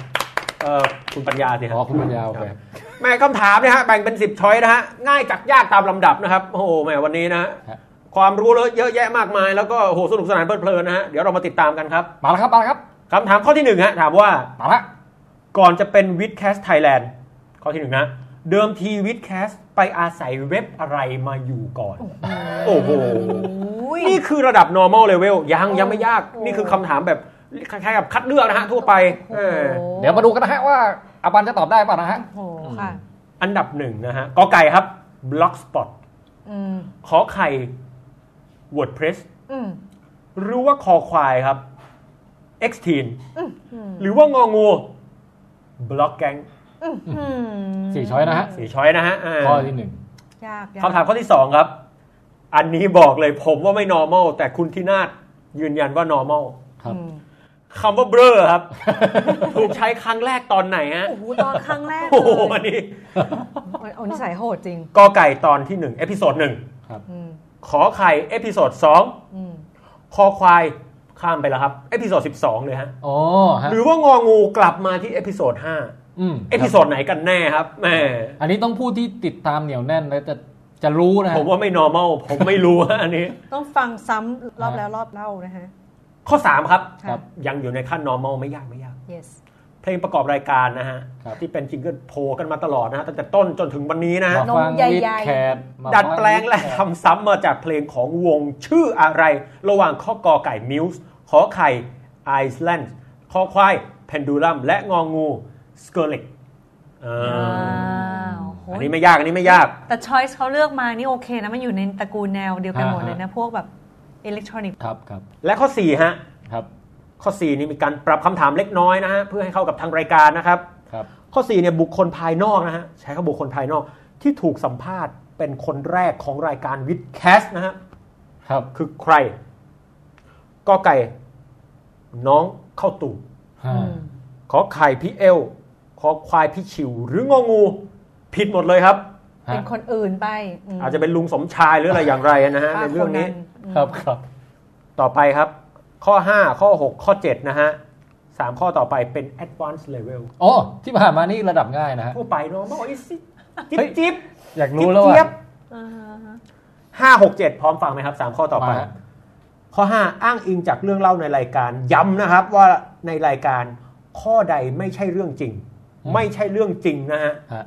Speaker 5: เอ่อคุณปัญญาสิฮะ
Speaker 4: อ๋อคุณปัญญาโอเค
Speaker 5: แม่คำถามเนี่ยฮะแบ่งเป็น 10ช้อยนะฮะง่ายจากยากตามลำดับนะครับ โอ้โหแม่วันนี้นะฮะ
Speaker 4: ฮะ
Speaker 5: ความรู้เยอะแยะมากมาย แล้วก็โอ้โหสนุกสนานเพลิดเพลินนะฮะเดี๋ยวเรามาติดตามกันครับ
Speaker 4: มาแล้วครับมาแล้วครับ
Speaker 5: คำถามข้อที่หนึ่งฮะถามว่า
Speaker 4: มาแล้ว
Speaker 5: ก่อนจะเป็นวิดแคสไทยแลนด์ข้อที่หนึ่งนะ เดิมทีวิดแคสไปอาศัยเว็บอะไรมาอยู่ก่อน โอ้โห นี่คือระดับ normal level ยังยังไม่ยากนี่คือคำถามแบบคล้ายๆกับคัดเลือกนะฮะทั่วไปเออ
Speaker 4: เดี๋ยวมาดูกันนะฮะว่าอาบันจะตอบได้ป่ะนะฮะ
Speaker 2: โอ้โหค่ะ
Speaker 5: อันดับหนึ่งนะฮะกอไก่ครับ blogspot
Speaker 2: อืม
Speaker 5: ขอไข่ WordPress
Speaker 2: อืม
Speaker 5: หรือว่าคอควายครับ x t e e n
Speaker 2: อืมอืม
Speaker 5: หรือว่างองู Block Gang
Speaker 2: อืม
Speaker 4: สี่ช้อยนะฮะ
Speaker 5: สี่ช้อยนะฮะอ่า
Speaker 4: ข้อที่หนึ่ง
Speaker 2: ยากยาก
Speaker 5: คำถามข้อที่ 2 ครับ อันนี้บอกเลยผมว่าไม่ normal แต่คุณที่นาฏยืนยันว่า normal
Speaker 4: ครับ
Speaker 2: อืม
Speaker 5: คำว่าเบลอ
Speaker 4: *laughs*
Speaker 5: ครับ ถูกใช้ครั้งแรกตอนไหนฮะ
Speaker 2: โอ้โหตอนครั้งแรกเล
Speaker 5: โอ้โหอั
Speaker 2: ย
Speaker 5: นนี้
Speaker 2: โอ้ยโอ้ยนิสัยโหดจริง
Speaker 5: กอไก่ตอนที่1เอพิโซดหนึ่ง
Speaker 2: อืม
Speaker 5: ขอไข่เอพิโซด
Speaker 2: อืม
Speaker 5: 2คอควายข้ามไปแล้วครับเอพิโซด12เลยฮะ
Speaker 4: อ๋อฮะ
Speaker 5: หรือว่างองูกลับมาที่เอพิโซด5
Speaker 4: อืม
Speaker 5: เอพิโซดไหนกันแน่ครับแหม่
Speaker 4: อันนี้ต้องพูดที่ติดตามเหนียวแน่นแล้วจะจะรู้นะฮะ
Speaker 5: ผมว่าไม่ normal ผมไม่รู้ฮะอันนี้
Speaker 2: ต้องฟังซ้ำรอบแล้วรอบเล่านะฮะ
Speaker 5: ข้อ 3 ครับ
Speaker 4: ครับ
Speaker 5: ยังอยู่ในขั้น normal ไม่ยากไม่ยาก
Speaker 2: yes
Speaker 5: เพลงประกอบรายการนะฮะ
Speaker 4: ครับ
Speaker 5: ที่เป็นจิงเกิลโพลกันมาตลอดนะฮะตั้งแต่ต้นจนถึงวันนี้นะฮะ
Speaker 4: มาฟัง
Speaker 2: นมใหญ่ๆ
Speaker 4: วิดแคทมาฟั
Speaker 5: ดัดแปลงและทำซ้ำมาจากเพลงของวงชื่ออะไร ระหว่างข้อกอไก่มิวส์ขอไข่ไอซ์แลนด์คอควายเพนดูลัมและงองูสเกเล็ก
Speaker 2: วโห
Speaker 5: อันนี้ไม่ยากอันนี้ไม่ยาก
Speaker 2: แต่ช้อยส์เขาเลือกมานี่โอเคนะ มันอยู่ในตระกูลแนวเดียวกันหมดเลยนะ พวกแบบอิเล็กทรอนิกส์
Speaker 4: ครับครับ
Speaker 5: และข้อสี่ฮะ
Speaker 4: ครับ
Speaker 5: ข้อสี่นี่มีการปรับคำถามเล็กน้อยนะฮะเพื่อให้เข้ากับทางรายการนะครับ
Speaker 4: ครับ
Speaker 5: ข้อ4เนี่ยบุคคลภายนอกนะฮะใช้คำบุคคลภายนอกที่ถูกสัมภาษณ์เป็นคนแรกของรายการวิดแคสนะฮะ
Speaker 4: ครับ
Speaker 5: คือใครกอไก่ น้องเข้าตู่
Speaker 4: ฮะ
Speaker 5: ขอไข่พี่เอล ขอควายพี่ชิว หรืององู ผิดหมดเลยครับ
Speaker 7: ฮะ
Speaker 2: เป็นคนอื่นไปม
Speaker 5: อาจจะเป็นลุงสมชายหรืออะไรอย่างไรนะฮะ
Speaker 2: ฆ่า
Speaker 5: ในเรื่องนี้
Speaker 2: คอืม
Speaker 7: ครับครับ
Speaker 5: ต่อไปครับ ข้อ 5 ข้อ 6 ข้อ 7 นะฮะสามข้อต่อไปเป็น advanced level
Speaker 7: อ๋อที่ผ่านมานี่ระดับง่ายนะฮะ
Speaker 5: ทั่วไปเนาะบอกว่าอีสิจิ๊บ
Speaker 7: เฮ้ย
Speaker 5: จิ๊บ
Speaker 7: อยากรู้แล้วว่า
Speaker 5: จิ๊บ
Speaker 2: อ่าฮะ
Speaker 5: ห้าหกเจ็ดพร้อมฟังไหมครับสามข้อต่อไป
Speaker 7: มาฮะ
Speaker 5: ข้อ 5 อ้างอิงจากเรื่องเล่าในรายการ ย้ำนะครับว่าในรายการข้อใดไม่ใช่เรื่องจริง ไม่ใช่เรื่องจริงนะฮะ
Speaker 7: ฮะ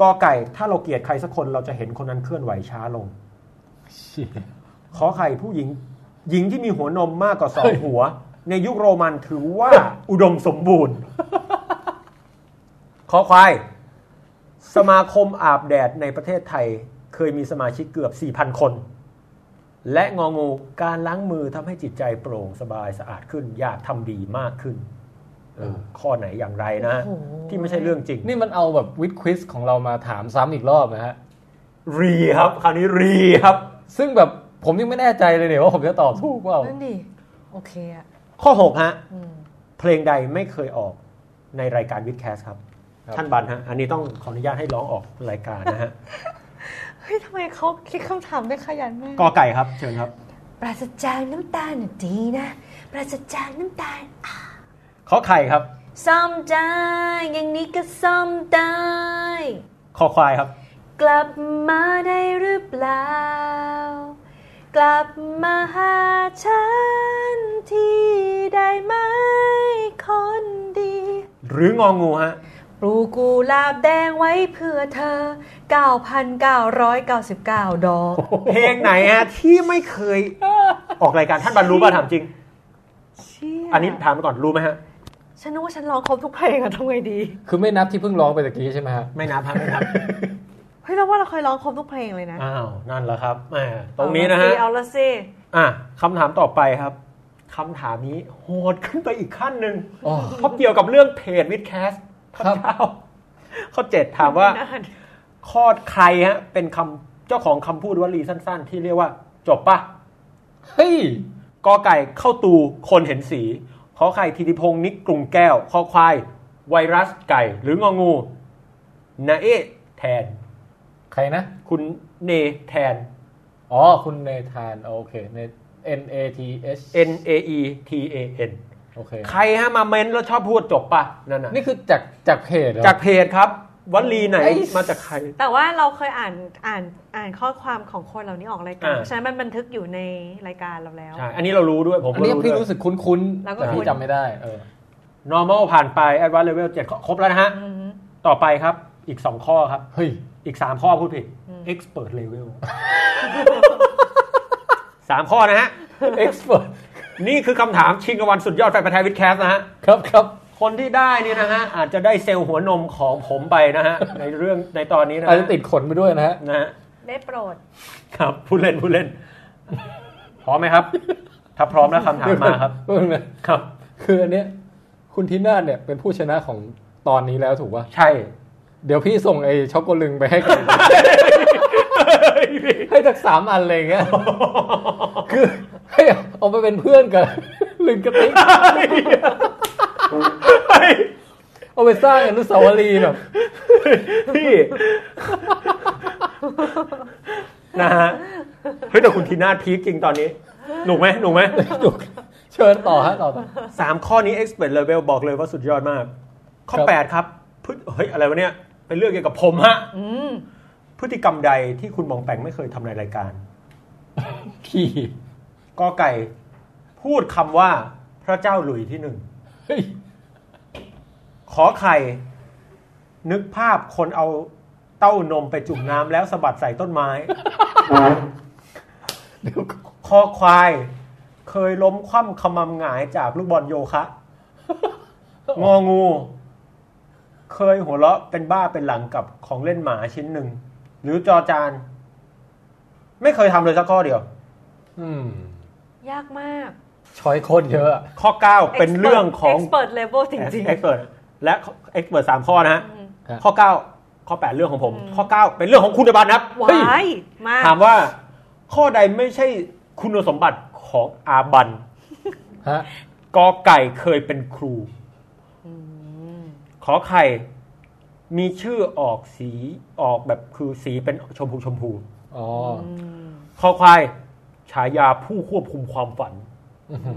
Speaker 5: กอไก่ถ้าเราเกลียดใครสักคนเราจะเห็นคนนั้นเคลื่อนไหวช้าลง
Speaker 7: เชี่ย
Speaker 5: ขอไข่ผู้หญิง หญิงที่มีหัวนมมากกว่าสอ
Speaker 7: เฮ้
Speaker 5: ง
Speaker 7: ย
Speaker 5: หัว ในยุคโรมันถือว่า อุดมสมบูรณ์ ขอควาย สมาคมอาบแดดในประเทศไทยเคยมีสมาชิกเกือบ 4,000 คน และงองูการล้างมือทำให้จิตใจโปร่งสบายสะอาดขึ้น อยากทำดีมากขึ้นเออข้อไหนอย่างไรนะ ที่ไม่ใช่เรื่องจริง
Speaker 7: นี่มันเอาแบบวิดควิสของเรามาถามซ้ำอีกรอบนะฮะ
Speaker 5: รีครับ คราวนี้รีครับ
Speaker 7: ซึ่งแบบผมยังไม่แน่ใจเลยเนี่ยว่าผมจะตอบถูกเปล่า
Speaker 2: นั่นดิ โอเคอะ
Speaker 5: ข้อ 6 ฮะ
Speaker 2: อืม
Speaker 5: เพลงใดไม่เคยออกในรายการวิดแคสครับ ท่านบันฮะ อันนี้ต้องขออนุญาตให้ร้องออกรายการนะฮะ
Speaker 2: เฮ้ยทำไมเขาคิดคำถามได้ขยันมาก
Speaker 5: *laughs* กอไก่ครับ เชิญครับ
Speaker 2: ปราศจากน้ำตาลน่ะดีนะ ปราศจากน้ำตาล
Speaker 5: ขอไข่ครับ
Speaker 2: ซ่อมได้อย่างนี้ก็ซ่อมได้
Speaker 5: คอควายครับ
Speaker 2: กลับมาได้หรือเปล่า กลับมาหาฉันที่ได้ไหมคนดี
Speaker 5: หรืององูฮะ
Speaker 2: ปลูกกุหลาบแดงไว้เพื่อเธอ 9,999 ดอก
Speaker 5: *laughs* เพลงไหนฮะที่ไม่เคย *laughs* ออกรายการท่านบันรู้ป่ะถามจริง
Speaker 2: เชี่ย
Speaker 5: อันนี้ถามไปก่อนรู้ไหมฮะ
Speaker 2: ฉันนึกว่าฉันร้องครบทุกเพลงอะทำไงดี
Speaker 7: คือไม่นับที่เพิ่งร้องไปตะกี้ใช่ไหมฮะ
Speaker 5: ไม่นับฮะไม่นับ
Speaker 2: เฮ้ยเราว่าเราเคยร้องครบทุกเพลงเลยนะ
Speaker 5: อ้าว นั่นแหละครับแหมตรงนี้นะฮะ
Speaker 2: เอาละสิ
Speaker 5: อ่ะคำถามต่อไปครับคำถามนี้โหดขึ้นไปอีกขั้นหนึ่ง
Speaker 7: อ๋อ
Speaker 5: เพราะเกี่ยวกับเรื่องเพจวิดแคสข้อ
Speaker 7: ครับ
Speaker 5: เก้าข้อเจ็ดถามว่า
Speaker 2: เอาละสิ
Speaker 5: คอดใครฮะ เป็นคำเจ้าของคำพูดวลีสั้นๆ ที่เรียกว่า จบปะ
Speaker 7: เฮ้ย
Speaker 5: กอไก่เข้าตูคนเห็นสี ขอไข่ธิติพงศ์นิกกรุงแก้ว คอควาย ไวรัสไก่ หรืององูนาเอะแทน
Speaker 7: ใครนะ
Speaker 5: คุณเนแทน
Speaker 7: อ๋อ คุณเนธานโอเคเน N A T H
Speaker 5: N A E T A N
Speaker 7: โอเค
Speaker 5: ใครฮะมาเม้นแล้วชอบพูดจบปะนั่นน่ะ
Speaker 7: นี่คือจากจากเพจเหรอ
Speaker 5: จากเพจครับวลีไหน
Speaker 7: ไอ้
Speaker 5: มาจากใคร
Speaker 2: แต่ว่าเราเคยอ่านอ่านอ่านข้อความของคนเหล่านี้ออกรายการ
Speaker 5: อ่า
Speaker 2: เพราะฉะนั้นมันบันทึกอยู่ในรายการเราแล้ว
Speaker 5: ใช่อันนี้เรารู้ด้วยผม
Speaker 7: อันนี้
Speaker 5: ก็
Speaker 7: พี่
Speaker 5: ด้วย
Speaker 7: รู้สึกคุ้น
Speaker 2: แล้ว
Speaker 7: ๆ
Speaker 2: ก็
Speaker 7: แต่พี่
Speaker 2: คุ้น
Speaker 7: จำไม่ได้เออ
Speaker 5: normal ผ่านไป advanced level 7ครบแล้วนะฮะ
Speaker 2: อืม
Speaker 5: ต่อไปครับอีกสองข้อครับ
Speaker 7: เฮ้ย
Speaker 5: อีก 3 ข้อพูดผิด expert level *laughs* สามข้อนะฮะ
Speaker 7: expert
Speaker 5: นี่คือคำถามชิงรางวัลสุดยอดแฟนพันธ์ไทยวิดแคสนะฮะ
Speaker 7: ครับครับ
Speaker 5: คนที่ได้นี่นะฮะ อาจจะได้เซลล์หัวนมของผมไปนะฮะ ในเรื่องในตอนนี้นะฮะ
Speaker 7: อาจจะติดขนไปด้วยนะฮะ
Speaker 5: นะฮะ
Speaker 2: ได้โปรด
Speaker 5: ครับผู้เล่นผู้เล่น พร้อมไหมครับ ถ้าพร้อมแล้วคำถามมาครับ
Speaker 7: เพิ่งนะครับ คืออันเนี้ยคุณทิน่าเนี่ยเป็นผู้ชนะของตอนนี้แล้วถูกป่ะ
Speaker 5: ใช่
Speaker 7: เดี๋ยวพี่ส่งไอ้ช็อกโกลึงไปให้กัน *laughs* ให้สักสามอันอะไรเงี้ย *laughs* คือ *laughs* ให้เอาไปเป็นเพื่อนกัน *laughs* ลึงกระติกเอาไปสร้างอนุสาวรีย์แบบ
Speaker 5: พี่นะฮะเฮ้ยแต่คุณทีน่าพีคจริงตอนนี้ หนุกไหมหนุกไหม
Speaker 7: เชิญต่อฮะต่อต่อ
Speaker 5: สามข้อนี้ expert level บอกเลยว่าสุดยอดมาก ข้อ
Speaker 7: ครับ
Speaker 5: 8 ครับพฤติเฮ้ย อะไรวะเนี่ย เป็นเรื่องเกี่ยวกับผมฮะพฤติกรรมใดที่คุณมองแปงไม่เคยทำในรายการ
Speaker 7: ขี่
Speaker 5: กอไก่ พูดคำว่าพระเจ้าหลุยที่หนึ่ง
Speaker 7: เฮ้ย
Speaker 5: ขอไข่ นึกภาพคนเอาเต้านมไปจุ่มน้ำแล้วสะบัดใส่ต้นไม้
Speaker 7: เดี๋ยวก่อน
Speaker 5: คอควาย เคยล้มคว่ำขมำหงายจากลูกบอลโยคะ งองู เคยหัวเราะเป็นบ้าเป็นหลังกับของเล่นหมาชิ้นหนึ่ง หรือจอจาน ไม่เคยทำเลยสักข้อเดียว
Speaker 7: อืม
Speaker 2: ยากมาก
Speaker 7: ช้อยโคตรเยอะอะ
Speaker 5: ข้อ 9 เป็นเรื่องของ
Speaker 2: เ expert level จริง
Speaker 5: เอ็กเปิดและเอ็กเปิดสามข้อนะฮะ
Speaker 2: อืม
Speaker 5: ข้อ 9 ข้อ 8 เรื่องของผม ข้อ 9 เป็นเรื่องของคุณบันครับ
Speaker 2: ๆว
Speaker 5: เฮ้ย
Speaker 2: าย มาก
Speaker 5: ถามว่าข้อใดไม่ใช่คุณสมบัติของอาบัน
Speaker 7: ฮะ
Speaker 5: กอไก่เคยเป็นครู ขอไข่ มีชื่อออกสีออกแบบคือสีเป็นชมพูชมพู
Speaker 7: อ๋อ
Speaker 5: คอควาย ฉายาผู้ควบคุมความฝัน
Speaker 7: ออืม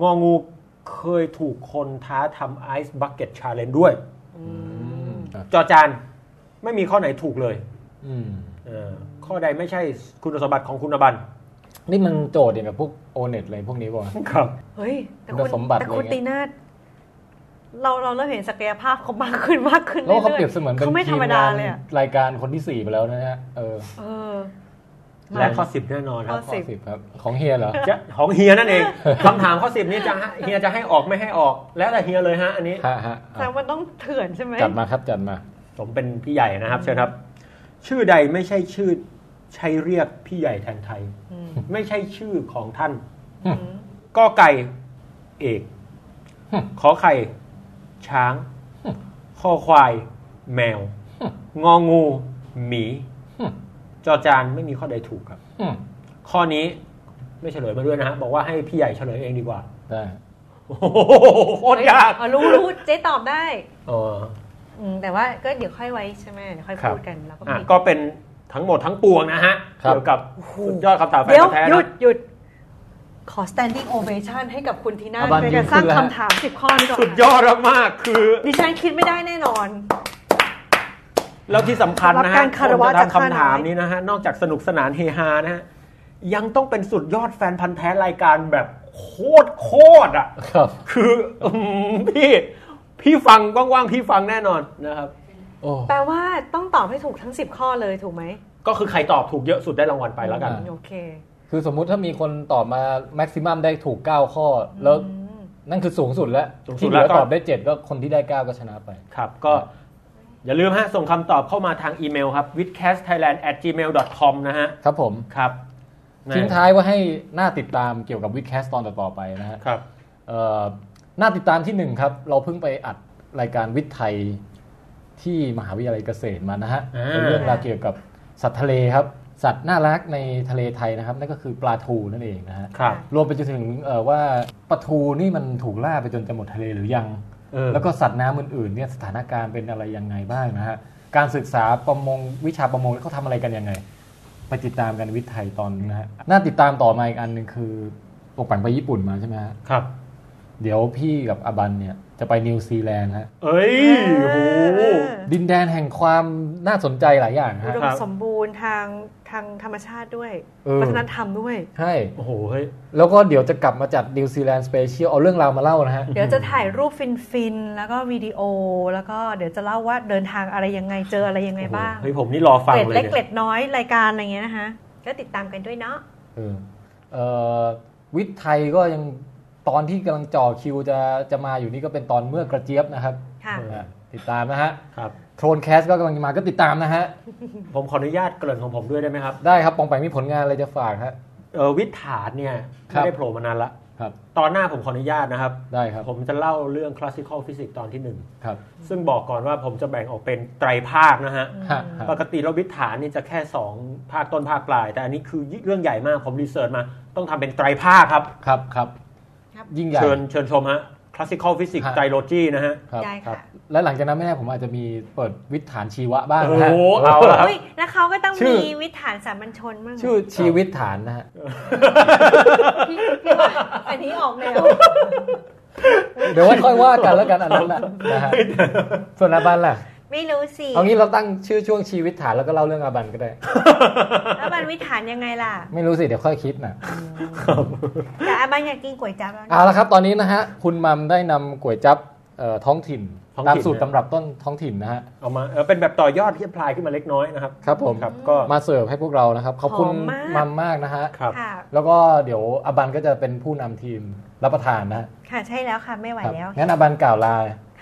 Speaker 5: งองูเคยถูกคนท้าทำไอซ์บักเก็ตชาเลนด้วย
Speaker 7: ครับ
Speaker 5: จอจานไม่มีข้อไหนถูกเลย
Speaker 7: อืม
Speaker 5: เออข้อใดไม่ใช่คุณสมบัติของคุณบัน
Speaker 7: นี่มันโจทย์อย่างกับพวกโอเน็ตอะไรพวกนี้ป่ะ
Speaker 5: ครับ
Speaker 2: เฮ้ย แต่
Speaker 7: คุ
Speaker 2: คุณ
Speaker 7: ณสมบัติ
Speaker 2: แต่คุณ
Speaker 7: อะไรเงี้ย
Speaker 2: ตีนาฏเราเราเริ่มเห็นศักยภาพเขามากขึ้นมากขึ้น
Speaker 7: แล้วเขา
Speaker 2: รื่
Speaker 7: เปรียบเสมือนเป็น
Speaker 2: เขาไม่ธ
Speaker 7: ที
Speaker 2: ร
Speaker 7: ม
Speaker 2: รมดาง
Speaker 7: าน
Speaker 2: เลยอะ
Speaker 7: รายการคนที่สี่ไปแล้วนะฮะเออ
Speaker 2: เออ
Speaker 5: และข้อสิบแน่นอนค
Speaker 2: ข้
Speaker 5: รั
Speaker 2: อบ
Speaker 7: ข้อ
Speaker 2: สิบ
Speaker 7: สิบครับ ของเฮียเหรอ
Speaker 5: จะของเฮียนั่นเอง คำถามข้อสิบนี้จะเฮียจะให้ออกไม่ให้ออก แล้วแต่เฮียเลยฮะอันนี้
Speaker 7: ฮะฮะ
Speaker 2: แสดงว่าต้องเถื่อนใช่ไหม
Speaker 7: จัดมาครับจัดมา
Speaker 5: ผมเป็นพี่ใหญ่นะครับเชิญครับ ชื่อใดไม่ใช่ชื่อใช้เรียกพี่ใหญ่แทนไทย ไม่ใช่ชื่อของท่าน
Speaker 7: อืม
Speaker 5: ก็ไก่เอกขอไข่ช้างคอควาย แมว งองู หมี จอจานไม่มีข้อใดถูกครับ
Speaker 7: อืม
Speaker 5: ข้อนี้ไม่เฉลยมาด้วยนะฮะบอกว่าให้พี่ใหญ่เฉลยเองดีกว่า *laughs*
Speaker 7: ได้
Speaker 5: โอ้โหโคตรยาก
Speaker 2: เออรู้รู้เจ๊ตอบได้
Speaker 5: อ๋อ
Speaker 2: อืมแต่ว่าก็เดี๋ยวค่อยไว้ใช่ไหมเดี๋ยวค่อย
Speaker 5: ครับ
Speaker 2: พูดกันแล้วก็
Speaker 5: อ่ะ
Speaker 2: ปิด
Speaker 5: ก็เป็นทั้งหมดทั้งปวงนะฮะเกี่ยวกับสุดยอดคำตอบแฟน
Speaker 2: เดี๋ยว
Speaker 5: พันธุ์แท้
Speaker 2: หยุด
Speaker 5: นะ
Speaker 2: หยุด ขอ standing ovation ให้กับคุณทีน่า
Speaker 7: อ่ะบอล
Speaker 2: เป็น
Speaker 7: ยื
Speaker 2: การสร้าง
Speaker 7: นขึ้นแล้ว
Speaker 2: คำถามสิบข้อนี้ก่อน
Speaker 5: สุดยอดมากๆคือ
Speaker 2: ดิฉันคิดไม่ได้แน่นอน
Speaker 5: แล้วที่สำคัญนะ
Speaker 2: รับ
Speaker 5: ฮะ
Speaker 2: การคาร
Speaker 5: น
Speaker 2: วะ
Speaker 5: จะ
Speaker 2: จาก
Speaker 5: ทำ
Speaker 2: ข้าน้อย
Speaker 5: คำถามนี้นะฮะ นอกจากสนุกสนานเฮฮานะฮะ ยังต้องเป็นสุดยอดแฟนพันธ์แท้รายการแบบโคตรโคตรๆอ่ะ
Speaker 7: ครับ
Speaker 5: คือ *laughs* อืมพี่ พี่ฟังว่างๆพี่ฟังแน่นอนนะครับ
Speaker 7: โอ้
Speaker 2: แปลว่าต้องตอบให้ถูกทั้ง 10 ข้อเลยถูกไหม
Speaker 5: ก็คือใครตอบถูกเยอะสุดได้รางวัลไปแล้วกัน
Speaker 2: โอเค
Speaker 7: คือสมมุติถ้ามีคนตอบมาแม็กซิมัมได้ถูก 9 ข้อ แล้วนั่นคือสูงสุดแล้ว
Speaker 5: สูงสุ
Speaker 7: ที่
Speaker 5: ด
Speaker 7: เห
Speaker 5: แล้ว
Speaker 7: ลือ
Speaker 5: ก็
Speaker 7: ตอบได้ 7 ก็คนที่ได้ 9 ก็ชนะไป
Speaker 5: ครับ ก็อย่าลืมฮะ ส่งคำตอบเข้ามาทางอีเมลครับ w i t h c a s t t h a i l a n d gmail com นะฮะ
Speaker 7: ครับผม
Speaker 5: ครับ
Speaker 7: ทิ้งท้ายว่าให้หน้าติดตามเกี่ยวกับวิดแคสตอนต่อๆไปนะฮะ
Speaker 5: ครับ
Speaker 7: เอ่อหน้าติดตามที่หนึ่งครับ เราเพิ่งไปอัดรายการวิทย์ไทยที่มหาวิทยาลัยเกษตรมานะฮะ
Speaker 5: อ่า
Speaker 7: เป็นเรื่องราวเกี่ยวกับสัตว์ทะเลครับ สัตว์น่ารักในทะเลไทยนะครับ นั่นก็คือปลาทูนั่นเองนะฮะ
Speaker 5: ครับ
Speaker 7: รวมไปจนถึงเอ่อว่าปลาทูนี่มันถูกล่าไปจนจะหมดทะเลหรือยัง
Speaker 5: เออ
Speaker 7: แล้วก็สัตว์น้ำอื่นๆเนี่ยสถานการณ์เป็นอะไรยังไงบ้างนะฮะ การศึกษาประมงวิชาประมงเนี่ยเขาทำอะไรกันยังไง ไปติดตามกันวิทย์ไทยตอนนี้นะฮะ น่าติดตามต่อมาอีกอันหนึ่งคือปกปังไปญี่ปุ่นมาใช่ไหมฮะ
Speaker 5: ครับ
Speaker 7: เดี๋ยวพี่กับอบันเนี่ยจะไปนิวซีแลนด์ฮะ
Speaker 5: เอ้ยโห
Speaker 7: ดินแดนแห่งความน่าสนใจหลายอย่าง
Speaker 2: อุ
Speaker 7: ฮะ
Speaker 2: ด
Speaker 5: ครั
Speaker 2: ม
Speaker 5: บ
Speaker 2: สมบูรณ์ทางทางธรรมชาติด้วย
Speaker 7: เออ
Speaker 2: วัฒนธรรมด้วย
Speaker 7: ใช่
Speaker 5: โอ้โหเฮ้ย
Speaker 7: แล้วก็เดี๋ยวจะกลับมาจัดนิวซีแลนด์สเปเชียลเอาเรื่องราวมาเล่านะฮะ
Speaker 2: เดี๋ยวจะถ่ายรูปฟินฟินๆแล้วก็วิดีโอ แล้วก็เดี๋ยวจะเล่าว่าเดินทางอะไรยังไงเจออะไรยังไงบ้าง
Speaker 5: เฮ้ยผมนี่รอฟัง
Speaker 2: เกล็ด
Speaker 5: เลย
Speaker 2: เล็ก
Speaker 5: นี่ย
Speaker 2: เกล็ดน้อยรายการอะไรเงี้ยนะคะ ก็ติดตามกันด้วยเนาะ
Speaker 7: เออเอ่อวิทย์ไทยก็ยังตอนที่กำลังจ่อคิวจะจะมาอยู่นี่ก็เป็นตอนเมื่อกระเจี๊ยบนะครับ
Speaker 2: ค่ะ
Speaker 7: อ่ะติดตามนะฮะ
Speaker 5: ครับ
Speaker 7: โทนแคสก็กำลังจะมาก็ติดตามนะฮะ
Speaker 5: ผมขออนุญาตเกริ่นของผมด้วยได้ไหมครับ
Speaker 7: ได้ครับปองไปงมีผลงานอะไรจะฝากฮะ
Speaker 5: เออวิถานเนี่ย
Speaker 7: ครั
Speaker 5: ไม่
Speaker 7: บ
Speaker 5: ได้โผล่มานานละ
Speaker 7: ครับ
Speaker 5: ตอนหน้าผมขออนุญาตนะครับ
Speaker 7: ได้ครับ
Speaker 5: ผมจะเล่าเรื่อง classical physics ตอนที่หนึ่ง
Speaker 7: ครับ
Speaker 5: ซึ่งบอกก่อนว่าผมจะแบ่งออกเป็นไตรภาคนะฮะ
Speaker 7: ฮะฮะ
Speaker 5: ปกติเราวิถานนี่จะแค่ 2 ภาคต้นภาคปลาย แต่อันนี้คือเรื่องใหญ่มาก ผมรีเสิร์ชมา ต้องทำเป็นไตรภาคครับ
Speaker 7: ครับครับ
Speaker 2: ครับ
Speaker 7: ยิ่งใหญ่
Speaker 5: เชิญเชิญชมฮะ classical physics
Speaker 7: ฮะ
Speaker 5: ไตรโลจีนะฮะ
Speaker 7: ครับ
Speaker 2: ได้
Speaker 7: ครับ
Speaker 2: ค่ะ
Speaker 7: และหลังจากนั้นไม่แน่ผมอาจจะมีเปิดวิทย์ฐานชีวะบ้างนะฮะ
Speaker 5: โอ้โหเอาละครับ
Speaker 2: อุ้ยแล้วเขาก็ต้อง
Speaker 7: ชื่อ
Speaker 2: มีวิถานสามัญชนมั่ง
Speaker 7: ชื่อชีวิตฐานนะฮะ
Speaker 2: พี่พี่ว่าอันนี้ออกแนว
Speaker 7: เดี๋ยวไว้ค่อยว่ากันแล้วกันอันนั้นนะนะฮะส่วนอาบันล่ะ
Speaker 2: ไม่รู้สิ
Speaker 7: เอางี้เราตั้งชื่อช่วงชีวิตฐานแล้วก็เล่าเรื่องอาบันก็ได้
Speaker 2: แล้วมันวิถานยังไงล่ะ
Speaker 7: ไม่รู้สิเดี๋ยวค่อยคิดนะ
Speaker 2: แต่อาบันอยากกินก๋วยจั๊บแล้วนะ
Speaker 7: เอาละครับตอนนี้นะฮะคุณมัมได้นำก๋วยจั๊บเอ่อท้องถิ่น
Speaker 5: ท้องถิ่น
Speaker 7: ตามสูตรตำรับต้นท้องถิ่นนะฮะ
Speaker 5: เอามาเออเป็นแบบต่อยอดที่พลายขึ้นมาเล็กน้อยนะครับ
Speaker 7: ครับผม
Speaker 5: ครับก็
Speaker 7: มาเสิร์ฟให้พวกเรานะครับ ขอบคุณมัมมากนะฮะ
Speaker 5: ครับ
Speaker 2: ค่ะ
Speaker 7: แล้วก็เดี๋ยวอบันก็จะเป็นผู้นำทีมรับประทานนะฮะ
Speaker 2: ค่ะใช่แล้วค่ะไม่ไหว
Speaker 7: ครับ
Speaker 2: แล้ว
Speaker 7: งั้นอบันกล่าวลา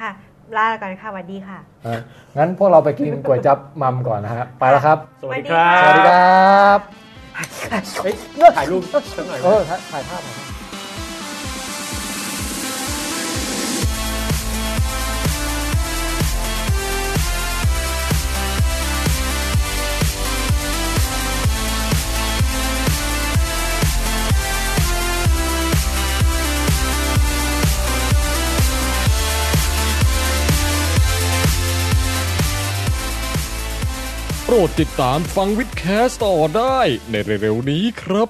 Speaker 2: ค่ะ ลาก่อนค่ะสวัสดีค่ะ
Speaker 7: เอองั้นพวกเราไปกินก๋วยจั๊บมัมก่อนนะฮะไปแล้วครับ
Speaker 5: สวัสดีครั
Speaker 7: ส
Speaker 5: บ
Speaker 7: วัสดีครับ
Speaker 5: เฮ้ยถ่ายรูปสักหน่อยไหม
Speaker 7: เออถ่ายภาพหน่อย
Speaker 6: โปรดติดตามฟังวิดแคสต่อได้ในเร็วๆนี้ครับ